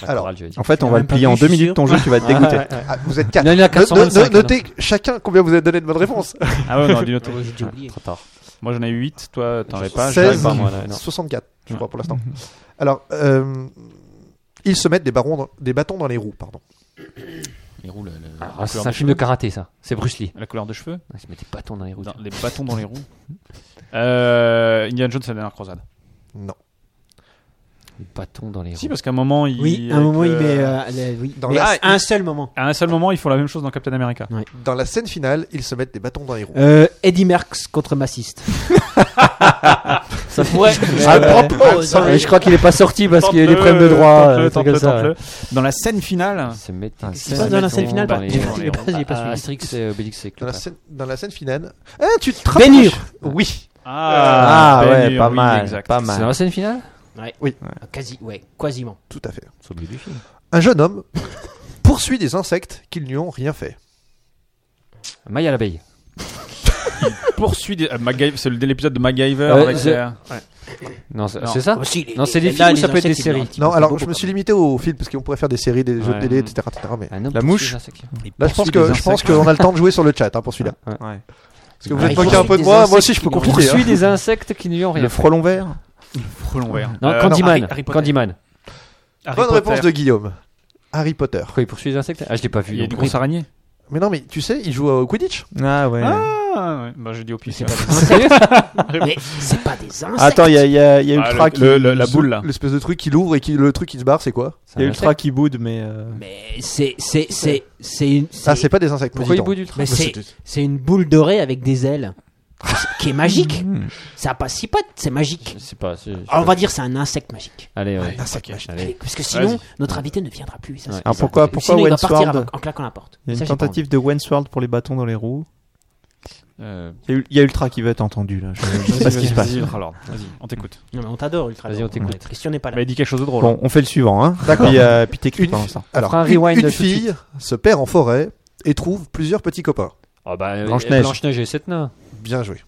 Speaker 1: La
Speaker 3: Alors.
Speaker 1: chorale, je vais dire.
Speaker 6: En fait, on
Speaker 5: J'ai
Speaker 6: va
Speaker 5: même
Speaker 6: le
Speaker 5: pas
Speaker 6: plier en
Speaker 5: vu,
Speaker 6: deux
Speaker 5: je suis
Speaker 6: minutes ton jeu, tu vas être dégoûté.
Speaker 3: Ah, vous êtes quatre.
Speaker 1: Non, il y en a
Speaker 3: No- no-
Speaker 1: 425,
Speaker 3: no- notez chacun combien vous avez donné de bonnes réponses.
Speaker 4: Ah ouais, on aurait dû noter.
Speaker 5: Oh, J'ai déjà oublié.
Speaker 1: Trop tard.
Speaker 4: Moi j'en ai 8, toi t'en avais pas. j'en avais
Speaker 3: 16,
Speaker 4: pas, moi, là, non.
Speaker 3: 64, je
Speaker 4: Ouais.
Speaker 3: crois, pour l'instant. Alors, euh, ils se mettent des, barons dans- des bâtons dans les roues, pardon.
Speaker 8: Les roues, le- le- la,
Speaker 1: Alors,
Speaker 8: couleur
Speaker 1: C'est un
Speaker 8: de
Speaker 1: film de
Speaker 8: cheveux.
Speaker 1: karaté, ça. C'est Bruce Lee.
Speaker 4: La couleur de cheveux.
Speaker 1: Il se met des bâtons dans les roues.
Speaker 4: Dans- les bâtons dans les roues. Euh, Indiana Jones, la dernière croisade.
Speaker 3: Non.
Speaker 1: Des bâtons dans les
Speaker 4: Si,
Speaker 1: roues.
Speaker 4: parce qu'à un moment, il.
Speaker 5: Oui, à un
Speaker 4: avec,
Speaker 5: moment, il
Speaker 4: euh,
Speaker 5: met. euh, les- oui.
Speaker 3: Dans
Speaker 5: Mais
Speaker 3: la-
Speaker 5: à un seul moment.
Speaker 4: À un seul moment, ils font la même chose dans Captain America.
Speaker 3: Dans la scène
Speaker 1: Euh,
Speaker 3: finale, ils se mettent des bâtons dans les roues.
Speaker 5: Euh, Eddie Merckx contre Massiste.
Speaker 1: Ça pourrait.
Speaker 6: Ah,
Speaker 1: mais-
Speaker 5: Euh,
Speaker 6: propose,
Speaker 1: mais je crois qu'il est pas sorti parce qu'il y a des
Speaker 4: Tente-le,
Speaker 1: problèmes de droit,
Speaker 4: tente-le,
Speaker 1: euh, des trucs comme
Speaker 4: tente-le,
Speaker 1: ça. ouais.
Speaker 4: tente-le. Dans la scène finale,
Speaker 1: Se mettre-
Speaker 5: C'est pas dans la scène finale,
Speaker 1: dans
Speaker 5: par-
Speaker 1: les-
Speaker 5: j'ai
Speaker 1: dans
Speaker 5: j'ai
Speaker 1: les-
Speaker 5: pas- j'ai pas
Speaker 1: Ah,
Speaker 5: suivi.
Speaker 1: Astérix et Obélix et
Speaker 3: Dans la
Speaker 1: Cléopâtre.
Speaker 3: scène, dans la scène finale. Ah, tu te rapproches.
Speaker 5: Bénur
Speaker 6: Oui.
Speaker 4: Ah,
Speaker 6: Ah,
Speaker 4: Ben
Speaker 6: ouais,
Speaker 4: Hur,
Speaker 6: pas
Speaker 4: oui,
Speaker 6: mal.
Speaker 4: exact.
Speaker 6: Pas
Speaker 1: C'est dans la
Speaker 6: mal.
Speaker 1: scène finale
Speaker 5: Quasi, ouais, quasiment.
Speaker 3: Tout à fait.
Speaker 1: C'est du film.
Speaker 3: Un jeune homme poursuit des insectes qui ne lui ont rien fait.
Speaker 1: Maille à l'abeille.
Speaker 4: Poursuit. des- euh, MacGyver- c'est le- l'épisode de MacGyver.
Speaker 1: Euh,
Speaker 4: avec
Speaker 1: c'est-
Speaker 4: les-
Speaker 1: Non, c'est
Speaker 4: Non.
Speaker 1: c'est ça
Speaker 5: Oh, si, les-
Speaker 1: Ah. Non, c'est
Speaker 5: les-
Speaker 1: des
Speaker 5: là,
Speaker 1: films ou
Speaker 5: les
Speaker 1: ça peut être des
Speaker 5: insectes, ils
Speaker 1: séries
Speaker 5: meurent un petit peu.
Speaker 3: Non, alors
Speaker 5: beaucoup,
Speaker 3: je me
Speaker 5: quand
Speaker 3: suis limité aux films parce qu'on pourrait faire des séries, des jeux
Speaker 1: Ouais.
Speaker 3: de télé, etc. etc., mais
Speaker 1: Un homme
Speaker 6: La
Speaker 1: Ah, poursuit
Speaker 6: mouche.
Speaker 1: un insecte.
Speaker 3: là, je pense
Speaker 4: poursuit des
Speaker 3: que je pense
Speaker 4: insectes.
Speaker 3: qu'on a le temps de jouer sur le chat hein, pour celui-là.
Speaker 6: Ouais.
Speaker 3: Parce que vous
Speaker 5: Ah,
Speaker 3: êtes moqué un
Speaker 5: il poursuit
Speaker 3: peu de
Speaker 5: des
Speaker 3: moi, moi
Speaker 5: insectes
Speaker 3: aussi je peux
Speaker 5: qui lui ont
Speaker 3: compliquer.
Speaker 1: Poursuit
Speaker 3: hein.
Speaker 1: des insectes qui ne lui ont rien.
Speaker 6: Le frelon vert
Speaker 4: Frelon vert.
Speaker 1: Non,
Speaker 4: Euh,
Speaker 1: Candyman.
Speaker 4: non, Harry- Harry Potter.
Speaker 1: Candyman.
Speaker 4: Harry
Speaker 3: Bonne
Speaker 4: Potter.
Speaker 3: réponse de Guillaume. Harry Potter.
Speaker 1: Pourquoi il poursuit les insectes Ah, je l'ai pas vu.
Speaker 4: Il y a
Speaker 1: donc.
Speaker 4: une grosse araignée.
Speaker 3: Mais non, mais tu sais, il joue au Quidditch.
Speaker 6: Ah ouais.
Speaker 4: Ah, ouais. Bah, j'ai dit au pif.
Speaker 5: même. Mais c'est pas des insectes.
Speaker 6: Attends, il y a, il y a, il y a
Speaker 4: Ah,
Speaker 6: Ultra
Speaker 4: le-
Speaker 6: qui.
Speaker 4: le- le- la boule là.
Speaker 3: L'espèce de truc qu'il ouvre et qui, le truc qui se barre, c'est quoi
Speaker 1: C'est
Speaker 6: Il y a
Speaker 1: un
Speaker 6: Ultra
Speaker 1: insecte.
Speaker 6: qui boude, mais. euh,
Speaker 5: Mais c'est c'est c'est c'est une-
Speaker 3: Ah, c'est pas des insectes.
Speaker 1: Pourquoi il
Speaker 3: dis donc.
Speaker 1: bout du train
Speaker 5: mais c'est c'est une boule dorée avec des ailes qui est magique.
Speaker 6: Hmm.
Speaker 5: Ça passe six pattes, c'est magique.
Speaker 1: Je sais pas. c'est- je-
Speaker 5: Alors, Ah, on va dire c'est un insecte magique.
Speaker 1: Allez, ouais.
Speaker 3: Ah,
Speaker 1: Allez.
Speaker 5: Parce que sinon,
Speaker 4: Vas-y.
Speaker 5: notre invité ne viendra plus. Ça,
Speaker 1: Ouais.
Speaker 5: c'est-
Speaker 6: Ah, pourquoi,
Speaker 5: Sinon,
Speaker 6: pourquoi
Speaker 5: il va partir
Speaker 6: Wensward
Speaker 5: avec- en claquant la porte.
Speaker 6: Il y a
Speaker 5: Ça,
Speaker 6: une
Speaker 5: j'ai pas
Speaker 6: tentative de Wensward pour les bâtons dans les roues.
Speaker 8: Euh,
Speaker 6: Il y a Ul- il y a Ultra qui veut être entendu là. Je je sais pas ce qui se passe.
Speaker 4: Alors, vas-y, on t'écoute.
Speaker 5: envie. Non, mais on t'adore, Ultra.
Speaker 1: Vas-y,
Speaker 5: Lord.
Speaker 1: on t'écoute.
Speaker 5: Christian n'est pas là.
Speaker 4: Mais dit quelque chose de drôle.
Speaker 6: Bon, on fait le suivant, hein.
Speaker 3: D'accord.
Speaker 6: Puis, euh, puis t'écris
Speaker 3: Une-
Speaker 6: pendant ça.
Speaker 1: On
Speaker 3: Alors,
Speaker 1: fera un
Speaker 3: une,
Speaker 1: rewind
Speaker 3: une
Speaker 1: tout de
Speaker 3: fille se perd en forêt et trouve plusieurs petits copains.
Speaker 1: Ah bah, euh,
Speaker 6: Blanche-Neige.
Speaker 1: Blanche-Neige et sept nains.
Speaker 3: Bien joué.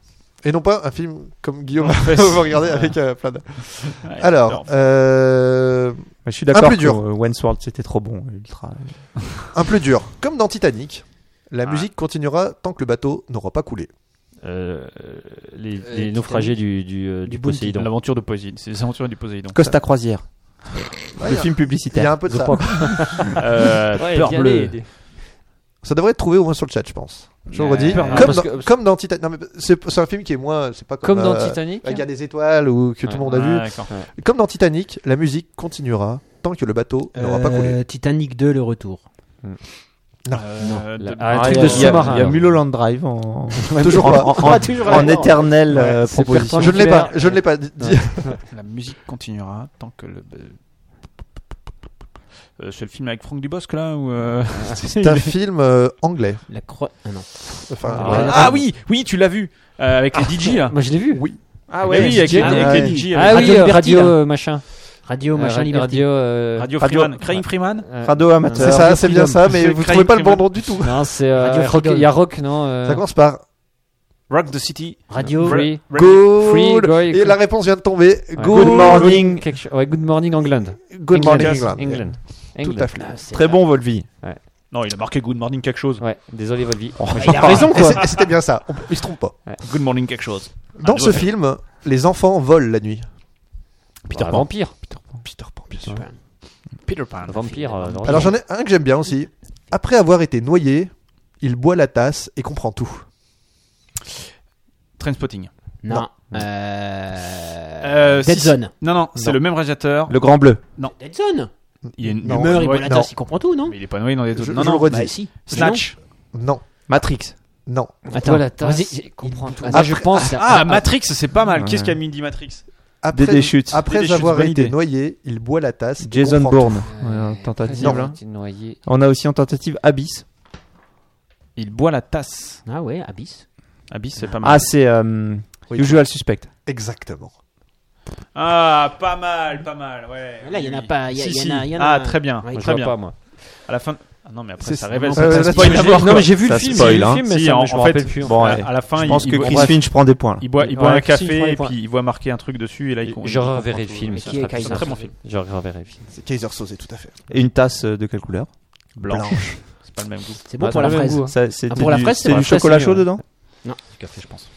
Speaker 3: Et non pas un film comme Guillaume, vous regardez avec euh, plein de...
Speaker 4: hein. Ouais,
Speaker 3: Alors, euh,
Speaker 6: Ouais, Je suis d'accord
Speaker 3: plus
Speaker 6: que
Speaker 3: dur.
Speaker 6: euh, Wensworld c'était trop bon, Ultra.
Speaker 3: un peu dur. Comme dans Titanic, la musique continuera tant que le bateau n'aura pas coulé.
Speaker 1: Euh, euh, les,
Speaker 5: Euh,
Speaker 1: les
Speaker 5: Titanic.
Speaker 1: naufragés du, du, euh, du
Speaker 4: Bounty,
Speaker 1: Poséidon.
Speaker 4: L'aventure de Poséidon. C'est les aventures du Poséidon.
Speaker 6: Costa Croisière,
Speaker 3: Ouais,
Speaker 6: le
Speaker 3: il y a-
Speaker 6: film
Speaker 3: il y a
Speaker 6: publicitaire.
Speaker 3: un peu de
Speaker 1: The
Speaker 3: ça.
Speaker 1: Rock.
Speaker 4: Euh,
Speaker 1: Ouais,
Speaker 4: Peur
Speaker 1: bien
Speaker 4: bleue.
Speaker 1: les-
Speaker 3: Ça devrait être trouvé au moins sur le chat, je pense. Je le
Speaker 4: Ouais.
Speaker 3: redis.
Speaker 4: Peur bleue.
Speaker 3: Comme,
Speaker 1: Ah, Parce
Speaker 3: dans,
Speaker 1: que-
Speaker 3: comme dans Titanic. Non, mais c'est c'est un film qui est moins. C'est pas comme,
Speaker 1: Comme dans
Speaker 3: euh,
Speaker 1: Titanic.
Speaker 3: La guerre des étoiles ou que tout le monde a vu.
Speaker 4: Ah, d'accord.
Speaker 3: Comme dans Titanic, la musique continuera tant que le bateau n'aura pas coulé.
Speaker 5: Euh, Titanic 2, le retour.
Speaker 4: Euh,
Speaker 1: La-
Speaker 4: de-
Speaker 1: ah, un
Speaker 6: Ah,
Speaker 1: truc
Speaker 6: il y a-
Speaker 1: de
Speaker 6: il y a-
Speaker 1: sous-marin.
Speaker 6: Il y a
Speaker 1: alors.
Speaker 6: Mulholland Drive en.
Speaker 1: Euh,
Speaker 3: Toujours
Speaker 6: en,
Speaker 3: pas.
Speaker 6: en- en- en éternelle euh,
Speaker 1: Ouais, c'est
Speaker 6: proposition.
Speaker 1: perpendiculaire.
Speaker 3: Je ne l'ai pas. Je ne l'ai pas. dit- dit-
Speaker 4: La musique continuera tant que le. Euh, c'est le film avec Franck Dubosc là ou euh,
Speaker 3: C'est un film euh, anglais.
Speaker 5: La croix. Ah non.
Speaker 3: Enfin,
Speaker 1: Ah,
Speaker 4: Ah,
Speaker 3: ouais.
Speaker 1: ouais.
Speaker 4: oui, oui, tu l'as vu euh, avec les DJ là.
Speaker 1: Moi, je l'ai vu.
Speaker 3: Oui.
Speaker 4: Ah
Speaker 1: ouais,
Speaker 4: oui,
Speaker 1: les
Speaker 4: avec,
Speaker 1: DJ.
Speaker 4: les- avec
Speaker 6: Ah
Speaker 4: les
Speaker 6: ouais.
Speaker 4: DJ.
Speaker 1: Ah
Speaker 4: avec-
Speaker 1: oui,
Speaker 5: Radio
Speaker 1: euh,
Speaker 5: Liberty,
Speaker 1: radio
Speaker 5: là.
Speaker 1: euh, machin.
Speaker 5: Radio, machin,
Speaker 1: Euh,
Speaker 5: liberté.
Speaker 1: Radio. euh,
Speaker 4: Radio
Speaker 6: Radio-
Speaker 4: Freeman, Craig Freeman.
Speaker 1: euh,
Speaker 6: Crado amateur.
Speaker 3: C'est ça, Ah c'est bien ça, mais
Speaker 4: C'est
Speaker 3: vous
Speaker 4: Crime
Speaker 3: trouvez pas le bon
Speaker 4: Criminal.
Speaker 3: nom du tout.
Speaker 1: Non, c'est. euh,
Speaker 5: Radio
Speaker 1: Rock-
Speaker 5: Freedom.
Speaker 1: Il y a Rock, non euh,
Speaker 3: Ça commence par
Speaker 4: Rock the City.
Speaker 5: Radio.
Speaker 1: Free.
Speaker 4: Free.
Speaker 1: Free,
Speaker 3: Good.
Speaker 1: Goy-
Speaker 3: Et la réponse vient de tomber.
Speaker 1: Ouais.
Speaker 3: Good morning.
Speaker 1: Quelque chose- Ouais, Good Morning England.
Speaker 3: Good morning, England.
Speaker 1: England.
Speaker 3: Tout à fait.
Speaker 5: Ah, c'est-
Speaker 6: Très bon Volvi.
Speaker 4: Non, il a marqué Good Morning quelque chose.
Speaker 1: Ouais, désolé, votre vie.
Speaker 5: il a raison,
Speaker 3: Et c'est- et C'était bien ça. On- Il se trompe pas.
Speaker 4: Good Morning quelque chose.
Speaker 3: Dans
Speaker 4: Ah,
Speaker 3: ce
Speaker 4: ouais.
Speaker 3: film, les enfants volent la nuit.
Speaker 1: Peter Vampire.
Speaker 3: Peter Pan, bien sûr.
Speaker 4: Peter Pan.
Speaker 1: Vampire. euh, dans-
Speaker 3: Alors j'en ai un que j'aime bien aussi. Après avoir été noyé, il boit la tasse et comprend tout.
Speaker 4: Trainspotting.
Speaker 5: Non. Euh...
Speaker 4: Euh,
Speaker 5: Dead
Speaker 4: si-
Speaker 5: Zone.
Speaker 4: Non, non, c'est
Speaker 6: Non.
Speaker 4: le même réaliateur.
Speaker 6: Le Grand Bleu.
Speaker 5: Dead Zone.
Speaker 4: Il, est une...
Speaker 3: Non.
Speaker 5: Il meurt, il boit la
Speaker 3: non.
Speaker 5: tasse, il comprend tout, non
Speaker 4: Mais il est pas noyé dans les
Speaker 3: Je,
Speaker 4: autres.
Speaker 3: je
Speaker 4: Non,
Speaker 3: le
Speaker 4: non.
Speaker 3: redis.
Speaker 5: Bah si.
Speaker 4: Snatch.
Speaker 3: Non,
Speaker 6: Matrix.
Speaker 3: non.
Speaker 5: Attends,
Speaker 1: Toi, la tasse,
Speaker 5: vas-y,
Speaker 1: il comprend tout.
Speaker 5: Ah,
Speaker 1: Moi, je pense.
Speaker 4: Ah, Matrix, c'est pas mal.
Speaker 6: Ouais.
Speaker 4: Qu'est-ce qu'a mis dit Matrix
Speaker 3: Après,
Speaker 6: Dédé Chute.
Speaker 3: après
Speaker 4: Dédé Chute,
Speaker 3: avoir
Speaker 6: bonne
Speaker 3: été
Speaker 6: idée.
Speaker 3: noyé, il boit la tasse. et
Speaker 6: Jason
Speaker 3: comprend
Speaker 6: Bourne.
Speaker 1: Euh,
Speaker 6: Ouais, en tentative.
Speaker 1: Vas-y,
Speaker 6: là.
Speaker 1: t'es noyé.
Speaker 6: On a aussi en tentative Abyss.
Speaker 4: Il boit la tasse.
Speaker 5: Ah ouais, Abyss.
Speaker 4: Abyss, c'est pas
Speaker 6: Ah,
Speaker 4: mal.
Speaker 6: c'est euh,
Speaker 3: Oui.
Speaker 6: Usual Suspect.
Speaker 3: tout. Exactement.
Speaker 4: Ah, pas mal, pas mal, ouais.
Speaker 5: Là, il y en a
Speaker 4: Oui,
Speaker 5: pas,
Speaker 4: oui.
Speaker 5: il y a-
Speaker 4: Si,
Speaker 5: il y en
Speaker 4: si.
Speaker 5: a- il y en a-
Speaker 4: Ah, très bien,
Speaker 1: Moi,
Speaker 5: Ouais,
Speaker 1: je
Speaker 4: très
Speaker 1: vois
Speaker 4: bien.
Speaker 1: pas, moi.
Speaker 4: À la fin. Ah non, mais après,
Speaker 3: C'est-
Speaker 4: ça révèle.
Speaker 3: non,
Speaker 4: ça-
Speaker 3: ça-
Speaker 4: ça
Speaker 3: ça
Speaker 4: spoil
Speaker 3: spoil,
Speaker 4: d'abord,
Speaker 1: Non,
Speaker 4: quoi.
Speaker 1: mais j'ai vu
Speaker 6: Ça
Speaker 1: le film,
Speaker 6: spoil,
Speaker 1: j'ai vu le
Speaker 6: hein.
Speaker 1: film, mais
Speaker 4: Si,
Speaker 1: ça,
Speaker 4: en-
Speaker 1: mais je
Speaker 4: en
Speaker 1: me
Speaker 4: fait,
Speaker 1: rappelle plus.
Speaker 6: Bon,
Speaker 4: À
Speaker 6: ouais.
Speaker 4: à la fin,
Speaker 6: Je
Speaker 4: il-
Speaker 6: pense
Speaker 4: il
Speaker 6: que
Speaker 4: boit-
Speaker 6: Chris
Speaker 4: il se-
Speaker 6: Finch prend des points. là.
Speaker 4: il boit, il
Speaker 1: Ouais,
Speaker 4: boit un
Speaker 1: Chris, il prend
Speaker 4: café
Speaker 1: les
Speaker 4: et
Speaker 1: points.
Speaker 4: puis il voit marquer un truc dessus et là il comprend.
Speaker 1: Je reverrai le film.
Speaker 5: Mais
Speaker 1: ça
Speaker 5: qui est
Speaker 1: sera plus
Speaker 5: Kaiser
Speaker 4: C'est un très bon
Speaker 1: simple.
Speaker 4: film.
Speaker 1: Je reverrai le film.
Speaker 3: C'est Kaiser Soze, tout à fait.
Speaker 6: Et une tasse euh, de quelle couleur
Speaker 4: Blanche. C'est pas le même goût.
Speaker 5: C'est bon
Speaker 1: Ah,
Speaker 5: pour
Speaker 1: t'as
Speaker 5: la
Speaker 1: le même
Speaker 5: fraise.
Speaker 1: goût, hein.
Speaker 6: Ça, c'était
Speaker 5: pour la
Speaker 6: du-
Speaker 5: fraise, c'est
Speaker 6: c'était
Speaker 5: pour
Speaker 6: du
Speaker 5: la fraise,
Speaker 6: chocolat
Speaker 5: c'est
Speaker 6: chaud
Speaker 5: mieux, ouais.
Speaker 6: dedans
Speaker 4: Du café, je pense.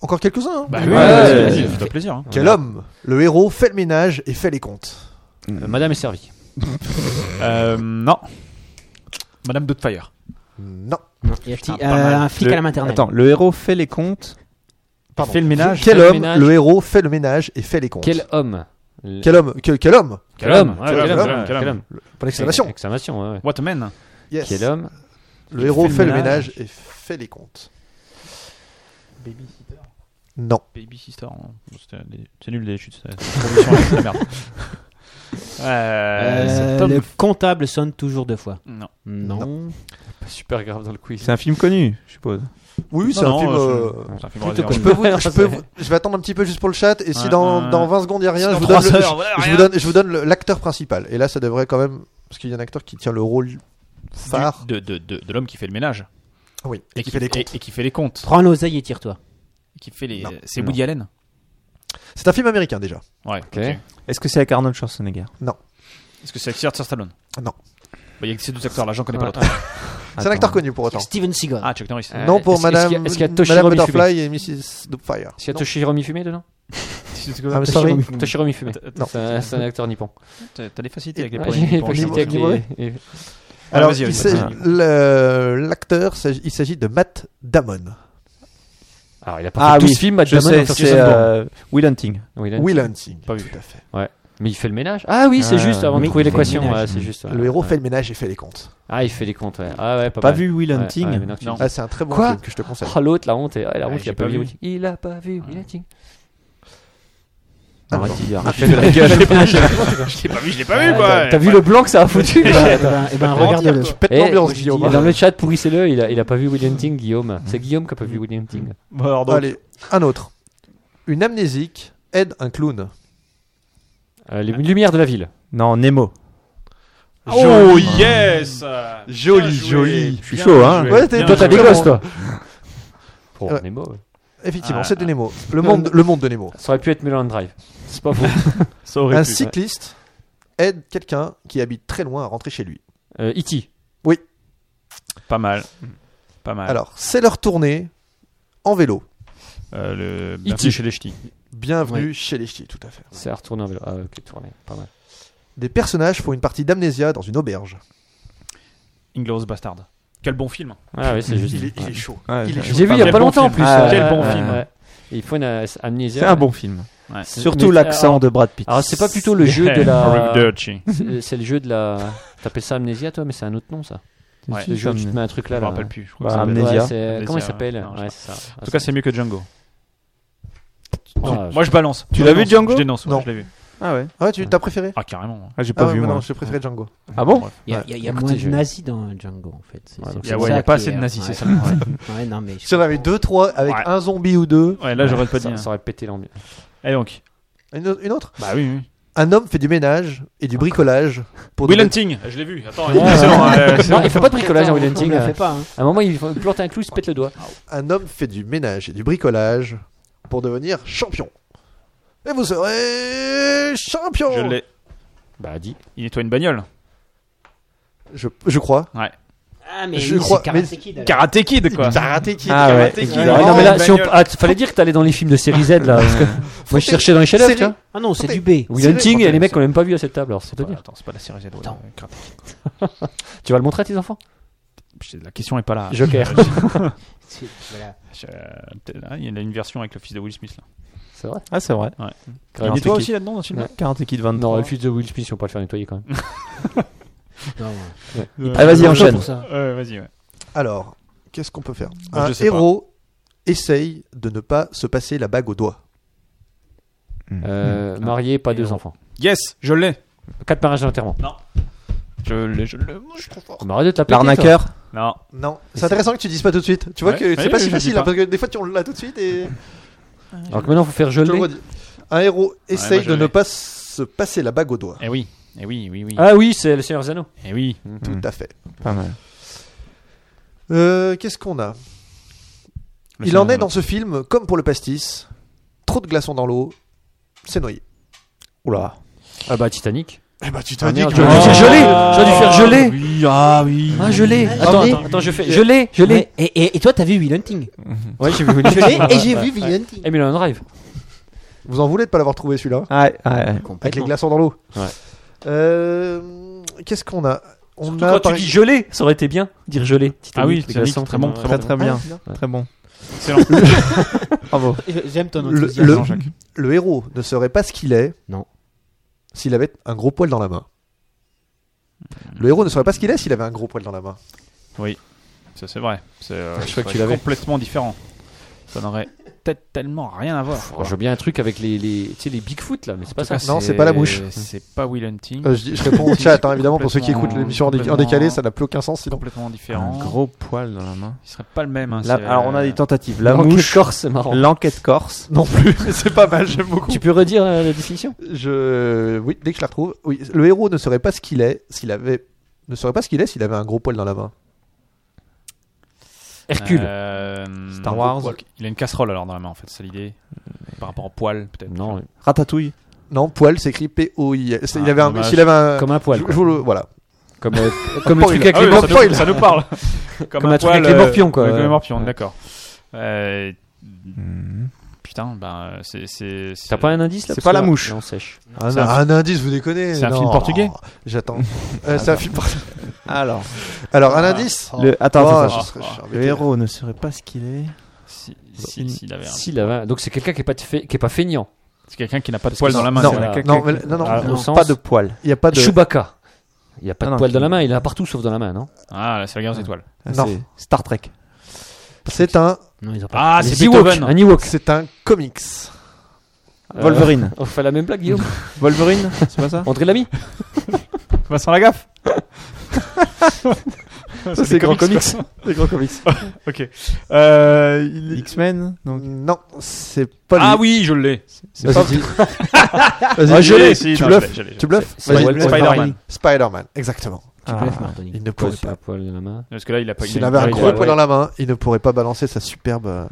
Speaker 3: Encore quelques-uns. hein.
Speaker 4: Bah
Speaker 1: Ouais,
Speaker 4: oui,
Speaker 1: ouais,
Speaker 4: vas-y,
Speaker 1: ouais,
Speaker 4: vas-y,
Speaker 1: ouais.
Speaker 4: fais-toi plaisir. hein.
Speaker 3: Quel homme Le héros fait le ménage et fait les comptes.
Speaker 1: Euh, Madame est servie.
Speaker 4: Euh, Non. Madame Doubtfire.
Speaker 3: Non.
Speaker 4: hein.
Speaker 5: Il y a petit-
Speaker 4: Putain, pas mal.
Speaker 5: euh, un flic
Speaker 6: Le-
Speaker 5: à la maternelle.
Speaker 6: Attends, le héros fait les comptes.
Speaker 3: Pardon.
Speaker 4: Fait le ménage.
Speaker 3: Quel
Speaker 1: fait le
Speaker 3: homme
Speaker 1: ménage.
Speaker 3: Le héros fait le ménage et fait les comptes.
Speaker 1: Quel homme Le-
Speaker 3: Quel homme que- Quel homme
Speaker 1: Quel homme
Speaker 4: Quel homme, quel homme, quel homme.
Speaker 3: Pour l'exclamation.
Speaker 1: Exclamation, ouais, ouais.
Speaker 4: What a man.
Speaker 3: Yes.
Speaker 1: Quel homme
Speaker 3: Le héros fait le ménage et fait les comptes. Non.
Speaker 4: Baby Sister.
Speaker 1: hein.
Speaker 4: non. C'était des- C'est nul les chutes. c'est- c'est la merde. Euh, c'est
Speaker 5: Euh,
Speaker 4: Tom-
Speaker 5: le comptable sonne toujours deux fois.
Speaker 4: Non.
Speaker 5: Non.
Speaker 8: Pas super grave dans le quiz.
Speaker 6: C'est un film connu, je suppose.
Speaker 3: Oui, oui, c'est
Speaker 4: Non,
Speaker 3: un film.
Speaker 4: non,
Speaker 3: euh,
Speaker 4: je- c'est un film
Speaker 5: plutôt
Speaker 4: réservé.
Speaker 5: connu.
Speaker 3: Je, peux vous- je peux vous- je vais attendre un petit peu juste pour le chat. Et si
Speaker 4: Ouais,
Speaker 3: dans,
Speaker 4: ouais.
Speaker 3: dans 20 secondes il n'y a rien, je vous,
Speaker 4: Trois
Speaker 3: donne le-
Speaker 4: heures, voilà,
Speaker 3: je, je
Speaker 4: rien.
Speaker 3: vous donne, je vous donne le- l'acteur principal. Et là, ça devrait quand même. Parce qu'il y a un acteur qui tient le rôle phare.
Speaker 8: De, de, de, de l'homme qui fait le ménage.
Speaker 3: Oui,
Speaker 8: Et qui, fait les comptes. Et, qui fait les comptes.
Speaker 5: Prends l'oseille et tire-toi.
Speaker 8: Et Qui fait les...
Speaker 3: Non.
Speaker 8: C'est
Speaker 6: Non.
Speaker 8: Woody Allen.
Speaker 3: C'est un film américain déjà.
Speaker 8: Ouais. Ok.
Speaker 6: Est-ce que c'est avec Arnold Schwarzenegger
Speaker 4: Est-ce que c'est avec Sylvester Stallone
Speaker 3: Non.
Speaker 4: Bah, Il y a que ces deux acteurs là, j'en
Speaker 1: Ah,
Speaker 4: connais pas l'autre.
Speaker 3: C'est un acteur connu pour autant.
Speaker 5: Steven Seagal.
Speaker 4: Ah, Chuck Norris.
Speaker 3: Non pour
Speaker 1: Euh, Est-ce- est-ce
Speaker 3: Madame,
Speaker 1: qu'il y a- est-ce qu'il y a Toshiro
Speaker 3: Madame
Speaker 1: Mifune
Speaker 3: Butterfly et Mrs. Doubtfire.
Speaker 1: Est-ce qu'il y a
Speaker 3: Non.
Speaker 1: Toshiromi fumé dedans
Speaker 3: I'm sorry.
Speaker 1: Toshiromi fumé.
Speaker 3: Non.
Speaker 1: Hmm. C'est un, c'est un acteur nippon.
Speaker 4: T'as t'as des facilités avec les
Speaker 1: Ouais,
Speaker 4: premiers.
Speaker 1: j'ai
Speaker 4: pour
Speaker 1: pas
Speaker 4: les
Speaker 1: cité avec
Speaker 4: premiers.
Speaker 1: Nippon, et- et-
Speaker 3: Alors,
Speaker 1: Ah,
Speaker 4: vas-y,
Speaker 3: il
Speaker 4: vas-y,
Speaker 3: s'agit-
Speaker 4: vas-y.
Speaker 3: le- l'acteur, s'agit- il s'agit de Matt Damon.
Speaker 1: Alors, Ah, il a pas fait tout ce film, Matt
Speaker 6: je
Speaker 1: Damon,
Speaker 6: sais,
Speaker 1: enfin,
Speaker 6: c'est
Speaker 1: Jason Bourne.
Speaker 6: euh, Will Hunting.
Speaker 1: Oui, il a-
Speaker 3: Will Hunting.
Speaker 1: Pas vu.
Speaker 3: Tout à fait.
Speaker 1: Mais il fait le ménage. Ah oui, c'est
Speaker 6: Ah,
Speaker 1: juste avant
Speaker 6: oui,
Speaker 1: de trouver
Speaker 6: il fait le
Speaker 1: l'équation.
Speaker 6: ménage.
Speaker 1: ouais, c'est juste. ouais.
Speaker 3: Le héros
Speaker 1: Ouais.
Speaker 3: fait le ménage et fait les comptes.
Speaker 1: Ah, il fait les comptes. Ouais. Ah ouais, pas,
Speaker 6: Pas
Speaker 1: mal.
Speaker 6: vu Will
Speaker 1: Ouais,
Speaker 6: Hunting
Speaker 1: ouais, mais non, tu-
Speaker 4: Non.
Speaker 3: Ah, c'est un très bon
Speaker 1: Quoi
Speaker 3: film que je te conseille.
Speaker 1: Oh, l'autre, la honte. Et... ah, la
Speaker 4: Ouais,
Speaker 1: honte, il
Speaker 4: j'ai
Speaker 1: a pas,
Speaker 4: pas
Speaker 1: vu.
Speaker 4: vu.
Speaker 1: Will- Il a pas vu. Will Hunting.
Speaker 3: Ah,
Speaker 1: Arrête, il- arrête.
Speaker 6: Je fais de la gueule.
Speaker 4: Je l'ai pas vu, je l'ai pas vu
Speaker 1: Ah,
Speaker 4: quoi.
Speaker 1: t'as- T'as vu
Speaker 4: Ouais.
Speaker 1: le blanc que ça a foutu quoi.
Speaker 5: Eh ben, eh ben, regarde-le.
Speaker 3: Tu pètes
Speaker 1: Eh,
Speaker 3: l'ambiance,
Speaker 1: je dis,
Speaker 3: Guillaume.
Speaker 1: Dans le chat, pourrissez-le. Il a, il a pas vu Will Hunting, Guillaume. C'est Guillaume qui a pas vu Will Hunting.
Speaker 4: Bon, alors, donc,
Speaker 3: Allez, un autre. Une amnésique aide un clown.
Speaker 1: Euh, les lumières de la ville.
Speaker 6: Non, Nemo.
Speaker 4: Oh yes Bien
Speaker 6: Joli,
Speaker 4: joué.
Speaker 6: joli. Je suis
Speaker 4: Bien
Speaker 6: chaud, hein.
Speaker 4: joué.
Speaker 3: Ouais, t'es-
Speaker 4: Bien
Speaker 1: Toi, t'as
Speaker 4: joué.
Speaker 1: des
Speaker 3: Vraiment.
Speaker 1: gosses, toi. Ah, Pour
Speaker 3: Ouais.
Speaker 1: Nemo. ouais.
Speaker 3: Effectivement,
Speaker 4: Ah.
Speaker 3: c'est de Nemo. Le monde, le monde de Nemo.
Speaker 1: Ça aurait pu être Melon Drive. C'est pas faux.
Speaker 4: Ça aurait
Speaker 3: Un
Speaker 4: pu.
Speaker 3: cycliste aide quelqu'un qui habite très loin à rentrer chez lui.
Speaker 1: Euh, E.T.
Speaker 4: Pas mal. Pas mal.
Speaker 3: Alors, c'est leur tournée en vélo.
Speaker 4: Euh, le
Speaker 1: E.T.
Speaker 4: Bienvenue chez les ch'tis.
Speaker 3: Bienvenue chez les ch'tis, tout à fait.
Speaker 1: C'est à retourner en vélo. Ah, ok, tourner. Pas mal.
Speaker 3: Des personnages font une partie d'amnésia dans une auberge.
Speaker 4: Inglourious Bastard. Quel bon film.
Speaker 1: Ah oui, c'est juste.
Speaker 3: Il est, il
Speaker 1: Ouais.
Speaker 3: est chaud.
Speaker 6: Ouais,
Speaker 3: il est
Speaker 6: ouais.
Speaker 3: chaud.
Speaker 1: J'ai vu il y a
Speaker 4: Quel
Speaker 1: pas
Speaker 4: bon
Speaker 1: longtemps en
Speaker 4: film.
Speaker 1: plus.
Speaker 6: Ah,
Speaker 1: euh,
Speaker 4: quel bon
Speaker 1: euh,
Speaker 4: film.
Speaker 1: euh, Il faut une euh, amnésie.
Speaker 6: C'est un bon film.
Speaker 4: Ouais.
Speaker 6: Surtout
Speaker 1: Mais- ah,
Speaker 6: l'accent
Speaker 1: alors-
Speaker 6: de Brad Pitt.
Speaker 1: Alors c'est pas plutôt le jeu de
Speaker 4: River
Speaker 1: la.
Speaker 4: Dirty.
Speaker 1: C'est ah, c'est le jeu de la. T'appelles ça amnésia toi, mais c'est un autre nom ça.
Speaker 4: Ouais.
Speaker 1: Le jeu où tu te mets un truc
Speaker 4: Je
Speaker 1: là.
Speaker 4: me
Speaker 1: là.
Speaker 4: rappelle plus. je crois
Speaker 1: Ouais,
Speaker 4: que ça s'appelle-
Speaker 6: Amnésia.
Speaker 1: ouais, c'est-
Speaker 4: Amnésia,
Speaker 1: Comment il
Speaker 4: ouais.
Speaker 1: s'appelle
Speaker 4: Non, je
Speaker 1: Ouais,
Speaker 4: sais
Speaker 1: c'est ça.
Speaker 4: En tout cas, c'est mieux que Django.
Speaker 1: Ah,
Speaker 4: Moi, je balance.
Speaker 6: Tu
Speaker 4: Je
Speaker 6: l'as vu,
Speaker 4: dénonce.
Speaker 6: Django
Speaker 4: Je dénonce, ouais,
Speaker 3: Non.
Speaker 4: je l'ai vu.
Speaker 6: Ah ouais.
Speaker 3: Ah ouais, tu t'as préféré
Speaker 4: Ah, carrément.
Speaker 6: Ah, j'ai
Speaker 3: Ah
Speaker 6: pas
Speaker 3: ouais,
Speaker 6: vu
Speaker 3: mais non,
Speaker 6: moi.
Speaker 3: je préférais Django.
Speaker 6: Ah bon
Speaker 4: Bref.
Speaker 5: Il y a, il y a- il y a
Speaker 1: Écoutez,
Speaker 5: moins de
Speaker 1: je-
Speaker 5: nazis dans Django en fait. C'est-
Speaker 1: Ouais, donc
Speaker 5: c'est
Speaker 4: Il y a- ouais,
Speaker 5: ça
Speaker 4: il n'y a
Speaker 5: qui
Speaker 4: pas
Speaker 5: est-
Speaker 4: assez de nazis,
Speaker 5: ouais.
Speaker 4: c'est ça. Ouais,
Speaker 5: Ouais, non, mais je
Speaker 3: Si on avait
Speaker 5: comprends.
Speaker 3: deux, trois avec
Speaker 4: Ouais.
Speaker 3: un zombie ou deux.
Speaker 4: Ouais, là, j'aurais pas dit.
Speaker 1: ça, ça aurait pété l'ambiance.
Speaker 4: Et donc
Speaker 3: Une, au- une autre
Speaker 4: Bah oui, oui.
Speaker 3: Un homme fait du ménage et du bricolage pour.
Speaker 4: Will
Speaker 3: donner-
Speaker 4: Hunting, je l'ai vu. Attends,
Speaker 1: ouais.
Speaker 4: excellent. hein,
Speaker 1: Non,
Speaker 4: excellent.
Speaker 1: il faut pas de bricolage en Will Hunting.
Speaker 5: On le fait
Speaker 1: À
Speaker 5: pas. hein.
Speaker 1: un moment, il faut- il plante un clou, il se pète le doigt.
Speaker 3: Un homme fait du ménage et du bricolage pour devenir champion. Et vous serez champion
Speaker 4: Je l'ai.
Speaker 1: Bah dis.
Speaker 4: Il nettoie une bagnole.
Speaker 3: Je, je crois.
Speaker 5: Ah, mais
Speaker 3: Je
Speaker 5: oui,
Speaker 3: crois-
Speaker 5: c'est Karate Kid, alors.
Speaker 4: Karate Kid, quoi.
Speaker 3: Karate Kid.
Speaker 6: Ah ouais.
Speaker 4: Karate Kid.
Speaker 6: Ouais,
Speaker 1: Ah,
Speaker 3: non,
Speaker 1: non, mais là,
Speaker 4: une
Speaker 1: si on-
Speaker 4: bagnole.
Speaker 1: ah, t- fallait dire que t'allais dans les films de série Z là. parce que Moi, je cherchais dans les chefs-d'œuvre.
Speaker 3: Série-
Speaker 1: tu vois.
Speaker 5: Ah non, c'est
Speaker 3: Attendez.
Speaker 5: du B.
Speaker 1: Will Hunting, il y a
Speaker 4: série-
Speaker 1: les mecs qu'on a même pas vu à cette table. Alors, c'est te
Speaker 4: Ouais,
Speaker 1: dire.
Speaker 4: Attends, c'est pas la série Z. ouais,
Speaker 5: Attends.
Speaker 4: ouais, Karate Kid.
Speaker 1: Tu vas le montrer à tes enfants
Speaker 4: Putain, La question est pas là.
Speaker 1: Joker.
Speaker 5: C'est- voilà.
Speaker 4: Je- peut-être, là, Il y en a une version avec le fils de Will Smith. Là.
Speaker 1: C'est vrai.
Speaker 6: Ah, c'est vrai.
Speaker 4: Il
Speaker 1: Karate
Speaker 4: nettoie
Speaker 1: Kid.
Speaker 4: aussi là-dedans dans ce film
Speaker 1: Ouais.
Speaker 6: Karate Kid 23.
Speaker 1: Non, le fils de Will Smith, on va pas le faire nettoyer quand même.
Speaker 5: Non, ouais.
Speaker 6: Allez, vas-y,
Speaker 5: Pour
Speaker 6: enchaîne.
Speaker 5: ça.
Speaker 4: Euh, Vas-y, ouais.
Speaker 3: Alors, qu'est-ce qu'on peut faire
Speaker 4: Moi, je
Speaker 3: Un
Speaker 4: sais
Speaker 3: héros essaye de ne pas se passer la bague au doigt.
Speaker 1: Euh, marié, pas
Speaker 4: Et
Speaker 1: deux
Speaker 4: on-
Speaker 1: enfants.
Speaker 4: Yes, je l'ai.
Speaker 1: Quatre mariages d'enterrement.
Speaker 4: Je l'ai, je l'ai. Moi, je trouve pas.
Speaker 1: On m'arrête bah, de taper.
Speaker 6: L'arnaqueur.
Speaker 4: Non.
Speaker 3: Non, c'est intéressant que tu dises pas tout de suite. Tu vois
Speaker 4: Ouais.
Speaker 3: que c'est
Speaker 4: Oui,
Speaker 3: pas
Speaker 4: oui,
Speaker 3: si
Speaker 4: je le dis
Speaker 3: facile,
Speaker 4: pas.
Speaker 3: hein, parce que des fois tu on l'a tout de suite et
Speaker 1: Alors que maintenant, faut faire
Speaker 3: je le
Speaker 1: geler.
Speaker 3: redis. Un héros essaye
Speaker 4: je
Speaker 3: de ne
Speaker 4: l'ai.
Speaker 3: pas se passer la bague au doigt.
Speaker 4: Eh oui. Eh oui, oui, oui.
Speaker 1: Ah oui, c'est le Seigneur des Anneaux.
Speaker 4: Eh oui.
Speaker 1: Mhm.
Speaker 3: Tout à fait.
Speaker 6: Pas mal.
Speaker 3: Euh, Qu'est-ce qu'on a
Speaker 4: Le
Speaker 3: Il
Speaker 4: Seigneur
Speaker 3: en
Speaker 4: des
Speaker 3: est dans ce film, comme pour le pastis, trop de glaçons dans l'eau, c'est noyé.
Speaker 6: Oula.
Speaker 1: Ah bah Titanic.
Speaker 3: Eh bah tu
Speaker 1: Ah, merde,
Speaker 3: que-
Speaker 1: j'aurais dû faire geler. J'aurais dû faire geler.
Speaker 6: Oui, ah oui.
Speaker 1: Ah, gelé. Attends,
Speaker 3: oui.
Speaker 1: attends, attends, je fais. Gelé, gelé.
Speaker 5: Ouais, Et, et, et toi, t'as vu Will Hunting
Speaker 1: Ouais, j'ai vu Will
Speaker 5: Je l'ai et j'ai
Speaker 1: Ouais,
Speaker 5: vu
Speaker 1: ouais.
Speaker 5: Will Hunting.
Speaker 1: Et Mulholland Drive.
Speaker 3: Vous en voulez de pas l'avoir trouvé celui-là
Speaker 6: Ouais, ouais, ouais.
Speaker 3: Avec les
Speaker 5: Complètement.
Speaker 3: glaçons dans l'eau.
Speaker 1: Ouais.
Speaker 3: Euh, Qu'est-ce qu'on a On
Speaker 1: Surtout quand
Speaker 3: par-
Speaker 1: tu dis gelé, ça aurait été bien dire gelé.
Speaker 4: Ah oui,
Speaker 1: les
Speaker 4: Titanic,
Speaker 1: glaçons,
Speaker 4: très bon,
Speaker 1: comment-
Speaker 4: très
Speaker 6: Très très bien.
Speaker 3: Ah,
Speaker 6: Très bon. Ah,
Speaker 4: Excellent.
Speaker 6: Bravo.
Speaker 5: J'aime ton
Speaker 3: le,
Speaker 5: enthousiasme.
Speaker 3: le- le héros ne serait pas ce qu'il est
Speaker 5: Non.
Speaker 3: s'il avait un gros poil dans la main. Le héros ne serait pas ce qu'il est s'il avait un gros poil dans la main.
Speaker 4: Ça, c'est vrai. C'est euh,
Speaker 1: Je crois que
Speaker 4: c'est
Speaker 1: tu l'avais.
Speaker 4: complètement différent. Ça n'aurait peut-être tellement rien à voir.
Speaker 1: oh, Je veux bien un truc avec les, les, tu sais, les Bigfoot là, mais c'est pas ça.
Speaker 4: En tout cas,
Speaker 3: Non, c'est pas la mouche.
Speaker 4: C'est pas Will Hunting.
Speaker 3: Euh, je, dis- je réponds au chat, hein, évidemment, pour ceux qui écoutent
Speaker 4: Complètement-
Speaker 3: l'émission en dé- en
Speaker 4: complètement-
Speaker 3: décalé, ça n'a plus aucun sens
Speaker 4: C'est
Speaker 3: sinon.
Speaker 4: complètement différent.
Speaker 6: Un gros poil dans la main.
Speaker 4: Il serait pas le même. hein,
Speaker 6: Là,
Speaker 4: c'est,
Speaker 6: alors on a
Speaker 4: euh,
Speaker 6: des tentatives. La
Speaker 1: L'enquête
Speaker 6: mouche,
Speaker 1: corse, c'est marrant.
Speaker 6: l'enquête corse.
Speaker 3: Non plus, mais c'est pas mal, j'aime beaucoup.
Speaker 1: Tu peux redire euh, la définition
Speaker 3: Je... Oui, dès que je la retrouve. Oui, le héros ne serait pas ce qu'il est s'il avait. Ne serait pas ce qu'il est s'il avait un gros poil dans la main.
Speaker 1: Hercule.
Speaker 4: euh,
Speaker 6: Star Wars.
Speaker 4: donc, il a une casserole alors dans la main en fait, c'est l'idée. Par rapport au poil peut-être.
Speaker 1: Non,
Speaker 6: Ratatouille.
Speaker 3: Non, poil s'écrit P-O-I. S'il
Speaker 4: Ah,
Speaker 3: avait un.
Speaker 4: dommage.
Speaker 3: S'il avait un.
Speaker 1: comme un poil.
Speaker 3: Je-
Speaker 1: quoi.
Speaker 3: je vous le- Voilà.
Speaker 1: Comme, euh, comme le
Speaker 3: poil.
Speaker 1: truc avec
Speaker 4: Ah
Speaker 1: les
Speaker 4: oui,
Speaker 1: gants.
Speaker 4: ça,
Speaker 3: poil.
Speaker 4: nous, ça nous parle. comme,
Speaker 1: un truc avec
Speaker 4: poil,
Speaker 1: les
Speaker 4: euh,
Speaker 1: morpions, quoi.
Speaker 4: ouais, Comme les morpions,
Speaker 1: Ouais.
Speaker 4: d'accord. Euh, Putain, ben c'est c'est.
Speaker 1: T'as
Speaker 4: c'est-
Speaker 1: pas un indice là
Speaker 6: C'est
Speaker 1: Parce
Speaker 6: pas
Speaker 1: que
Speaker 6: la
Speaker 1: là-
Speaker 6: mouche.
Speaker 1: là, on sèche.
Speaker 3: Un,
Speaker 4: C'est un-
Speaker 3: un indice, vous déconnez.
Speaker 4: c'est un
Speaker 3: non.
Speaker 4: film portugais
Speaker 3: J'attends. Euh, c'est un film portugais.
Speaker 6: Alors,
Speaker 3: Alors,
Speaker 4: Ah.
Speaker 3: un indice
Speaker 6: le... attends,
Speaker 3: Oh,
Speaker 6: attends,
Speaker 3: je
Speaker 6: attends.
Speaker 3: serais- je serais
Speaker 6: Le
Speaker 3: embêté.
Speaker 6: héros ne serait pas ce qu'il est.
Speaker 4: Si, si,
Speaker 6: Une-
Speaker 4: s'il avait un-
Speaker 1: Si, la vingt- Donc c'est quelqu'un qui est pas de fait- qui est pas feignant.
Speaker 4: C'est quelqu'un qui n'a pas de poil dans la main.
Speaker 3: Non,
Speaker 4: c'est
Speaker 1: voilà.
Speaker 4: vrai.
Speaker 3: non, mais- non, non,
Speaker 1: Ah, au
Speaker 3: non,
Speaker 1: sens-
Speaker 6: Pas de poil.
Speaker 3: Il n'y a pas de.
Speaker 1: Chewbacca. Il y a pas
Speaker 6: Ah,
Speaker 1: de
Speaker 6: non,
Speaker 1: poil dans
Speaker 6: qui-
Speaker 1: la main, il est partout sauf dans la main, non
Speaker 4: Ah, la- c'est la guerre des étoiles.
Speaker 6: Ah,
Speaker 3: Non.
Speaker 6: c'est Star Trek.
Speaker 3: C'est un.
Speaker 1: Non, ils ont
Speaker 4: Ah,
Speaker 1: Les
Speaker 4: c'est
Speaker 1: Ewoks,
Speaker 4: Beethoven.
Speaker 1: Un Ewok.
Speaker 3: C'est un comics.
Speaker 6: Wolverine.
Speaker 1: On fait la même blague, Guillaume.
Speaker 6: Wolverine, c'est pas ça
Speaker 1: André Lamy.
Speaker 4: Vincent Lagaffe.
Speaker 3: Ça, c'est grand comics. Les grands comics.
Speaker 4: ok. Euh, il-
Speaker 6: X-Men. donc.
Speaker 3: Non, c'est pas
Speaker 4: Ah
Speaker 3: lui.
Speaker 4: oui, je l'ai.
Speaker 3: C'est pas- Vas-y,
Speaker 4: Ah, je l'ai.
Speaker 3: tu
Speaker 4: si, non, je
Speaker 3: bluffes.
Speaker 4: l'ai, je l'ai, je l'ai.
Speaker 3: Tu bluffes
Speaker 1: c'est
Speaker 3: Vas-y,
Speaker 1: Wal-
Speaker 3: bluff.
Speaker 4: Spider-Man.
Speaker 3: Spider-Man, exactement.
Speaker 6: Ah.
Speaker 5: Bref, Martoni.
Speaker 3: Il ne pourrait
Speaker 1: Poil sur
Speaker 3: pas.
Speaker 1: la poil de la main.
Speaker 4: Parce que là, il a pas.
Speaker 3: S'il
Speaker 4: a
Speaker 3: avait
Speaker 4: une-
Speaker 3: un
Speaker 1: ouais,
Speaker 3: gros
Speaker 1: ouais,
Speaker 3: poil dans la main, il ne pourrait pas balancer sa superbe euh,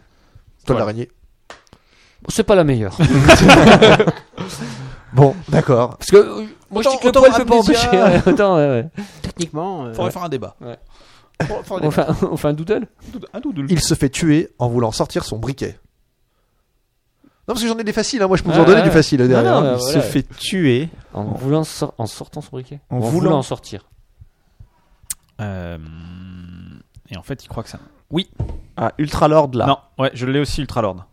Speaker 3: toile
Speaker 4: Ouais.
Speaker 3: d'araignée.
Speaker 1: C'est pas la meilleure.
Speaker 3: Bon, d'accord.
Speaker 1: Parce que euh, moi je dis que le
Speaker 5: Autant-
Speaker 1: poil
Speaker 5: autant
Speaker 1: peut pas
Speaker 5: amnésia.
Speaker 1: empêcher. hein. Autant, ouais, ouais.
Speaker 5: Techniquement, euh,
Speaker 6: faire un débat.
Speaker 1: On fait un- on fait un doodle
Speaker 4: Un doudou.
Speaker 3: Il se fait tuer en voulant sortir son briquet. Non, parce que j'en ai des faciles, hein. moi je peux vous
Speaker 1: Ah,
Speaker 3: en donner
Speaker 1: ouais.
Speaker 3: du facile euh, derrière.
Speaker 1: Non, non,
Speaker 3: hein.
Speaker 1: euh,
Speaker 6: Il se
Speaker 1: voilà.
Speaker 6: fait tuer.
Speaker 1: En, voulant sor- en sortant son briquet.
Speaker 6: En
Speaker 1: Ou en
Speaker 6: voulant.
Speaker 1: voulant en sortir.
Speaker 4: Euh, Et en fait, il croit que ça.
Speaker 6: Ah, Ultra Lord là.
Speaker 4: Non, ouais, je l'ai aussi Ultra Lord.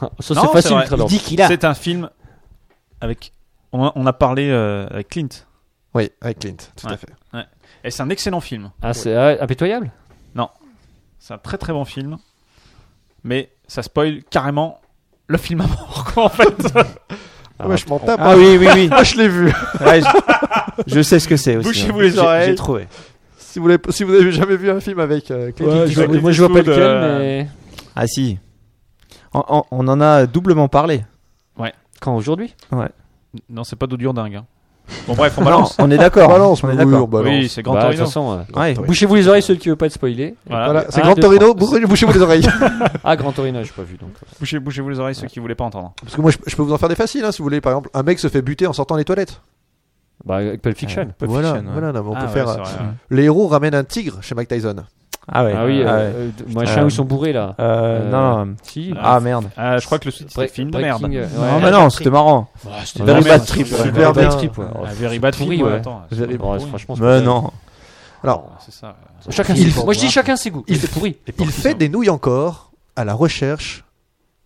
Speaker 1: Ah, Ça,
Speaker 4: Non,
Speaker 1: c'est
Speaker 4: c'est
Speaker 1: facile,
Speaker 4: vrai.
Speaker 1: Ultra Lord.
Speaker 5: dit qu'il a.
Speaker 4: C'est un film avec. On a, on a parlé euh, avec Clint.
Speaker 3: hein. Oui, avec Clint, tout à
Speaker 4: Ouais.
Speaker 3: fait.
Speaker 4: Et c'est un excellent film.
Speaker 1: Ah, c'est ah, impitoyable
Speaker 4: C'est un très très bon film. Mais ça spoil carrément le film à mort, quoi, en fait.
Speaker 3: Ah, ouais, je m'en tape.
Speaker 6: Ah oui, oui, oui.
Speaker 3: Ah, je l'ai vu.
Speaker 6: Ouais, je... je sais ce que c'est aussi.
Speaker 4: Bouchez-vous
Speaker 6: hein.
Speaker 4: les
Speaker 6: J'ai-
Speaker 4: oreilles.
Speaker 6: J'ai trouvé.
Speaker 3: si, vous l'avez- si vous n'avez jamais vu un film avec euh, Clint
Speaker 4: Ouais,
Speaker 3: Eastwood,
Speaker 4: je-
Speaker 1: Moi, je vois pas
Speaker 4: Clint Eastwood,
Speaker 1: lequel,
Speaker 4: euh,
Speaker 1: mais.
Speaker 6: Ah si. On, on- on en a doublement parlé.
Speaker 1: Quand aujourd'hui
Speaker 4: Non, c'est pas d'audio dingue. hein. Bon, bref, on
Speaker 6: Non,
Speaker 4: balance.
Speaker 6: on est d'accord.
Speaker 3: balance,
Speaker 6: on est
Speaker 3: oui, on
Speaker 6: d'accord.
Speaker 3: balance.
Speaker 4: oui, c'est Grand
Speaker 1: Bah, de toute
Speaker 4: Torino.
Speaker 1: façon, euh,
Speaker 6: Ouais.
Speaker 3: Oui.
Speaker 1: Bouchez-vous les oreilles, ceux qui veulent pas être spoilés.
Speaker 4: Voilà.
Speaker 3: Voilà, c'est
Speaker 1: Un,
Speaker 3: Grand
Speaker 1: deux, trois.
Speaker 3: Torino, bouchez- bouchez-vous les oreilles.
Speaker 1: Ah, Grand Torino, j'ai pas vu donc.
Speaker 4: Bouchez, bouchez-vous les oreilles, ceux qui voulaient pas entendre.
Speaker 3: Parce que moi, je, je peux vous en faire des faciles, hein, si vous voulez. Par exemple, un mec se fait buter en sortant des toilettes.
Speaker 1: Bah, avec Pulp Fiction.
Speaker 6: Pulp
Speaker 3: voilà,
Speaker 6: Fiction, ouais.
Speaker 3: voilà, non, mais on
Speaker 4: Ah,
Speaker 3: peut
Speaker 4: ouais,
Speaker 3: faire. euh,
Speaker 4: c'est vrai, ouais.
Speaker 3: Les héros ramènent un tigre chez Mike Tyson.
Speaker 6: Ah ouais.
Speaker 1: Ah oui,
Speaker 6: Ah ouais.
Speaker 1: euh, euh, machin
Speaker 6: Euh,
Speaker 1: où ils sont bourrés là.
Speaker 6: Euh, non, non.
Speaker 1: Si.
Speaker 6: Ah merde.
Speaker 4: Ah, je crois que le sous-titre, c'est
Speaker 1: Break-
Speaker 4: film de merde.
Speaker 1: Breaking, euh,
Speaker 6: Non,
Speaker 1: ouais.
Speaker 6: mais non, c'était marrant.
Speaker 4: Bah, c'était
Speaker 6: Very
Speaker 4: de la
Speaker 6: bad
Speaker 4: merde.
Speaker 6: trip,
Speaker 4: Super
Speaker 6: super
Speaker 4: bad
Speaker 1: Bad
Speaker 3: bien.
Speaker 1: Trip, ouais.
Speaker 4: Un Ah, very bad
Speaker 1: Oh, Pourri,
Speaker 4: film,
Speaker 1: ouais.
Speaker 4: ouais, attends, c'est
Speaker 3: Very-
Speaker 4: pourri.
Speaker 1: Ouais, franchement, c'est
Speaker 6: Mais
Speaker 1: pas-
Speaker 6: non.
Speaker 3: Alors,
Speaker 4: Ouais, c'est ça.
Speaker 1: Chacun
Speaker 3: Il-
Speaker 1: ses goûts. Moi, je dis chacun ses goûts.
Speaker 3: Il-
Speaker 1: C'est pourri.
Speaker 3: il fait des nouilles encore à la recherche.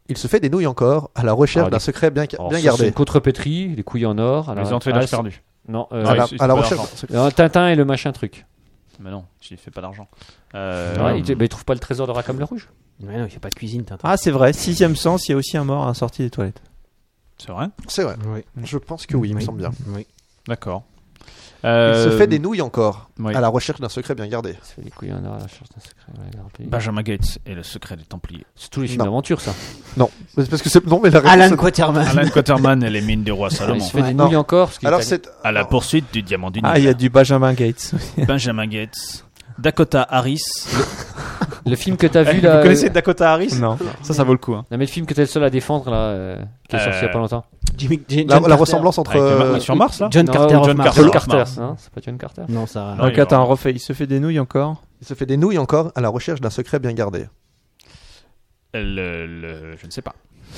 Speaker 3: Il se fait des nouilles encore à la recherche
Speaker 1: Ah,
Speaker 3: d'un
Speaker 1: les-
Speaker 3: secret bien,
Speaker 1: Alors,
Speaker 3: bien
Speaker 1: ça, c'est
Speaker 3: gardé.
Speaker 1: Une contrepétrie, les couilles en or. alors-
Speaker 4: Les entrées
Speaker 1: ah,
Speaker 4: d'âge
Speaker 1: c'est-
Speaker 4: perdu.
Speaker 1: Non,
Speaker 3: À
Speaker 4: Ouais,
Speaker 1: euh,
Speaker 3: la,
Speaker 4: c'est-
Speaker 3: à la
Speaker 4: c'est Ah, pas
Speaker 3: recherche.
Speaker 4: d'argent.
Speaker 1: non, Tintin et le machin truc.
Speaker 4: Mais non, il fait pas d'argent. Euh,
Speaker 1: Ouais, il, bah, il trouve pas le trésor de Rackham le Rouge.
Speaker 5: Ouais, non, il fait pas de cuisine, Tintin.
Speaker 6: Ah c'est vrai. Sixième sens, il y a aussi un mort à la sortie des toilettes.
Speaker 4: C'est vrai
Speaker 3: C'est vrai. Je pense que oui, il me semble bien.
Speaker 4: D'accord.
Speaker 3: Il
Speaker 4: Euh,
Speaker 3: se fait des nouilles encore
Speaker 4: oui.
Speaker 3: à la recherche d'un secret bien gardé.
Speaker 1: Il se fait les couilles en or à la recherche d'un secret. ouais, d'un pays.
Speaker 4: Benjamin Gates et le secret des Templiers.
Speaker 1: C'est tous les films
Speaker 3: Non.
Speaker 1: d'aventure, ça.
Speaker 3: C'est Parce que c'est non, mais la réponse-
Speaker 5: Alan Quaterman.
Speaker 4: Alan Quaterman et les mines du roi
Speaker 1: Il
Speaker 4: Salomon.
Speaker 1: se fait des
Speaker 3: Non.
Speaker 1: nouilles encore. parce qu'il
Speaker 3: Alors
Speaker 1: est
Speaker 3: c'est
Speaker 4: À la poursuite du diamant du
Speaker 6: Ah il y a du Benjamin Gates.
Speaker 4: Benjamin Gates. Dakota Harris.
Speaker 1: italien. Le film que t'as vu
Speaker 4: Vous
Speaker 1: là.
Speaker 4: connaissez
Speaker 1: euh,
Speaker 4: Dakota Harris
Speaker 6: non.
Speaker 4: Ça, ça vaut le coup. hein.
Speaker 1: Non, mais le film que t'es le seul à défendre là, euh, qui est sorti il y a
Speaker 4: Euh,
Speaker 1: pas longtemps.
Speaker 5: Jimmy- J- John
Speaker 3: la, la
Speaker 5: Carter.
Speaker 3: ressemblance entre.
Speaker 4: Avec le
Speaker 3: euh,
Speaker 4: ma- sur Mars, là
Speaker 5: John
Speaker 1: Non,
Speaker 5: Carter
Speaker 1: ou
Speaker 5: of
Speaker 4: John
Speaker 5: Mars.
Speaker 1: John
Speaker 4: Carter.
Speaker 1: Carter,
Speaker 4: Mars.
Speaker 1: hein, c'est pas John Carter.
Speaker 5: Non, ça.
Speaker 4: Non,
Speaker 6: Donc
Speaker 4: il-
Speaker 6: attends, refait. Il se fait des nouilles encore.
Speaker 3: Il se fait des nouilles encore à la recherche d'un secret bien gardé.
Speaker 4: Le, le- je ne sais pas.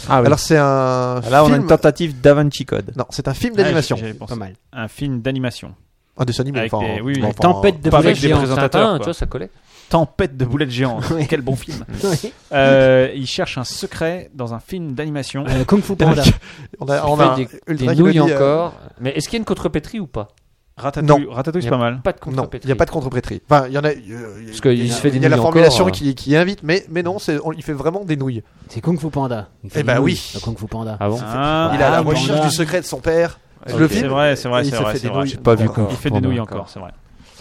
Speaker 6: Ah oui.
Speaker 3: Alors c'est un.
Speaker 6: là on a
Speaker 3: film...
Speaker 6: une tentative Da Vinci Code.
Speaker 3: Non, c'est un film d'animation.
Speaker 4: Ah, j'avais pensé.
Speaker 5: Pas mal.
Speaker 4: Un film d'animation.
Speaker 3: un dessin animé.
Speaker 4: Avec
Speaker 3: enfin,
Speaker 4: des- oui, oui.
Speaker 3: bon,
Speaker 4: La
Speaker 3: enfin,
Speaker 5: Tempête de
Speaker 4: pas
Speaker 5: boulettes
Speaker 4: avec des
Speaker 5: géantes.
Speaker 1: Tintin,
Speaker 4: présentateurs,
Speaker 1: tu
Speaker 4: quoi.
Speaker 1: vois, ça collait.
Speaker 4: Tempête de boulettes géantes. Quel bon film.
Speaker 5: Oui.
Speaker 4: Euh, il cherche un secret dans un film d'animation.
Speaker 5: Euh, Kung Fu Panda.
Speaker 3: On a,
Speaker 1: Il
Speaker 3: on
Speaker 1: fait
Speaker 3: a un
Speaker 1: des,
Speaker 3: Ultra
Speaker 1: des
Speaker 3: qui le
Speaker 1: nouilles
Speaker 3: dit, euh,
Speaker 1: encore. Mais est-ce qu'il y a une contrepétrie ou pas
Speaker 4: Ratatouille, Ratatouille c'est pas mal.
Speaker 1: Pas de
Speaker 3: Non, il n'y a pas de contreprétrie. Enfin, il y en a. il y a-
Speaker 1: Parce qu'il se fait des
Speaker 3: Il y a la
Speaker 1: nouilles
Speaker 3: formulation
Speaker 1: encore, euh.
Speaker 3: qui, qui invite, mais, mais non, c'est- on- il fait vraiment des nouilles.
Speaker 5: C'est Kung Fu Panda. Il fait
Speaker 3: Eh ben
Speaker 5: des
Speaker 3: oui.
Speaker 5: nouilles, le Kung Fu Panda.
Speaker 1: Ah bon
Speaker 4: Ah,
Speaker 3: Il a la
Speaker 5: Ah, mais
Speaker 3: recherche
Speaker 5: voilà.
Speaker 3: du secret de son père.
Speaker 4: ok,
Speaker 3: le
Speaker 4: c'est
Speaker 3: film,
Speaker 4: vrai, c'est vrai,
Speaker 3: il
Speaker 4: c'est
Speaker 3: se
Speaker 4: vrai.
Speaker 3: fait
Speaker 4: c'est
Speaker 3: des
Speaker 4: vrai.
Speaker 3: nouilles.
Speaker 1: pas vu encore.
Speaker 4: Il fait des nouilles encore, c'est vrai.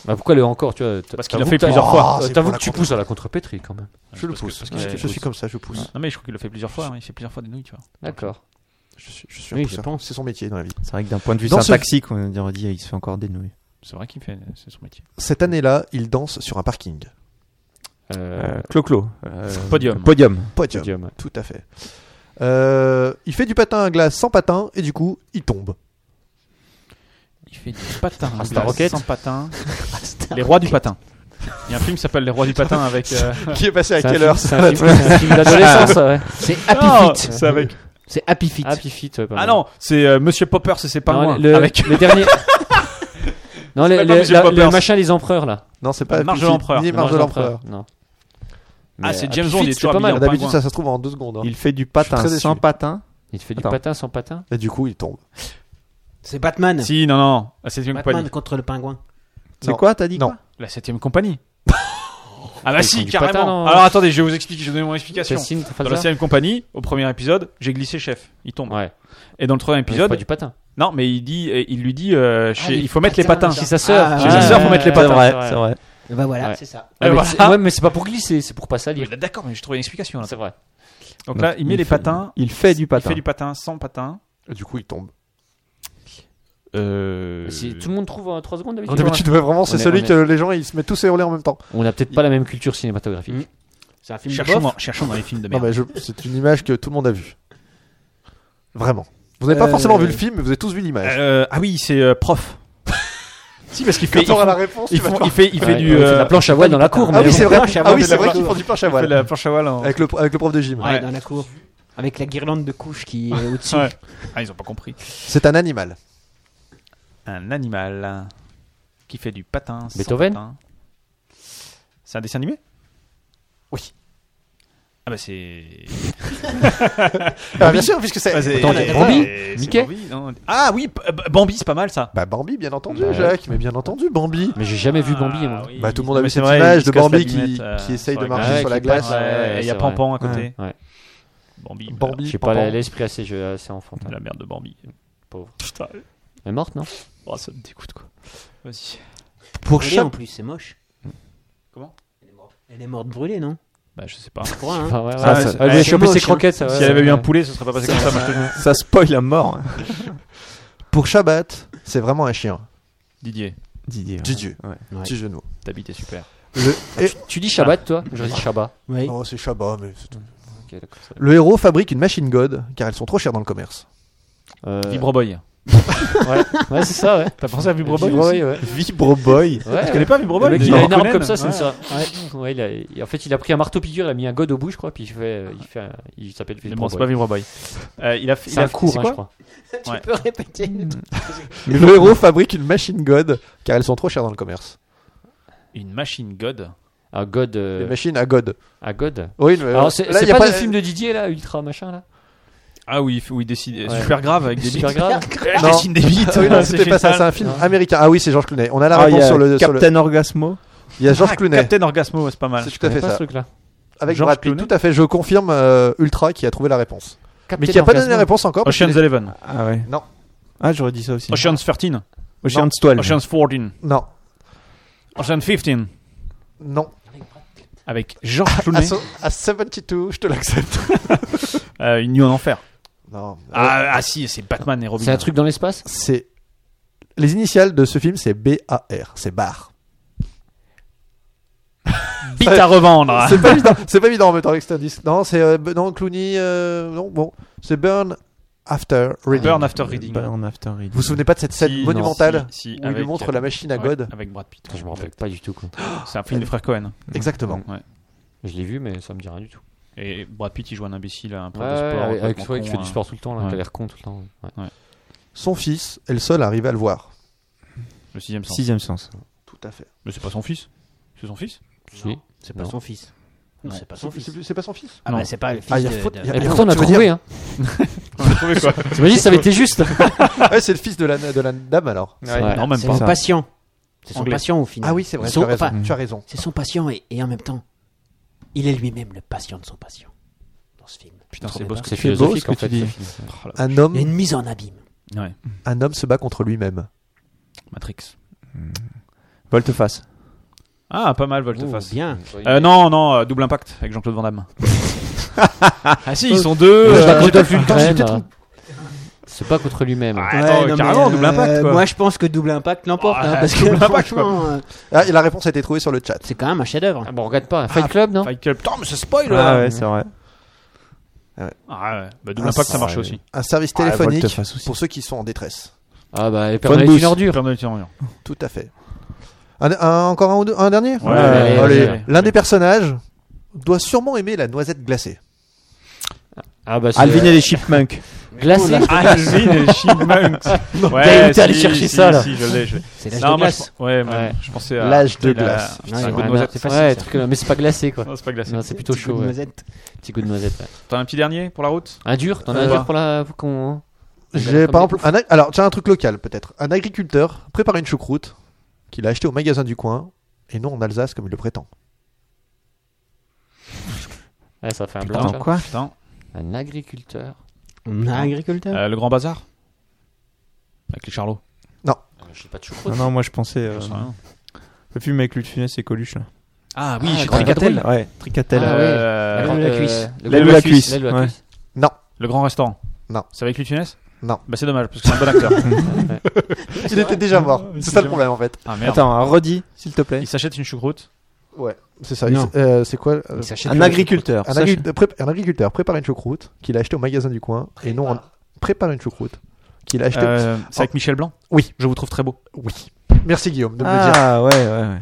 Speaker 1: Bah, pourquoi le encore tu vois, t-
Speaker 4: Parce qu'il l'a
Speaker 1: t'avoues
Speaker 4: fait
Speaker 1: que t'as-
Speaker 4: plusieurs
Speaker 3: fois.
Speaker 1: euh,
Speaker 3: Oh, C'est
Speaker 1: T'avoues
Speaker 3: pour
Speaker 1: que
Speaker 3: la
Speaker 1: tu pousses à la contrepétrie quand même.
Speaker 3: Je le
Speaker 4: Parce que-
Speaker 3: pousse.
Speaker 4: parce que-
Speaker 3: Je
Speaker 4: ouais,
Speaker 3: je suis comme ça, je pousse.
Speaker 4: Non mais je crois qu'il le fait plusieurs fois. hein. Il fait plusieurs fois des nouilles, tu vois.
Speaker 1: D'accord.
Speaker 3: Je suis, je suis un
Speaker 5: Oui, je
Speaker 3: pousseur.
Speaker 5: pense.
Speaker 3: C'est son métier dans la vie.
Speaker 4: hein.
Speaker 6: C'est vrai que d'un point de vue
Speaker 3: Dans ce-
Speaker 6: syntaxique, on dirait dit, il se fait encore des nouilles.
Speaker 4: C'est vrai qu'il fait, c'est son métier.
Speaker 3: Cette année-là, il danse sur un parking.
Speaker 1: Euh,
Speaker 6: Euh, Clo-Clo.
Speaker 4: Podium.
Speaker 6: Podium.
Speaker 3: Podium.
Speaker 1: podium.
Speaker 3: Tout à fait. Euh, il fait du patin à glace sans patin et du coup, il tombe.
Speaker 4: Il fait des patins.
Speaker 1: Rasta Rocket.
Speaker 4: Sans patins. Les rois du patin. Il y a un film qui s'appelle Les rois du patin avec. euh,
Speaker 3: Qui est passé à
Speaker 1: C'est un
Speaker 3: quelle
Speaker 1: film-
Speaker 3: heure
Speaker 1: C'est
Speaker 4: Ah,
Speaker 1: un film- c'est un film d'adolescence, ouais.
Speaker 5: C'est Happy
Speaker 4: Non,
Speaker 5: Feet.
Speaker 4: c'est avec.
Speaker 5: C'est Happy Feet.
Speaker 1: Happy Feet. ouais, pas
Speaker 4: Ah
Speaker 1: mal.
Speaker 4: non, c'est euh, Monsieur Popper, c'est c'est pas
Speaker 1: Non,
Speaker 4: moi.
Speaker 1: le,
Speaker 4: Avec
Speaker 1: le dernier. Non, le,
Speaker 4: même pas
Speaker 1: le-
Speaker 4: Monsieur
Speaker 1: la-
Speaker 4: Poppers.
Speaker 1: le machin des empereurs là.
Speaker 3: Non, c'est pas
Speaker 4: Marge de
Speaker 3: c'est-
Speaker 4: l'Empereur.
Speaker 3: ni
Speaker 1: Le
Speaker 3: Marge de l'Empereur.
Speaker 1: Non.
Speaker 4: Ah,
Speaker 1: Mais
Speaker 4: c'est
Speaker 1: Happy
Speaker 4: James Bond,
Speaker 1: Feet,
Speaker 4: il est
Speaker 1: c'est
Speaker 4: toujours
Speaker 1: pas mal.
Speaker 4: habillé en-
Speaker 3: D'habitude,
Speaker 4: pingouin.
Speaker 3: ça, ça se trouve en deux secondes. hein.
Speaker 6: Il fait du
Speaker 3: Je
Speaker 6: patin
Speaker 3: suis très
Speaker 6: sans
Speaker 3: déçu.
Speaker 6: patin.
Speaker 1: Il te fait du
Speaker 6: Attends.
Speaker 1: patin sans patin
Speaker 3: Et du coup, il tombe.
Speaker 5: C'est Batman.
Speaker 4: Si, non, non, Ah, la septième
Speaker 5: Batman
Speaker 4: compagnie.
Speaker 5: contre le pingouin.
Speaker 6: C'est
Speaker 3: Non.
Speaker 6: quoi, t'as dit
Speaker 3: Non.
Speaker 6: quoi
Speaker 4: La septième compagnie. ah bah
Speaker 1: Ils font
Speaker 4: si,
Speaker 1: du
Speaker 4: carrément.
Speaker 1: patin, non
Speaker 4: Alors attendez, je vais vous expliquer, je vais vous donner mon explication.
Speaker 1: Cassine, t'as fait
Speaker 4: Dans la
Speaker 1: ça
Speaker 4: septième compagnie, au premier épisode, j'ai glissé chef. Il tombe.
Speaker 1: Ouais.
Speaker 4: Et dans le troisième
Speaker 1: Épisode.
Speaker 4: épisode,
Speaker 1: Pas du patin.
Speaker 4: non, mais il dit, et il lui dit, euh, chez-
Speaker 5: Ah, les
Speaker 4: il faut mettre les
Speaker 5: patins,
Speaker 4: patins.
Speaker 5: ça.
Speaker 1: Chez sa sœur.
Speaker 5: Ah,
Speaker 4: Chez
Speaker 5: ouais.
Speaker 4: sa sœur, faut mettre les
Speaker 6: C'est
Speaker 4: patins.
Speaker 6: vrai, c'est vrai.
Speaker 5: Bah voilà,
Speaker 1: Ouais. Ah,
Speaker 5: c'est ça.
Speaker 4: Et
Speaker 1: Ouais, mais
Speaker 4: Ah, voilà.
Speaker 1: c'est- ouais, mais c'est pas pour glisser, c'est pour pas
Speaker 4: Oui,
Speaker 1: salir.
Speaker 4: bah, D'accord, mais j'ai trouvé une explication. Là.
Speaker 1: C'est vrai.
Speaker 4: Donc là, il met les
Speaker 6: fait-
Speaker 4: patins.
Speaker 6: Il fait du
Speaker 4: Il
Speaker 6: patin.
Speaker 4: fait du patin sans patin.
Speaker 3: Et du coup, il tombe.
Speaker 4: Euh...
Speaker 1: Si tout le monde trouve en 3 secondes d'habitude.
Speaker 3: D'habitude, ouais, vraiment, c'est
Speaker 1: est-
Speaker 3: celui
Speaker 1: on est-
Speaker 3: que les gens ils se mettent tous à hurler en même temps.
Speaker 1: On a peut-être pas la même culture cinématographique.
Speaker 5: Mm. C'est un film de
Speaker 4: Cherchons,
Speaker 5: bof.
Speaker 4: dans, cherchons dans les films de
Speaker 3: Non,
Speaker 4: merde.
Speaker 3: mais je- c'est une image que tout le monde a vue. Vraiment. Vous n'avez pas forcément vu le film, mais vous avez tous vu l'image.
Speaker 4: Euh, ah oui, c'est euh, prof. si, parce qu'il fait.
Speaker 3: Quand
Speaker 4: Il,
Speaker 3: t'auras
Speaker 4: fait-
Speaker 3: la réponse,
Speaker 4: il
Speaker 3: tu vas
Speaker 4: fait-
Speaker 3: te voir.
Speaker 4: il fait, il fait
Speaker 1: Ouais,
Speaker 4: du.
Speaker 1: on fait de
Speaker 4: euh,
Speaker 1: la planche à voile dans la cour.
Speaker 3: Ah
Speaker 1: mais
Speaker 3: oui,
Speaker 1: bon.
Speaker 3: c'est vrai.
Speaker 5: planche à
Speaker 3: Ah
Speaker 5: voile,
Speaker 3: oui,
Speaker 5: mais
Speaker 3: c'est
Speaker 5: la
Speaker 3: vrai
Speaker 5: voile.
Speaker 3: qu'ils font du planche à
Speaker 4: il fait de
Speaker 3: voile.
Speaker 4: la planche à voile. en-
Speaker 3: Avec le, avec le prof de gym.
Speaker 5: Ouais, dans la cour. Avec la guirlande de couches qui est au-dessus.
Speaker 4: Ouais. Ah, ils ont pas compris.
Speaker 3: C'est un animal.
Speaker 4: Un animal qui fait du patin. sans
Speaker 1: Beethoven
Speaker 4: patin. C'est un dessin animé
Speaker 3: Oui.
Speaker 4: Ah bah c'est.
Speaker 3: Ah, bien sûr, puisque c'est.
Speaker 4: Ah, c'est-
Speaker 3: Attends,
Speaker 4: c'est-
Speaker 1: Bambi
Speaker 4: c'est
Speaker 1: Mickey
Speaker 4: Bambi, non. Ah oui, P- euh, Bambi, c'est pas mal ça.
Speaker 3: Bah, Bambi, bien entendu,
Speaker 1: Bah,
Speaker 3: Jacques. Mais bien entendu, Bambi.
Speaker 1: Mais j'ai jamais vu Bambi.
Speaker 4: Ah
Speaker 1: moi.
Speaker 4: oui.
Speaker 3: Bah, tout le monde a
Speaker 4: Mais
Speaker 3: vu
Speaker 4: c'est
Speaker 3: cette
Speaker 4: vrai,
Speaker 3: image
Speaker 4: il
Speaker 3: de
Speaker 4: se casse
Speaker 3: Bambi
Speaker 4: la
Speaker 3: qui-
Speaker 4: lunette, euh,
Speaker 3: qui essaye
Speaker 4: sur
Speaker 3: de
Speaker 4: glace.
Speaker 3: marcher
Speaker 1: Ouais,
Speaker 3: sur la
Speaker 1: qui
Speaker 3: glace.
Speaker 1: passe,
Speaker 4: Ouais,
Speaker 1: ouais,
Speaker 4: et il y
Speaker 1: c'est
Speaker 4: a
Speaker 1: vrai.
Speaker 4: Pampan à côté.
Speaker 1: Ouais.
Speaker 4: Bambi. voilà.
Speaker 3: Bambi.
Speaker 1: J'ai pas
Speaker 3: Bambi.
Speaker 1: la- l'esprit assez, je- assez enfantin.
Speaker 4: La merde de Bambi.
Speaker 1: Pauvre.
Speaker 4: Putain.
Speaker 1: Elle est morte, non
Speaker 4: Oh, ça me dégoûte quoi. Vas-y.
Speaker 3: Pour
Speaker 5: Brûlée en
Speaker 3: chaque.
Speaker 5: plus, c'est moche.
Speaker 4: Comment
Speaker 5: Elle est morte brûlée, non
Speaker 4: Bah, je sais pas.
Speaker 5: Je crois, hein.
Speaker 1: Enfin, ouais, ouais.
Speaker 6: Ah,
Speaker 1: Elle
Speaker 6: ça-
Speaker 1: lui
Speaker 6: ouais,
Speaker 1: a
Speaker 6: c'est
Speaker 1: chopé ses
Speaker 6: moche, hein.
Speaker 1: croquettes. ça, ouais,
Speaker 4: si elle avait eu
Speaker 1: ouais.
Speaker 4: un poulet, ce serait pas passé comme ça. moi, je te dis.
Speaker 6: Ça spoil à mort, hein,
Speaker 3: Pour Shabbat, c'est vraiment un chien.
Speaker 4: Didier,
Speaker 6: Didier. ouais.
Speaker 3: Didier.
Speaker 6: Ouais.
Speaker 3: Petit genou.
Speaker 4: t'habites est super.
Speaker 3: Le, et-
Speaker 1: Tu dis Shabbat, toi Je dis Shabbat.
Speaker 5: Oui.
Speaker 3: Non, c'est Shabbat, mais c'est tout.
Speaker 1: Ok, d'accord, ça va.
Speaker 3: Le héros fabrique une machine god car elles sont trop chères dans le commerce.
Speaker 1: Euh,
Speaker 4: Vibroboy.
Speaker 1: Ouais, ouais c'est ça, ouais.
Speaker 4: T'as pensé à Vibroboy
Speaker 1: Vibroboy, ouais.
Speaker 6: Vibroboy.
Speaker 1: Ouais,
Speaker 4: Tu connais pas Vibroboy
Speaker 1: Le mec,
Speaker 4: de
Speaker 1: il a une
Speaker 4: Conan
Speaker 1: arme comme ça, c'est
Speaker 4: hein. Ouais.
Speaker 1: ça. Ouais. Ouais, il a- en fait, il a pris un marteau-piqûre, il a mis un god au bout, je crois, puis il, fait, euh, il, fait un- il s'appelle
Speaker 4: Mais
Speaker 1: Philippe
Speaker 4: bon, c'est pas
Speaker 1: Roboy.
Speaker 4: Vibroboy. Euh, il a fait.
Speaker 1: C'est
Speaker 4: il a
Speaker 1: un
Speaker 4: fait-
Speaker 1: cours,
Speaker 4: c'est
Speaker 1: hein,
Speaker 4: quoi
Speaker 1: je crois.
Speaker 4: Ouais.
Speaker 5: Tu peux répéter
Speaker 3: Le héros fabrique une machine god car elles sont trop chères dans le commerce.
Speaker 4: Une machine god.
Speaker 1: Un god. euh,
Speaker 3: Une machine à god.
Speaker 1: un god.
Speaker 3: Oui, mais euh,
Speaker 1: Alors, c'est
Speaker 3: là,
Speaker 1: c'est
Speaker 3: y a
Speaker 1: pas, le film de Didier, là, Ultra machin, là
Speaker 4: Ah oui, il fait- oui, il décide. euh,
Speaker 1: Ouais.
Speaker 4: Super grave avec des bites.
Speaker 1: Super grave.
Speaker 4: Elle
Speaker 3: Non.
Speaker 4: dessine des bites.
Speaker 3: Ah oui, non,
Speaker 4: C'est
Speaker 3: c'était pas ça,
Speaker 4: génial.
Speaker 3: c'est un film
Speaker 1: Non.
Speaker 3: américain. Ah oui, c'est Georges Clooney. On a la
Speaker 6: Ah, il y
Speaker 3: réponse
Speaker 6: a
Speaker 3: sur le. sur le-
Speaker 6: Captain Orgasmo.
Speaker 3: Il y a Georges
Speaker 4: Ah,
Speaker 3: Clooney.
Speaker 4: Captain Orgasmo, c'est pas mal.
Speaker 3: C'est tout à
Speaker 1: Je connais
Speaker 3: fait
Speaker 1: pas ce
Speaker 3: ça.
Speaker 1: truc-là.
Speaker 3: Avec
Speaker 4: Georges
Speaker 3: Brad Pitt.
Speaker 4: Clooney.
Speaker 3: Tout à fait. Je confirme euh, Ultra qui a trouvé la réponse. Mais qui a
Speaker 1: Captain
Speaker 3: pas donné
Speaker 1: Orgasmo.
Speaker 3: la réponse encore. parce qu'il
Speaker 4: Ocean's Eleven.
Speaker 6: Ah ouais.
Speaker 3: Non.
Speaker 6: Ah, j'aurais dit ça aussi.
Speaker 4: Ocean's 13.
Speaker 6: Ocean's 12.
Speaker 4: Ocean's 14.
Speaker 3: est- Non.
Speaker 4: Ocean's 15.
Speaker 3: Non.
Speaker 4: Avec George
Speaker 3: À,
Speaker 4: Clooney.
Speaker 3: so- à 72, je te l'accepte.
Speaker 4: Euh, Une nuit en enfer.
Speaker 3: Non.
Speaker 4: Ah, ah, si, c'est Batman et Robin.
Speaker 1: C'est un truc dans l'espace
Speaker 3: C'est. Les initiales de ce film, c'est BAR. C'est bar.
Speaker 4: Bite à revendre.
Speaker 3: C'est pas évident. C'est pas évident en mettant l'extra disque. Non, c'est euh, b- non Clooney. euh, non, bon, c'est Burn After Reading.
Speaker 4: Burn After Reading.
Speaker 6: Burn After Reading.
Speaker 3: Vous vous souvenez pas de
Speaker 1: hein.
Speaker 3: cette scène
Speaker 4: Si,
Speaker 3: monumentale
Speaker 4: si, si,
Speaker 3: où il
Speaker 4: avec-
Speaker 3: lui montre la machine à
Speaker 4: Ouais,
Speaker 3: God
Speaker 4: Avec Brad Pitt.
Speaker 1: Putain, Je me rappelle pas du tout, quoi.
Speaker 4: C'est un film des frères Cohen.
Speaker 3: Exactement.
Speaker 4: Ouais.
Speaker 1: Je l'ai vu, mais ça me dit rien du tout.
Speaker 4: Et Brad Pitt, il joue un imbécile, un prof
Speaker 1: Ouais,
Speaker 4: de sport.
Speaker 1: avec avec
Speaker 4: complètement
Speaker 1: toi qui
Speaker 4: con,
Speaker 1: fait du
Speaker 4: hein.
Speaker 1: sport tout le temps, là,
Speaker 4: Ouais.
Speaker 1: qui a l'air con tout le temps. ouais.
Speaker 3: Son fils est le seul à arriver à le voir.
Speaker 4: Le sixième sens.
Speaker 6: Sixième sens.
Speaker 3: Tout à fait.
Speaker 4: Mais c'est pas son fils. C'est son fils
Speaker 1: Si.
Speaker 5: C'est pas
Speaker 1: Non.
Speaker 5: son fils. Non,
Speaker 4: Non.
Speaker 5: c'est pas son fils.
Speaker 3: C'est pas son fils
Speaker 5: Ah
Speaker 4: Non.
Speaker 5: bah c'est pas le fils
Speaker 3: Ah, il y a
Speaker 5: de-
Speaker 3: faute-
Speaker 5: de-
Speaker 3: il y
Speaker 1: Et
Speaker 3: Ah,
Speaker 1: pourtant, on a
Speaker 3: tu veux
Speaker 1: trouvé, hein.
Speaker 4: trouvé quoi
Speaker 1: T'imagines, ça avait été juste.
Speaker 3: Ouais, c'est le fils de la, de la dame alors.
Speaker 1: Ouais.
Speaker 4: Non, même
Speaker 5: C'est son
Speaker 4: pas.
Speaker 5: patient. C'est son
Speaker 4: Anglais.
Speaker 5: patient au final.
Speaker 3: Ah oui, c'est vrai,
Speaker 5: Ils
Speaker 3: tu
Speaker 5: sont-
Speaker 3: as raison.
Speaker 5: enfin,
Speaker 3: Tu as raison.
Speaker 5: C'est son patient et, et en même temps, il est lui-même le patient de son patient dans ce film.
Speaker 4: Putain,
Speaker 5: Trop
Speaker 4: c'est
Speaker 5: bien.
Speaker 4: beau ce que
Speaker 1: C'est
Speaker 4: tu dis.
Speaker 1: philosophique
Speaker 6: beau,
Speaker 1: en
Speaker 6: ce que
Speaker 1: fait.
Speaker 6: tu dis.
Speaker 1: ce film.
Speaker 3: Un
Speaker 5: Il y a
Speaker 3: homme,
Speaker 5: une mise en abîme.
Speaker 4: Ouais,
Speaker 3: un homme se bat contre lui-même.
Speaker 4: Matrix.
Speaker 6: Volte-face.
Speaker 4: Ah, pas mal,
Speaker 5: Oh,
Speaker 4: Volteface.
Speaker 5: bien.
Speaker 4: Euh, non, non, euh, double impact avec Jean-Claude Van Damme. ah si, ils sont deux.
Speaker 1: Euh,
Speaker 4: euh,
Speaker 1: Jean-Claude Van Damme, C'est pas contre lui-même.
Speaker 4: Ah, attends,
Speaker 5: Ouais, non,
Speaker 4: carrément,
Speaker 5: mais,
Speaker 4: double
Speaker 5: euh,
Speaker 4: impact. Quoi.
Speaker 5: Moi, je pense que Double Impact l'emporte.
Speaker 4: Ah,
Speaker 5: hein, parce que
Speaker 4: Double Impact,
Speaker 5: franchement, euh,
Speaker 3: Ah, et la réponse a été trouvée sur le chat.
Speaker 5: c'est quand même un chef-d'œuvre.
Speaker 1: Ah bon, on regarde pas. Fight Club, non
Speaker 4: Fight Club. Putain, mais ça spoil.
Speaker 6: Ah
Speaker 4: là.
Speaker 6: ouais, c'est vrai.
Speaker 4: Ah ouais. Bah, double
Speaker 3: Ah,
Speaker 4: impact,
Speaker 3: ça,
Speaker 4: ça marchait
Speaker 6: ouais.
Speaker 4: aussi.
Speaker 3: Un service téléphonique
Speaker 6: Ah, volte-face aussi.
Speaker 3: pour ceux qui sont en détresse.
Speaker 1: Ah bah, Père est
Speaker 6: Booth.
Speaker 1: une ordure.
Speaker 4: Père Noël est en Orient.
Speaker 3: Tout à fait. Un- un- encore un ou deux- un dernier
Speaker 4: Ouais, allez,
Speaker 3: Allez.
Speaker 4: allez.
Speaker 3: L'un des personnages doit sûrement aimer la noisette glacée.
Speaker 1: Ah bah,
Speaker 6: Alvin et les Chipmunks.
Speaker 1: Glacé.
Speaker 4: Alvin et Chipmunks. Ouais,
Speaker 1: T'as eu le temps d'aller
Speaker 4: si,
Speaker 1: chercher
Speaker 4: si,
Speaker 1: ça, là.
Speaker 4: Si, je l'ai. je l'ai.
Speaker 5: hein. C'est l'âge
Speaker 4: Non,
Speaker 5: de
Speaker 4: moi,
Speaker 5: glace.
Speaker 4: je- Ouais, mais
Speaker 1: Ouais.
Speaker 4: je pensais à.
Speaker 6: L'âge de
Speaker 4: à la-
Speaker 6: glace.
Speaker 4: Putain,
Speaker 5: Ouais,
Speaker 4: un goût de
Speaker 5: ouais,
Speaker 4: noisette,
Speaker 1: c'est
Speaker 4: c'est
Speaker 1: ouais,
Speaker 4: facile. ça.
Speaker 1: truc, euh, mais c'est pas glacé quoi.
Speaker 4: Non, c'est pas glacé.
Speaker 1: Non, c'est plutôt
Speaker 5: Petit coup
Speaker 1: chaud.
Speaker 5: de
Speaker 1: ouais.
Speaker 5: noisette.
Speaker 1: Petit goût de noisette. ouais.
Speaker 4: T'as un petit dernier pour la route
Speaker 1: Un Ah, dur T'en as
Speaker 3: Euh,
Speaker 1: un dur pour la. hein. pour qu'on-
Speaker 3: J'ai
Speaker 1: Comme
Speaker 3: par
Speaker 1: des
Speaker 3: exemple un, ag- alors tiens un truc local peut-être. Un agriculteur prépare une choucroute qu'il a achetée au magasin du coin et non en Alsace comme il le prétend.
Speaker 1: Ouais, ça fait un
Speaker 4: Putain,
Speaker 1: blanc. tu vois.
Speaker 6: Quoi
Speaker 4: Putain.
Speaker 1: Un agriculteur.
Speaker 5: Un agriculteur.
Speaker 4: Euh, Le Grand Bazar Avec les Charlots.
Speaker 1: Euh, Je sais pas de choucroute.
Speaker 6: Non, non, moi je pensais. euh,
Speaker 4: J'en sais rien.
Speaker 6: le film avec Luc Funès et Coluche là.
Speaker 4: Ah oui,
Speaker 1: Ah,
Speaker 4: j'ai
Speaker 1: Grand
Speaker 4: Tricatel.
Speaker 1: Bazar.
Speaker 6: Ouais, Tricatel.
Speaker 1: Ah,
Speaker 4: Euh,
Speaker 1: La grande-
Speaker 6: L'aile ou la
Speaker 1: euh,
Speaker 6: cuisse
Speaker 1: le
Speaker 6: L'aile
Speaker 1: grand-
Speaker 6: ou la
Speaker 1: la cuisse,
Speaker 6: cuisse,
Speaker 1: l'aile ou la
Speaker 6: ouais.
Speaker 1: cuisse.
Speaker 3: Non,
Speaker 4: Le Grand Restaurant
Speaker 3: Non.
Speaker 4: C'est avec Luc Funès
Speaker 3: Non.
Speaker 4: Bah c'est dommage, parce que c'est un bon acteur.
Speaker 3: il était déjà mort. C'est ça le problème en fait.
Speaker 4: ah merde.
Speaker 6: Attends, hein, redis, s'il te plaît.
Speaker 4: Il s'achète une choucroute.
Speaker 3: Ouais, c'est ça.
Speaker 5: Non.
Speaker 3: C'est- euh, c'est quoi euh,
Speaker 6: Un agriculteur.
Speaker 3: un,
Speaker 6: Ça, je-
Speaker 3: agri- euh, prép- un agriculteur prépare une choucroute qu'il a achetée au magasin du coin et non en... prépare une choucroute qu'il a achetée.
Speaker 4: Euh, c'est avec Michel Blanc
Speaker 3: Oui.
Speaker 4: Je vous trouve très beau.
Speaker 3: Oui. Merci Guillaume de me le dire.
Speaker 6: Ah ouais, ouais, ouais.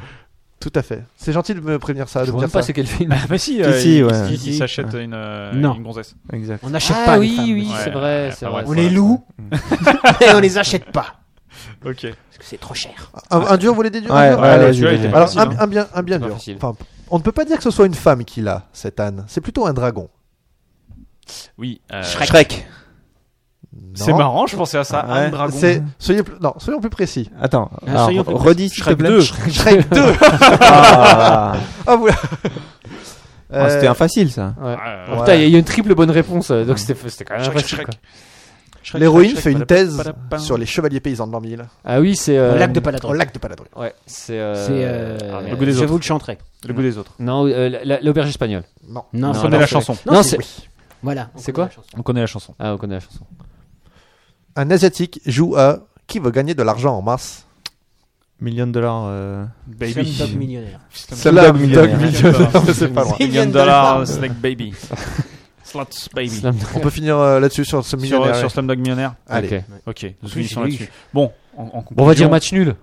Speaker 3: Tout à fait. C'est gentil de me prévenir ça,
Speaker 1: Je
Speaker 3: de me
Speaker 1: vois
Speaker 3: dire
Speaker 1: même pas
Speaker 3: ça.
Speaker 1: c'est quel film.
Speaker 4: Ah bah si,
Speaker 6: Si, si,
Speaker 4: il-
Speaker 6: ouais.
Speaker 4: il-
Speaker 6: Si,
Speaker 4: il
Speaker 6: si.
Speaker 4: s'achète une, euh,
Speaker 5: Non.
Speaker 4: une gonzesse.
Speaker 6: Exact.
Speaker 5: On n'achète
Speaker 1: Ah
Speaker 5: pas. les
Speaker 1: oui,
Speaker 5: femmes.
Speaker 1: oui,
Speaker 4: Ouais,
Speaker 1: c'est vrai,
Speaker 4: ouais,
Speaker 1: c'est
Speaker 4: pas
Speaker 1: vrai.
Speaker 4: mal,
Speaker 5: On
Speaker 4: ça. Mm.
Speaker 5: les loue et on les achète pas
Speaker 4: Ok.
Speaker 5: parce que c'est trop cher.
Speaker 3: Un, un dur, vous voulez des durs, un
Speaker 6: Ouais,
Speaker 3: dur
Speaker 6: ouais,
Speaker 4: Ah,
Speaker 6: ouais,
Speaker 4: tu vois, il
Speaker 6: j'ai-
Speaker 4: était
Speaker 6: j'ai-
Speaker 4: pas
Speaker 3: Alors
Speaker 4: facile,
Speaker 3: un, un bien, un bien
Speaker 1: C'est pas
Speaker 3: dur.
Speaker 1: facile.
Speaker 3: Enfin, on ne peut pas dire que ce soit une femme qui l'a cette âne. C'est plutôt un dragon.
Speaker 4: Oui. euh,
Speaker 6: Shrek.
Speaker 4: C'est
Speaker 3: Non.
Speaker 4: marrant, je pensais à ça.
Speaker 6: Ah ouais.
Speaker 4: Un dragon.
Speaker 3: C'est soyez plus- non, soyons plus précis.
Speaker 6: Attends,
Speaker 5: Ah,
Speaker 6: alors,
Speaker 5: soyons plus
Speaker 6: redis s'il te
Speaker 4: Shrek
Speaker 6: plaît.
Speaker 4: 2.
Speaker 3: Shrek 2.
Speaker 6: Ah,
Speaker 3: Ah vous.
Speaker 6: Ah,
Speaker 3: Euh,
Speaker 6: c'était un facile ça.
Speaker 1: Ouais.
Speaker 4: Ah,
Speaker 1: Oh,
Speaker 4: ouais.
Speaker 3: Ouais.
Speaker 1: Putain, il y a eu une triple bonne réponse, euh, donc c'était c'était quand même
Speaker 4: Shrek,
Speaker 1: facile,
Speaker 4: Shrek.
Speaker 1: quoi.
Speaker 4: Shrek,
Speaker 3: L'héroïne
Speaker 4: Shrek,
Speaker 3: fait une
Speaker 4: Shrek,
Speaker 3: thèse
Speaker 4: padapin.
Speaker 3: sur les chevaliers paysans de l'Ambile
Speaker 1: Ah oui, c'est.
Speaker 5: Au
Speaker 1: euh,
Speaker 5: lac de Paladon.
Speaker 3: au lac de Paladru.
Speaker 1: Ouais, c'est. euh,
Speaker 5: C'est, euh,
Speaker 1: ah, merde.
Speaker 4: Le goût des
Speaker 5: je
Speaker 4: autres.
Speaker 5: vous le chanterai.
Speaker 4: Le goût des autres.
Speaker 1: Non, euh, la- la- l'auberge espagnole.
Speaker 3: Non.
Speaker 5: Non,
Speaker 1: Non,
Speaker 5: c'est-
Speaker 4: On connaît la
Speaker 1: c'est-
Speaker 4: chanson.
Speaker 5: non,
Speaker 1: Non,
Speaker 5: c'est
Speaker 1: c'est.
Speaker 5: voilà. on
Speaker 1: C'est
Speaker 5: connaît
Speaker 1: quoi
Speaker 5: la chanson.
Speaker 4: On connaît la chanson.
Speaker 1: Ah, on connaît la chanson.
Speaker 3: Un asiatique joue à qui veut gagner de l'argent en mars.
Speaker 6: Million de dollars. euh,
Speaker 4: Bah,
Speaker 5: Slumdog Millionnaire.
Speaker 3: Slumdog
Speaker 6: Millionnaire.
Speaker 3: Millionnaire. Non, mais c'est pas loin.
Speaker 4: Million
Speaker 5: euh,
Speaker 4: Dollar Snake Baby. Slots Baby.
Speaker 1: Slam-
Speaker 3: On peut finir euh, là-dessus sur ce
Speaker 4: Sur,
Speaker 3: millionnaire.
Speaker 4: sur Slumdog Millionnaire.
Speaker 3: Allez.
Speaker 1: Ok.
Speaker 4: Ok, nous
Speaker 5: Oui,
Speaker 4: finissons
Speaker 5: oui.
Speaker 4: là-dessus. Bon, en, en
Speaker 1: Bon, on va
Speaker 4: conclusion-
Speaker 1: dire match nul.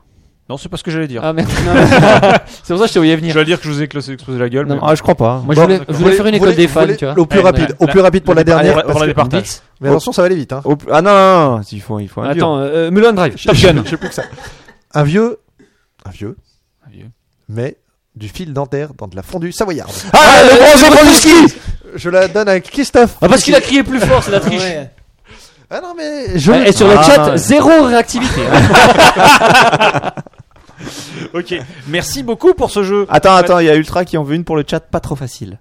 Speaker 4: Non, c'est pas ce que j'allais dire.
Speaker 1: Ah merde. Non, mais- c'est pour ça que je te voyais venir.
Speaker 4: J'allais dire que je vous ai éclosé- explosé la gueule.
Speaker 1: Non,
Speaker 4: mais-
Speaker 6: Ah, je crois pas.
Speaker 1: Moi, je
Speaker 3: Bon,
Speaker 1: voulais, je
Speaker 3: d'accord.
Speaker 1: voulais faire une
Speaker 3: Vous
Speaker 1: école
Speaker 3: voulez-
Speaker 1: des
Speaker 3: vous
Speaker 1: fans,
Speaker 3: voulez-
Speaker 1: tu vois. Eh,
Speaker 3: Au plus
Speaker 4: Ouais,
Speaker 3: rapide,
Speaker 4: la-
Speaker 3: au plus rapide pour la
Speaker 4: Allez,
Speaker 3: dernière.
Speaker 4: on
Speaker 3: parce
Speaker 4: va les
Speaker 3: que-
Speaker 4: partages.
Speaker 1: Vite.
Speaker 3: Mais attention, ça va aller vite. hein.
Speaker 6: Au- Ah non, non, non, il faut, il faut un Oh, dur.
Speaker 1: Attends, euh, Mulan Drive.
Speaker 4: Top Gun.
Speaker 3: Je sais plus que ça. Un vieux, un vieux,
Speaker 4: Un vieux.
Speaker 3: mais du fil dentaire dans de la fondue savoyarde.
Speaker 1: Ah, le grand Jean Kroniski
Speaker 3: Je la donne à Christophe.
Speaker 1: Ah, parce qu'il a crié plus fort, c'est la triche.
Speaker 5: Ouais.
Speaker 3: Ah non mais je.
Speaker 1: Et sur le
Speaker 6: Ah,
Speaker 1: chat,
Speaker 6: ouais.
Speaker 1: zéro réactivité. hein.
Speaker 4: Ok, merci beaucoup pour ce
Speaker 3: Ah,
Speaker 4: jeu.
Speaker 6: Attends, attends, il y a Ultra qui en veut une pour le chat, pas trop facile.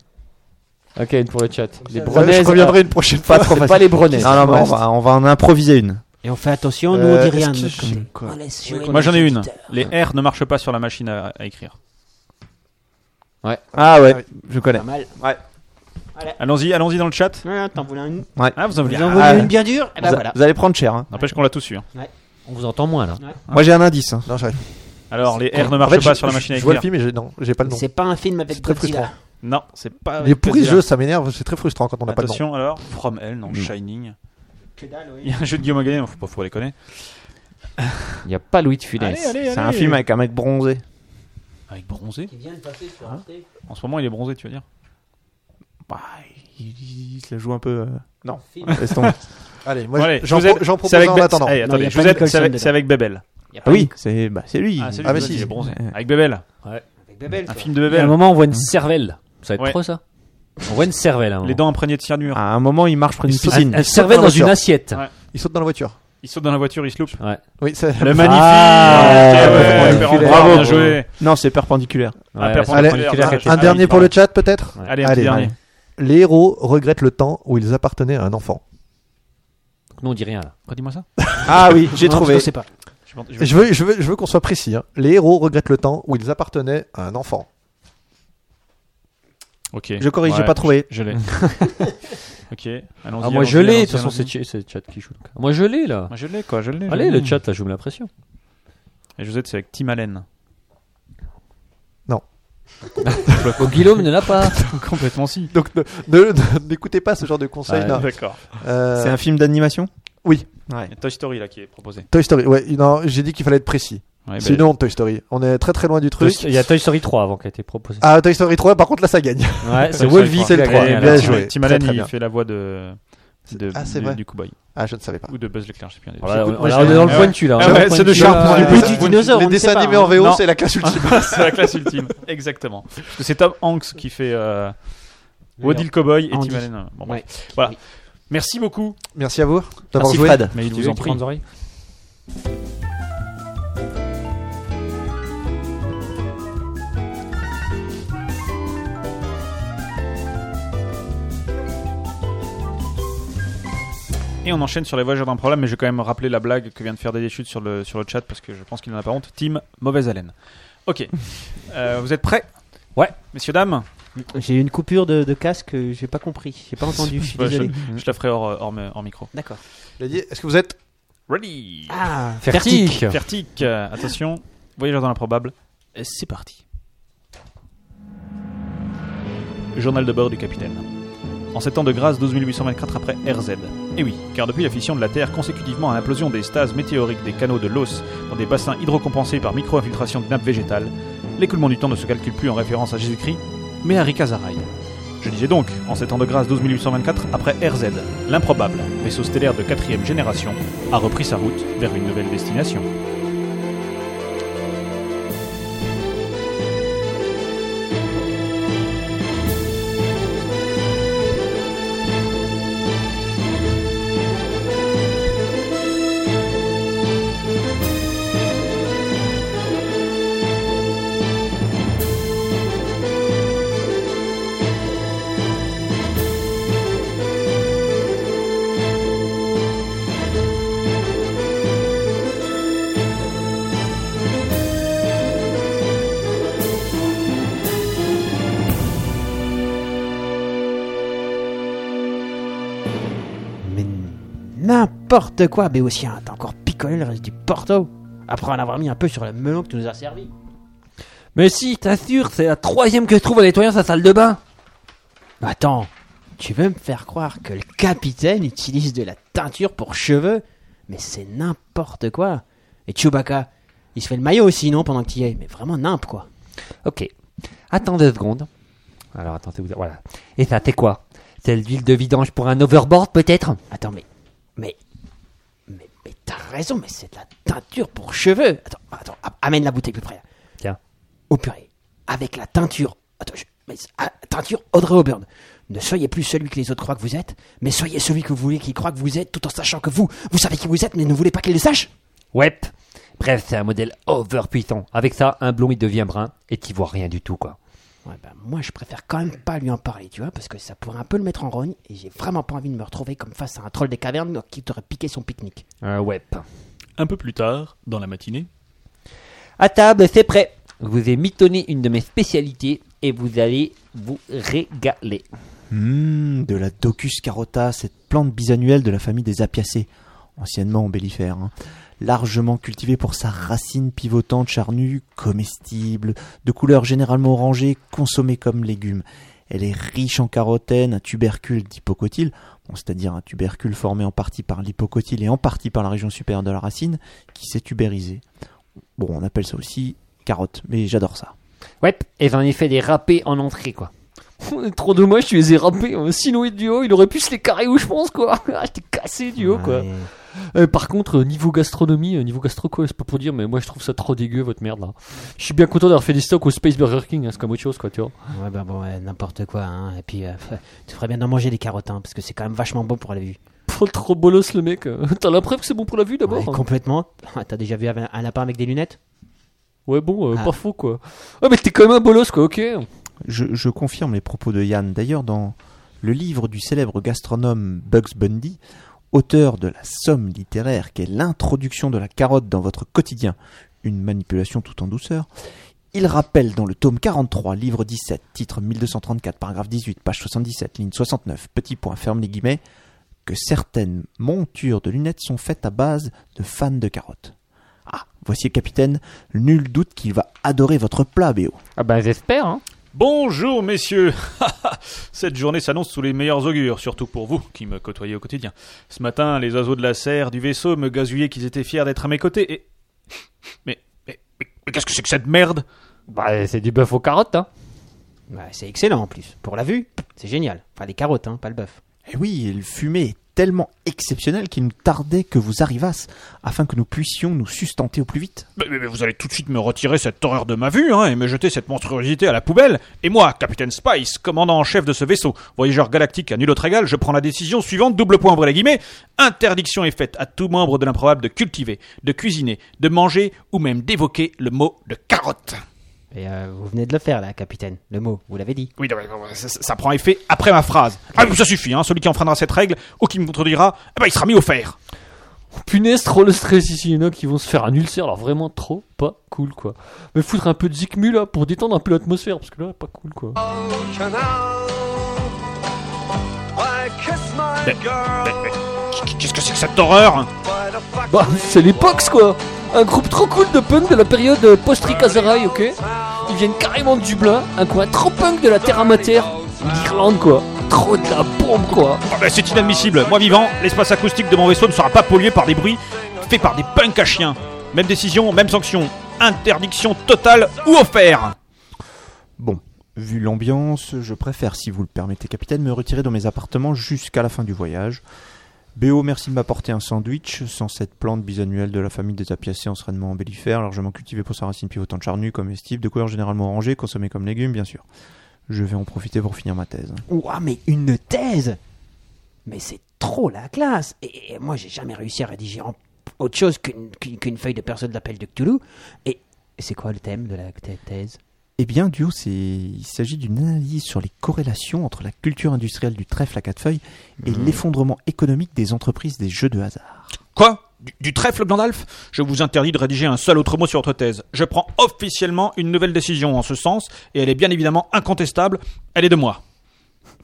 Speaker 1: ok, une pour le chat. Les
Speaker 3: Euh, Je
Speaker 1: bronaises.
Speaker 3: reviendrai une prochaine
Speaker 6: Pas
Speaker 3: fois.
Speaker 6: trop
Speaker 1: C'est
Speaker 6: facile.
Speaker 1: pas les bronaises.
Speaker 6: Non, non, mais on va, on va en improviser une.
Speaker 5: Et on fait attention, nous on
Speaker 3: Euh,
Speaker 5: dit rien.
Speaker 3: est-ce
Speaker 5: de
Speaker 3: que
Speaker 5: notre
Speaker 3: j'ai-
Speaker 5: côté.
Speaker 3: quoi
Speaker 5: On laisse sur-
Speaker 4: Moi j'en ai une. Les R ne marchent pas sur la machine à, à écrire.
Speaker 6: Ah ouais, je connais.
Speaker 5: Pas mal.
Speaker 4: Allons-y, allons-y dans le chat.
Speaker 5: Ah, T'en voulais une
Speaker 4: Ah, vous en voulez
Speaker 5: Vous en
Speaker 4: un
Speaker 5: voulez
Speaker 6: Ah.
Speaker 5: une bien dure Eh ben
Speaker 6: vous, a-
Speaker 5: voilà.
Speaker 6: vous allez prendre cher. hein.
Speaker 4: N'empêche qu'on l'a tous eu. hein.
Speaker 1: On vous entend moins là.
Speaker 6: Moi j'ai un indice. hein.
Speaker 3: Non, j'arrive.
Speaker 4: Alors, les R ne
Speaker 3: En
Speaker 4: marchent
Speaker 3: fait,
Speaker 4: pas
Speaker 3: je-
Speaker 4: sur la
Speaker 3: je-
Speaker 4: machine à
Speaker 3: Je vois le
Speaker 4: écrire.
Speaker 3: film et j'ai- non, j'ai pas le nom.
Speaker 5: C'est pas un film
Speaker 3: C'est
Speaker 5: avec
Speaker 3: très
Speaker 5: Godzilla.
Speaker 4: Non, c'est pas.
Speaker 3: Les pourris ce
Speaker 4: Godzilla.
Speaker 3: jeu, ça m'énerve. C'est très frustrant quand on n'a pas de nom.
Speaker 4: Attention alors. From Hell, non, Shining. Il y a un jeu de Guillaume Gagné, faut pas faut les connaître.
Speaker 1: Il n'y a pas Louis de Funès.
Speaker 6: C'est un film avec un mec bronzé.
Speaker 4: Avec bronzé.
Speaker 5: Qui vient de passer sur Arte.
Speaker 4: En ce moment, il est bronzé, tu veux dire
Speaker 6: Bah, il, il se la joue un peu. euh, Non,
Speaker 5: Film.
Speaker 6: laisse tomber.
Speaker 3: Allez, moi
Speaker 4: Bon, allez,
Speaker 3: je- j'en
Speaker 4: je vous aide.
Speaker 3: pro- j'en
Speaker 4: C'est
Speaker 3: propose
Speaker 4: avec
Speaker 3: un en
Speaker 4: Be-
Speaker 3: attendant.
Speaker 4: Allez,
Speaker 5: Non,
Speaker 4: attendez,
Speaker 5: il y a
Speaker 4: je
Speaker 5: pas
Speaker 4: vous aide,
Speaker 5: Nicholson
Speaker 4: c'est avec-
Speaker 5: dedans.
Speaker 4: c'est avec Bebel.
Speaker 6: Ah oui, c'est bah, c'est lui.
Speaker 4: Ah, c'est lui,
Speaker 3: Ah, mais
Speaker 4: qui
Speaker 3: si,
Speaker 4: dit, il
Speaker 3: si.
Speaker 4: est bronzé.
Speaker 6: Ouais.
Speaker 4: Avec Bebel.
Speaker 5: Avec Bebel.
Speaker 4: Un
Speaker 5: quoi.
Speaker 4: film de
Speaker 1: À un
Speaker 4: Bebel.
Speaker 1: moment, on voit une cervelle. Ça va être
Speaker 4: Ouais.
Speaker 1: trop ça On voit une cervelle. hein.
Speaker 4: Les dents imprégnées de cyanure.
Speaker 6: À un moment, il marche près d'une
Speaker 1: Une-
Speaker 6: piscine.
Speaker 1: Une cervelle
Speaker 3: dans
Speaker 1: dans
Speaker 3: la
Speaker 1: une
Speaker 3: voiture.
Speaker 1: assiette.
Speaker 4: Ouais.
Speaker 3: Il saute dans la voiture.
Speaker 4: Il saute dans la voiture, il se loupe.
Speaker 1: Ouais.
Speaker 3: Oui, ça.
Speaker 4: Le magnifique
Speaker 6: Ah,
Speaker 4: Ah ouais,
Speaker 6: perpendiculaire.
Speaker 4: perpendiculaire,
Speaker 6: Bravo.
Speaker 4: Bien joué
Speaker 6: Non, c'est perpendiculaire.
Speaker 4: Ah,
Speaker 1: Ouais,
Speaker 4: perpendiculaire,
Speaker 1: c'est-
Speaker 4: perpendiculaire.
Speaker 1: perpendiculaire.
Speaker 3: Un
Speaker 4: Ah,
Speaker 3: dernier
Speaker 4: oui,
Speaker 3: pour le
Speaker 4: pardon.
Speaker 3: chat, peut-être
Speaker 4: Allez, un
Speaker 3: Allez,
Speaker 4: petit dernier.
Speaker 3: Les héros regrettent le temps où ils appartenaient à un enfant.
Speaker 1: Nous on dit rien. là.
Speaker 4: Redis-moi ça.
Speaker 6: Ah oui, j'ai
Speaker 5: Non,
Speaker 6: trouvé.
Speaker 5: Je sais pas.
Speaker 4: Je m'en- je-
Speaker 3: Je veux, je veux, je veux qu'on soit précis. hein. Les héros regrettent le temps où ils appartenaient à un enfant.
Speaker 4: Ok.
Speaker 6: Je corrige, j'ai
Speaker 4: Ouais,
Speaker 6: pas trouvé.
Speaker 4: Je l'ai. ok. Allons-y.
Speaker 1: Ah, moi
Speaker 4: allons-y,
Speaker 1: je l'ai.
Speaker 4: allons-y,
Speaker 1: De toute façon
Speaker 4: allons-y.
Speaker 1: c'est chi- c'est le chat qui joue. Moi je l'ai là.
Speaker 4: Moi je l'ai quoi, je l'ai. je
Speaker 1: Allez
Speaker 4: l'ai.
Speaker 1: le chat là, je vous mets la pression.
Speaker 4: Et je vous aide, c'est avec Tim Allen.
Speaker 1: Guillaume ne l'a pas.
Speaker 4: Complètement si.
Speaker 3: Donc ne- ne- ne- n'écoutez pas ce genre de conseils.
Speaker 1: Ouais.
Speaker 3: non.
Speaker 4: D'accord.
Speaker 3: Euh,
Speaker 6: C'est un film d'animation
Speaker 3: Oui.
Speaker 6: Ouais.
Speaker 4: Toy Story là qui est proposé.
Speaker 3: Toy Story. Ouais, non, j'ai dit qu'il fallait être précis.
Speaker 4: Ouais, bah,
Speaker 3: C'est une honte, Toy Story. On est très très loin du truc.
Speaker 1: Il y a Toy Story 3 avant qui a été proposé.
Speaker 3: Ah, Toy Story 3, par contre, là, ça gagne.
Speaker 1: Ouais, c'est
Speaker 4: Toy Story
Speaker 1: Wolvie
Speaker 4: 3.
Speaker 1: qui
Speaker 3: C'est le
Speaker 1: l'a
Speaker 3: trois,
Speaker 1: gagné.
Speaker 3: bien
Speaker 1: alors.
Speaker 3: joué.
Speaker 4: Tim
Speaker 3: Très,
Speaker 4: Allen,
Speaker 3: très
Speaker 4: il
Speaker 3: bien.
Speaker 4: fait la voix de, de-
Speaker 3: Ah, c'est
Speaker 4: du,
Speaker 3: vrai.
Speaker 4: du cow-boy.
Speaker 3: Ah, je ne savais pas.
Speaker 4: Ou de Buzz l'éclair, je sais plus. un des deux.
Speaker 1: Voilà,
Speaker 3: Écoute,
Speaker 1: on-
Speaker 3: moi,
Speaker 1: alors, on
Speaker 3: j'ai-
Speaker 1: est dans le
Speaker 4: Ah
Speaker 1: point
Speaker 4: ouais.
Speaker 1: de cul là. on
Speaker 4: Ah
Speaker 1: est dans
Speaker 4: ouais,
Speaker 1: le point
Speaker 4: c'est
Speaker 1: de
Speaker 4: le
Speaker 1: cul.
Speaker 4: charme
Speaker 3: Ah,
Speaker 4: du
Speaker 3: ouais.
Speaker 4: bout
Speaker 5: Les
Speaker 4: du
Speaker 5: dinosaures,
Speaker 3: Les
Speaker 5: on ne sait
Speaker 3: dessins
Speaker 5: pas,
Speaker 3: animés
Speaker 5: hein.
Speaker 3: en VO,
Speaker 4: Non.
Speaker 3: c'est la classe ultime.
Speaker 4: c'est la classe ultime. Exactement. Parce que c'est Tom Hanks qui fait euh, Woody le Cowboy et
Speaker 5: Andy.
Speaker 4: Tim Allen. Bon, bref.
Speaker 5: Ouais.
Speaker 4: Voilà.
Speaker 5: Oui.
Speaker 4: Merci beaucoup.
Speaker 3: Merci à vous d'avoir
Speaker 6: Merci
Speaker 3: joué.
Speaker 6: Fred.
Speaker 4: Mais il
Speaker 1: Tu
Speaker 4: vous
Speaker 1: veux
Speaker 4: en
Speaker 1: que
Speaker 4: prie.
Speaker 1: prendre l'oreille
Speaker 4: Et on enchaîne sur les voyageurs d'un problème, mais je vais quand même rappeler la blague que vient de faire des chutes sur le, sur le chat parce que je pense qu'il n'en a pas honte. Team Mauvaise Haleine. Ok. Euh, vous êtes prêts
Speaker 1: Ouais.
Speaker 4: Messieurs, dames
Speaker 5: J'ai eu une coupure de, de casque, euh, j'ai pas compris, j'ai pas entendu, je suis
Speaker 4: Ouais, je,
Speaker 5: désolé.
Speaker 4: je la ferai hors, hors, hors micro.
Speaker 5: D'accord.
Speaker 3: Il a dit Est-ce que vous êtes
Speaker 4: Ready
Speaker 5: Ah,
Speaker 1: Fertique.
Speaker 4: Fertique, euh, attention, voyageur dans l'improbable, Euh, c'est parti. Journal de bord du capitaine. En sept ans de grâce, 12 824 après RZ. Et oui, car depuis la fission de la Terre, consécutivement à l'implosion des stases météoriques des canaux de l'os dans des bassins hydrocompensés par micro-infiltration de nappes végétales, l'écoulement du temps ne se calcule plus en référence à Jésus-Christ, mais à Rikazaraï. Je disais donc, en sept ans de grâce 12 824 après RZ, l'improbable vaisseau stellaire de quatrième génération a repris sa route vers une nouvelle destination.
Speaker 5: Mais n'importe quoi, Béotien, t'as encore picolé le reste du Porto après en avoir mis un peu sur le melon que tu nous as servi.
Speaker 1: Mais si, t'assures, c'est la troisième que je trouve en nettoyant sa salle de bain.
Speaker 5: Attends, tu veux me faire croire que le capitaine utilise de la teinture pour cheveux Mais c'est n'importe quoi. Et Chewbacca, il se fait le maillot aussi, non, pendant que tu y es Mais vraiment nimp, quoi.
Speaker 1: Ok. Attends deux secondes. Alors attendez, vous... voilà. Et ça, c'est quoi C'est de l'huile de vidange pour un overboard peut-être
Speaker 5: Attends, mais... Mais... Mais, mais t'as raison, mais c'est de la teinture pour cheveux Attends, attends, a- amène la bouteille plus près.
Speaker 1: Tiens.
Speaker 5: Oh purée, avec la teinture... Attends, je- mais, ah, teinture Audrey Auburn. Ne soyez plus celui que les autres croient que vous êtes, mais soyez celui que vous voulez qu'ils croient que vous êtes, tout en sachant que vous, vous savez qui vous êtes, mais ne voulez pas qu'ils le sachent
Speaker 1: Ouais. Bref, c'est un modèle overpuissant. Avec ça, un blond il devient brun et t'y vois rien du tout quoi.
Speaker 5: Ouais, bah, moi, je préfère quand même pas lui en parler, tu vois, parce que ça pourrait un peu le mettre en rogne, et j'ai vraiment pas envie de me retrouver comme face à un troll des cavernes qui t'aurait piqué son pique-nique.
Speaker 1: Un web.
Speaker 4: Un peu plus tard, dans la matinée.
Speaker 1: À table, c'est prêt. Je vous ai mitonné une de mes spécialités et vous allez vous régaler.
Speaker 6: Hmm, de la Docus carota, cette plante bisannuelle de la famille des apiacées, anciennement ombellifère, hein. largement cultivée pour sa racine pivotante, charnue, comestible, de couleur généralement orangée, consommée comme légume. Elle est riche en carotène, un tubercule d'hypocotyle, bon, c'est-à-dire un tubercule formé en partie par l'hypocotyle et en partie par la région supérieure de la racine, qui s'est tubérisée. Bon, on appelle ça aussi carotte, mais j'adore ça.
Speaker 1: Ouais, et j'en ai fait des râpés en entrée, quoi. Trop dommage, tu les ai râpés. Sinon, du haut, il aurait pu se les carrer où je pense, quoi. J'étais Ah, cassé du haut, quoi.
Speaker 6: Ouais.
Speaker 1: Euh, par contre, euh, niveau gastronomie, euh, niveau gastro, quoi, c'est pas pour dire, mais moi je trouve ça trop dégueu votre merde là. Je suis bien content d'avoir fait des stocks au Space Burger King, hein, c'est comme autre chose quoi, tu vois.
Speaker 5: Ouais, ben bon, ouais, n'importe quoi. hein. Et puis, euh, tu ferais bien d'en manger des carottes, hein, parce que c'est quand même vachement bon pour la vue.
Speaker 1: Pour trop bolos le mec. euh. T'as la preuve que c'est bon pour la vue d'abord
Speaker 5: Ouais,
Speaker 1: hein.
Speaker 5: complètement. Ah, T'as déjà vu un un lapin avec des lunettes
Speaker 1: Ouais, bon, euh,
Speaker 5: Ah.
Speaker 1: pas faux quoi. Ah, mais t'es quand même un bolos quoi, ok.
Speaker 6: Je, je confirme les propos de Yann. D'ailleurs, dans le livre du célèbre gastronome Bugs Bundy, auteur de la somme littéraire qu'est l'introduction de la carotte dans votre quotidien, une manipulation tout en douceur, il rappelle dans le tome 43, livre 17, titre 1234, paragraphe 18, page 77, ligne 69, petit point, ferme les guillemets, que certaines montures de lunettes sont faites à base de fans de carottes. Ah, voici le capitaine, nul doute qu'il va adorer votre plat, Béo.
Speaker 1: Ah, bah j'espère, hein.
Speaker 4: Bonjour messieurs Cette journée s'annonce sous les meilleurs augures, surtout pour vous qui me côtoyez au quotidien. Ce matin, les oiseaux de la serre du vaisseau me gazouillaient qu'ils étaient fiers d'être à mes côtés et... Mais, mais, mais- mais qu'est-ce que c'est que cette merde
Speaker 1: Bah, c'est du bœuf aux carottes, hein.
Speaker 5: Ouais, C'est excellent en plus. Pour la vue, c'est génial. Enfin, les carottes, hein, pas le bœuf.
Speaker 6: Eh oui, le fumet est tellement exceptionnel qu'il nous tardait que vous arrivasse afin que nous puissions nous sustenter au plus vite.
Speaker 4: mais, mais- mais vous allez tout de suite me retirer cette horreur de ma vue hein, et me jeter cette monstruosité à la poubelle. Et moi, capitaine Spice, commandant en chef de ce vaisseau, voyageur galactique à nul autre égal, je prends la décision suivante, double point ouvrez les guillemets, interdiction est faite à tout membre de l'improbable de cultiver, de cuisiner, de manger ou même d'évoquer le mot de carotte.
Speaker 5: Et euh, vous venez de le faire là, capitaine. Le mot, vous l'avez dit.
Speaker 4: Oui, non, mais, non, Eh ben, ça, ça- ça prend effet après ma phrase. Ah, mais ça suffit, hein, celui qui enfreindra cette règle ou qui me contredira, eh ben, il sera mis au fer.
Speaker 1: Punaise, trop le stress ici. Il y en a qui vont se faire un ulcère, alors vraiment trop pas cool quoi. Mais foutre un peu de zikmu là pour détendre un peu l'atmosphère, parce que là, pas cool quoi.
Speaker 4: Qu'est-ce que c'est que cette horreur
Speaker 1: Bah, c'est l'époque quoi Un groupe trop cool de punk de la période euh, post-Rikazaraï, ok Ils viennent carrément de Dublin, un coin trop punk de la terre amateur, l'Irlande quoi Trop de la bombe quoi
Speaker 4: Ah ben, C'est inadmissible. Moi vivant, l'espace acoustique de mon vaisseau ne sera pas pollué par des bruits faits par des punks à chiens. Même décision, même sanction. Interdiction totale ou au fer.
Speaker 6: Bon, vu l'ambiance, je préfère, si vous le permettez, capitaine, me retirer dans mes appartements jusqu'à la fin du voyage. Béo, merci de m'apporter un sandwich. Sans cette plante bisannuelle de la famille des apiacées sereinement embellifère, largement cultivée pour sa racine pivotante charnue, comestible, de couleur généralement orangée, consommée comme légume, bien sûr. Je vais en profiter pour finir ma thèse.
Speaker 5: Ouah, mais une thèse Mais c'est trop la classe Et, et moi, j'ai jamais réussi à rédiger en- autre chose qu'une qu'une- qu'une feuille de personne d'appel de Cthulhu. Et c'est quoi le thème de la thè- thèse
Speaker 6: Eh bien, Duo, c'est... il s'agit d'une analyse sur les corrélations entre la culture industrielle du trèfle à quatre feuilles et l'effondrement économique des entreprises des jeux de hasard.
Speaker 4: Quoi du, du trèfle, Gandalf Je vous interdis de rédiger un seul autre mot sur votre thèse. Je prends officiellement une nouvelle décision en ce sens, et elle est bien évidemment incontestable. Elle est de moi.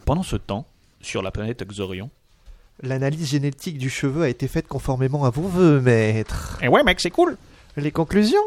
Speaker 4: Pendant ce temps, sur la planète Xorion.
Speaker 3: L'analyse génétique du cheveu a été faite conformément à vos vœux, maître.
Speaker 4: Eh ouais, mec, c'est cool
Speaker 3: Les conclusions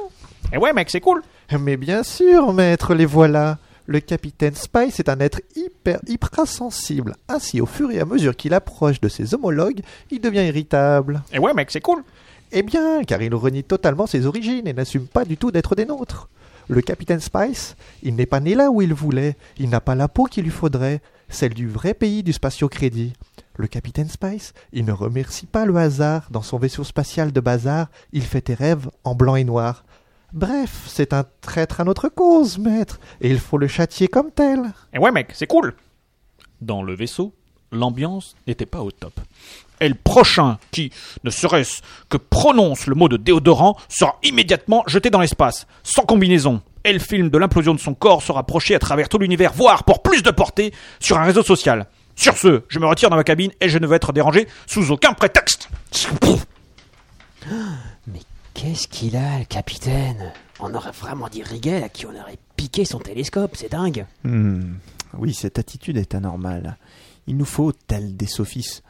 Speaker 4: Eh ouais, mec, c'est cool
Speaker 3: Mais bien sûr, maître, les voilà. Le capitaine Spice est un être hyper, hypersensible. Ainsi, au fur et à mesure qu'il approche de ses homologues, il devient irritable.
Speaker 4: Eh ouais, mec, c'est cool
Speaker 3: Eh bien, car il renie totalement ses origines et n'assume pas du tout d'être des nôtres. Le capitaine Spice, il n'est pas né là où il voulait, il n'a pas la peau qu'il lui faudrait, celle du vrai pays du spatio-crédit. Le capitaine Spice, il ne remercie pas le hasard, dans son vaisseau spatial de bazar, il fait tes rêves en blanc et noir. Bref, c'est un traître à notre cause, maître, et il faut le châtier comme tel.
Speaker 4: Eh ouais, mec, c'est cool Dans le vaisseau, l'ambiance n'était pas au top. Et le prochain qui, ne serait-ce que prononce le mot de déodorant, sera immédiatement jeté dans l'espace, sans combinaison. Et le film de l'implosion de son corps sera projeté à travers tout l'univers, voire pour plus de portée, sur un réseau social. Sur ce, je me retire dans ma cabine et je ne veux être dérangé sous aucun prétexte.
Speaker 5: Qu'est-ce qu'il a, le capitaine On aurait vraiment dit Rigel à qui on aurait piqué son télescope, c'est dingue
Speaker 6: Hmm. Oui, cette attitude est anormale. Il nous faut, tel des sophistes,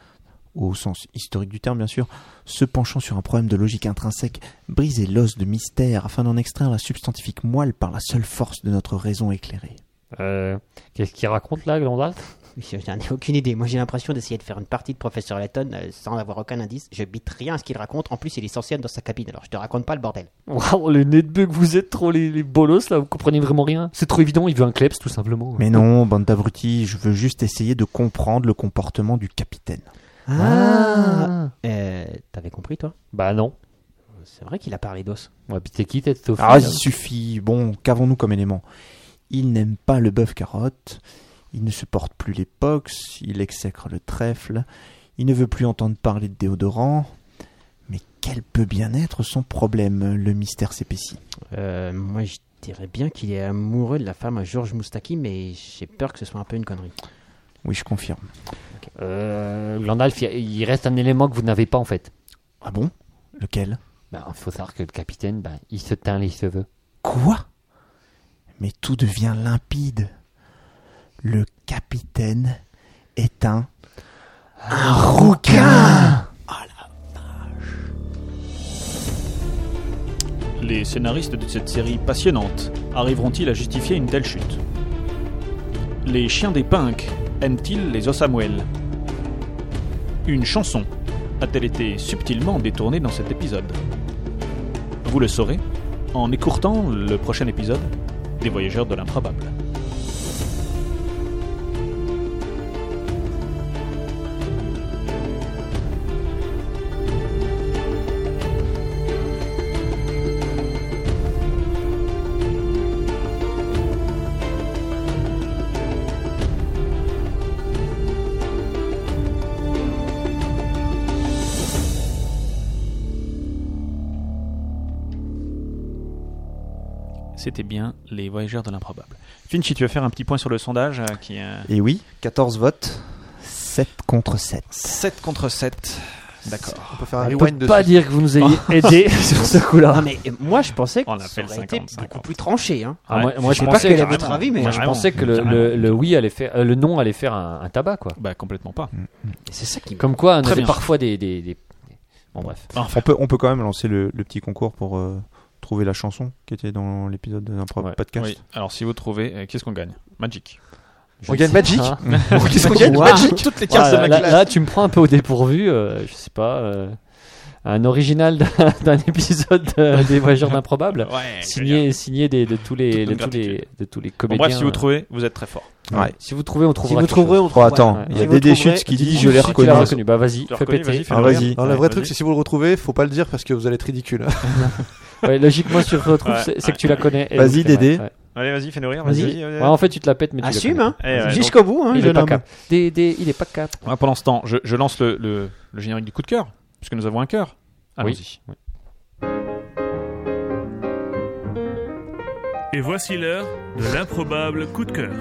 Speaker 6: au sens historique du terme bien sûr, se penchant sur un problème de logique intrinsèque, briser l'os de mystère afin d'en extraire la substantifique moelle par la seule force de notre raison éclairée.
Speaker 1: Euh, qu'est-ce qu'il raconte là, Gandalf
Speaker 5: Je n'en ai aucune idée. Moi, j'ai l'impression d'essayer de faire une partie de Professeur Layton euh, sans avoir aucun indice. Je bite rien à ce qu'il raconte. En plus, il est censé être dans sa cabine, alors je te raconte pas le bordel.
Speaker 1: Waouh, le nez de bœuf, vous êtes trop les, les bolos là, vous comprenez vraiment rien. C'est trop évident, il veut un kleps tout simplement.
Speaker 6: Mais non, bande d'abrutis, je veux juste essayer de comprendre le comportement du capitaine.
Speaker 5: Ah T'avais compris, toi
Speaker 1: Bah non.
Speaker 5: C'est vrai qu'il a parlé d'os.
Speaker 1: Ouais, puis t'es qui, t'es Tofu
Speaker 6: Ah, il suffit. Bon, qu'avons-nous comme élément Il n'aime pas le bœuf carotte, il ne supporte plus les pox, il exècre le trèfle, il ne veut plus entendre parler de déodorant. Mais quel peut bien être son problème Le mystère s'épaissit.
Speaker 5: Euh, moi, je dirais bien qu'il est amoureux de la femme à Georges Moustaki, mais j'ai peur que ce soit un peu une connerie.
Speaker 6: Oui, je confirme.
Speaker 1: Euh, Glandalf, il y a- il reste un élément que vous n'avez pas en fait.
Speaker 6: Ah bon Lequel
Speaker 1: Il faut savoir que le capitaine, ben, il se teint les cheveux.
Speaker 6: Quoi Mais tout devient limpide. Le capitaine est un. Un rouquin
Speaker 4: Les scénaristes de cette série passionnante arriveront-ils à justifier une telle chute Les chiens des pinques aiment-ils les Osamuel Une chanson a-t-elle été subtilement détournée dans cet épisode Vous le saurez en écourtant le prochain épisode des Voyageurs de l'improbable. C'était bien les Voyageurs de l'improbable. Finchi, tu veux faire un petit point sur le sondage euh, qui euh,
Speaker 6: Et oui, 14 votes, 7 contre 7.
Speaker 4: 7 contre 7. D'accord.
Speaker 3: On peut
Speaker 6: Ah,
Speaker 3: faire un
Speaker 1: Je
Speaker 3: rewind
Speaker 1: peux
Speaker 3: dessus.
Speaker 1: pas dire que vous nous ayez aidé sur ce
Speaker 5: Ah,
Speaker 1: coup-là.
Speaker 5: mais euh, moi, je pensais que
Speaker 4: On
Speaker 5: ça
Speaker 4: l'appelle
Speaker 5: aurait été
Speaker 4: 50-50.
Speaker 5: beaucoup plus tranché. Hein.
Speaker 1: Ah, moi,
Speaker 4: Ouais,
Speaker 1: moi,
Speaker 4: je
Speaker 1: je,
Speaker 4: pensais
Speaker 1: pensais
Speaker 5: quel est
Speaker 1: que,
Speaker 4: carrément.
Speaker 5: votre avis, mais
Speaker 1: moi, je
Speaker 4: Ah carrément.
Speaker 1: pensais que le, le- le oui allait faire, euh, le non allait faire un, un tabac quoi.
Speaker 4: Bah complètement pas.
Speaker 5: C'est ça qui me...
Speaker 1: Comme quoi, on
Speaker 4: Très
Speaker 1: avait
Speaker 4: bien.
Speaker 1: parfois des, des- des- Bon bref.
Speaker 4: Enfin,
Speaker 6: On peut, on peut quand même lancer le, le petit concours pour euh, trouver la chanson qui était dans l'épisode d'un propre
Speaker 1: Ouais.
Speaker 6: podcast.
Speaker 4: oui. Alors si vous trouvez, euh, qu'est-ce qu'on gagne Magic.
Speaker 1: Je
Speaker 3: On
Speaker 1: ne
Speaker 3: gagne
Speaker 1: sais
Speaker 3: Magic
Speaker 1: pas.
Speaker 3: Qu'est-ce qu'on gagne
Speaker 1: Wow.
Speaker 3: Magic Toutes les
Speaker 1: Voilà,
Speaker 3: cartes de ma
Speaker 1: là,
Speaker 3: classe.
Speaker 1: là, tu me prends un peu au dépourvu. euh, je sais pas. euh, un original d'un d'un épisode euh, des Voyageurs d'improbable.
Speaker 4: Ouais,
Speaker 1: Signé, signé des- de tous les, de
Speaker 4: Toute
Speaker 1: tous
Speaker 4: une
Speaker 1: les, de tous les
Speaker 4: Bon,
Speaker 1: comédiens. euh,
Speaker 4: bref, si vous trouvez, vous êtes très fort.
Speaker 6: Ouais.
Speaker 1: Si vous trouvez, on
Speaker 5: Si
Speaker 1: trouvera.
Speaker 5: vous
Speaker 1: quelque
Speaker 5: trouverez,
Speaker 1: chose.
Speaker 5: on
Speaker 6: Oh,
Speaker 5: trouvera.
Speaker 6: attends,
Speaker 1: Ouais.
Speaker 6: il
Speaker 1: Si
Speaker 6: y a
Speaker 5: vous
Speaker 6: des
Speaker 5: trouvez,
Speaker 6: déchutes qui
Speaker 1: Si
Speaker 6: disent
Speaker 1: tu
Speaker 6: je l'ai
Speaker 1: l'as
Speaker 6: reconnu.
Speaker 1: reconnu, bah vas-y,
Speaker 4: Tu l'as
Speaker 1: fais
Speaker 4: reconnu,
Speaker 1: péter.
Speaker 4: vas-y, fais-le
Speaker 6: Ah,
Speaker 4: regarder.
Speaker 6: vas-y.
Speaker 3: Non, le
Speaker 4: Ouais,
Speaker 3: vrai
Speaker 4: vas-y.
Speaker 3: truc, c'est si vous le retrouvez, faut pas le dire parce que vous allez être ridicule.
Speaker 1: Ouais, logiquement, si tu le retrouves,
Speaker 4: Ouais,
Speaker 1: c'est c'est
Speaker 4: ouais.
Speaker 1: que tu la connais. Et
Speaker 6: Vas-y,
Speaker 1: donc, ouais,
Speaker 6: Dédé.
Speaker 1: ouais.
Speaker 4: Allez, vas-y, fais-nous rire.
Speaker 1: Vas-y.
Speaker 4: Vas-y.
Speaker 1: Ouais, en fait, tu te la pètes, mais tu la
Speaker 5: Assume,
Speaker 1: connais.
Speaker 5: hein.
Speaker 4: Eh ouais,
Speaker 5: Jusqu'au bout, hein,
Speaker 1: Il est
Speaker 5: jeune
Speaker 1: pas
Speaker 5: homme.
Speaker 1: cap. Dédé, il est pas cap.
Speaker 4: Ah, pendant ce temps, je, je lance le, le- le générique du coup de cœur, puisque nous avons un cœur. Allons-y.
Speaker 2: Et voici l'heure de l'improbable coup de cœur.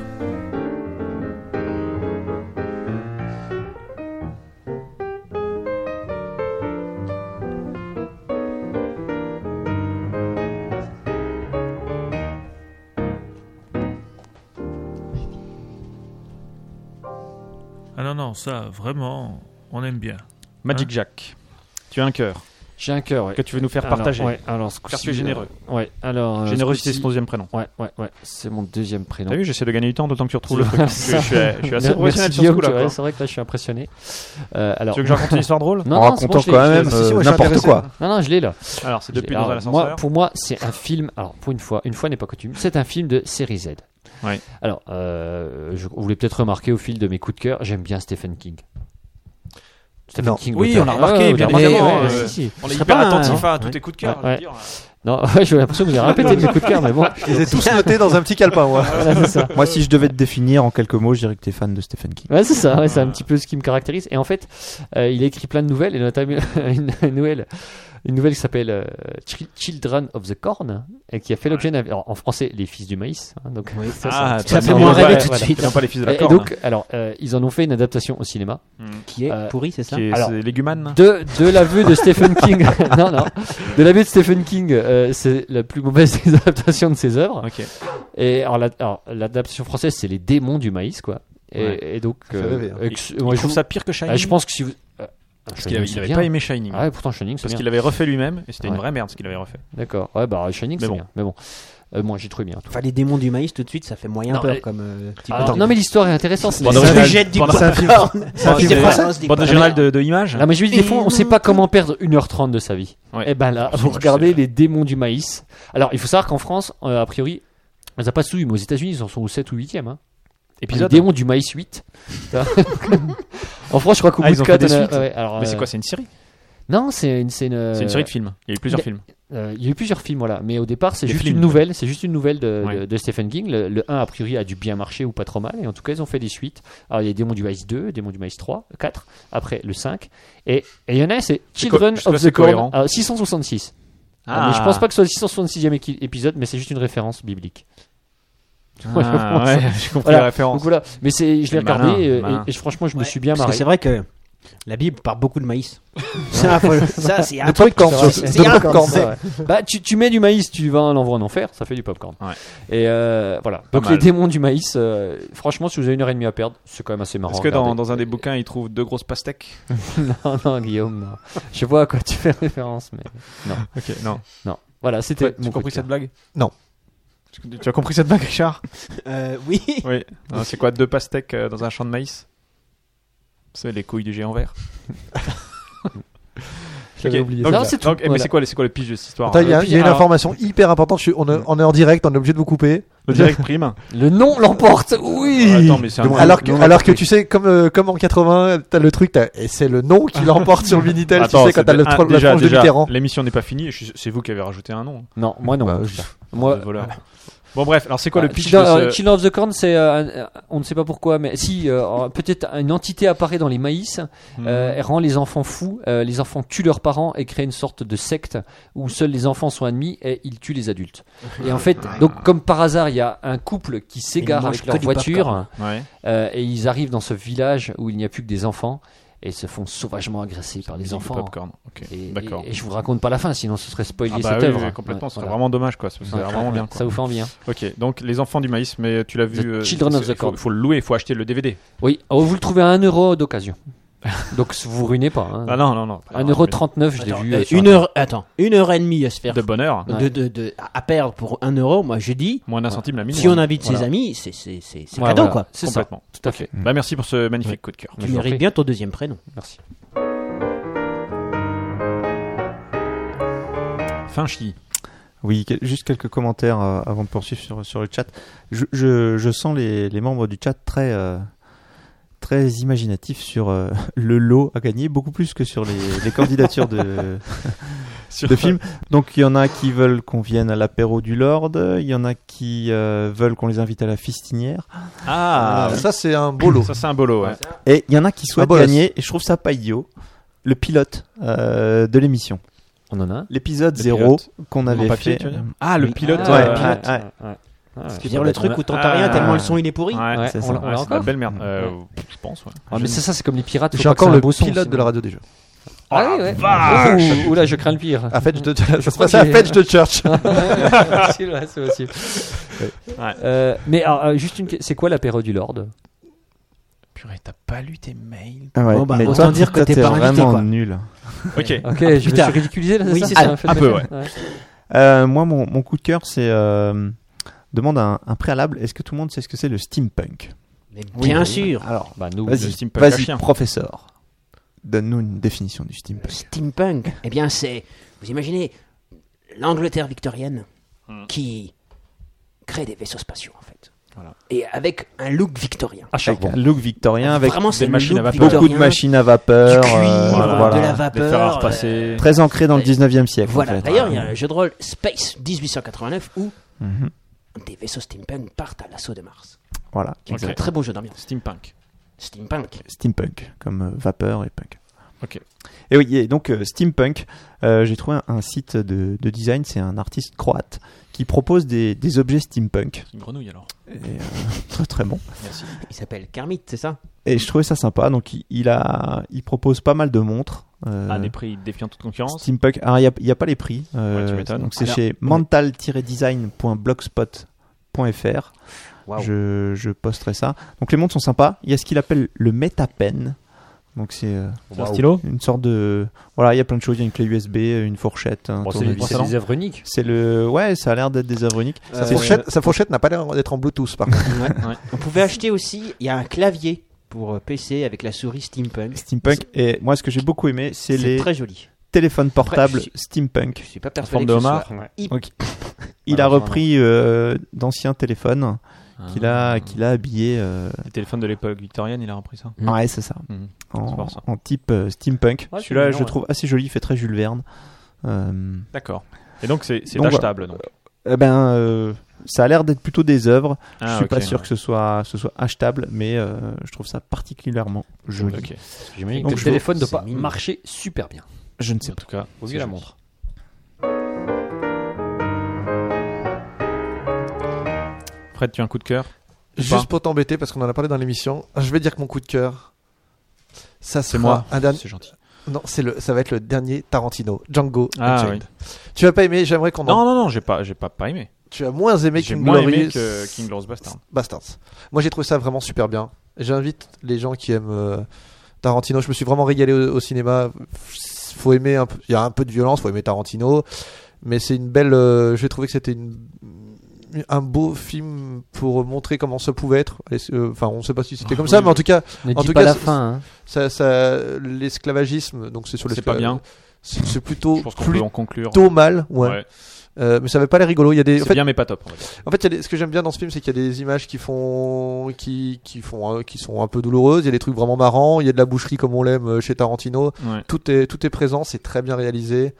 Speaker 2: Ah non, non, ça, vraiment, on aime bien.
Speaker 4: Magic
Speaker 1: Hein
Speaker 4: Jack, tu as un cœur
Speaker 1: J'ai un cœur, ouais.
Speaker 4: que tu veux nous faire
Speaker 1: Alors,
Speaker 4: partager.
Speaker 1: ouais, alors, ce
Speaker 4: Car
Speaker 1: coup-ci,
Speaker 4: tu es généreux.
Speaker 1: euh, Ouais, alors. euh, ce
Speaker 4: Générosité, c'est
Speaker 1: coup-ci-
Speaker 4: ton deuxième prénom.
Speaker 1: Ouais, ouais, ouais. C'est mon deuxième prénom.
Speaker 4: T'as vu, j'essaie de gagner du temps, d'autant que tu retrouves le truc. hein.
Speaker 1: C'est
Speaker 4: Je, je suis, je suis assez
Speaker 1: Merci,
Speaker 4: professionnel sur ce
Speaker 1: Guillaume, tu vois,
Speaker 4: coup-là. quoi.
Speaker 1: C'est vrai que là, je suis impressionné. Euh, alors.
Speaker 4: Tu veux que je raconte une histoire drôle
Speaker 1: Non,
Speaker 6: en
Speaker 1: non, c'est bon,
Speaker 6: racontant
Speaker 1: je l'ai,
Speaker 6: quand
Speaker 1: je l'ai.
Speaker 6: même
Speaker 3: Si, si,
Speaker 6: euh,
Speaker 3: moi, je suis
Speaker 6: n'importe
Speaker 3: intéressé.
Speaker 6: quoi.
Speaker 1: Non, non, je l'ai là.
Speaker 4: Alors, c'est depuis
Speaker 1: Alors,
Speaker 4: dans
Speaker 1: moi,
Speaker 4: l'ascenseur.
Speaker 1: pour moi, c'est un film. Alors, pour une fois, une fois n'est pas coutume, c'est un film de série Z.
Speaker 4: Ouais.
Speaker 1: Alors, euh, je, vous l'avez peut-être remarqué au fil de mes coups de cœur, j'aime bien Stephen King. Stephen
Speaker 3: Non.
Speaker 1: King.
Speaker 4: Oui,
Speaker 1: l'auteur.
Speaker 4: on l'a remarqué,
Speaker 1: Ouais, ouais,
Speaker 4: bien
Speaker 1: ouais,
Speaker 4: évidemment,
Speaker 1: ouais,
Speaker 4: euh,
Speaker 1: si, si.
Speaker 4: On
Speaker 5: Ce
Speaker 4: est
Speaker 5: serait
Speaker 4: hyper
Speaker 5: pas un-
Speaker 4: attentif à tous tes coups de cœur.
Speaker 1: Ouais,
Speaker 4: je veux dire.
Speaker 1: Non, ouais, j'ai l'impression que vous avez répété mes coups de cœur, mais bon,
Speaker 3: Je les ai tous notés dans un petit calepin, moi.
Speaker 1: voilà, c'est ça.
Speaker 6: Moi, si je devais te définir en quelques mots, je dirais que t'es fan de Stephen King.
Speaker 1: Ouais, c'est ça, ouais, c'est un petit peu ce qui me caractérise. Et en fait, euh, il a écrit plein de nouvelles, et notamment une, une nouvelle, une nouvelle qui s'appelle euh, Chil- Children of the Corn, et qui a fait l'objet d'un. alors, En français, Les Fils du Maïs. hein, donc,
Speaker 5: Oui.
Speaker 1: ça,
Speaker 4: Ah,
Speaker 1: c'est-
Speaker 4: toi,
Speaker 5: Ça
Speaker 1: c'est
Speaker 5: fait
Speaker 1: un-
Speaker 5: moins
Speaker 1: voilà,
Speaker 5: rêver tout de
Speaker 1: voilà.
Speaker 5: suite.
Speaker 4: Non, pas les fils de la
Speaker 1: Et, et
Speaker 4: corne. hein.
Speaker 1: donc, alors, euh, ils en ont fait une adaptation au cinéma
Speaker 5: Qui est
Speaker 1: Euh,
Speaker 5: pourri, c'est ça
Speaker 4: Qui est-
Speaker 1: Alors,
Speaker 4: c'est légumane
Speaker 1: de, de la vue de Stephen King. non, non. De la vue de Stephen King, euh, c'est la plus mauvaise des adaptations de ses œuvres.
Speaker 4: Ok.
Speaker 1: Et alors, la- alors, l'adaptation française, c'est Les Démons du Maïs, quoi. Et,
Speaker 4: Ouais.
Speaker 1: et donc,
Speaker 3: fait rêver, hein.
Speaker 1: et que- moi,
Speaker 4: Je
Speaker 1: je,
Speaker 4: trouve
Speaker 1: vous-
Speaker 4: ça pire que Shining.
Speaker 1: ah, je pense que si vous. euh,
Speaker 4: Parce qu'il avait, il
Speaker 1: Shining,
Speaker 4: avait
Speaker 1: c'est bien.
Speaker 4: pas aimé Shining.
Speaker 1: Ah ouais, pourtant Shining, c'est
Speaker 4: Parce
Speaker 1: bien.
Speaker 4: qu'il l'avait refait lui-même et c'était une
Speaker 1: Ouais.
Speaker 4: vraie merde ce qu'il avait refait.
Speaker 1: D'accord. Ouais, bah Shining,
Speaker 4: Mais
Speaker 1: c'est
Speaker 4: bon.
Speaker 1: bien. Mais bon, Euh, moi j'ai trouvé bien. tout.
Speaker 5: Enfin, les démons du maïs, tout de suite, ça fait moyen
Speaker 1: Non,
Speaker 5: peur
Speaker 1: mais-
Speaker 5: comme euh, petit
Speaker 1: Alors,
Speaker 5: peu.
Speaker 1: non, mais l'histoire est intéressante.
Speaker 4: Bande
Speaker 1: mais-
Speaker 4: originale.
Speaker 5: Je jette du
Speaker 4: Bande-
Speaker 5: popcorn.
Speaker 6: c'est un film
Speaker 5: C'est
Speaker 6: français.
Speaker 5: français.
Speaker 4: Bande originale de, de images
Speaker 1: Non, mais je lui dis, des fois, on sait pas comment perdre 1h30 de sa vie.
Speaker 4: Ouais.
Speaker 1: Et ben là,
Speaker 4: Je sais,
Speaker 1: vous
Speaker 4: je
Speaker 1: regardez
Speaker 4: sais.
Speaker 1: les démons du maïs. Alors, il faut savoir qu'en France, euh, a priori, on les a pas souillés, mais aux États-Unis, ils en sont au 7 ou 8e. Hein.
Speaker 4: Épisode
Speaker 1: Les démons du maïs 8. En France, je crois qu'au
Speaker 4: Ah,
Speaker 1: bout
Speaker 4: ils
Speaker 1: de
Speaker 4: ont fait
Speaker 1: quatre,
Speaker 4: des
Speaker 1: on a-
Speaker 4: suites.
Speaker 1: ouais, alors,
Speaker 4: Mais c'est
Speaker 1: euh,
Speaker 4: quoi C'est une série
Speaker 1: Non, c'est une, c'est une,
Speaker 4: C'est une
Speaker 1: euh,
Speaker 4: série de films. Il y a eu plusieurs
Speaker 1: mais-
Speaker 4: films.
Speaker 1: euh, il y a eu plusieurs films, voilà. Mais au départ, c'est
Speaker 4: Des
Speaker 1: juste
Speaker 4: films,
Speaker 1: une nouvelle. C'est juste une nouvelle de,
Speaker 4: Ouais.
Speaker 1: de- de Stephen King. Le, 1 a priori a dû bien marcher ou pas trop mal. Et en tout cas, ils ont fait des suites. Alors il y a Démon du Ice 2, Démon du Ice 3, 4. Après le 5. Et et il y en a, c'est Children
Speaker 4: je sais pas
Speaker 1: of
Speaker 4: si c'est
Speaker 1: the Corn.
Speaker 4: cohérent.
Speaker 1: Alors, 666. Ah, mais je pense pas que ce soit le 666e équi- épisode, mais c'est juste une référence biblique. Ouais, je
Speaker 4: Ah,
Speaker 1: comprends
Speaker 4: ouais, j'ai compris
Speaker 1: Voilà.
Speaker 4: la référence.
Speaker 1: Donc voilà, mais c'est, je l'ai
Speaker 4: Malin,
Speaker 1: regardé et,
Speaker 4: malin.
Speaker 1: et- et franchement, je me
Speaker 5: Ouais,
Speaker 1: suis bien
Speaker 5: parce que
Speaker 1: marré.
Speaker 5: C'est vrai que la Bible parle beaucoup de maïs. ça, faut- ça, c'est un
Speaker 3: De
Speaker 5: truc.
Speaker 3: popcorn,
Speaker 5: c'est-
Speaker 3: surtout.
Speaker 5: c'est
Speaker 3: De
Speaker 5: un-
Speaker 3: popcorn.
Speaker 5: c'est-
Speaker 1: Bah, tu, tu mets du maïs, tu vas un l'envoi en enfer, ça fait du popcorn.
Speaker 4: Ouais.
Speaker 1: Et euh, voilà. Donc
Speaker 4: mal.
Speaker 1: les démons du maïs, euh, franchement, si vous avez une heure et demie à perdre, c'est quand même assez marrant.
Speaker 4: Est-ce
Speaker 1: à
Speaker 4: que dans,
Speaker 1: regarder.
Speaker 4: dans un des bouquins, il trouve deux grosses pastèques
Speaker 1: non, non, Guillaume, non. Je vois à quoi tu fais référence, mais
Speaker 4: Ok, non.
Speaker 1: non. Voilà, c'était.
Speaker 4: Tu as
Speaker 1: mon coup
Speaker 4: compris
Speaker 1: de cœur.
Speaker 4: cette blague
Speaker 3: Non.
Speaker 4: Tu- Tu as compris cette blague, Richard
Speaker 5: euh, oui.
Speaker 4: Oui. Non, C'est quoi deux pastèques euh, dans un champ de maïs C'est les couilles du géant vert.
Speaker 3: Je l'avais
Speaker 4: Ok.
Speaker 3: oublié.
Speaker 4: Donc,
Speaker 1: Non, c'est tout.
Speaker 4: donc, eh, Mais
Speaker 1: Voilà.
Speaker 4: c'est quoi, le- c'est quoi le pige de cette histoire
Speaker 3: Attends, il y a,
Speaker 1: puis,
Speaker 3: il y a une
Speaker 1: alors-
Speaker 3: information hyper importante. je suis- on, est, on est en direct, on est obligé de vous couper.
Speaker 4: Le direct prime
Speaker 1: Le nom l'emporte. Oui.
Speaker 4: Attends, mais c'est un-
Speaker 3: alors que, alors que tu sais, comme, euh, comme en 80, t'as le truc, t'as- et c'est le nom qui l'emporte sur le Minitel,
Speaker 4: Attends,
Speaker 3: tu sais, quand
Speaker 4: c'est
Speaker 3: t'as
Speaker 4: de-
Speaker 3: le
Speaker 4: ah,
Speaker 3: tro- la
Speaker 4: déjà,
Speaker 3: tranche
Speaker 4: déjà,
Speaker 3: de Mitterrand.
Speaker 4: L'émission n'est pas finie, et je suis- c'est vous qui avez rajouté un nom.
Speaker 1: Non, moi non.
Speaker 3: Bah,
Speaker 1: Je- moi,
Speaker 4: de voleur. Bon, bref, alors c'est quoi le
Speaker 1: Ah,
Speaker 4: pitch
Speaker 1: Children,
Speaker 4: de
Speaker 1: euh,
Speaker 4: ce...
Speaker 1: Children of the Corn, c'est euh, un- on ne sait pas pourquoi, mais si euh, alors, peut-être une entité apparaît dans les maïs,
Speaker 4: Mhm.
Speaker 1: euh, elle rend les enfants fous, euh, les enfants tuent leurs parents et créent une sorte de secte où seuls les enfants sont admis et ils tuent les adultes. Et en fait, donc comme par hasard, il y a un couple qui s'égare
Speaker 5: mangent
Speaker 1: avec
Speaker 5: que
Speaker 1: leur
Speaker 5: du
Speaker 1: voiture
Speaker 5: popcorn.
Speaker 4: Ouais.
Speaker 1: euh, et ils arrivent dans ce village où il n'y a plus que des enfants et se font sauvagement agresser par les
Speaker 4: Musique de
Speaker 1: enfants.
Speaker 4: popcorn. Ok,
Speaker 1: Et,
Speaker 4: D'accord.
Speaker 1: et- et je vous raconte pas la fin, sinon ce serait spoiler
Speaker 4: Ah bah
Speaker 1: cette
Speaker 4: oui,
Speaker 1: œuvre.
Speaker 4: oui, complètement,
Speaker 1: Ouais,
Speaker 4: ce serait
Speaker 1: voilà.
Speaker 4: vraiment dommage quoi, parce que c'est
Speaker 1: Ouais,
Speaker 4: vraiment bien.
Speaker 1: Ça
Speaker 4: Quoi.
Speaker 1: vous fait envie, hein
Speaker 4: Ok, donc les enfants du maïs, mais tu l'as vu.
Speaker 1: The
Speaker 4: euh,
Speaker 1: Children of
Speaker 4: c'est-
Speaker 1: the
Speaker 4: faut,
Speaker 1: Corn.
Speaker 4: faut le louer, il faut acheter le DVD.
Speaker 1: Oui, oh, vous le trouvez à 1 euro d'occasion. Donc vous ruinez pas. Hein.
Speaker 4: Ah non, non, non. pas grave,
Speaker 1: 1,39€, je l'ai
Speaker 5: Attends,
Speaker 1: vu.
Speaker 5: euh,
Speaker 1: euh, sur
Speaker 5: une
Speaker 1: un-
Speaker 5: heure, attends, une heure et demie à se
Speaker 4: mais
Speaker 5: faire
Speaker 4: De bonheur,
Speaker 1: Ouais.
Speaker 5: de, de- de- à perdre pour un euro. Moi, je dis,
Speaker 4: moins d'un centime la minute.
Speaker 5: si on invite ses
Speaker 1: Voilà.
Speaker 5: amis, c'est c'est c'est c'est
Speaker 1: Voilà,
Speaker 5: cadeau
Speaker 1: voilà,
Speaker 5: quoi.
Speaker 1: C'est ça,
Speaker 4: Complètement.
Speaker 1: tout à fait.
Speaker 4: Bah merci pour ce magnifique coup de cœur.
Speaker 1: Je
Speaker 5: Tu
Speaker 1: vous en prie.
Speaker 5: mérites bien ton deuxième prénom.
Speaker 1: Merci.
Speaker 4: Fin chi.
Speaker 6: Oui, quel- juste quelques commentaires euh, avant de poursuivre sur, sur le chat. Je, je- je sens les, les membres du chat très, euh, très imaginatifs sur euh, le lot à gagner, beaucoup plus que sur les, les candidatures de, de films. Donc il y en a qui veulent qu'on vienne à l'apéro du Lord, il y en a qui euh, veulent qu'on les invite à la fistinière,
Speaker 4: Ah,
Speaker 3: ça, c'est un beau lot.
Speaker 4: ça c'est un bolo, ouais.
Speaker 6: et il y en a qui souhaitent
Speaker 3: bolos.
Speaker 6: gagner, et je trouve ça pas idiot, le pilote euh, de l'émission.
Speaker 1: On en a un.
Speaker 6: L'épisode
Speaker 4: Le
Speaker 6: 0
Speaker 4: pilote.
Speaker 6: qu'on
Speaker 4: En
Speaker 6: avait
Speaker 4: papier,
Speaker 6: fait.
Speaker 4: tu veux dire
Speaker 6: euh,
Speaker 4: Ah, le pilote.
Speaker 6: ouais,
Speaker 4: euh,
Speaker 6: pilote. ouais.
Speaker 1: Ah,
Speaker 5: Je veux dire le truc où t'entends
Speaker 4: Ah.
Speaker 5: rien tellement le son il est pourri.
Speaker 4: Ouais,
Speaker 1: Ouais,
Speaker 6: c'est
Speaker 1: on
Speaker 6: ça.
Speaker 1: l'a- on
Speaker 4: Ouais,
Speaker 1: l'a
Speaker 4: c'est de la
Speaker 1: encore.
Speaker 4: belle merde. Euh, Je pense, ouais. Oh,
Speaker 1: Ah, mais c'est ça, c'est comme les pirates. faut
Speaker 3: J'ai
Speaker 1: pas que
Speaker 3: encore
Speaker 1: ça ait un
Speaker 3: le
Speaker 1: beau son,
Speaker 3: pilote de
Speaker 1: sinon.
Speaker 3: la radio déjà.
Speaker 1: Ah oui, ouais. Ouh, Ouh là, je crains le pire.
Speaker 6: Ah,
Speaker 3: À Fetch de, ça se
Speaker 1: crois
Speaker 3: passait à
Speaker 1: que j'ai-
Speaker 3: Fetch de Church.
Speaker 1: c'est possible, ouais, c'est possible.
Speaker 4: Ouais.
Speaker 1: Euh, mais alors, euh, juste une, que- c'est quoi l'apéro du Lord
Speaker 4: Purée, t'as pas lu tes mails.
Speaker 6: Ah ouais,
Speaker 5: Bon, bah,
Speaker 6: mais
Speaker 5: autant
Speaker 6: toi,
Speaker 5: dire que
Speaker 6: toi,
Speaker 5: t'es
Speaker 6: t'es
Speaker 5: pas invité,
Speaker 6: vraiment
Speaker 5: quoi.
Speaker 6: nul.
Speaker 4: Ok.
Speaker 1: Ok, je me
Speaker 5: putain.
Speaker 1: suis ridiculisé là.
Speaker 5: Oui,
Speaker 1: c'est
Speaker 5: c'est
Speaker 1: ça. Ah,
Speaker 5: ça.
Speaker 1: fait
Speaker 4: Un
Speaker 1: de
Speaker 4: peu,
Speaker 1: ma-
Speaker 4: ouais.
Speaker 6: Euh, moi, mon, mon coup de cœur, c'est euh, demande un, un préalable. Est-ce que tout le monde sait ce que c'est le steampunk
Speaker 5: Mais bien sûr.
Speaker 6: Alors,
Speaker 1: Bah, nous,
Speaker 6: vas-y,
Speaker 4: le steampunk à
Speaker 6: vas-y,
Speaker 4: chien.
Speaker 6: professeur, donne-nous une définition du steampunk.
Speaker 5: Steampunk, eh bien c'est, vous imaginez, l'Angleterre victorienne
Speaker 4: Hmm.
Speaker 5: qui crée des vaisseaux spatiaux en fait.
Speaker 4: Voilà.
Speaker 5: Et avec un look victorien.
Speaker 1: à charbon.
Speaker 6: Un look victorien avec
Speaker 5: Vraiment, c'est
Speaker 4: des
Speaker 5: le
Speaker 4: machines à
Speaker 5: look
Speaker 4: vapeur.
Speaker 5: victorien,
Speaker 6: beaucoup de machines à
Speaker 5: du
Speaker 6: vapeur,
Speaker 5: cuivre,
Speaker 6: euh,
Speaker 4: voilà,
Speaker 5: de la
Speaker 6: voilà.
Speaker 4: Des fers à
Speaker 5: vapeur. euh,
Speaker 4: repasser.
Speaker 6: très ancré dans le
Speaker 5: Et-
Speaker 6: 19e siècle. en
Speaker 5: Voilà.
Speaker 6: fait.
Speaker 5: D'ailleurs, il y a un jeu de rôle Space 1889 où
Speaker 6: Mhm.
Speaker 5: des vaisseaux steampunk partent à l'assaut de Mars.
Speaker 6: Voilà,
Speaker 5: Qui est
Speaker 4: Ok.
Speaker 5: un très bon jeu d'ambiance.
Speaker 4: Steampunk.
Speaker 5: Steampunk.
Speaker 6: steampunk, comme euh, vapeur et punk.
Speaker 4: Ok.
Speaker 6: Et oui, et donc euh, steampunk, euh, j'ai trouvé un, un site de, de design, c'est un artiste croate qui propose des, des objets steampunk.
Speaker 4: Une grenouille alors.
Speaker 6: Et, euh, très très bon.
Speaker 4: Merci.
Speaker 5: Il s'appelle Kermit, c'est ça
Speaker 6: Et je trouvais ça sympa. Donc il, il a, il propose pas mal de montres. euh,
Speaker 5: Ah,
Speaker 4: À des prix défiant toute concurrence.
Speaker 6: Steampunk. Alors il n'y a, pas les prix. euh,
Speaker 4: Ouais, tu m'étonnes.
Speaker 6: donc c'est
Speaker 5: Alors,
Speaker 6: chez mental-design.blogspot.fr.
Speaker 5: Waouh.
Speaker 6: Je, je posterai ça. Donc les montres sont sympas. Il y a ce qu'il appelle le metapen. Donc c'est euh,
Speaker 4: stylo
Speaker 6: une sorte de voilà, il y a plein de choses. Il y a une clé USB, une fourchette, un
Speaker 1: Bon, c'est
Speaker 6: tournevis.
Speaker 1: c'est des œuvres uniques.
Speaker 6: C'est le ouais, ça a l'air d'être des œuvres uniques.
Speaker 3: Sa
Speaker 6: Euh,
Speaker 3: fourchette- Sa fourchette n'a pas l'air d'être en Bluetooth, par contre.
Speaker 5: On pouvait acheter aussi, il y a un clavier pour euh, PC avec la souris Steampunk.
Speaker 6: Steampunk. Et moi, ce que j'ai beaucoup aimé, c'est
Speaker 5: C'est
Speaker 6: les
Speaker 5: très joli.
Speaker 6: téléphones portables
Speaker 5: Après,
Speaker 6: steampunk.
Speaker 5: Je suis pas
Speaker 4: forme
Speaker 5: persuadé
Speaker 4: de
Speaker 5: que ce
Speaker 4: homard.
Speaker 5: soit-
Speaker 6: Il
Speaker 1: Voilà,
Speaker 6: a repris euh, d'anciens téléphones qu'il a, qu'il a habillé. euh,
Speaker 4: Les téléphones de l'époque victorienne, il a repris ça.
Speaker 1: Mm.
Speaker 6: Ouais, c'est ça.
Speaker 4: Mm. C'est
Speaker 6: En,
Speaker 4: pour ça.
Speaker 6: en type euh, steampunk.
Speaker 1: Ouais, c'est
Speaker 6: Celui-là,
Speaker 1: mignon,
Speaker 6: je
Speaker 1: ouais.
Speaker 6: trouve assez joli, il fait très Jules Verne. Euh,
Speaker 4: D'accord. Et donc c'est c'est
Speaker 6: Donc, voilà.
Speaker 4: achetable donc.
Speaker 6: eh ben, euh, ça a l'air d'être plutôt des œuvres. je
Speaker 4: Ah,
Speaker 6: suis
Speaker 4: ok.
Speaker 6: pas sûr que ce soit, ce soit achetable, mais euh, je trouve ça particulièrement joli.
Speaker 4: Ok.
Speaker 1: J'imagine
Speaker 6: Donc,
Speaker 1: que le
Speaker 6: je
Speaker 1: téléphone
Speaker 5: vois-
Speaker 1: doit pas
Speaker 5: c'est mignon.
Speaker 1: marcher super bien.
Speaker 6: Je ne sais
Speaker 4: En tout cas,
Speaker 1: Au
Speaker 4: c'est
Speaker 1: vu la
Speaker 4: joli.
Speaker 1: montre.
Speaker 4: Fred, tu as un coup de cœur
Speaker 3: Juste pour t'embêter, parce qu'on en a parlé dans l'émission, je vais dire que mon coup de cœur, ça sera
Speaker 4: moi.
Speaker 3: un dernier.
Speaker 4: C'est gentil.
Speaker 3: Non, c'est le, ça va être le dernier Tarantino, Django
Speaker 4: Ah,
Speaker 3: Unchained. Tu vas pas aimer, j'aimerais qu'on en.
Speaker 4: Non, non, non, j'ai pas, j'ai pas, pas aimé.
Speaker 3: Tu as moins aimé
Speaker 4: J'ai
Speaker 3: King
Speaker 4: moins
Speaker 3: Glory.
Speaker 4: aimé que King Glorious Bastard.
Speaker 3: Bastards. Moi, j'ai trouvé ça vraiment super bien. J'invite les gens qui aiment euh, Tarantino. Je me suis vraiment régalé au, au cinéma. Faut aimer un peu. Il y a un peu de violence. Faut aimer Tarantino. Mais c'est une belle. euh, j'ai trouvé que c'était une un beau film pour montrer comment ça pouvait être. Et c'est- euh, Enfin, on sait pas si c'était comme ça, mais en tout cas,
Speaker 1: Ne
Speaker 3: En
Speaker 1: dis
Speaker 3: tout
Speaker 1: pas
Speaker 3: cas,
Speaker 1: la
Speaker 3: c'est-
Speaker 1: fin. hein.
Speaker 3: ça, ça- l'esclavagisme. Donc, c'est sur
Speaker 4: C'est
Speaker 3: l'escla-
Speaker 4: pas bien.
Speaker 3: C'est c'est plutôt
Speaker 4: Je pense qu'on peut en
Speaker 3: plutôt
Speaker 4: conclure.
Speaker 3: mal. Ouais.
Speaker 4: Ouais.
Speaker 3: Euh, mais ça avait pas l'air rigolo. Il y a des. en
Speaker 4: C'est
Speaker 3: fait,
Speaker 4: bien, mais pas top. on va dire.
Speaker 3: en fait, il y a des- ce que j'aime bien dans ce film, c'est qu'il y a des images qui font, qui, qui font, euh, qui sont un peu douloureuses. Il y a des trucs vraiment marrants. Il y a de la boucherie comme on l'aime euh, chez Tarantino.
Speaker 4: Ouais.
Speaker 3: Tout est, tout est présent. C'est très bien réalisé.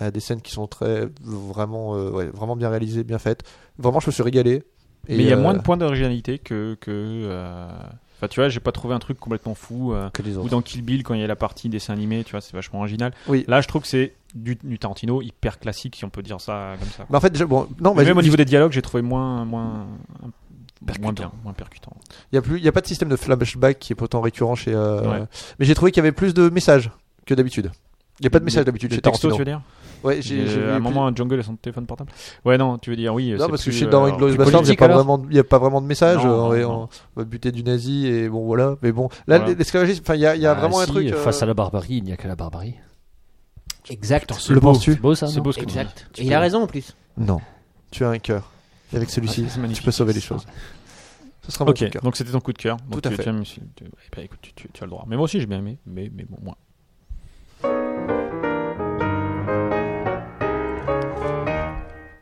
Speaker 3: Euh, des scènes qui sont très, vraiment, euh, ouais, vraiment bien réalisées, bien faites. Vraiment, je me suis régalé.
Speaker 4: Mais
Speaker 3: Et,
Speaker 4: il y a
Speaker 3: euh,
Speaker 4: moins de points d'originalité que. que euh, Enfin, tu vois, j'ai pas trouvé un truc complètement fou. euh,
Speaker 1: Que les
Speaker 4: Ou
Speaker 1: autres.
Speaker 4: dans Kill Bill, quand il y a la partie dessin animé, tu vois, c'est vachement original.
Speaker 3: Oui.
Speaker 4: Là, je trouve que c'est du, du Tarantino hyper classique, si on peut dire ça comme ça.
Speaker 3: Mais en fait, déjà, bon, non,
Speaker 4: Mais
Speaker 3: mais
Speaker 4: même au
Speaker 3: il
Speaker 4: niveau des dialogues, j'ai trouvé moins. moins Moins
Speaker 6: Percutant.
Speaker 4: bien, moins percutant.
Speaker 3: y a plus, il y a pas de système de flashback qui est pourtant récurrent chez. euh,
Speaker 4: Ouais.
Speaker 3: Mais j'ai trouvé qu'il y avait plus de messages que d'habitude. Il y a pas de messages d'habitude
Speaker 4: Des
Speaker 3: chez
Speaker 4: textos,
Speaker 3: Tarantino.
Speaker 4: tu veux dire
Speaker 3: Ouais, j'ai,
Speaker 4: Euh,
Speaker 3: j'ai
Speaker 4: à un
Speaker 3: eu plus-
Speaker 4: moment, un jungle et son téléphone portable. Ouais, non, tu veux dire oui.
Speaker 3: Non,
Speaker 4: c'est
Speaker 3: parce que
Speaker 4: plus,
Speaker 3: chez
Speaker 4: euh,
Speaker 3: Darwin Glorious
Speaker 4: plus
Speaker 3: Bastard, il
Speaker 4: politique,
Speaker 3: n'y a, pas
Speaker 4: alors.
Speaker 3: vraiment- il y a pas vraiment de message.
Speaker 4: Non,
Speaker 3: euh, on,
Speaker 4: non,
Speaker 3: est-
Speaker 4: non.
Speaker 3: on va buter du nazi et bon, voilà. Mais bon, là,
Speaker 4: Voilà.
Speaker 3: l'esclavagisme, enfin, il y a, il y a
Speaker 1: Bah,
Speaker 3: vraiment un
Speaker 1: si,
Speaker 3: truc. euh,
Speaker 1: Face à la barbarie, il n'y a que la barbarie.
Speaker 5: Exact.
Speaker 3: Le penses-tu
Speaker 1: C'est beau ça
Speaker 4: C'est
Speaker 1: non
Speaker 4: beau ce que tu dis.
Speaker 5: Exact. Et il a raison en plus.
Speaker 3: Non. Tu as un cœur. Et avec celui-ci,
Speaker 4: Ah, c'est
Speaker 3: tu
Speaker 4: magnifique.
Speaker 3: peux sauver les choses. Ce sera mon
Speaker 4: Ok,
Speaker 3: coup de cœur.
Speaker 4: donc c'était ton coup de cœur. Donc
Speaker 3: Tout à
Speaker 4: tu-
Speaker 3: fait.
Speaker 4: Tu, aimes- tu- tu- eh ben, écoute, tu- tu- tu as le droit. Mais moi aussi j'ai bien aimé, mais, mais bon, moi.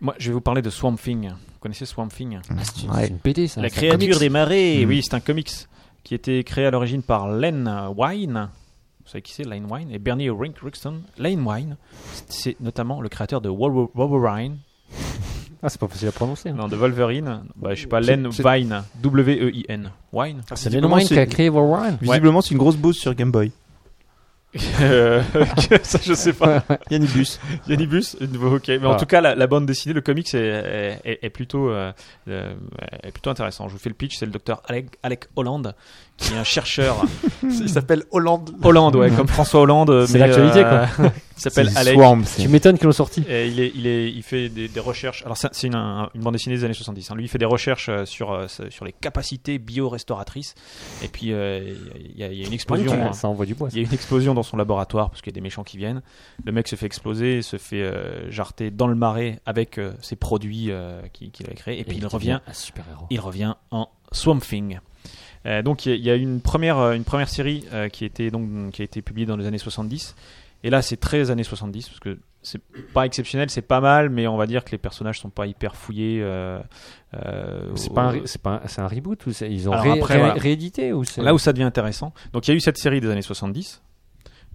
Speaker 4: Moi, je vais vous parler de Swamp Thing. Vous connaissez Swamp Thing
Speaker 1: C'est
Speaker 6: Mm. Ouais.
Speaker 1: c'est une BD ça.
Speaker 4: La
Speaker 1: Ah, c'est un
Speaker 4: créature
Speaker 1: comics.
Speaker 4: des marées.
Speaker 1: Mm.
Speaker 4: Oui, c'est un comics qui était créé à l'origine par Len Wine. Vous savez qui c'est, Len Wine Et Bernie Rink Rixton. Len Wine, c'est notamment le créateur de Wolver- Wolverine.
Speaker 1: Ah, c'est pas facile à prononcer. hein.
Speaker 4: Non, de Wolverine. Bah, je sais pas,
Speaker 6: C'est-
Speaker 4: Len
Speaker 6: c'est-
Speaker 4: Wine. W-E-I-N. Wine
Speaker 1: C'est Len
Speaker 6: visiblement,
Speaker 1: Wein qui a
Speaker 6: c'est-
Speaker 1: créé Wolverine.
Speaker 6: Visiblement, c'est une grosse bouse sur Game Boy.
Speaker 4: Euh, ça, je sais pas.
Speaker 6: Yannibus.
Speaker 4: Yannibus, de nouveau, ok. Mais en
Speaker 1: Ah.
Speaker 4: tout cas, la, la bande dessinée, le comics est, est- est- est plutôt, euh, euh, est plutôt intéressant. Je vous fais le pitch. C'est le docteur Alec, Alec Holland, qui est un chercheur.
Speaker 3: Il s'appelle Hollande.
Speaker 4: Hollande, ouais, comme François Hollande.
Speaker 1: C'est
Speaker 4: mais,
Speaker 1: l'actualité,
Speaker 4: quoi. Il s'appelle
Speaker 6: C'est du
Speaker 4: Alec.
Speaker 6: Swarm,
Speaker 1: Tu
Speaker 6: c'est-
Speaker 1: m'étonnes qu'ils l'ont sorti.
Speaker 4: Et il, est, il, est, il fait des, des recherches. Alors, ça, c'est une, un- une bande dessinée des années 70. hein. Lui, il fait des recherches euh, sur, euh, sur les capacités bio-restauratrices. Et puis, euh, il y, a- il y a une explosion. hein.
Speaker 1: Ça envoie du bois.
Speaker 4: Il y a une explosion dans son laboratoire parce qu'il y a des méchants qui viennent. Le mec se fait exploser, se fait euh, jarter dans le marais avec euh, ses produits euh, qu'il qu'il avait créés. Et puis il revient,
Speaker 1: Un super héros.
Speaker 4: il revient en Swamp Thing. Euh, donc il y a- il y a une première, euh, une première série euh, qui, était, donc, qui a été publiée dans les années 70. Et là, c'est très années 70 parce que c'est pas exceptionnel, c'est pas mal, mais on va dire que les personnages sont pas hyper fouillés. euh, euh,
Speaker 1: C'est
Speaker 4: au-
Speaker 1: pas un, re- c'est pas un- c'est un reboot ou c'est- ils ont
Speaker 4: Alors
Speaker 1: ré-
Speaker 4: après,
Speaker 1: ré-
Speaker 4: voilà.
Speaker 1: réédité ou c'est
Speaker 4: Là où ça devient intéressant, donc il y a eu cette série des années 70,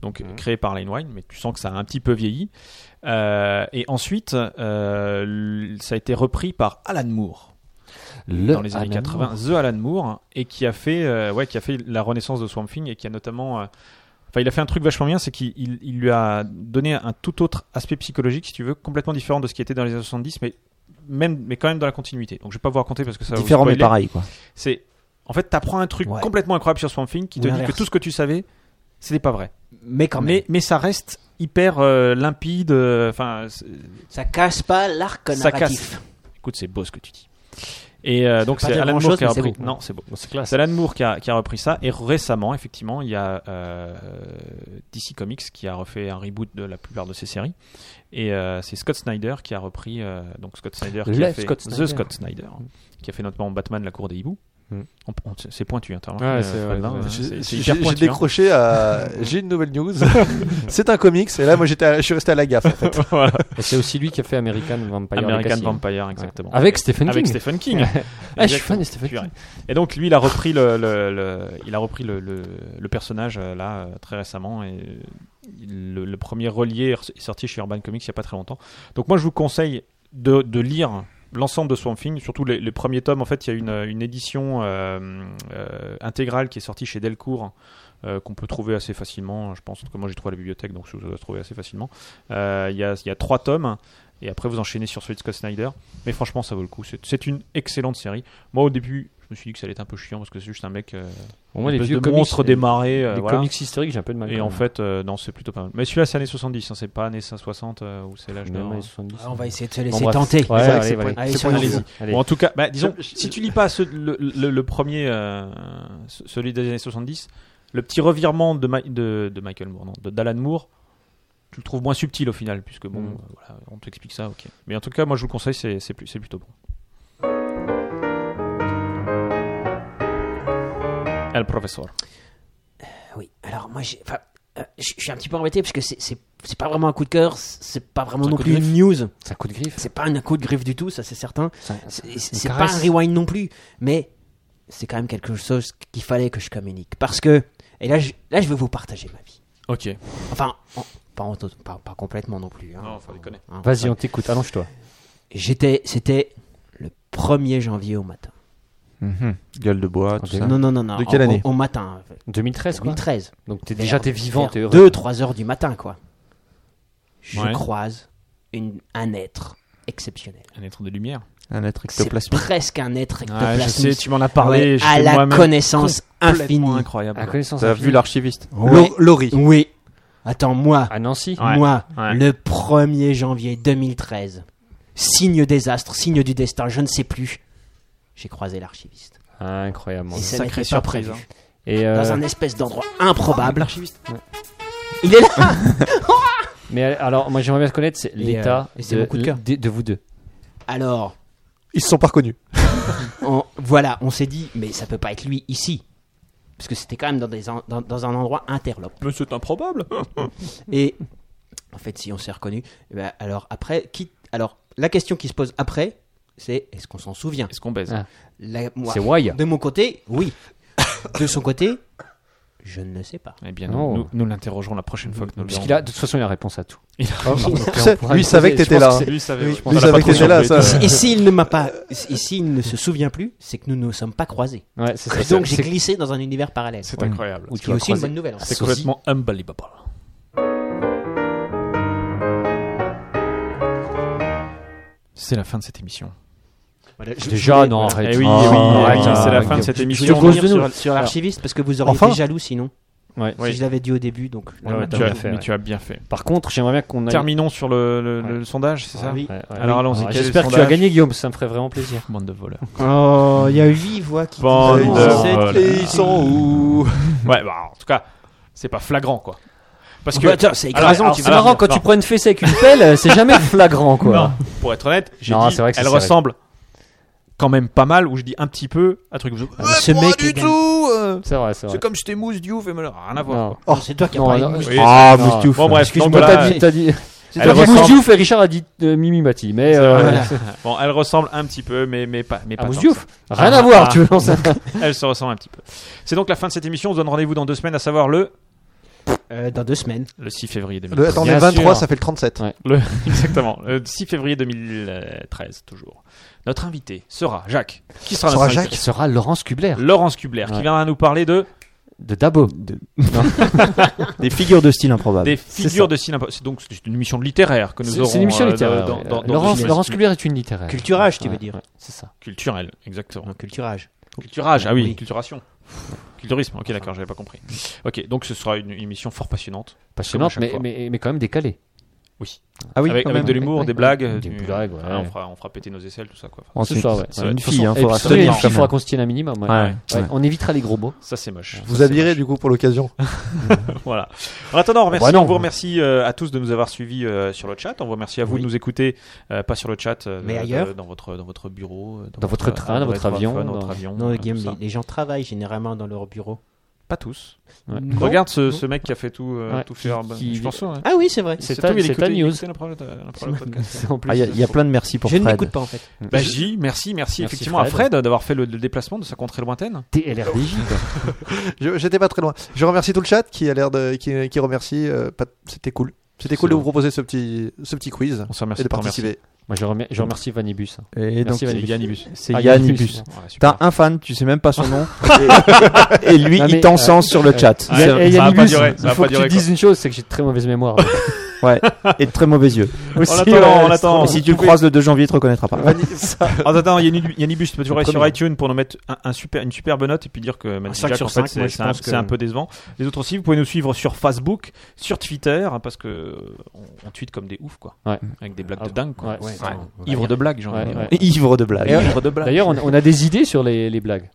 Speaker 4: donc
Speaker 1: Mhm.
Speaker 4: créée par Lane Wine, mais tu sens que ça a un petit peu vieilli. Euh, et ensuite, euh, l- ça a été repris par Alan Moore
Speaker 1: le
Speaker 4: dans les années
Speaker 1: Alan
Speaker 4: 80,
Speaker 1: Moore.
Speaker 4: The Alan Moore, et qui a fait, euh, ouais, qui a fait la renaissance de Swamp Thing et qui a notamment, euh, enfin, il a fait un truc vachement bien, c'est qu'il il- il lui a donné un tout autre aspect psychologique, si tu veux, complètement différent de ce qui était dans les années 70, mais même, mais quand même dans la continuité. Donc je vais pas vous raconter parce que ça va vous
Speaker 6: Différent mais
Speaker 4: spoiler
Speaker 6: pareil, quoi.
Speaker 4: c'est en fait t'apprends un truc
Speaker 5: Ouais.
Speaker 4: complètement incroyable sur Swamp Thing qui te
Speaker 5: Ou
Speaker 4: dit que
Speaker 5: l'inverse.
Speaker 4: tout ce que tu savais c'était pas vrai
Speaker 5: Mais quand même,
Speaker 4: mais mais ça reste hyper euh, limpide euh, enfin c'est-
Speaker 5: ça casse pas l'arc
Speaker 4: Ça
Speaker 5: narratif.
Speaker 4: écoute c'est beau ce que tu dis et euh, donc
Speaker 5: Ça
Speaker 4: c'est
Speaker 5: veut pas dire
Speaker 4: Alan Moore
Speaker 5: grand-chose,
Speaker 4: qui a
Speaker 5: mais c'est
Speaker 4: repris
Speaker 5: beau.
Speaker 4: non c'est beau
Speaker 1: Bon, c'est classe.
Speaker 4: c'est Alan Moore qui a, qui a repris ça et récemment effectivement il y a euh, DC Comics qui a refait un reboot de la plupart de ses séries et euh, c'est Scott Snyder qui a repris euh, donc Scott Snyder qui
Speaker 1: Le
Speaker 4: a fait
Speaker 1: Scott
Speaker 4: The hein,
Speaker 1: Snyder.
Speaker 4: Scott Snyder qui a fait notamment Batman la cour des hiboux
Speaker 1: Hmm.
Speaker 4: On- on- c'est- c'est pointu, hein, t'as
Speaker 1: Ouais,
Speaker 4: remarqué,
Speaker 1: c'est-
Speaker 4: euh,
Speaker 1: ouais,
Speaker 4: Faldin,
Speaker 1: ouais.
Speaker 4: hein,
Speaker 3: J'ai-
Speaker 4: c'est- c'est
Speaker 3: J'ai
Speaker 4: hyper
Speaker 3: j'ai
Speaker 4: pointu, hein.
Speaker 3: décroché à. J'ai une nouvelle news. c'est un comics. Et là, moi, j'étais, à- je suis resté à la gaffe. En fait.
Speaker 4: Voilà.
Speaker 1: Et c'est aussi lui qui a fait American Vampire.
Speaker 4: American
Speaker 1: Legacy.
Speaker 4: Vampire, exactement.
Speaker 1: Avec Stephen
Speaker 4: Avec
Speaker 1: King.
Speaker 4: Stephen King.
Speaker 1: Ah, je suis
Speaker 4: Exactement.
Speaker 1: fan de Stephen
Speaker 4: Purée.
Speaker 1: King.
Speaker 4: Et donc lui, il a repris le, le- le- il a repris le, le- le personnage euh, là euh, très récemment et euh, il- le, le premier relié est sorti chez Urban Comics il y a pas très longtemps. Donc moi, je vous conseille de, de lire l'ensemble de Swamp Thing, surtout les, les premiers tomes. En fait, il y a une, une édition euh, euh, intégrale qui est sortie chez Delcourt. euh, qu'on peut trouver assez facilement, je pense. En tout cas, moi j'ai trouvé à la bibliothèque, donc ça doit se trouver assez facilement. Euh, Il y, a, il y a trois tomes, et après vous enchaînez sur celui de Scott Snyder. Mais franchement, ça vaut le coup. C'est- C'est une excellente série. Moi, au début, je me suis dit que ça allait être un peu chiant parce que c'est juste un mec. Euh,
Speaker 1: Au moins,
Speaker 4: une
Speaker 1: les
Speaker 4: espèce
Speaker 1: vieux
Speaker 4: de
Speaker 1: comics.
Speaker 4: monstre démarré. euh,
Speaker 1: les
Speaker 4: voilà.
Speaker 1: comics historiques, j'ai un peu de mal.
Speaker 4: Et
Speaker 1: quand
Speaker 4: en
Speaker 1: même.
Speaker 4: fait, euh, non, c'est plutôt pas mal. Mais celui-là, c'est années 70, hein, c'est pas années 60 euh, où c'est l'âge
Speaker 1: Même
Speaker 4: d'or.
Speaker 1: années 70.
Speaker 5: Ah, on va essayer de se laisser
Speaker 1: Bon, bref.
Speaker 5: tenter. Euh,
Speaker 1: Ouais,
Speaker 3: C'est vrai
Speaker 1: allez, allez.
Speaker 3: que c'est pas-
Speaker 5: Allez,
Speaker 3: c'est
Speaker 5: sur
Speaker 3: pas
Speaker 5: le-
Speaker 3: évident.
Speaker 1: Allez.
Speaker 4: Bon, en tout cas, bah, disons, si tu lis pas ce- le, le- le premier, euh, ce- celui des années 70, le petit revirement de, Ma- de, de Michael Moore, non, de- d'Alan Moore, tu le trouves moins subtil au final, puisque bon,
Speaker 1: Mm.
Speaker 4: euh, voilà, on t'explique ça, ok. Mais en tout cas, moi je vous le conseille, c'est c'est plus- c'est plutôt bon. El professeur.
Speaker 5: Oui, alors moi, j'ai- enfin, euh, je je suis un petit peu embêté parce que c'est- c'est c'est pas vraiment un coup de cœur, c'est pas vraiment
Speaker 4: C'est un
Speaker 5: non
Speaker 4: coup de
Speaker 5: plus une news.
Speaker 1: C'est un coup de griffe.
Speaker 5: C'est pas un coup de griffe du tout, ça c'est certain.
Speaker 1: C'est un-
Speaker 5: C'est- C'est pas
Speaker 1: caresse.
Speaker 5: un rewind non plus, mais c'est quand même quelque chose qu'il fallait que je communique. Parce que, et là je, là, je vais vous partager ma vie.
Speaker 4: Ok.
Speaker 5: Enfin, en- pas, en tot- pas- pas complètement non plus. hein.
Speaker 4: Non, faut déconner.
Speaker 5: Hein,
Speaker 1: Vas-y,
Speaker 5: enfin,
Speaker 1: on t'écoute, allonge-toi.
Speaker 5: J'étais, c'était le 1er janvier au matin.
Speaker 6: Gueule de bois, tout
Speaker 1: Ok.
Speaker 6: ça.
Speaker 5: Non, non, non, non.
Speaker 6: De quelle
Speaker 5: au-
Speaker 6: année
Speaker 5: Au, au matin,
Speaker 1: 2013, quoi.
Speaker 5: 2013.
Speaker 1: Donc t'es déjà t'es vivant, t'es heureux.
Speaker 5: 2-3 heures du matin, quoi. Je
Speaker 4: Ouais.
Speaker 5: croise une, un être exceptionnel.
Speaker 4: Un être de lumière.
Speaker 6: Un être
Speaker 5: C'est
Speaker 6: ectoplasmique.
Speaker 5: presque un être
Speaker 4: Ah, je
Speaker 5: ectoplasmique.
Speaker 4: sais, tu m'en as parlé.
Speaker 5: Ouais,
Speaker 4: j'étais
Speaker 5: à la
Speaker 4: moi-même
Speaker 5: connaissance
Speaker 4: complètement
Speaker 5: infinie.
Speaker 1: À la
Speaker 4: Incroyable.
Speaker 1: connaissance.
Speaker 6: T'as
Speaker 1: infinie.
Speaker 6: vu l'archiviste
Speaker 5: Oui.
Speaker 3: Lo- Laurie.
Speaker 5: Oui. Attends, moi,
Speaker 1: À Nancy.
Speaker 4: Ouais.
Speaker 5: moi,
Speaker 4: ouais.
Speaker 5: le 1er janvier 2013, signe des astres, signe du destin, je ne sais plus, j'ai croisé l'archiviste.
Speaker 1: Incroyable.
Speaker 5: Et ça
Speaker 4: sacrée
Speaker 5: n'était pas
Speaker 4: surprise,
Speaker 5: prévu.
Speaker 1: Et euh, Ah,
Speaker 5: Dans un espèce d'endroit improbable.
Speaker 1: Ouais.
Speaker 5: Il est là
Speaker 1: mais alors, moi j'aimerais bien connaître c'est l'état
Speaker 5: euh, et c'est
Speaker 1: de,
Speaker 5: mon coup de cœur.
Speaker 1: de- de vous deux.
Speaker 5: Alors,
Speaker 3: Ils se sont pas reconnus.
Speaker 5: on- voilà, on s'est dit, mais ça peut pas être lui ici. Parce que c'était quand même dans, des en- dans- dans un endroit interlope.
Speaker 4: Mais c'est improbable.
Speaker 5: Et en fait, si on s'est reconnu, eh ben, alors après, qui... alors la question qui se pose après, c'est est-ce qu'on s'en souvient
Speaker 4: Est-ce qu'on baise
Speaker 1: Ah.
Speaker 5: La- moi,
Speaker 1: C'est why.
Speaker 5: De mon côté, oui. De son côté, je ne le sais pas.
Speaker 4: Eh bien,
Speaker 1: Oh.
Speaker 4: nous, nous, nous l'interrogerons la prochaine fois que nous le
Speaker 1: Parce
Speaker 4: verrons.
Speaker 1: qu'il a de toute façon il a la réponse à tout.
Speaker 3: Tu sais,
Speaker 1: pourra
Speaker 3: lui,
Speaker 1: lui
Speaker 3: il savait que
Speaker 1: poser,
Speaker 3: t'étais
Speaker 1: je pense
Speaker 3: là.
Speaker 1: que
Speaker 3: hein.
Speaker 4: Lui savait,
Speaker 6: Oui,
Speaker 4: ouais.
Speaker 6: je
Speaker 4: On
Speaker 6: pense
Speaker 4: l'a
Speaker 6: qu'il
Speaker 4: pas
Speaker 6: savait que
Speaker 4: trop
Speaker 6: t'étais là,
Speaker 4: surpris.
Speaker 6: ça.
Speaker 5: Et s'il ne m'a pas, et s'il ne se souvient plus, c'est que nous ne nous sommes pas croisés.
Speaker 1: Ouais, c'est ça.
Speaker 5: Et Bah, donc
Speaker 1: c'est-
Speaker 5: j'ai glissé dans un univers parallèle.
Speaker 4: C'est
Speaker 1: Ouais.
Speaker 4: incroyable.
Speaker 1: Ou
Speaker 5: Ce
Speaker 1: tu
Speaker 5: qui est
Speaker 1: l'as
Speaker 5: aussi une
Speaker 1: croisé.
Speaker 5: bonne nouvelle. en
Speaker 4: C'est
Speaker 5: fait.
Speaker 4: complètement unbelievable. C'est la fin de cette émission.
Speaker 5: Voilà, je- je
Speaker 1: Déjà
Speaker 5: voulais-
Speaker 1: non
Speaker 5: voilà.
Speaker 1: arrête.
Speaker 4: Eh oui,
Speaker 1: Ah,
Speaker 4: eh oui, eh oui,
Speaker 1: arrête,
Speaker 4: c'est la fin de
Speaker 1: arrête.
Speaker 4: cette
Speaker 5: Je
Speaker 4: émission.
Speaker 5: voulais revenir
Speaker 4: Sur- Ah,
Speaker 5: sur, sur l'archiviste parce que vous auriez
Speaker 3: Enfin.
Speaker 5: été jaloux sinon.
Speaker 1: Ouais.
Speaker 4: Oui.
Speaker 5: Si je l'avais dit au début, donc.
Speaker 1: Ouais, ouais,
Speaker 4: tu
Speaker 1: bien
Speaker 4: as-
Speaker 1: fait,
Speaker 4: mais
Speaker 1: ouais.
Speaker 4: tu as bien fait.
Speaker 1: Par contre, j'aimerais bien qu'on aille.
Speaker 4: Terminons sur le, le- le sondage, c'est ça
Speaker 5: Ah oui.
Speaker 1: Ouais, ouais.
Speaker 4: Alors, allons-y, quel est le
Speaker 1: J'espère que tu as
Speaker 4: sondage
Speaker 1: gagné Guillaume, ça me ferait vraiment plaisir.
Speaker 4: Bande de voleurs.
Speaker 5: Oh, il y a huit voix qui.
Speaker 4: Bande
Speaker 3: Et ils
Speaker 4: de
Speaker 3: sont-
Speaker 4: voilà.
Speaker 3: Et ils sont où
Speaker 4: Ouais, bah, en tout cas, c'est pas flagrant, quoi. Parce que,
Speaker 5: Bah, tiens, c'est écrasant.
Speaker 4: alors,
Speaker 5: tu
Speaker 1: C'est
Speaker 5: vas
Speaker 4: alors,
Speaker 1: marrant
Speaker 5: dire.
Speaker 1: quand tu
Speaker 4: non.
Speaker 1: prends une fessée avec une pelle, c'est jamais flagrant quoi.
Speaker 4: non, pour être honnête, j'ai
Speaker 1: Non,
Speaker 4: dit,
Speaker 1: c'est vrai que c'est
Speaker 4: elle
Speaker 1: serré.
Speaker 4: ressemble quand même pas mal, ou je dis un petit peu, un truc. vous-
Speaker 5: Mais ce
Speaker 3: Pas
Speaker 5: mec
Speaker 3: du
Speaker 5: est dingue.
Speaker 3: tout euh,
Speaker 1: C'est vrai, c'est vrai.
Speaker 4: Ah, C'est comme si t'es mousse du ouf, et me rien à voir.
Speaker 1: Non.
Speaker 5: Oh, c'est toi qui as
Speaker 1: Non,
Speaker 5: parlé.
Speaker 1: non,
Speaker 5: de moi.
Speaker 1: oui.
Speaker 4: Oui,
Speaker 6: Ah,
Speaker 1: Non.
Speaker 6: Moustiouf.
Speaker 4: Bon, bref, donc
Speaker 1: Excuse-moi, t'as
Speaker 4: voilà,
Speaker 1: dit, t'as dit.
Speaker 4: elle
Speaker 1: t'as dit
Speaker 4: ressemble-
Speaker 1: Mousdiouf et Richard a dit euh, Mimi Mati, mais euh,
Speaker 4: vrai.
Speaker 1: voilà.
Speaker 4: Bon, elle ressemble un petit peu, mais, mais pas, mais
Speaker 1: Ah,
Speaker 4: pas tant
Speaker 1: Mousdiouf,
Speaker 4: que ça.
Speaker 1: rien
Speaker 4: Ah,
Speaker 1: à voir,
Speaker 4: ah,
Speaker 1: tu veux lancer.
Speaker 4: Elle se ressemble un petit peu. C'est donc la fin de cette émission. On se donne rendez-vous dans deux semaines, à savoir le,
Speaker 5: Euh, dans deux semaines.
Speaker 4: le 6 février 2013.
Speaker 3: Le- Attends, on est
Speaker 1: Bien
Speaker 3: 23,
Speaker 1: sûr.
Speaker 3: ça fait le 37.
Speaker 4: Exactement, le 6 février 2013, toujours. Notre invité sera Jacques. Qui sera,
Speaker 3: Sera
Speaker 4: notre
Speaker 3: Jacques
Speaker 1: Qui
Speaker 4: invité
Speaker 1: sera Laurence Kubler
Speaker 4: Laurence Kubler, qui
Speaker 1: Ouais.
Speaker 4: viendra nous parler de
Speaker 1: de Dabo.
Speaker 6: Des figures de style improbables.
Speaker 4: des
Speaker 1: Ah, c'est
Speaker 4: figures
Speaker 1: ça.
Speaker 4: de cinéma. C'est donc c'est une émission littéraire que nous
Speaker 1: C'est
Speaker 4: aurons.
Speaker 1: c'est une émission
Speaker 4: euh,
Speaker 1: littéraire.
Speaker 4: dans-
Speaker 1: ouais.
Speaker 4: dans- dans-
Speaker 1: Laurence,
Speaker 4: dans-
Speaker 1: Laurence Kubler est une littéraire.
Speaker 5: Culturage, tu veux
Speaker 1: Ouais,
Speaker 5: dire.
Speaker 1: ouais, C'est ça.
Speaker 4: Culturelle, exactement.
Speaker 5: Culturage.
Speaker 4: Culturage, ah oui,
Speaker 5: Oui.
Speaker 4: culturation. Culturisme, ok, d'accord, j'avais pas compris. Ok, donc ce sera une émission fort passionnante.
Speaker 1: Passionnante,
Speaker 4: Comme à chaque
Speaker 1: mais,
Speaker 4: fois.
Speaker 1: mais, mais quand même décalée.
Speaker 6: Ah oui,
Speaker 4: avec,
Speaker 6: quand
Speaker 4: avec
Speaker 6: même.
Speaker 4: de l'humour, des blagues.
Speaker 1: Des
Speaker 4: du-
Speaker 1: blagues, ouais.
Speaker 4: Ouais, on, fera, on fera péter nos aisselles, tout ça. Quoi. Enfin,
Speaker 6: Ensuite,
Speaker 1: C'est ça, ouais.
Speaker 6: C'est
Speaker 4: Ouais,
Speaker 6: une
Speaker 4: de toute
Speaker 6: fille,
Speaker 4: façon-
Speaker 6: hein,
Speaker 1: Et puis
Speaker 6: faudra se
Speaker 1: surtout, les
Speaker 6: tenir
Speaker 1: filles,
Speaker 6: quand
Speaker 1: faudra
Speaker 6: même.
Speaker 1: qu'on se tienne un minimum. ouais.
Speaker 6: Ouais,
Speaker 1: Ouais,
Speaker 6: ouais.
Speaker 1: On évitera les gros mots.
Speaker 4: Ça, c'est moche. Ça,
Speaker 3: Vous
Speaker 4: c'est
Speaker 3: habillerez
Speaker 4: moche.
Speaker 3: du coup pour l'occasion.
Speaker 4: Voilà. En attendant, on, remercie-
Speaker 1: Bah non.
Speaker 4: on vous remercie euh, à tous de nous avoir suivis euh, sur le chat. On vous remercie à vous de nous écouter, euh, pas sur le chat, euh,
Speaker 5: Mais
Speaker 4: de-
Speaker 5: ailleurs.
Speaker 4: dans votre dans votre bureau, euh,
Speaker 1: Dans votre train, dans votre avion,
Speaker 4: dans votre
Speaker 1: dans-
Speaker 4: avion.
Speaker 5: Non,
Speaker 4: euh,
Speaker 5: Guillaume,
Speaker 4: tout ça.
Speaker 5: les, les gens travaillent généralement dans leur bureau.
Speaker 4: Pas tous.
Speaker 1: Ouais.
Speaker 5: Non.
Speaker 4: Regarde ce, ce mec qui a fait tout, euh,
Speaker 1: Ouais,
Speaker 4: tout
Speaker 1: qui-
Speaker 4: fait. Urban.
Speaker 1: qui-
Speaker 4: Je pense ouais.
Speaker 5: Ah oui, c'est vrai.
Speaker 1: C'est
Speaker 4: C'est
Speaker 1: ta-
Speaker 4: tout, il
Speaker 1: c'est
Speaker 4: écoutait-
Speaker 1: ta
Speaker 4: il
Speaker 1: news.
Speaker 4: écoutait notre- notre- notre podcast. hein.
Speaker 1: En plus,
Speaker 6: Ah, Il y a- il y a plein de merci pour
Speaker 5: Je ne
Speaker 6: Fred.
Speaker 5: l'écoute pas en fait.
Speaker 4: Bah, J, merci, merci,
Speaker 1: Merci,
Speaker 4: effectivement à
Speaker 1: Fred.
Speaker 4: Fred d'avoir fait le, le déplacement de sa contrée lointaine.
Speaker 1: TLRDJ. quoi.
Speaker 3: Je- J'étais pas très loin. Je remercie tout le chat qui a l'air de qui, qui remercie. euh, pas- C'était cool. C'était cool de vous proposer ce petit ce petit quiz
Speaker 4: On se
Speaker 3: et
Speaker 4: remercie
Speaker 3: de
Speaker 4: pour remercier.
Speaker 3: participer.
Speaker 1: Moi, je remercie, je remercie Vanibus.
Speaker 6: Et donc,
Speaker 1: Merci Vanibus.
Speaker 4: Yannibus.
Speaker 6: c'est
Speaker 1: Ah,
Speaker 6: Yannibus.
Speaker 4: Ouais, super.
Speaker 6: T'as un fan, tu sais même pas son nom. et, et lui,
Speaker 1: Non, mais,
Speaker 6: il t'encense sur le chat.
Speaker 4: Ah,
Speaker 1: Il y a- et
Speaker 4: ça va pas
Speaker 1: Yannibus,
Speaker 4: durer, ça
Speaker 1: il
Speaker 4: va
Speaker 1: faut
Speaker 4: pas
Speaker 1: que tu
Speaker 4: durer,
Speaker 1: dises une chose, c'est que j'ai de très mauvaise mémoire.
Speaker 6: Et de très mauvais yeux.
Speaker 1: Aussi,
Speaker 4: On attend, on
Speaker 1: ouais,
Speaker 4: attend.
Speaker 6: Et si tu le croises le 2 janvier, il te reconnaîtra pas.
Speaker 4: Ah, attends, Yannibu- Yannibus, tu peux toujours aller sur
Speaker 6: premier.
Speaker 4: iTunes pour nous mettre un, un super, une superbe note et puis dire que Magic
Speaker 5: cinq
Speaker 4: Jack,
Speaker 5: sur
Speaker 4: en fait,
Speaker 5: cinq,
Speaker 4: c'est
Speaker 5: moi, je
Speaker 4: c'est un,
Speaker 5: pense que-
Speaker 4: c'est un peu décevant. Les autres aussi, vous pouvez nous suivre sur Facebook, sur Twitter, hein, parce que euh, on, on tweet comme des oufs, quoi.
Speaker 1: Ouais.
Speaker 4: Avec des blagues
Speaker 1: Ah,
Speaker 4: de dingue, quoi.
Speaker 1: ouais, ouais,
Speaker 4: Ouais.
Speaker 1: attends, on va
Speaker 4: Ivre
Speaker 1: dire.
Speaker 4: de blagues, genre.
Speaker 1: Ouais, ouais.
Speaker 6: Ivre de blague.
Speaker 1: D'ailleurs,
Speaker 4: Ivre de blagues.
Speaker 1: D'ailleurs, on, on a des idées sur les, les blagues.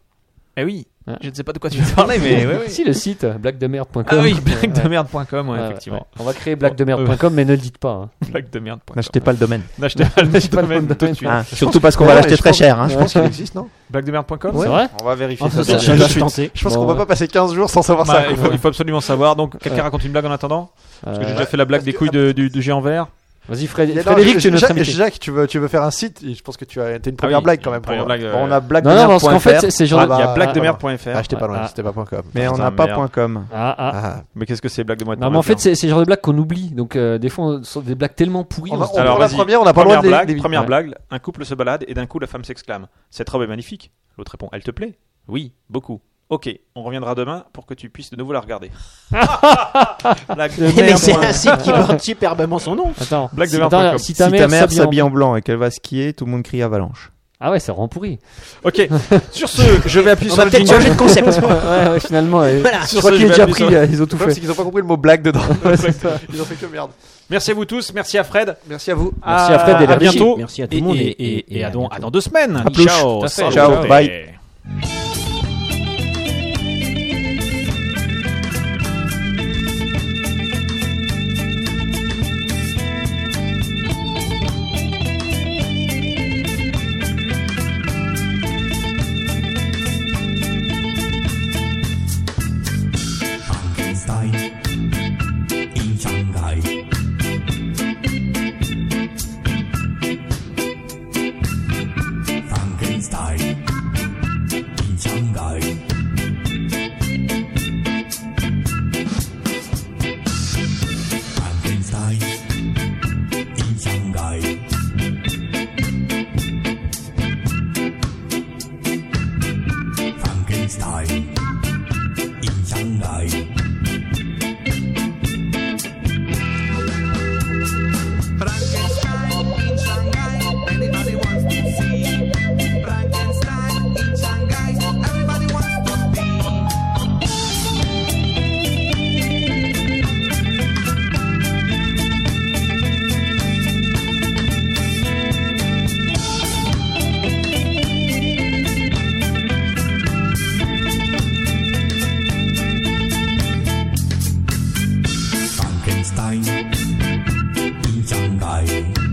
Speaker 4: Eh oui,
Speaker 1: Hein
Speaker 4: je ne sais pas de quoi tu veux parler, mais Eh ouais, ouais.
Speaker 1: Si, le site, euh, blaguedemerde.com.
Speaker 4: Ah oui,
Speaker 1: Ouais,
Speaker 4: blaguesdemerde.com, ouais,
Speaker 1: ouais,
Speaker 4: effectivement.
Speaker 1: ouais. On va créer blaguedemerde.com, mais ne le dites pas. hein.
Speaker 4: Blaguesdemerde.com.
Speaker 6: N'achetez pas le domaine.
Speaker 4: N'achetez pas le
Speaker 1: pas le
Speaker 4: domaine tout de
Speaker 1: domaine.
Speaker 4: suite. Ah.
Speaker 6: Hein, Surtout parce qu'on va
Speaker 3: Ouais,
Speaker 6: l'acheter
Speaker 3: je
Speaker 6: très
Speaker 3: pense-
Speaker 6: cher. hein.
Speaker 3: Je pense qu'il existe, non
Speaker 4: Blaguesdemerde.com
Speaker 1: C'est vrai
Speaker 6: On va vérifier
Speaker 1: Ah,
Speaker 6: ça.
Speaker 1: ça,
Speaker 6: tout de
Speaker 1: ça,
Speaker 6: suite.
Speaker 1: je suis tenté.
Speaker 3: Je pense
Speaker 1: Bon,
Speaker 3: qu'on va pas passer 15 jours sans savoir
Speaker 4: Bah,
Speaker 3: ça.
Speaker 4: il, faut, il faut absolument savoir. Donc, quelqu'un
Speaker 1: Ouais.
Speaker 4: raconte une blague en attendant Parce que j'ai
Speaker 1: euh,
Speaker 4: déjà fait la blague des couilles de- du, du géant vert.
Speaker 1: Vas-y,
Speaker 3: Il y
Speaker 1: Fred-
Speaker 3: a-
Speaker 1: Frédéric,
Speaker 3: non,
Speaker 1: tu es notre
Speaker 3: Jacques,
Speaker 1: invité.
Speaker 3: Jacques, tu veux, tu veux faire un site Je pense que tu as t'as une
Speaker 4: Ah
Speaker 3: première
Speaker 6: Ah
Speaker 4: oui,
Speaker 3: blague quand même.
Speaker 4: première
Speaker 3: pour-
Speaker 4: blague, euh,
Speaker 3: On a blague
Speaker 1: Non, non, parce qu'en fait, c'est-
Speaker 3: c'est
Speaker 1: c'est genre.
Speaker 3: Ah bah,
Speaker 4: Il y a
Speaker 3: Ah,
Speaker 4: blague de
Speaker 3: ah,
Speaker 4: merde.fr.
Speaker 3: Ah, j'étais pas loin,
Speaker 1: Ah.
Speaker 3: c'était pas point .com.
Speaker 6: Mais on
Speaker 4: Putain,
Speaker 6: n'a pas
Speaker 4: merde.
Speaker 6: point .com.
Speaker 1: Ah, ah.
Speaker 3: Ah.
Speaker 4: Mais qu'est-ce que c'est blague de merde
Speaker 1: Non, mais en fait, c'est c'est le genre de blagues qu'on oublie. Donc, euh, des fois, on sort des blagues tellement pourries.
Speaker 3: On
Speaker 1: on
Speaker 3: va-
Speaker 1: se dit,
Speaker 3: on- prend la
Speaker 4: vas-y.
Speaker 3: première, on n'a pas le droit
Speaker 4: première
Speaker 3: de les-
Speaker 4: blague,
Speaker 3: les-
Speaker 4: première
Speaker 1: Ouais.
Speaker 4: blague, un couple se balade et d'un coup la femme s'exclame Cette robe est magnifique. L'autre répond Elle te plaît Oui, beaucoup. Ok, on reviendra demain pour que tu puisses de nouveau la regarder. blague de merde.
Speaker 5: Mais c'est un site qui porte superbement son nom.
Speaker 1: Attends,
Speaker 4: Blague de
Speaker 1: si-
Speaker 4: merde
Speaker 1: attends,
Speaker 4: point com.
Speaker 1: si ta
Speaker 6: Si ta mère
Speaker 1: s'habille en-
Speaker 6: s'habille en blanc et qu'elle va skier, tout le monde crie avalanche.
Speaker 1: Ah ouais, ça rend pourri.
Speaker 4: Ok, sur ce, je vais appuyer
Speaker 5: On
Speaker 4: sur
Speaker 5: va
Speaker 4: le
Speaker 5: peut-être
Speaker 4: jingle.
Speaker 5: changer de concept.
Speaker 1: ouais, ouais, finalement. euh,
Speaker 5: Voilà.
Speaker 1: Je
Speaker 4: Sur
Speaker 1: crois
Speaker 4: ce,
Speaker 1: qu'il
Speaker 4: je
Speaker 1: est
Speaker 4: vais
Speaker 1: déjà
Speaker 4: appuyer
Speaker 1: pris,
Speaker 4: sur-
Speaker 1: euh, ils ont tout
Speaker 3: Le problème, c'est
Speaker 1: fait.
Speaker 3: qu'ils ont pas compris le mot blague dedans.
Speaker 1: Ouais, c'est ça.
Speaker 3: Ils ont fait que merde.
Speaker 4: Merci à vous tous, merci à Fred.
Speaker 3: Merci à vous.
Speaker 1: Merci à Fred et
Speaker 4: à
Speaker 1: Larry.
Speaker 4: bientôt.
Speaker 5: Merci à tout
Speaker 4: Et,
Speaker 5: le monde.
Speaker 4: et- et- et à, dans, à dans deux semaines.
Speaker 6: plus.
Speaker 4: Ciao.
Speaker 6: Tout à fait.
Speaker 4: Salut.
Speaker 6: Ciao, bye.
Speaker 9: in Shanghai. Frankenstein in Shanghai. Frankenstein in Shanghai. Frankenstein in Shanghai. Frankenstein in Shanghai, anybody wants to see. Frankenstein in Shanghai, everybody wants to be. Frankenstein in Shanghai.